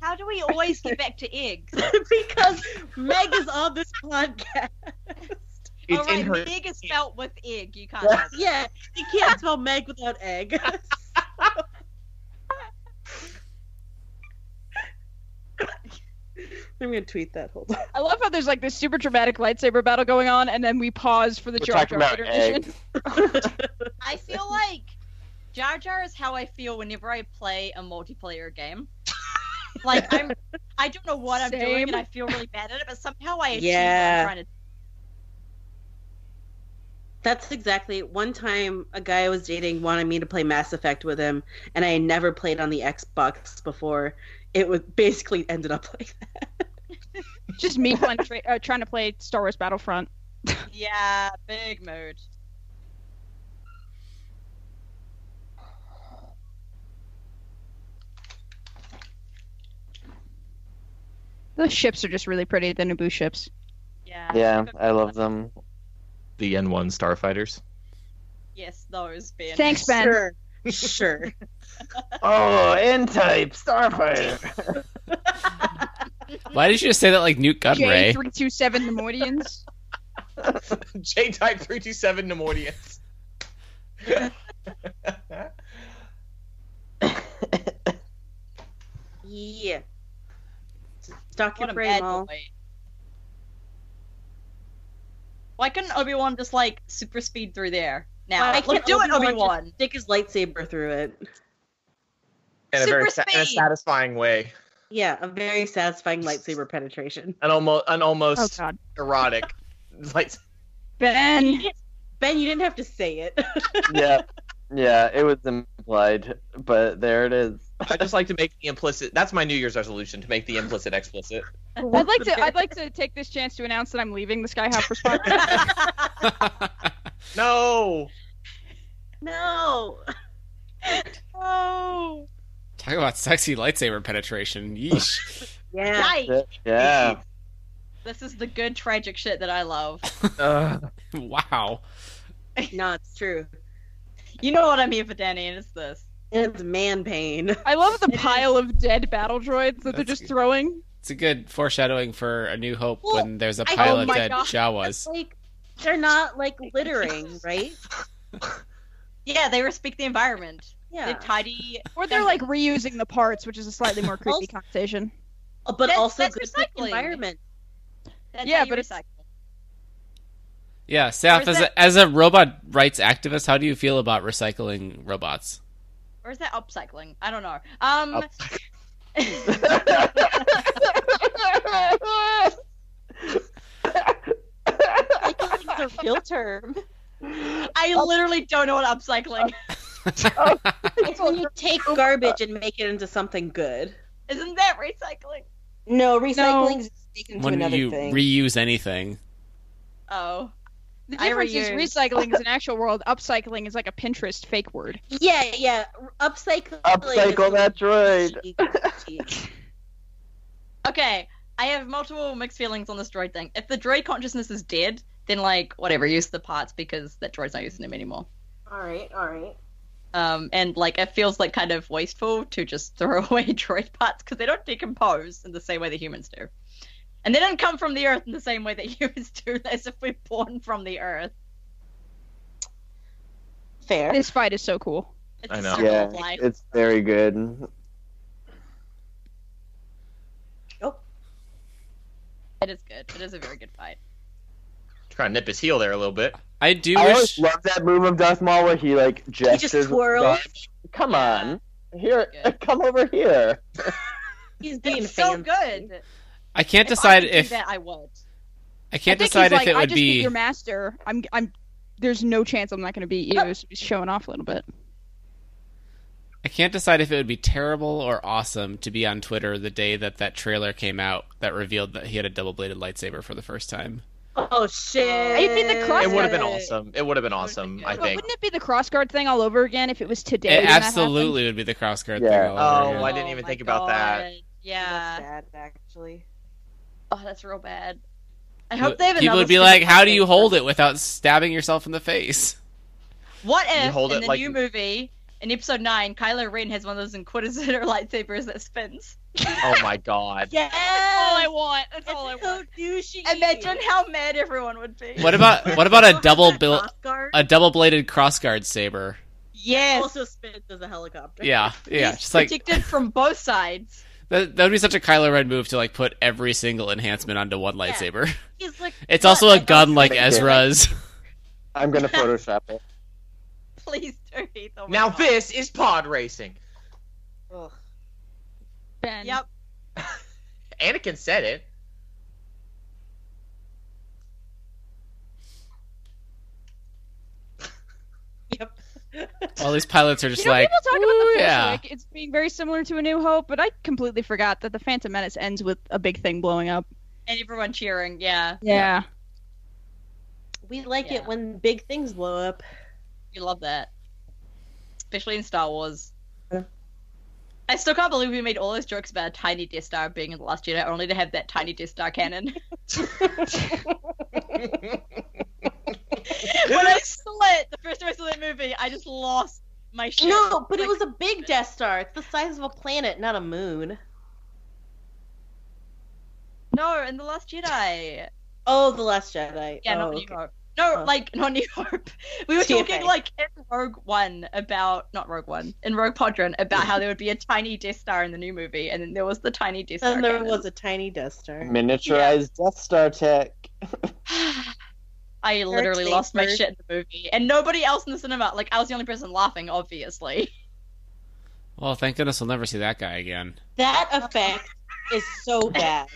[SPEAKER 3] How do we always get back to eggs?
[SPEAKER 1] because Meg is on this podcast.
[SPEAKER 8] It's
[SPEAKER 3] All right,
[SPEAKER 8] in her.
[SPEAKER 3] Meg is spelt with egg. You can't. help it.
[SPEAKER 1] Yeah, you can't spell Meg without egg. I'm gonna tweet that. Hold on.
[SPEAKER 9] I love how there's like this super dramatic lightsaber battle going on, and then we pause for the
[SPEAKER 10] We're
[SPEAKER 9] Jar
[SPEAKER 10] talking
[SPEAKER 9] Jar
[SPEAKER 10] about
[SPEAKER 9] intermission.
[SPEAKER 10] eggs.
[SPEAKER 3] I feel like Jar Jar is how I feel whenever I play a multiplayer game. Like I'm, I don't know what I'm doing,
[SPEAKER 9] Same.
[SPEAKER 3] and I feel really bad at it. But somehow I achieve
[SPEAKER 1] Yeah.
[SPEAKER 3] what I'm trying to.
[SPEAKER 1] That's exactly. One time, a guy I was dating wanted me to play Mass Effect with him, and I had never played on the Xbox before. It was basically ended up like that.
[SPEAKER 9] Just me fun tra- uh, trying to play Star Wars Battlefront.
[SPEAKER 3] Yeah, big mood.
[SPEAKER 9] Those ships are just really pretty. The Naboo ships.
[SPEAKER 3] Yeah.
[SPEAKER 10] Yeah, I love them.
[SPEAKER 8] The N1 starfighters.
[SPEAKER 3] Yes, those. Ben.
[SPEAKER 9] Thanks, Ben.
[SPEAKER 1] Sure, sure.
[SPEAKER 10] Oh, N-type starfighter.
[SPEAKER 4] Why did you just say that like Newt Gunray?
[SPEAKER 9] J three two seven Nemoidians.
[SPEAKER 8] J Type 327 Nemordians.
[SPEAKER 1] yeah. Stock
[SPEAKER 3] What
[SPEAKER 1] your
[SPEAKER 3] a
[SPEAKER 1] brain,
[SPEAKER 3] bad
[SPEAKER 1] all.
[SPEAKER 3] boy. Why couldn't Obi Wan just like super speed through there? Now,
[SPEAKER 1] Why
[SPEAKER 3] Like,
[SPEAKER 1] can't
[SPEAKER 3] do it,
[SPEAKER 1] Obi-Wan
[SPEAKER 3] Obi Wan.
[SPEAKER 1] Stick his lightsaber through it.
[SPEAKER 8] in a very
[SPEAKER 3] Super
[SPEAKER 8] sa- in a
[SPEAKER 3] speed.
[SPEAKER 8] satisfying way,
[SPEAKER 1] Yeah, a very satisfying lightsaber penetration.
[SPEAKER 8] an almost an
[SPEAKER 9] Oh
[SPEAKER 8] almost
[SPEAKER 9] God,
[SPEAKER 8] erotic, like
[SPEAKER 9] Ben.
[SPEAKER 1] Ben, you didn't have to say it.
[SPEAKER 10] yeah, yeah, it was implied, but there it is.
[SPEAKER 8] I just like to make the implicit. That's my New Year's resolution to make the implicit explicit.
[SPEAKER 9] I'd like to. I'd like to take this chance to announce that I'm leaving the Sky Hopper spot.
[SPEAKER 8] No,
[SPEAKER 1] no.
[SPEAKER 3] oh,
[SPEAKER 4] Talk about sexy lightsaber penetration. Yeesh.
[SPEAKER 1] Yeah.
[SPEAKER 3] yikes!
[SPEAKER 10] Yeah.
[SPEAKER 3] This is the good tragic shit that I love.
[SPEAKER 4] wow.
[SPEAKER 1] No, it's true.
[SPEAKER 3] You know what I'm here for, Danny, and it's this.
[SPEAKER 1] It's man pain.
[SPEAKER 9] I love the
[SPEAKER 3] is.
[SPEAKER 9] pile of dead battle droids that they're
[SPEAKER 4] That's
[SPEAKER 9] just throwing.
[SPEAKER 4] It's a good foreshadowing for A New Hope
[SPEAKER 1] Well,
[SPEAKER 4] when there's a
[SPEAKER 1] I-
[SPEAKER 4] pile
[SPEAKER 9] oh
[SPEAKER 4] of
[SPEAKER 9] my
[SPEAKER 4] dead
[SPEAKER 9] God.
[SPEAKER 4] Jawas.
[SPEAKER 1] Like they're not like littering, right?
[SPEAKER 3] Yeah, they respect the environment.
[SPEAKER 1] Yeah.
[SPEAKER 3] They're tidy.
[SPEAKER 9] Or they're like reusing the parts, which is a slightly more creepy
[SPEAKER 1] Also-
[SPEAKER 9] conversation.
[SPEAKER 1] but
[SPEAKER 3] That's-
[SPEAKER 1] also
[SPEAKER 3] that's
[SPEAKER 1] good for the
[SPEAKER 3] recycling.
[SPEAKER 1] environment.
[SPEAKER 3] That's
[SPEAKER 9] Yeah,
[SPEAKER 3] how you
[SPEAKER 9] but it's-
[SPEAKER 3] recycle.
[SPEAKER 4] Yeah, Saf,
[SPEAKER 3] Where's
[SPEAKER 4] as
[SPEAKER 3] that-
[SPEAKER 4] a, as a robot rights activist, how do you feel about recycling robots?
[SPEAKER 3] Or is that upcycling? I don't know. Um,
[SPEAKER 1] Recycling is a real term.
[SPEAKER 3] I literally don't know what upcycling.
[SPEAKER 1] It's when you take garbage and make it into something good.
[SPEAKER 3] is. Isn't that recycling?
[SPEAKER 1] No,
[SPEAKER 9] recycling's
[SPEAKER 1] taken
[SPEAKER 4] when you reuse anything.
[SPEAKER 3] Oh,
[SPEAKER 9] The
[SPEAKER 3] I
[SPEAKER 9] difference is
[SPEAKER 3] reused.
[SPEAKER 9] recycling is an actual world. Upcycling is like a Pinterest fake word.
[SPEAKER 1] yeah, yeah. Upcycling.
[SPEAKER 10] Upcycle that droid.
[SPEAKER 1] droid.
[SPEAKER 3] okay. I have multiple mixed feelings on this droid thing. If the droid consciousness is dead, then like whatever, use the parts because that droid's not using them anymore.
[SPEAKER 1] All right, all right.
[SPEAKER 3] Um, and like it feels like kind of wasteful to just throw away droid parts because they don't decompose in the same way that humans do, and they don't come from the earth in the same way that humans do, as if we're born from the earth.
[SPEAKER 1] Fair.
[SPEAKER 9] This fight is so cool.
[SPEAKER 3] It's
[SPEAKER 2] I
[SPEAKER 3] a
[SPEAKER 2] know.
[SPEAKER 3] circle
[SPEAKER 10] Yeah,
[SPEAKER 3] of life.
[SPEAKER 10] it's very good.
[SPEAKER 3] It is good. It is a very good fight.
[SPEAKER 8] Trying to nip his heel there a little bit.
[SPEAKER 4] I do
[SPEAKER 10] I
[SPEAKER 4] wish
[SPEAKER 10] always love that move of Darth Maul where he like
[SPEAKER 1] He
[SPEAKER 10] gestures.
[SPEAKER 1] just
[SPEAKER 10] with
[SPEAKER 1] twirls.
[SPEAKER 10] his arm. Come on, here, come over here.
[SPEAKER 1] He's being
[SPEAKER 3] It's so
[SPEAKER 1] fancy.
[SPEAKER 3] good.
[SPEAKER 4] I can't
[SPEAKER 3] If
[SPEAKER 4] decide
[SPEAKER 3] I could do
[SPEAKER 4] if
[SPEAKER 3] that, I would.
[SPEAKER 4] I
[SPEAKER 9] I
[SPEAKER 4] can't
[SPEAKER 9] think
[SPEAKER 4] decide
[SPEAKER 9] he's
[SPEAKER 4] if
[SPEAKER 9] like,
[SPEAKER 4] it
[SPEAKER 9] I
[SPEAKER 4] would
[SPEAKER 9] just beat
[SPEAKER 4] be
[SPEAKER 9] your master. I'm I'm there's no chance I'm not going to beat you. So he's showing off a little bit.
[SPEAKER 4] I can't decide if it would be terrible or awesome to be on Twitter the day that that trailer came out that revealed that he had a double bladed lightsaber for the first time.
[SPEAKER 1] Oh shit!
[SPEAKER 9] It'd be the crux
[SPEAKER 8] It would have been
[SPEAKER 1] Hey.
[SPEAKER 8] awesome. It would have been awesome, I
[SPEAKER 9] But
[SPEAKER 8] think.
[SPEAKER 9] wouldn't it be the crossguard thing all over again if it was today?
[SPEAKER 4] It
[SPEAKER 9] when that
[SPEAKER 4] absolutely would be the cross guard
[SPEAKER 10] Yeah.
[SPEAKER 4] thing. all over
[SPEAKER 8] Oh,
[SPEAKER 4] again.
[SPEAKER 8] I didn't even
[SPEAKER 3] my
[SPEAKER 8] think about that.
[SPEAKER 3] God. Yeah.
[SPEAKER 1] That's sad, actually.
[SPEAKER 3] Oh, that's real bad. I hope they have
[SPEAKER 4] People
[SPEAKER 3] another
[SPEAKER 4] would be
[SPEAKER 3] stupid
[SPEAKER 4] like, "How do
[SPEAKER 3] thing
[SPEAKER 4] you
[SPEAKER 3] for-
[SPEAKER 4] hold it without stabbing yourself in the face?"
[SPEAKER 3] What
[SPEAKER 8] You
[SPEAKER 3] if
[SPEAKER 8] hold
[SPEAKER 3] in
[SPEAKER 8] it
[SPEAKER 3] the
[SPEAKER 8] like-
[SPEAKER 3] new movie, in episode nine, Kylo Ren has one of those Inquisitor lightsabers that spins?
[SPEAKER 8] Oh my god.
[SPEAKER 1] Yes.
[SPEAKER 3] That's all I want. That's
[SPEAKER 1] It's
[SPEAKER 3] all I
[SPEAKER 1] so
[SPEAKER 3] want.
[SPEAKER 1] douchey.
[SPEAKER 3] Imagine how mad everyone would be.
[SPEAKER 4] What about what about a
[SPEAKER 1] Still
[SPEAKER 4] double
[SPEAKER 1] have that
[SPEAKER 4] bill
[SPEAKER 1] cross guard.
[SPEAKER 4] a double bladed cross guard saber?
[SPEAKER 3] Yes.
[SPEAKER 1] Also spins as a helicopter.
[SPEAKER 4] Yeah, yeah.
[SPEAKER 3] He's
[SPEAKER 4] Just like
[SPEAKER 3] protected from both sides.
[SPEAKER 4] that, that would be such a Kylo Ren move to like put every single enhancement onto one
[SPEAKER 1] Yeah.
[SPEAKER 4] lightsaber.
[SPEAKER 1] He's like.
[SPEAKER 4] It's also a
[SPEAKER 1] "Look, I
[SPEAKER 4] gun like
[SPEAKER 10] Make it.
[SPEAKER 4] Ezra's.
[SPEAKER 10] I'm gonna Photoshop it.
[SPEAKER 3] Please do. Heath. Oh my
[SPEAKER 8] Now
[SPEAKER 3] God.
[SPEAKER 8] this is pod racing.
[SPEAKER 1] Ugh.
[SPEAKER 9] Ben.
[SPEAKER 3] Yep.
[SPEAKER 8] Anakin said it.
[SPEAKER 1] Yep.
[SPEAKER 4] All these pilots are just
[SPEAKER 9] You know,
[SPEAKER 4] like,
[SPEAKER 9] people talk about the
[SPEAKER 4] "Ooh,
[SPEAKER 9] Force
[SPEAKER 4] yeah.
[SPEAKER 9] like it's being very similar to A New Hope, but I completely forgot that the Phantom Menace ends with a big thing blowing up.
[SPEAKER 3] And everyone cheering. Yeah.
[SPEAKER 9] Yeah.
[SPEAKER 1] We like it
[SPEAKER 3] Yeah.
[SPEAKER 1] when big things blow up.
[SPEAKER 3] You love that. Especially in Star Wars.
[SPEAKER 1] Yeah.
[SPEAKER 3] I still can't believe we made all those jokes about a tiny Death Star being in The Last Jedi only to have that tiny Death Star cannon. when I saw it, the first time I saw that movie, I just lost my shit.
[SPEAKER 1] No, but it
[SPEAKER 3] Like,
[SPEAKER 1] was a big Death Star. It's the size of a planet, not a moon.
[SPEAKER 3] No, in The Last Jedi.
[SPEAKER 1] Oh, the Last Jedi.
[SPEAKER 3] Yeah,
[SPEAKER 1] oh,
[SPEAKER 3] not New
[SPEAKER 1] okay.
[SPEAKER 3] Hope. No,
[SPEAKER 1] Oh.
[SPEAKER 3] like, not New Hope. We were
[SPEAKER 1] TFA.
[SPEAKER 3] talking, like, in Rogue One about, not Rogue One, in Rogue Podron about how there would be a tiny Death Star in the new movie, and then there was the tiny Death Star.
[SPEAKER 1] And there
[SPEAKER 3] cannon.
[SPEAKER 1] was a tiny Death Star.
[SPEAKER 10] Miniaturized Death Star tech.
[SPEAKER 3] I literally
[SPEAKER 1] Eric
[SPEAKER 3] lost my
[SPEAKER 1] Safer.
[SPEAKER 3] shit in the movie, and nobody else in the cinema. Like I was the only person laughing, obviously.
[SPEAKER 4] Well, thank goodness we'll never see that guy again.
[SPEAKER 1] That effect is so bad.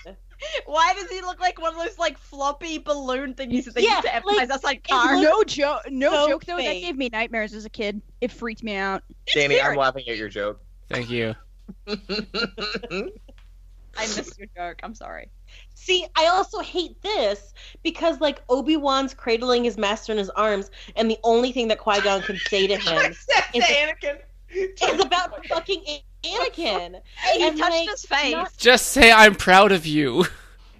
[SPEAKER 3] Why does he look like one of those like floppy balloon thingies that they
[SPEAKER 1] Yeah,
[SPEAKER 3] used to advertise
[SPEAKER 1] like,
[SPEAKER 3] outside
[SPEAKER 1] it
[SPEAKER 3] cars?
[SPEAKER 1] looks-
[SPEAKER 9] No joke. No
[SPEAKER 1] So
[SPEAKER 9] joke though. That
[SPEAKER 1] fake.
[SPEAKER 9] gave me nightmares as a kid. It freaked me out.
[SPEAKER 8] Danny, I'm
[SPEAKER 3] serious.
[SPEAKER 8] laughing at your joke.
[SPEAKER 4] Thank you.
[SPEAKER 3] I missed your joke. I'm sorry.
[SPEAKER 1] See, I also hate this because like Obi Wan's cradling his master in his arms, and the only thing that Qui Gon can say to him
[SPEAKER 8] Except
[SPEAKER 1] Is
[SPEAKER 8] Anakin.
[SPEAKER 1] is about fucking A- Anakin.
[SPEAKER 3] He
[SPEAKER 1] And,
[SPEAKER 3] touched
[SPEAKER 1] like,
[SPEAKER 3] his face.
[SPEAKER 1] not-
[SPEAKER 4] Just say I'm proud of you.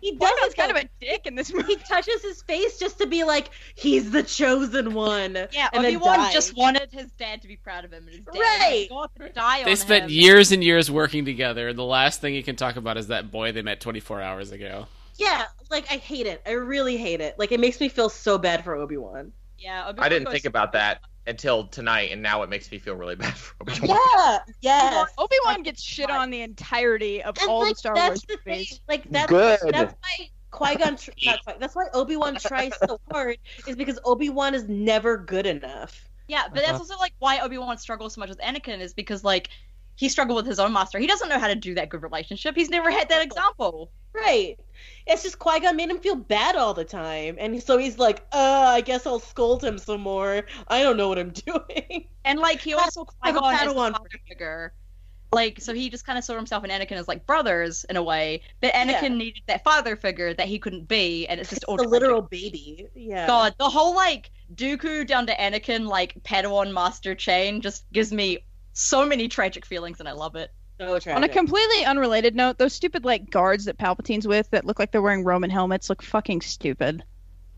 [SPEAKER 1] He
[SPEAKER 9] Qui
[SPEAKER 1] does
[SPEAKER 9] kind of a dick in this movie.
[SPEAKER 1] he touches his face just to be like he's the chosen one.
[SPEAKER 3] Yeah,
[SPEAKER 1] and
[SPEAKER 3] Obi
[SPEAKER 1] then
[SPEAKER 3] Wan
[SPEAKER 1] dies.
[SPEAKER 3] just wanted his dad to be proud of him, and his dad
[SPEAKER 1] Right.
[SPEAKER 3] go up and die
[SPEAKER 4] They
[SPEAKER 3] on
[SPEAKER 4] spent
[SPEAKER 3] him.
[SPEAKER 4] years and years working together, and the last thing you can talk about is that boy they met 24 hours ago.
[SPEAKER 1] Yeah, like I hate it. I really hate it. Like it makes me feel so bad for Obi Wan.
[SPEAKER 3] Yeah, Obi-Wan
[SPEAKER 8] I didn't
[SPEAKER 3] goes-
[SPEAKER 8] think about that until tonight, and now it makes me feel really bad for Obi-Wan.
[SPEAKER 1] Yeah, yes.
[SPEAKER 9] Obi Wan gets shit on the entirety of
[SPEAKER 1] And
[SPEAKER 9] all
[SPEAKER 1] like
[SPEAKER 9] the Star
[SPEAKER 1] that's
[SPEAKER 9] Wars
[SPEAKER 1] the thing.
[SPEAKER 9] movies.
[SPEAKER 1] Like that's
[SPEAKER 10] Good.
[SPEAKER 1] that's why Qui Gon tr- not Qui- that's why Obi Wan tries so hard is because Obi Wan is never good enough.
[SPEAKER 3] Yeah, but
[SPEAKER 8] Uh-huh.
[SPEAKER 3] that's also like why Obi Wan struggles so much with Anakin is because like he struggled with his own master. He doesn't know how to do that good relationship. He's never had that example.
[SPEAKER 1] Right. It's just Qui Gon made him feel bad all the time, and so he's like, "Uh, I guess I'll scold him some more. I don't know what I'm doing."
[SPEAKER 3] And like he also
[SPEAKER 1] I'm
[SPEAKER 3] Qui
[SPEAKER 1] a
[SPEAKER 3] Gon as a
[SPEAKER 1] Padawan.
[SPEAKER 3] father figure. Like so he just kind of saw himself and Anakin as like brothers in a way. But Anakin
[SPEAKER 1] Yeah.
[SPEAKER 3] needed that father figure that he couldn't be, and it's just all
[SPEAKER 1] the
[SPEAKER 3] tragic.
[SPEAKER 1] literal baby. Yeah.
[SPEAKER 3] God, the whole like Dooku down to Anakin like Padawan master chain just gives me so many tragic feelings, and I love it.
[SPEAKER 1] So tragic.
[SPEAKER 9] On a completely unrelated note, those stupid like guards that Palpatine's with that look like they're wearing Roman helmets look fucking stupid.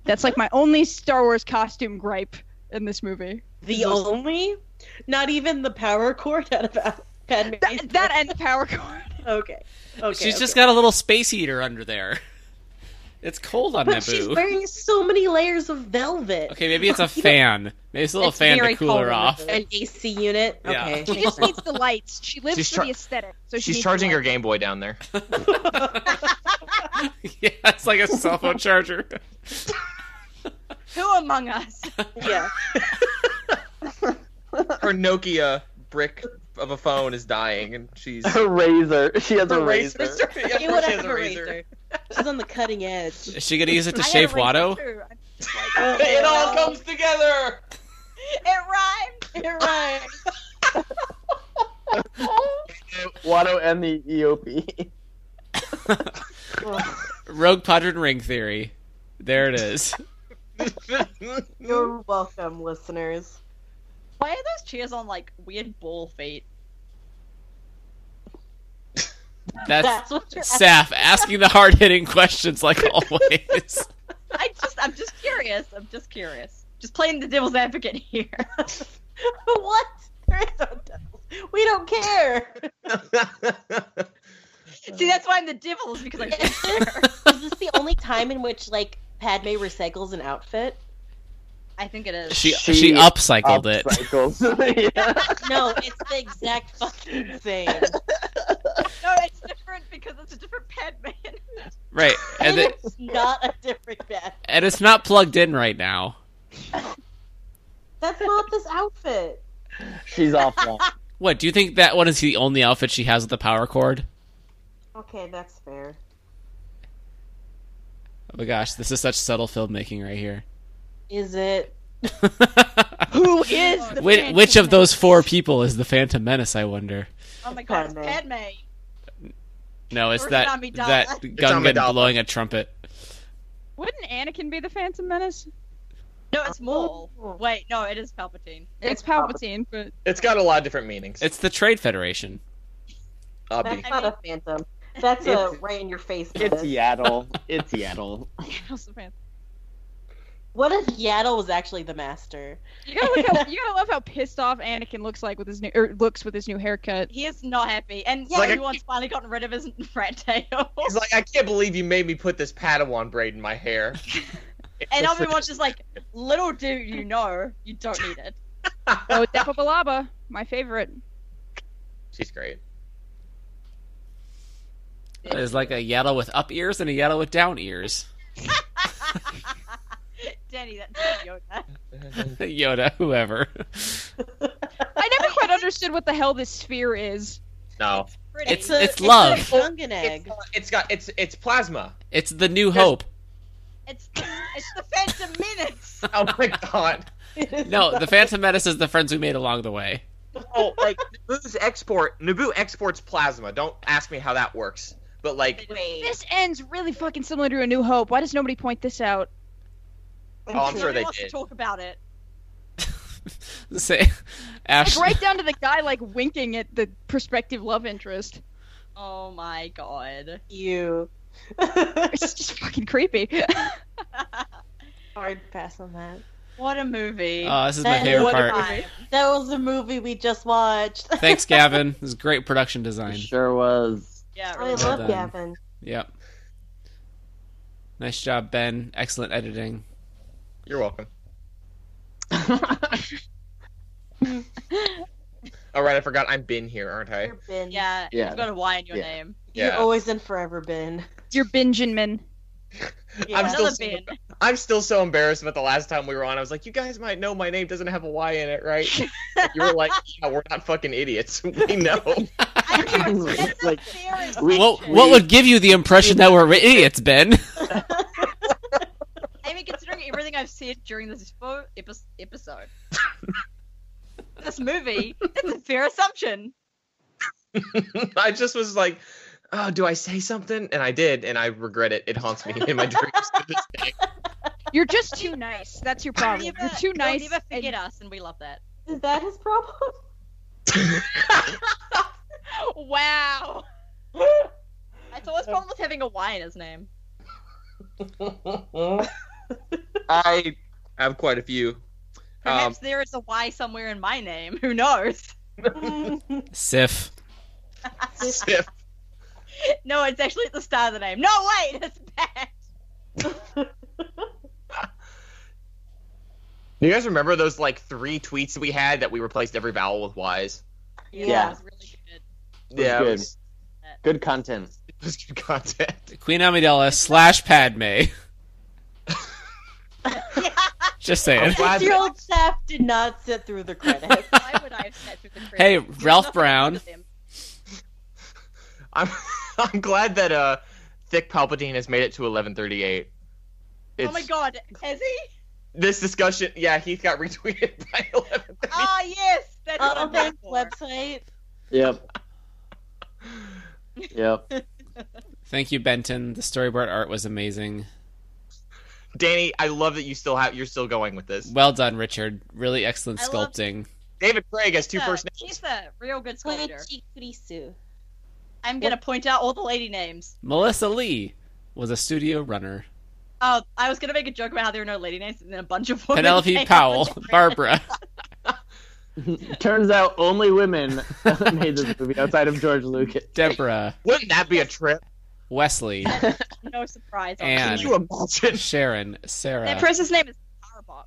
[SPEAKER 9] That's like my only Star Wars costume gripe in this movie.
[SPEAKER 1] The only? Not even the power cord out of Padme. That,
[SPEAKER 9] that and the power cord.
[SPEAKER 1] Okay. Okay.
[SPEAKER 4] She's
[SPEAKER 1] okay.
[SPEAKER 4] just got a little space heater under there. It's cold on
[SPEAKER 1] But
[SPEAKER 4] Naboo.
[SPEAKER 1] she's wearing so many layers of velvet.
[SPEAKER 4] Okay, maybe it's a fan. Maybe it's a little fan to cool her off.
[SPEAKER 1] An AC unit.
[SPEAKER 4] Yeah.
[SPEAKER 1] Okay.
[SPEAKER 9] She just needs the lights. She lives
[SPEAKER 8] She's
[SPEAKER 9] for
[SPEAKER 8] char-
[SPEAKER 9] the aesthetic. So she
[SPEAKER 8] She's
[SPEAKER 9] needs
[SPEAKER 8] charging
[SPEAKER 9] the
[SPEAKER 8] her Game Boy down there.
[SPEAKER 4] yeah, it's like a cell phone charger.
[SPEAKER 9] lights. Who among us?
[SPEAKER 1] yeah.
[SPEAKER 8] Her Nokia brick of a phone is dying, and she's
[SPEAKER 10] A razor. She has a
[SPEAKER 8] Her
[SPEAKER 10] razor.
[SPEAKER 8] Sorry, of
[SPEAKER 1] She
[SPEAKER 8] course
[SPEAKER 1] would
[SPEAKER 8] she
[SPEAKER 1] have
[SPEAKER 8] has
[SPEAKER 1] a razor. She's on the cutting edge.
[SPEAKER 4] Is she gonna use it to
[SPEAKER 9] I had
[SPEAKER 4] shave
[SPEAKER 9] a razor
[SPEAKER 4] Watto?
[SPEAKER 9] too. I-
[SPEAKER 8] it all comes together.
[SPEAKER 9] It rhymed. It rhymed.
[SPEAKER 10] Watto and the
[SPEAKER 2] E
[SPEAKER 10] EOP.
[SPEAKER 4] Rogue Podred Ring Theory. There it is.
[SPEAKER 1] You're welcome, listeners.
[SPEAKER 3] Why are those chairs on like weird ball feet?
[SPEAKER 4] That's
[SPEAKER 1] That's what you're
[SPEAKER 4] Saf asking the hard hitting questions like always.
[SPEAKER 3] I just, I'm just curious. I'm just curious. Just playing the devil's advocate here.
[SPEAKER 1] what? There is no devils. We don't care.
[SPEAKER 3] See, that's why I'm the devil is because I
[SPEAKER 1] Is
[SPEAKER 3] just
[SPEAKER 1] this,
[SPEAKER 3] care.
[SPEAKER 1] is this the only time in which like Padme recycles an outfit?
[SPEAKER 3] I think it is.
[SPEAKER 4] She she,
[SPEAKER 10] She
[SPEAKER 4] upcycled it.
[SPEAKER 10] Upcycles. yeah.
[SPEAKER 1] No, it's the exact fucking same.
[SPEAKER 3] No, it's different because it's a different Padman.
[SPEAKER 4] Right. And it,
[SPEAKER 1] it's not a different bag.
[SPEAKER 4] and it's not plugged in right now.
[SPEAKER 1] That's not this outfit.
[SPEAKER 10] She's offline.
[SPEAKER 4] What, do you think that one is the only outfit she has with the power cord?
[SPEAKER 1] Okay, that's fair.
[SPEAKER 4] Oh my gosh, this is such subtle filmmaking right here.
[SPEAKER 1] Is it?
[SPEAKER 9] Who is the
[SPEAKER 4] Whi
[SPEAKER 9] Phantom
[SPEAKER 4] which of
[SPEAKER 9] Menace?
[SPEAKER 4] those four people is the Phantom Menace, I wonder?
[SPEAKER 3] Oh my god, it's
[SPEAKER 1] Padme.
[SPEAKER 3] Padme.
[SPEAKER 4] No, it's
[SPEAKER 3] Or
[SPEAKER 4] that
[SPEAKER 3] Amidala.
[SPEAKER 4] that
[SPEAKER 3] It's
[SPEAKER 4] gunman
[SPEAKER 8] Amidala.
[SPEAKER 4] blowing a trumpet.
[SPEAKER 9] Wouldn't Anakin be the Phantom Menace?
[SPEAKER 3] No, it's Maul. Wait, no, it is Palpatine.
[SPEAKER 9] It's Palpatine, but
[SPEAKER 8] It's got a lot of different meanings.
[SPEAKER 4] It's the Trade Federation.
[SPEAKER 8] obvi.
[SPEAKER 1] That's not a phantom. That's a right in your face. Menace.
[SPEAKER 10] It's Yaddle. It's Yaddle.
[SPEAKER 9] How's the Phantom?
[SPEAKER 1] What if Yaddle was actually the master?
[SPEAKER 9] You gotta look how you gotta love how pissed off Anakin looks like with his new er, looks with his new haircut.
[SPEAKER 3] He is not happy, and
[SPEAKER 8] like a-
[SPEAKER 3] everyone's finally gotten rid of his rat tail.
[SPEAKER 8] He's like, I can't believe you made me put this Padawan braid in my hair.
[SPEAKER 3] and everyone's just like, little do you know, you don't need it.
[SPEAKER 9] Oh, Dappa Balaba, my favorite.
[SPEAKER 8] She's great.
[SPEAKER 4] It's like a yellow with up ears and a yellow with down ears.
[SPEAKER 3] Danny, that's Yoda.
[SPEAKER 4] Yoda, whoever.
[SPEAKER 9] I never quite understood what the hell this sphere is.
[SPEAKER 8] No,
[SPEAKER 3] Pretty.
[SPEAKER 4] It's it's love.
[SPEAKER 1] It's a Gungan
[SPEAKER 8] it's,
[SPEAKER 1] egg.
[SPEAKER 8] not- it's got it's it's plasma.
[SPEAKER 4] It's the new
[SPEAKER 8] There's-
[SPEAKER 4] hope.
[SPEAKER 3] It's the, it's the Phantom Menace.
[SPEAKER 8] Oh my god!
[SPEAKER 4] No, the Phantom Menace is the friends we made along the way.
[SPEAKER 8] Oh, like Naboo's export. Naboo exports plasma. Don't ask me how that works, but like,
[SPEAKER 1] Wait.
[SPEAKER 9] This ends really fucking similar to A New Hope. Why does nobody point this out?
[SPEAKER 8] oh, I'm sure
[SPEAKER 3] Nobody
[SPEAKER 8] they
[SPEAKER 3] wants to
[SPEAKER 8] did.
[SPEAKER 3] talk about it.
[SPEAKER 4] Say, Ash,
[SPEAKER 9] Like right down to the guy like winking at the prospective love interest.
[SPEAKER 3] Oh my god.
[SPEAKER 1] You.
[SPEAKER 9] It's just fucking creepy.
[SPEAKER 1] Hard pass on that.
[SPEAKER 3] What a movie.
[SPEAKER 4] oh, this is my
[SPEAKER 1] That is
[SPEAKER 4] favorite
[SPEAKER 1] what
[SPEAKER 4] part.
[SPEAKER 3] Time.
[SPEAKER 1] That was the movie we just watched.
[SPEAKER 4] Thanks, Gavin. This is great production design.
[SPEAKER 10] Sure was.
[SPEAKER 3] Yeah, it
[SPEAKER 1] I
[SPEAKER 3] really.
[SPEAKER 4] Well
[SPEAKER 1] love
[SPEAKER 4] done.
[SPEAKER 1] Gavin.
[SPEAKER 4] Yep. Nice job, Ben. Excellent editing.
[SPEAKER 8] You're welcome. All right, I forgot I'm been here, aren't I?
[SPEAKER 1] You're Ben.
[SPEAKER 3] Yeah,
[SPEAKER 10] Yeah.
[SPEAKER 3] you've got a Y in your
[SPEAKER 10] Yeah.
[SPEAKER 3] name.
[SPEAKER 1] You're
[SPEAKER 8] Yeah,
[SPEAKER 1] always in forever, Ben.
[SPEAKER 9] You're Benjamin.
[SPEAKER 1] Yeah.
[SPEAKER 8] I'm still
[SPEAKER 3] Another
[SPEAKER 8] so,
[SPEAKER 3] Ben.
[SPEAKER 8] I'm still so embarrassed about the last time we were on. I was like, you guys might know my name doesn't have a Y in it, right? you were like, yeah, we're not fucking idiots. We know.
[SPEAKER 10] It's like, we-
[SPEAKER 4] What, what would give you the impression that we're idiots, Ben?
[SPEAKER 3] I mean, considering everything I've said during this fo- epi- episode, this movie, it's a fair assumption.
[SPEAKER 8] I just was like, oh, do I say something? And I did, and I regret it. It haunts me in my dreams to this day.
[SPEAKER 9] You're just too nice. That's your problem.
[SPEAKER 3] Never-
[SPEAKER 9] You're too
[SPEAKER 3] they'll
[SPEAKER 9] nice.
[SPEAKER 3] Never
[SPEAKER 9] and-
[SPEAKER 3] forget us, and we love that.
[SPEAKER 1] Is that his problem?
[SPEAKER 3] Wow. I thought his problem was having a Y in his name.
[SPEAKER 8] I have quite a few. Um,
[SPEAKER 3] Perhaps there is a Y somewhere in my name. Who knows?
[SPEAKER 4] Sif.
[SPEAKER 8] Sif.
[SPEAKER 3] No, it's actually at the start of the name. No, wait, it's bad.
[SPEAKER 8] Do you guys remember those like three tweets we had that we replaced every vowel with Y's?
[SPEAKER 3] Yeah.
[SPEAKER 8] Yeah.
[SPEAKER 3] It was really good.
[SPEAKER 8] Yeah, it
[SPEAKER 2] good.
[SPEAKER 8] was,
[SPEAKER 2] Good content.
[SPEAKER 8] it was good content.
[SPEAKER 4] Queen Amidala slash Padme. Just saying.
[SPEAKER 1] Your old staff did not sit through the credits.
[SPEAKER 3] Why would I have sat through the credits?
[SPEAKER 4] Hey,
[SPEAKER 3] There's
[SPEAKER 4] Ralph
[SPEAKER 3] nothing
[SPEAKER 4] Brown.
[SPEAKER 3] wrong with him. Oh
[SPEAKER 8] I'm I'm glad that uh Thick Palpatine has made it to 1138. It's,
[SPEAKER 3] Oh my god, has he?
[SPEAKER 8] This discussion, yeah, Heath got retweeted by 11.
[SPEAKER 3] Ah, yes, that's
[SPEAKER 9] Uh,
[SPEAKER 3] what
[SPEAKER 1] Oh,
[SPEAKER 3] I'm
[SPEAKER 1] thanks,
[SPEAKER 3] there for.
[SPEAKER 1] website.
[SPEAKER 2] Yep. Yep.
[SPEAKER 4] Thank you, Benton. The storyboard art was amazing.
[SPEAKER 8] Danny, I love that you still have you're still going with this.
[SPEAKER 4] Well done, Richard. Really excellent
[SPEAKER 3] I love-
[SPEAKER 4] sculpting.
[SPEAKER 8] David Craig has two
[SPEAKER 3] He's a-
[SPEAKER 8] first names.
[SPEAKER 3] He's a real good sculptor.
[SPEAKER 1] Kuchikurisu.
[SPEAKER 3] I'm gonna point out all the lady names.
[SPEAKER 4] Melissa Lee was a studio runner.
[SPEAKER 3] Oh, I was gonna make a joke about how there are no lady names, and then a bunch of women.
[SPEAKER 4] Penelope
[SPEAKER 3] came up
[SPEAKER 4] Powell,
[SPEAKER 3] with different-
[SPEAKER 4] Barbara.
[SPEAKER 2] Turns out only women made this movie outside of George Lucas.
[SPEAKER 4] Deborah,
[SPEAKER 8] Wouldn't that be a trip?
[SPEAKER 4] Wesley,
[SPEAKER 3] No surprise.
[SPEAKER 4] And-
[SPEAKER 8] Can you imagine?
[SPEAKER 4] Sharon, Sarah.
[SPEAKER 3] That person's name is Powerbox.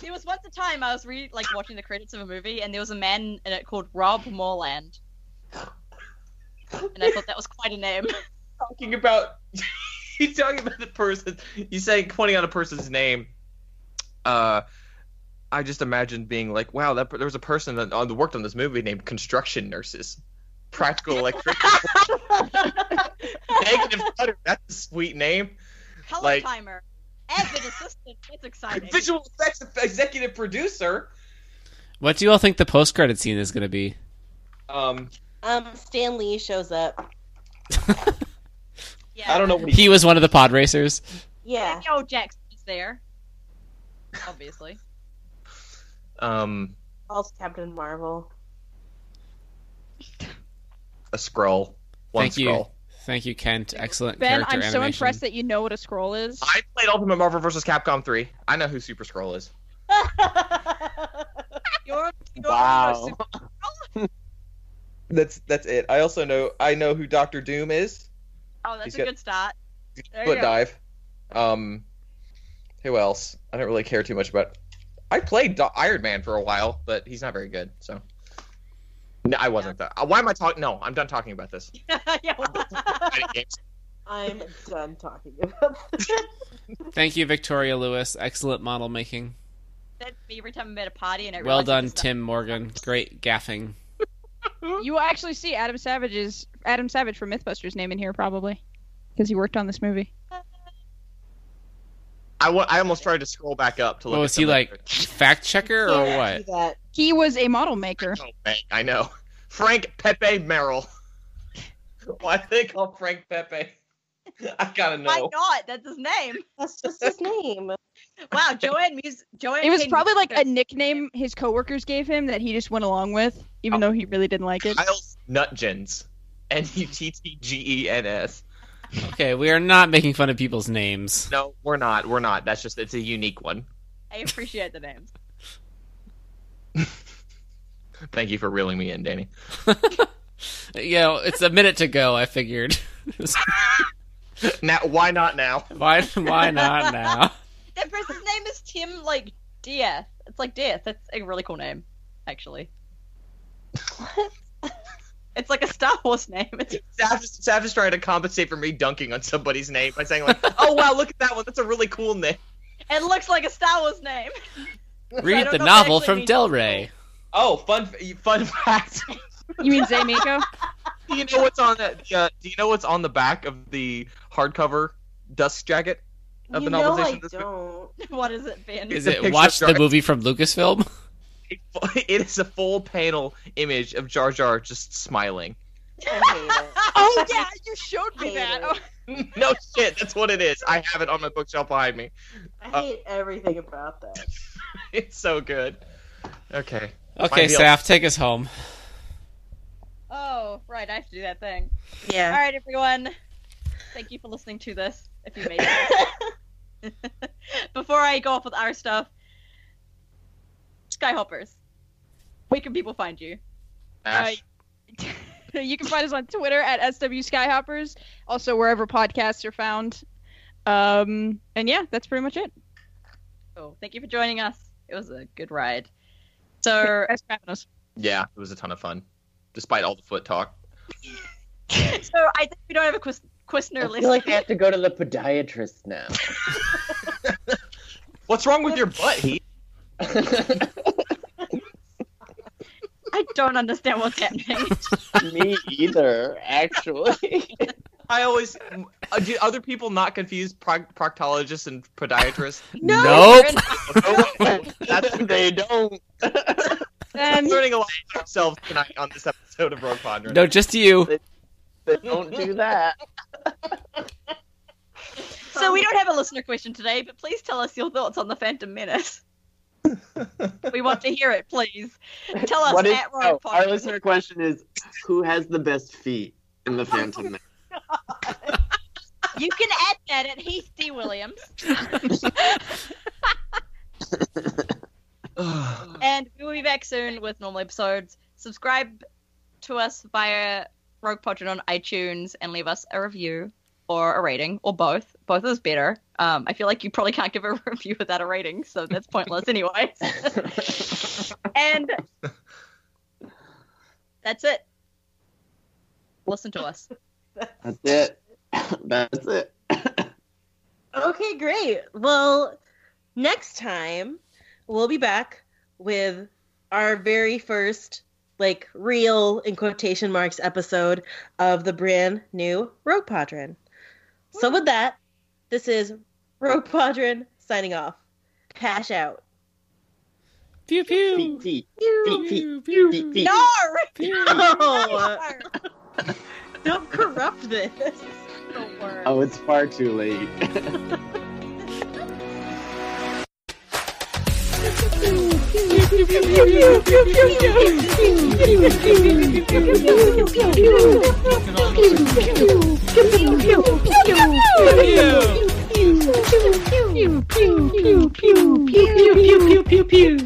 [SPEAKER 3] there was once a time I was reading, like, watching the credits of a movie, and there was a man in it called Rob Moreland, and I thought that was quite a name.
[SPEAKER 8] talking about you talking about the person you say pointing out a person's name uh i just imagined being like wow that per- there was a person that uh, that worked on this movie named construction nurses practical electric negative clutter that's a sweet name
[SPEAKER 3] Color
[SPEAKER 8] Like-
[SPEAKER 3] timer, as an assistant. That's exciting.
[SPEAKER 8] visual effects executive producer
[SPEAKER 4] What do you all think the post credit scene is going to be?
[SPEAKER 8] um
[SPEAKER 1] Um, Stan Lee shows up.
[SPEAKER 3] Yeah.
[SPEAKER 8] i don't know what he
[SPEAKER 4] He was one of the pod racers.
[SPEAKER 1] Yeah.
[SPEAKER 3] Samuel Jackson is there. Obviously.
[SPEAKER 8] um
[SPEAKER 1] Also Captain Marvel.
[SPEAKER 8] a scroll one
[SPEAKER 4] Thank you.
[SPEAKER 8] scroll
[SPEAKER 4] Thank you, Kent. Excellent
[SPEAKER 9] Ben,
[SPEAKER 4] character
[SPEAKER 9] I'm so
[SPEAKER 4] animation.
[SPEAKER 9] impressed that you know what a scroll is.
[SPEAKER 8] i played ultimate marvel vs capcom 3 i know who super scroll is
[SPEAKER 3] You're, you're
[SPEAKER 2] Wow.
[SPEAKER 8] that's that's it i also know i know who dr doom is
[SPEAKER 3] Oh, that's
[SPEAKER 8] He's
[SPEAKER 3] a
[SPEAKER 8] got-
[SPEAKER 3] good start. There you
[SPEAKER 8] foot
[SPEAKER 3] go.
[SPEAKER 8] dive. Um, who else? I don't really care too much about. I played Do- Iron Man for a while, but he's not very good. So, no, I wasn't. That. Why am I talking? No, I'm done talking about this.
[SPEAKER 3] yeah, well,
[SPEAKER 8] Fighting games.
[SPEAKER 1] I'm done talking about
[SPEAKER 4] Thank you, Victoria Lewis. Excellent model making.
[SPEAKER 3] that's me every time I'm at a party and I
[SPEAKER 4] Well
[SPEAKER 3] realize
[SPEAKER 4] done,
[SPEAKER 3] it's a
[SPEAKER 4] Tim Morgan. Great gaffing.
[SPEAKER 9] You will actually see Adam Savage's Adam Savage from MythBusters name in here probably, because he worked on this movie.
[SPEAKER 8] I wa- I almost tried to scroll back up to look.
[SPEAKER 4] What
[SPEAKER 8] at
[SPEAKER 4] was he
[SPEAKER 8] some
[SPEAKER 4] like?
[SPEAKER 8] of
[SPEAKER 4] Fact checker or
[SPEAKER 1] Can't
[SPEAKER 4] what?
[SPEAKER 1] do that.
[SPEAKER 9] He was a model
[SPEAKER 8] the-
[SPEAKER 9] maker.
[SPEAKER 8] Oh, man, I know. Frank Pepe Merrill. Why do they call Frank Pepe? I gotta
[SPEAKER 3] Why
[SPEAKER 8] know.
[SPEAKER 3] not? That's his name.
[SPEAKER 1] That's just his name.
[SPEAKER 3] Wow, Joanne Muse. Joanne.
[SPEAKER 9] It was
[SPEAKER 3] King-
[SPEAKER 9] probably like a nickname his coworkers gave him that he just went along with, even though he really didn't like it.
[SPEAKER 8] Giles Nutgens. N U T T G E N S.
[SPEAKER 4] Okay, we are not making fun of people's names.
[SPEAKER 8] No, we're not. We're not. That's just it's a unique one.
[SPEAKER 3] I appreciate the names.
[SPEAKER 8] Thank you for reeling me in, Danny.
[SPEAKER 4] You know, it's a minute to go. I figured.
[SPEAKER 8] Now, why not now?
[SPEAKER 4] why? Why not now?
[SPEAKER 3] That person's name is Tim, like Death. It's like Death. That's a really cool name, actually. it's like a Star Wars name. It's
[SPEAKER 8] Sav is, Sav is trying to compensate for me dunking on somebody's name by saying like, "Oh wow, look at that one. That's a really cool name."
[SPEAKER 3] It looks like a Star Wars name.
[SPEAKER 4] Read
[SPEAKER 3] don't
[SPEAKER 4] the
[SPEAKER 3] know if it
[SPEAKER 4] novel
[SPEAKER 3] actually
[SPEAKER 4] from
[SPEAKER 3] means-
[SPEAKER 4] Del Rey.
[SPEAKER 8] Oh, fun fun fact.
[SPEAKER 9] You mean Zay Miko?
[SPEAKER 8] do you know what's on that? Uh, do you know what's on the back of the hardcover dust jacket? Of
[SPEAKER 1] you
[SPEAKER 8] the
[SPEAKER 1] know I
[SPEAKER 8] novelization this week.
[SPEAKER 1] don't.
[SPEAKER 3] What is it, Ben?
[SPEAKER 4] Is
[SPEAKER 8] a
[SPEAKER 4] it
[SPEAKER 8] picture
[SPEAKER 4] watch
[SPEAKER 8] of
[SPEAKER 4] the
[SPEAKER 8] Jar-
[SPEAKER 4] movie from Lucasfilm?
[SPEAKER 8] It is a full panel image of Jar Jar just smiling.
[SPEAKER 1] I
[SPEAKER 3] oh yeah, you showed
[SPEAKER 1] hate
[SPEAKER 3] me
[SPEAKER 1] it.
[SPEAKER 3] that.
[SPEAKER 1] I hate, it.
[SPEAKER 8] no shit, that's what it is. I have it on my bookshelf behind me.
[SPEAKER 1] I hate everything about that.
[SPEAKER 8] It's so good. Okay.
[SPEAKER 4] Okay,
[SPEAKER 8] Might be a-
[SPEAKER 4] Saf, take us home.
[SPEAKER 3] Oh, right, I have to do that thing.
[SPEAKER 1] Yeah.
[SPEAKER 3] All right, everyone. Thank you for listening to this, if you made it. Before I go off with our stuff, Skyhoppers, where can people find you?
[SPEAKER 9] Ash. you can find us on Twitter at SW Skyhoppers, also wherever podcasts are found. Um, and yeah, that's pretty much it.
[SPEAKER 3] Oh, thank you for joining us. It was a good ride. So,
[SPEAKER 8] Yeah, it was a ton of fun, despite all the foot talk.
[SPEAKER 3] so I think we don't have a Quis- Quisner
[SPEAKER 2] I
[SPEAKER 3] list.
[SPEAKER 2] feel like I have to go to the podiatrist now.
[SPEAKER 8] What's wrong with your butt? Heath?
[SPEAKER 3] I don't understand what's happening.
[SPEAKER 2] Me either, actually.
[SPEAKER 8] I always uh, do. Other people not confuse proc- proctologists and podiatrists.
[SPEAKER 3] No, Nope.
[SPEAKER 8] That's
[SPEAKER 2] they don't.
[SPEAKER 3] Um,
[SPEAKER 8] I'm learning a lot about ourselves tonight on this episode of Rogue Quadrant.
[SPEAKER 4] No, just you.
[SPEAKER 2] They don't do that.
[SPEAKER 3] so we don't have a listener question today, but please tell us your thoughts on the Phantom Menace. we want to hear it, please. Tell us
[SPEAKER 2] What is-
[SPEAKER 3] at
[SPEAKER 2] no,
[SPEAKER 3] Rogue
[SPEAKER 2] our listener question is who has the best feet in the Phantom Menace?
[SPEAKER 3] You can add that at Heath D. Williams. and we will be back soon with normal episodes. Subscribe to us via Rogue Podron on iTunes and leave us a review or a rating or both. Both is better. Um, I feel like you probably can't give a review without a rating, so that's pointless, anyways. and that's it. Listen to us.
[SPEAKER 2] That's it. That's it.
[SPEAKER 1] Okay, great. Well, next time we'll be back with our very first, like, real in quotation marks episode of the brand new Rogue Padron. So, with that, this is Rogue Padron signing off. Cash out.
[SPEAKER 4] Pew pew.
[SPEAKER 2] Feet, feet,
[SPEAKER 1] Pew.
[SPEAKER 2] feet, feet, feet, feet.
[SPEAKER 1] No!
[SPEAKER 3] No!
[SPEAKER 1] Don't corrupt this.
[SPEAKER 3] Don't worry.
[SPEAKER 2] Oh, it's far too late.
[SPEAKER 11] pew pew pew pew pew pew pew pew pew pew pew pew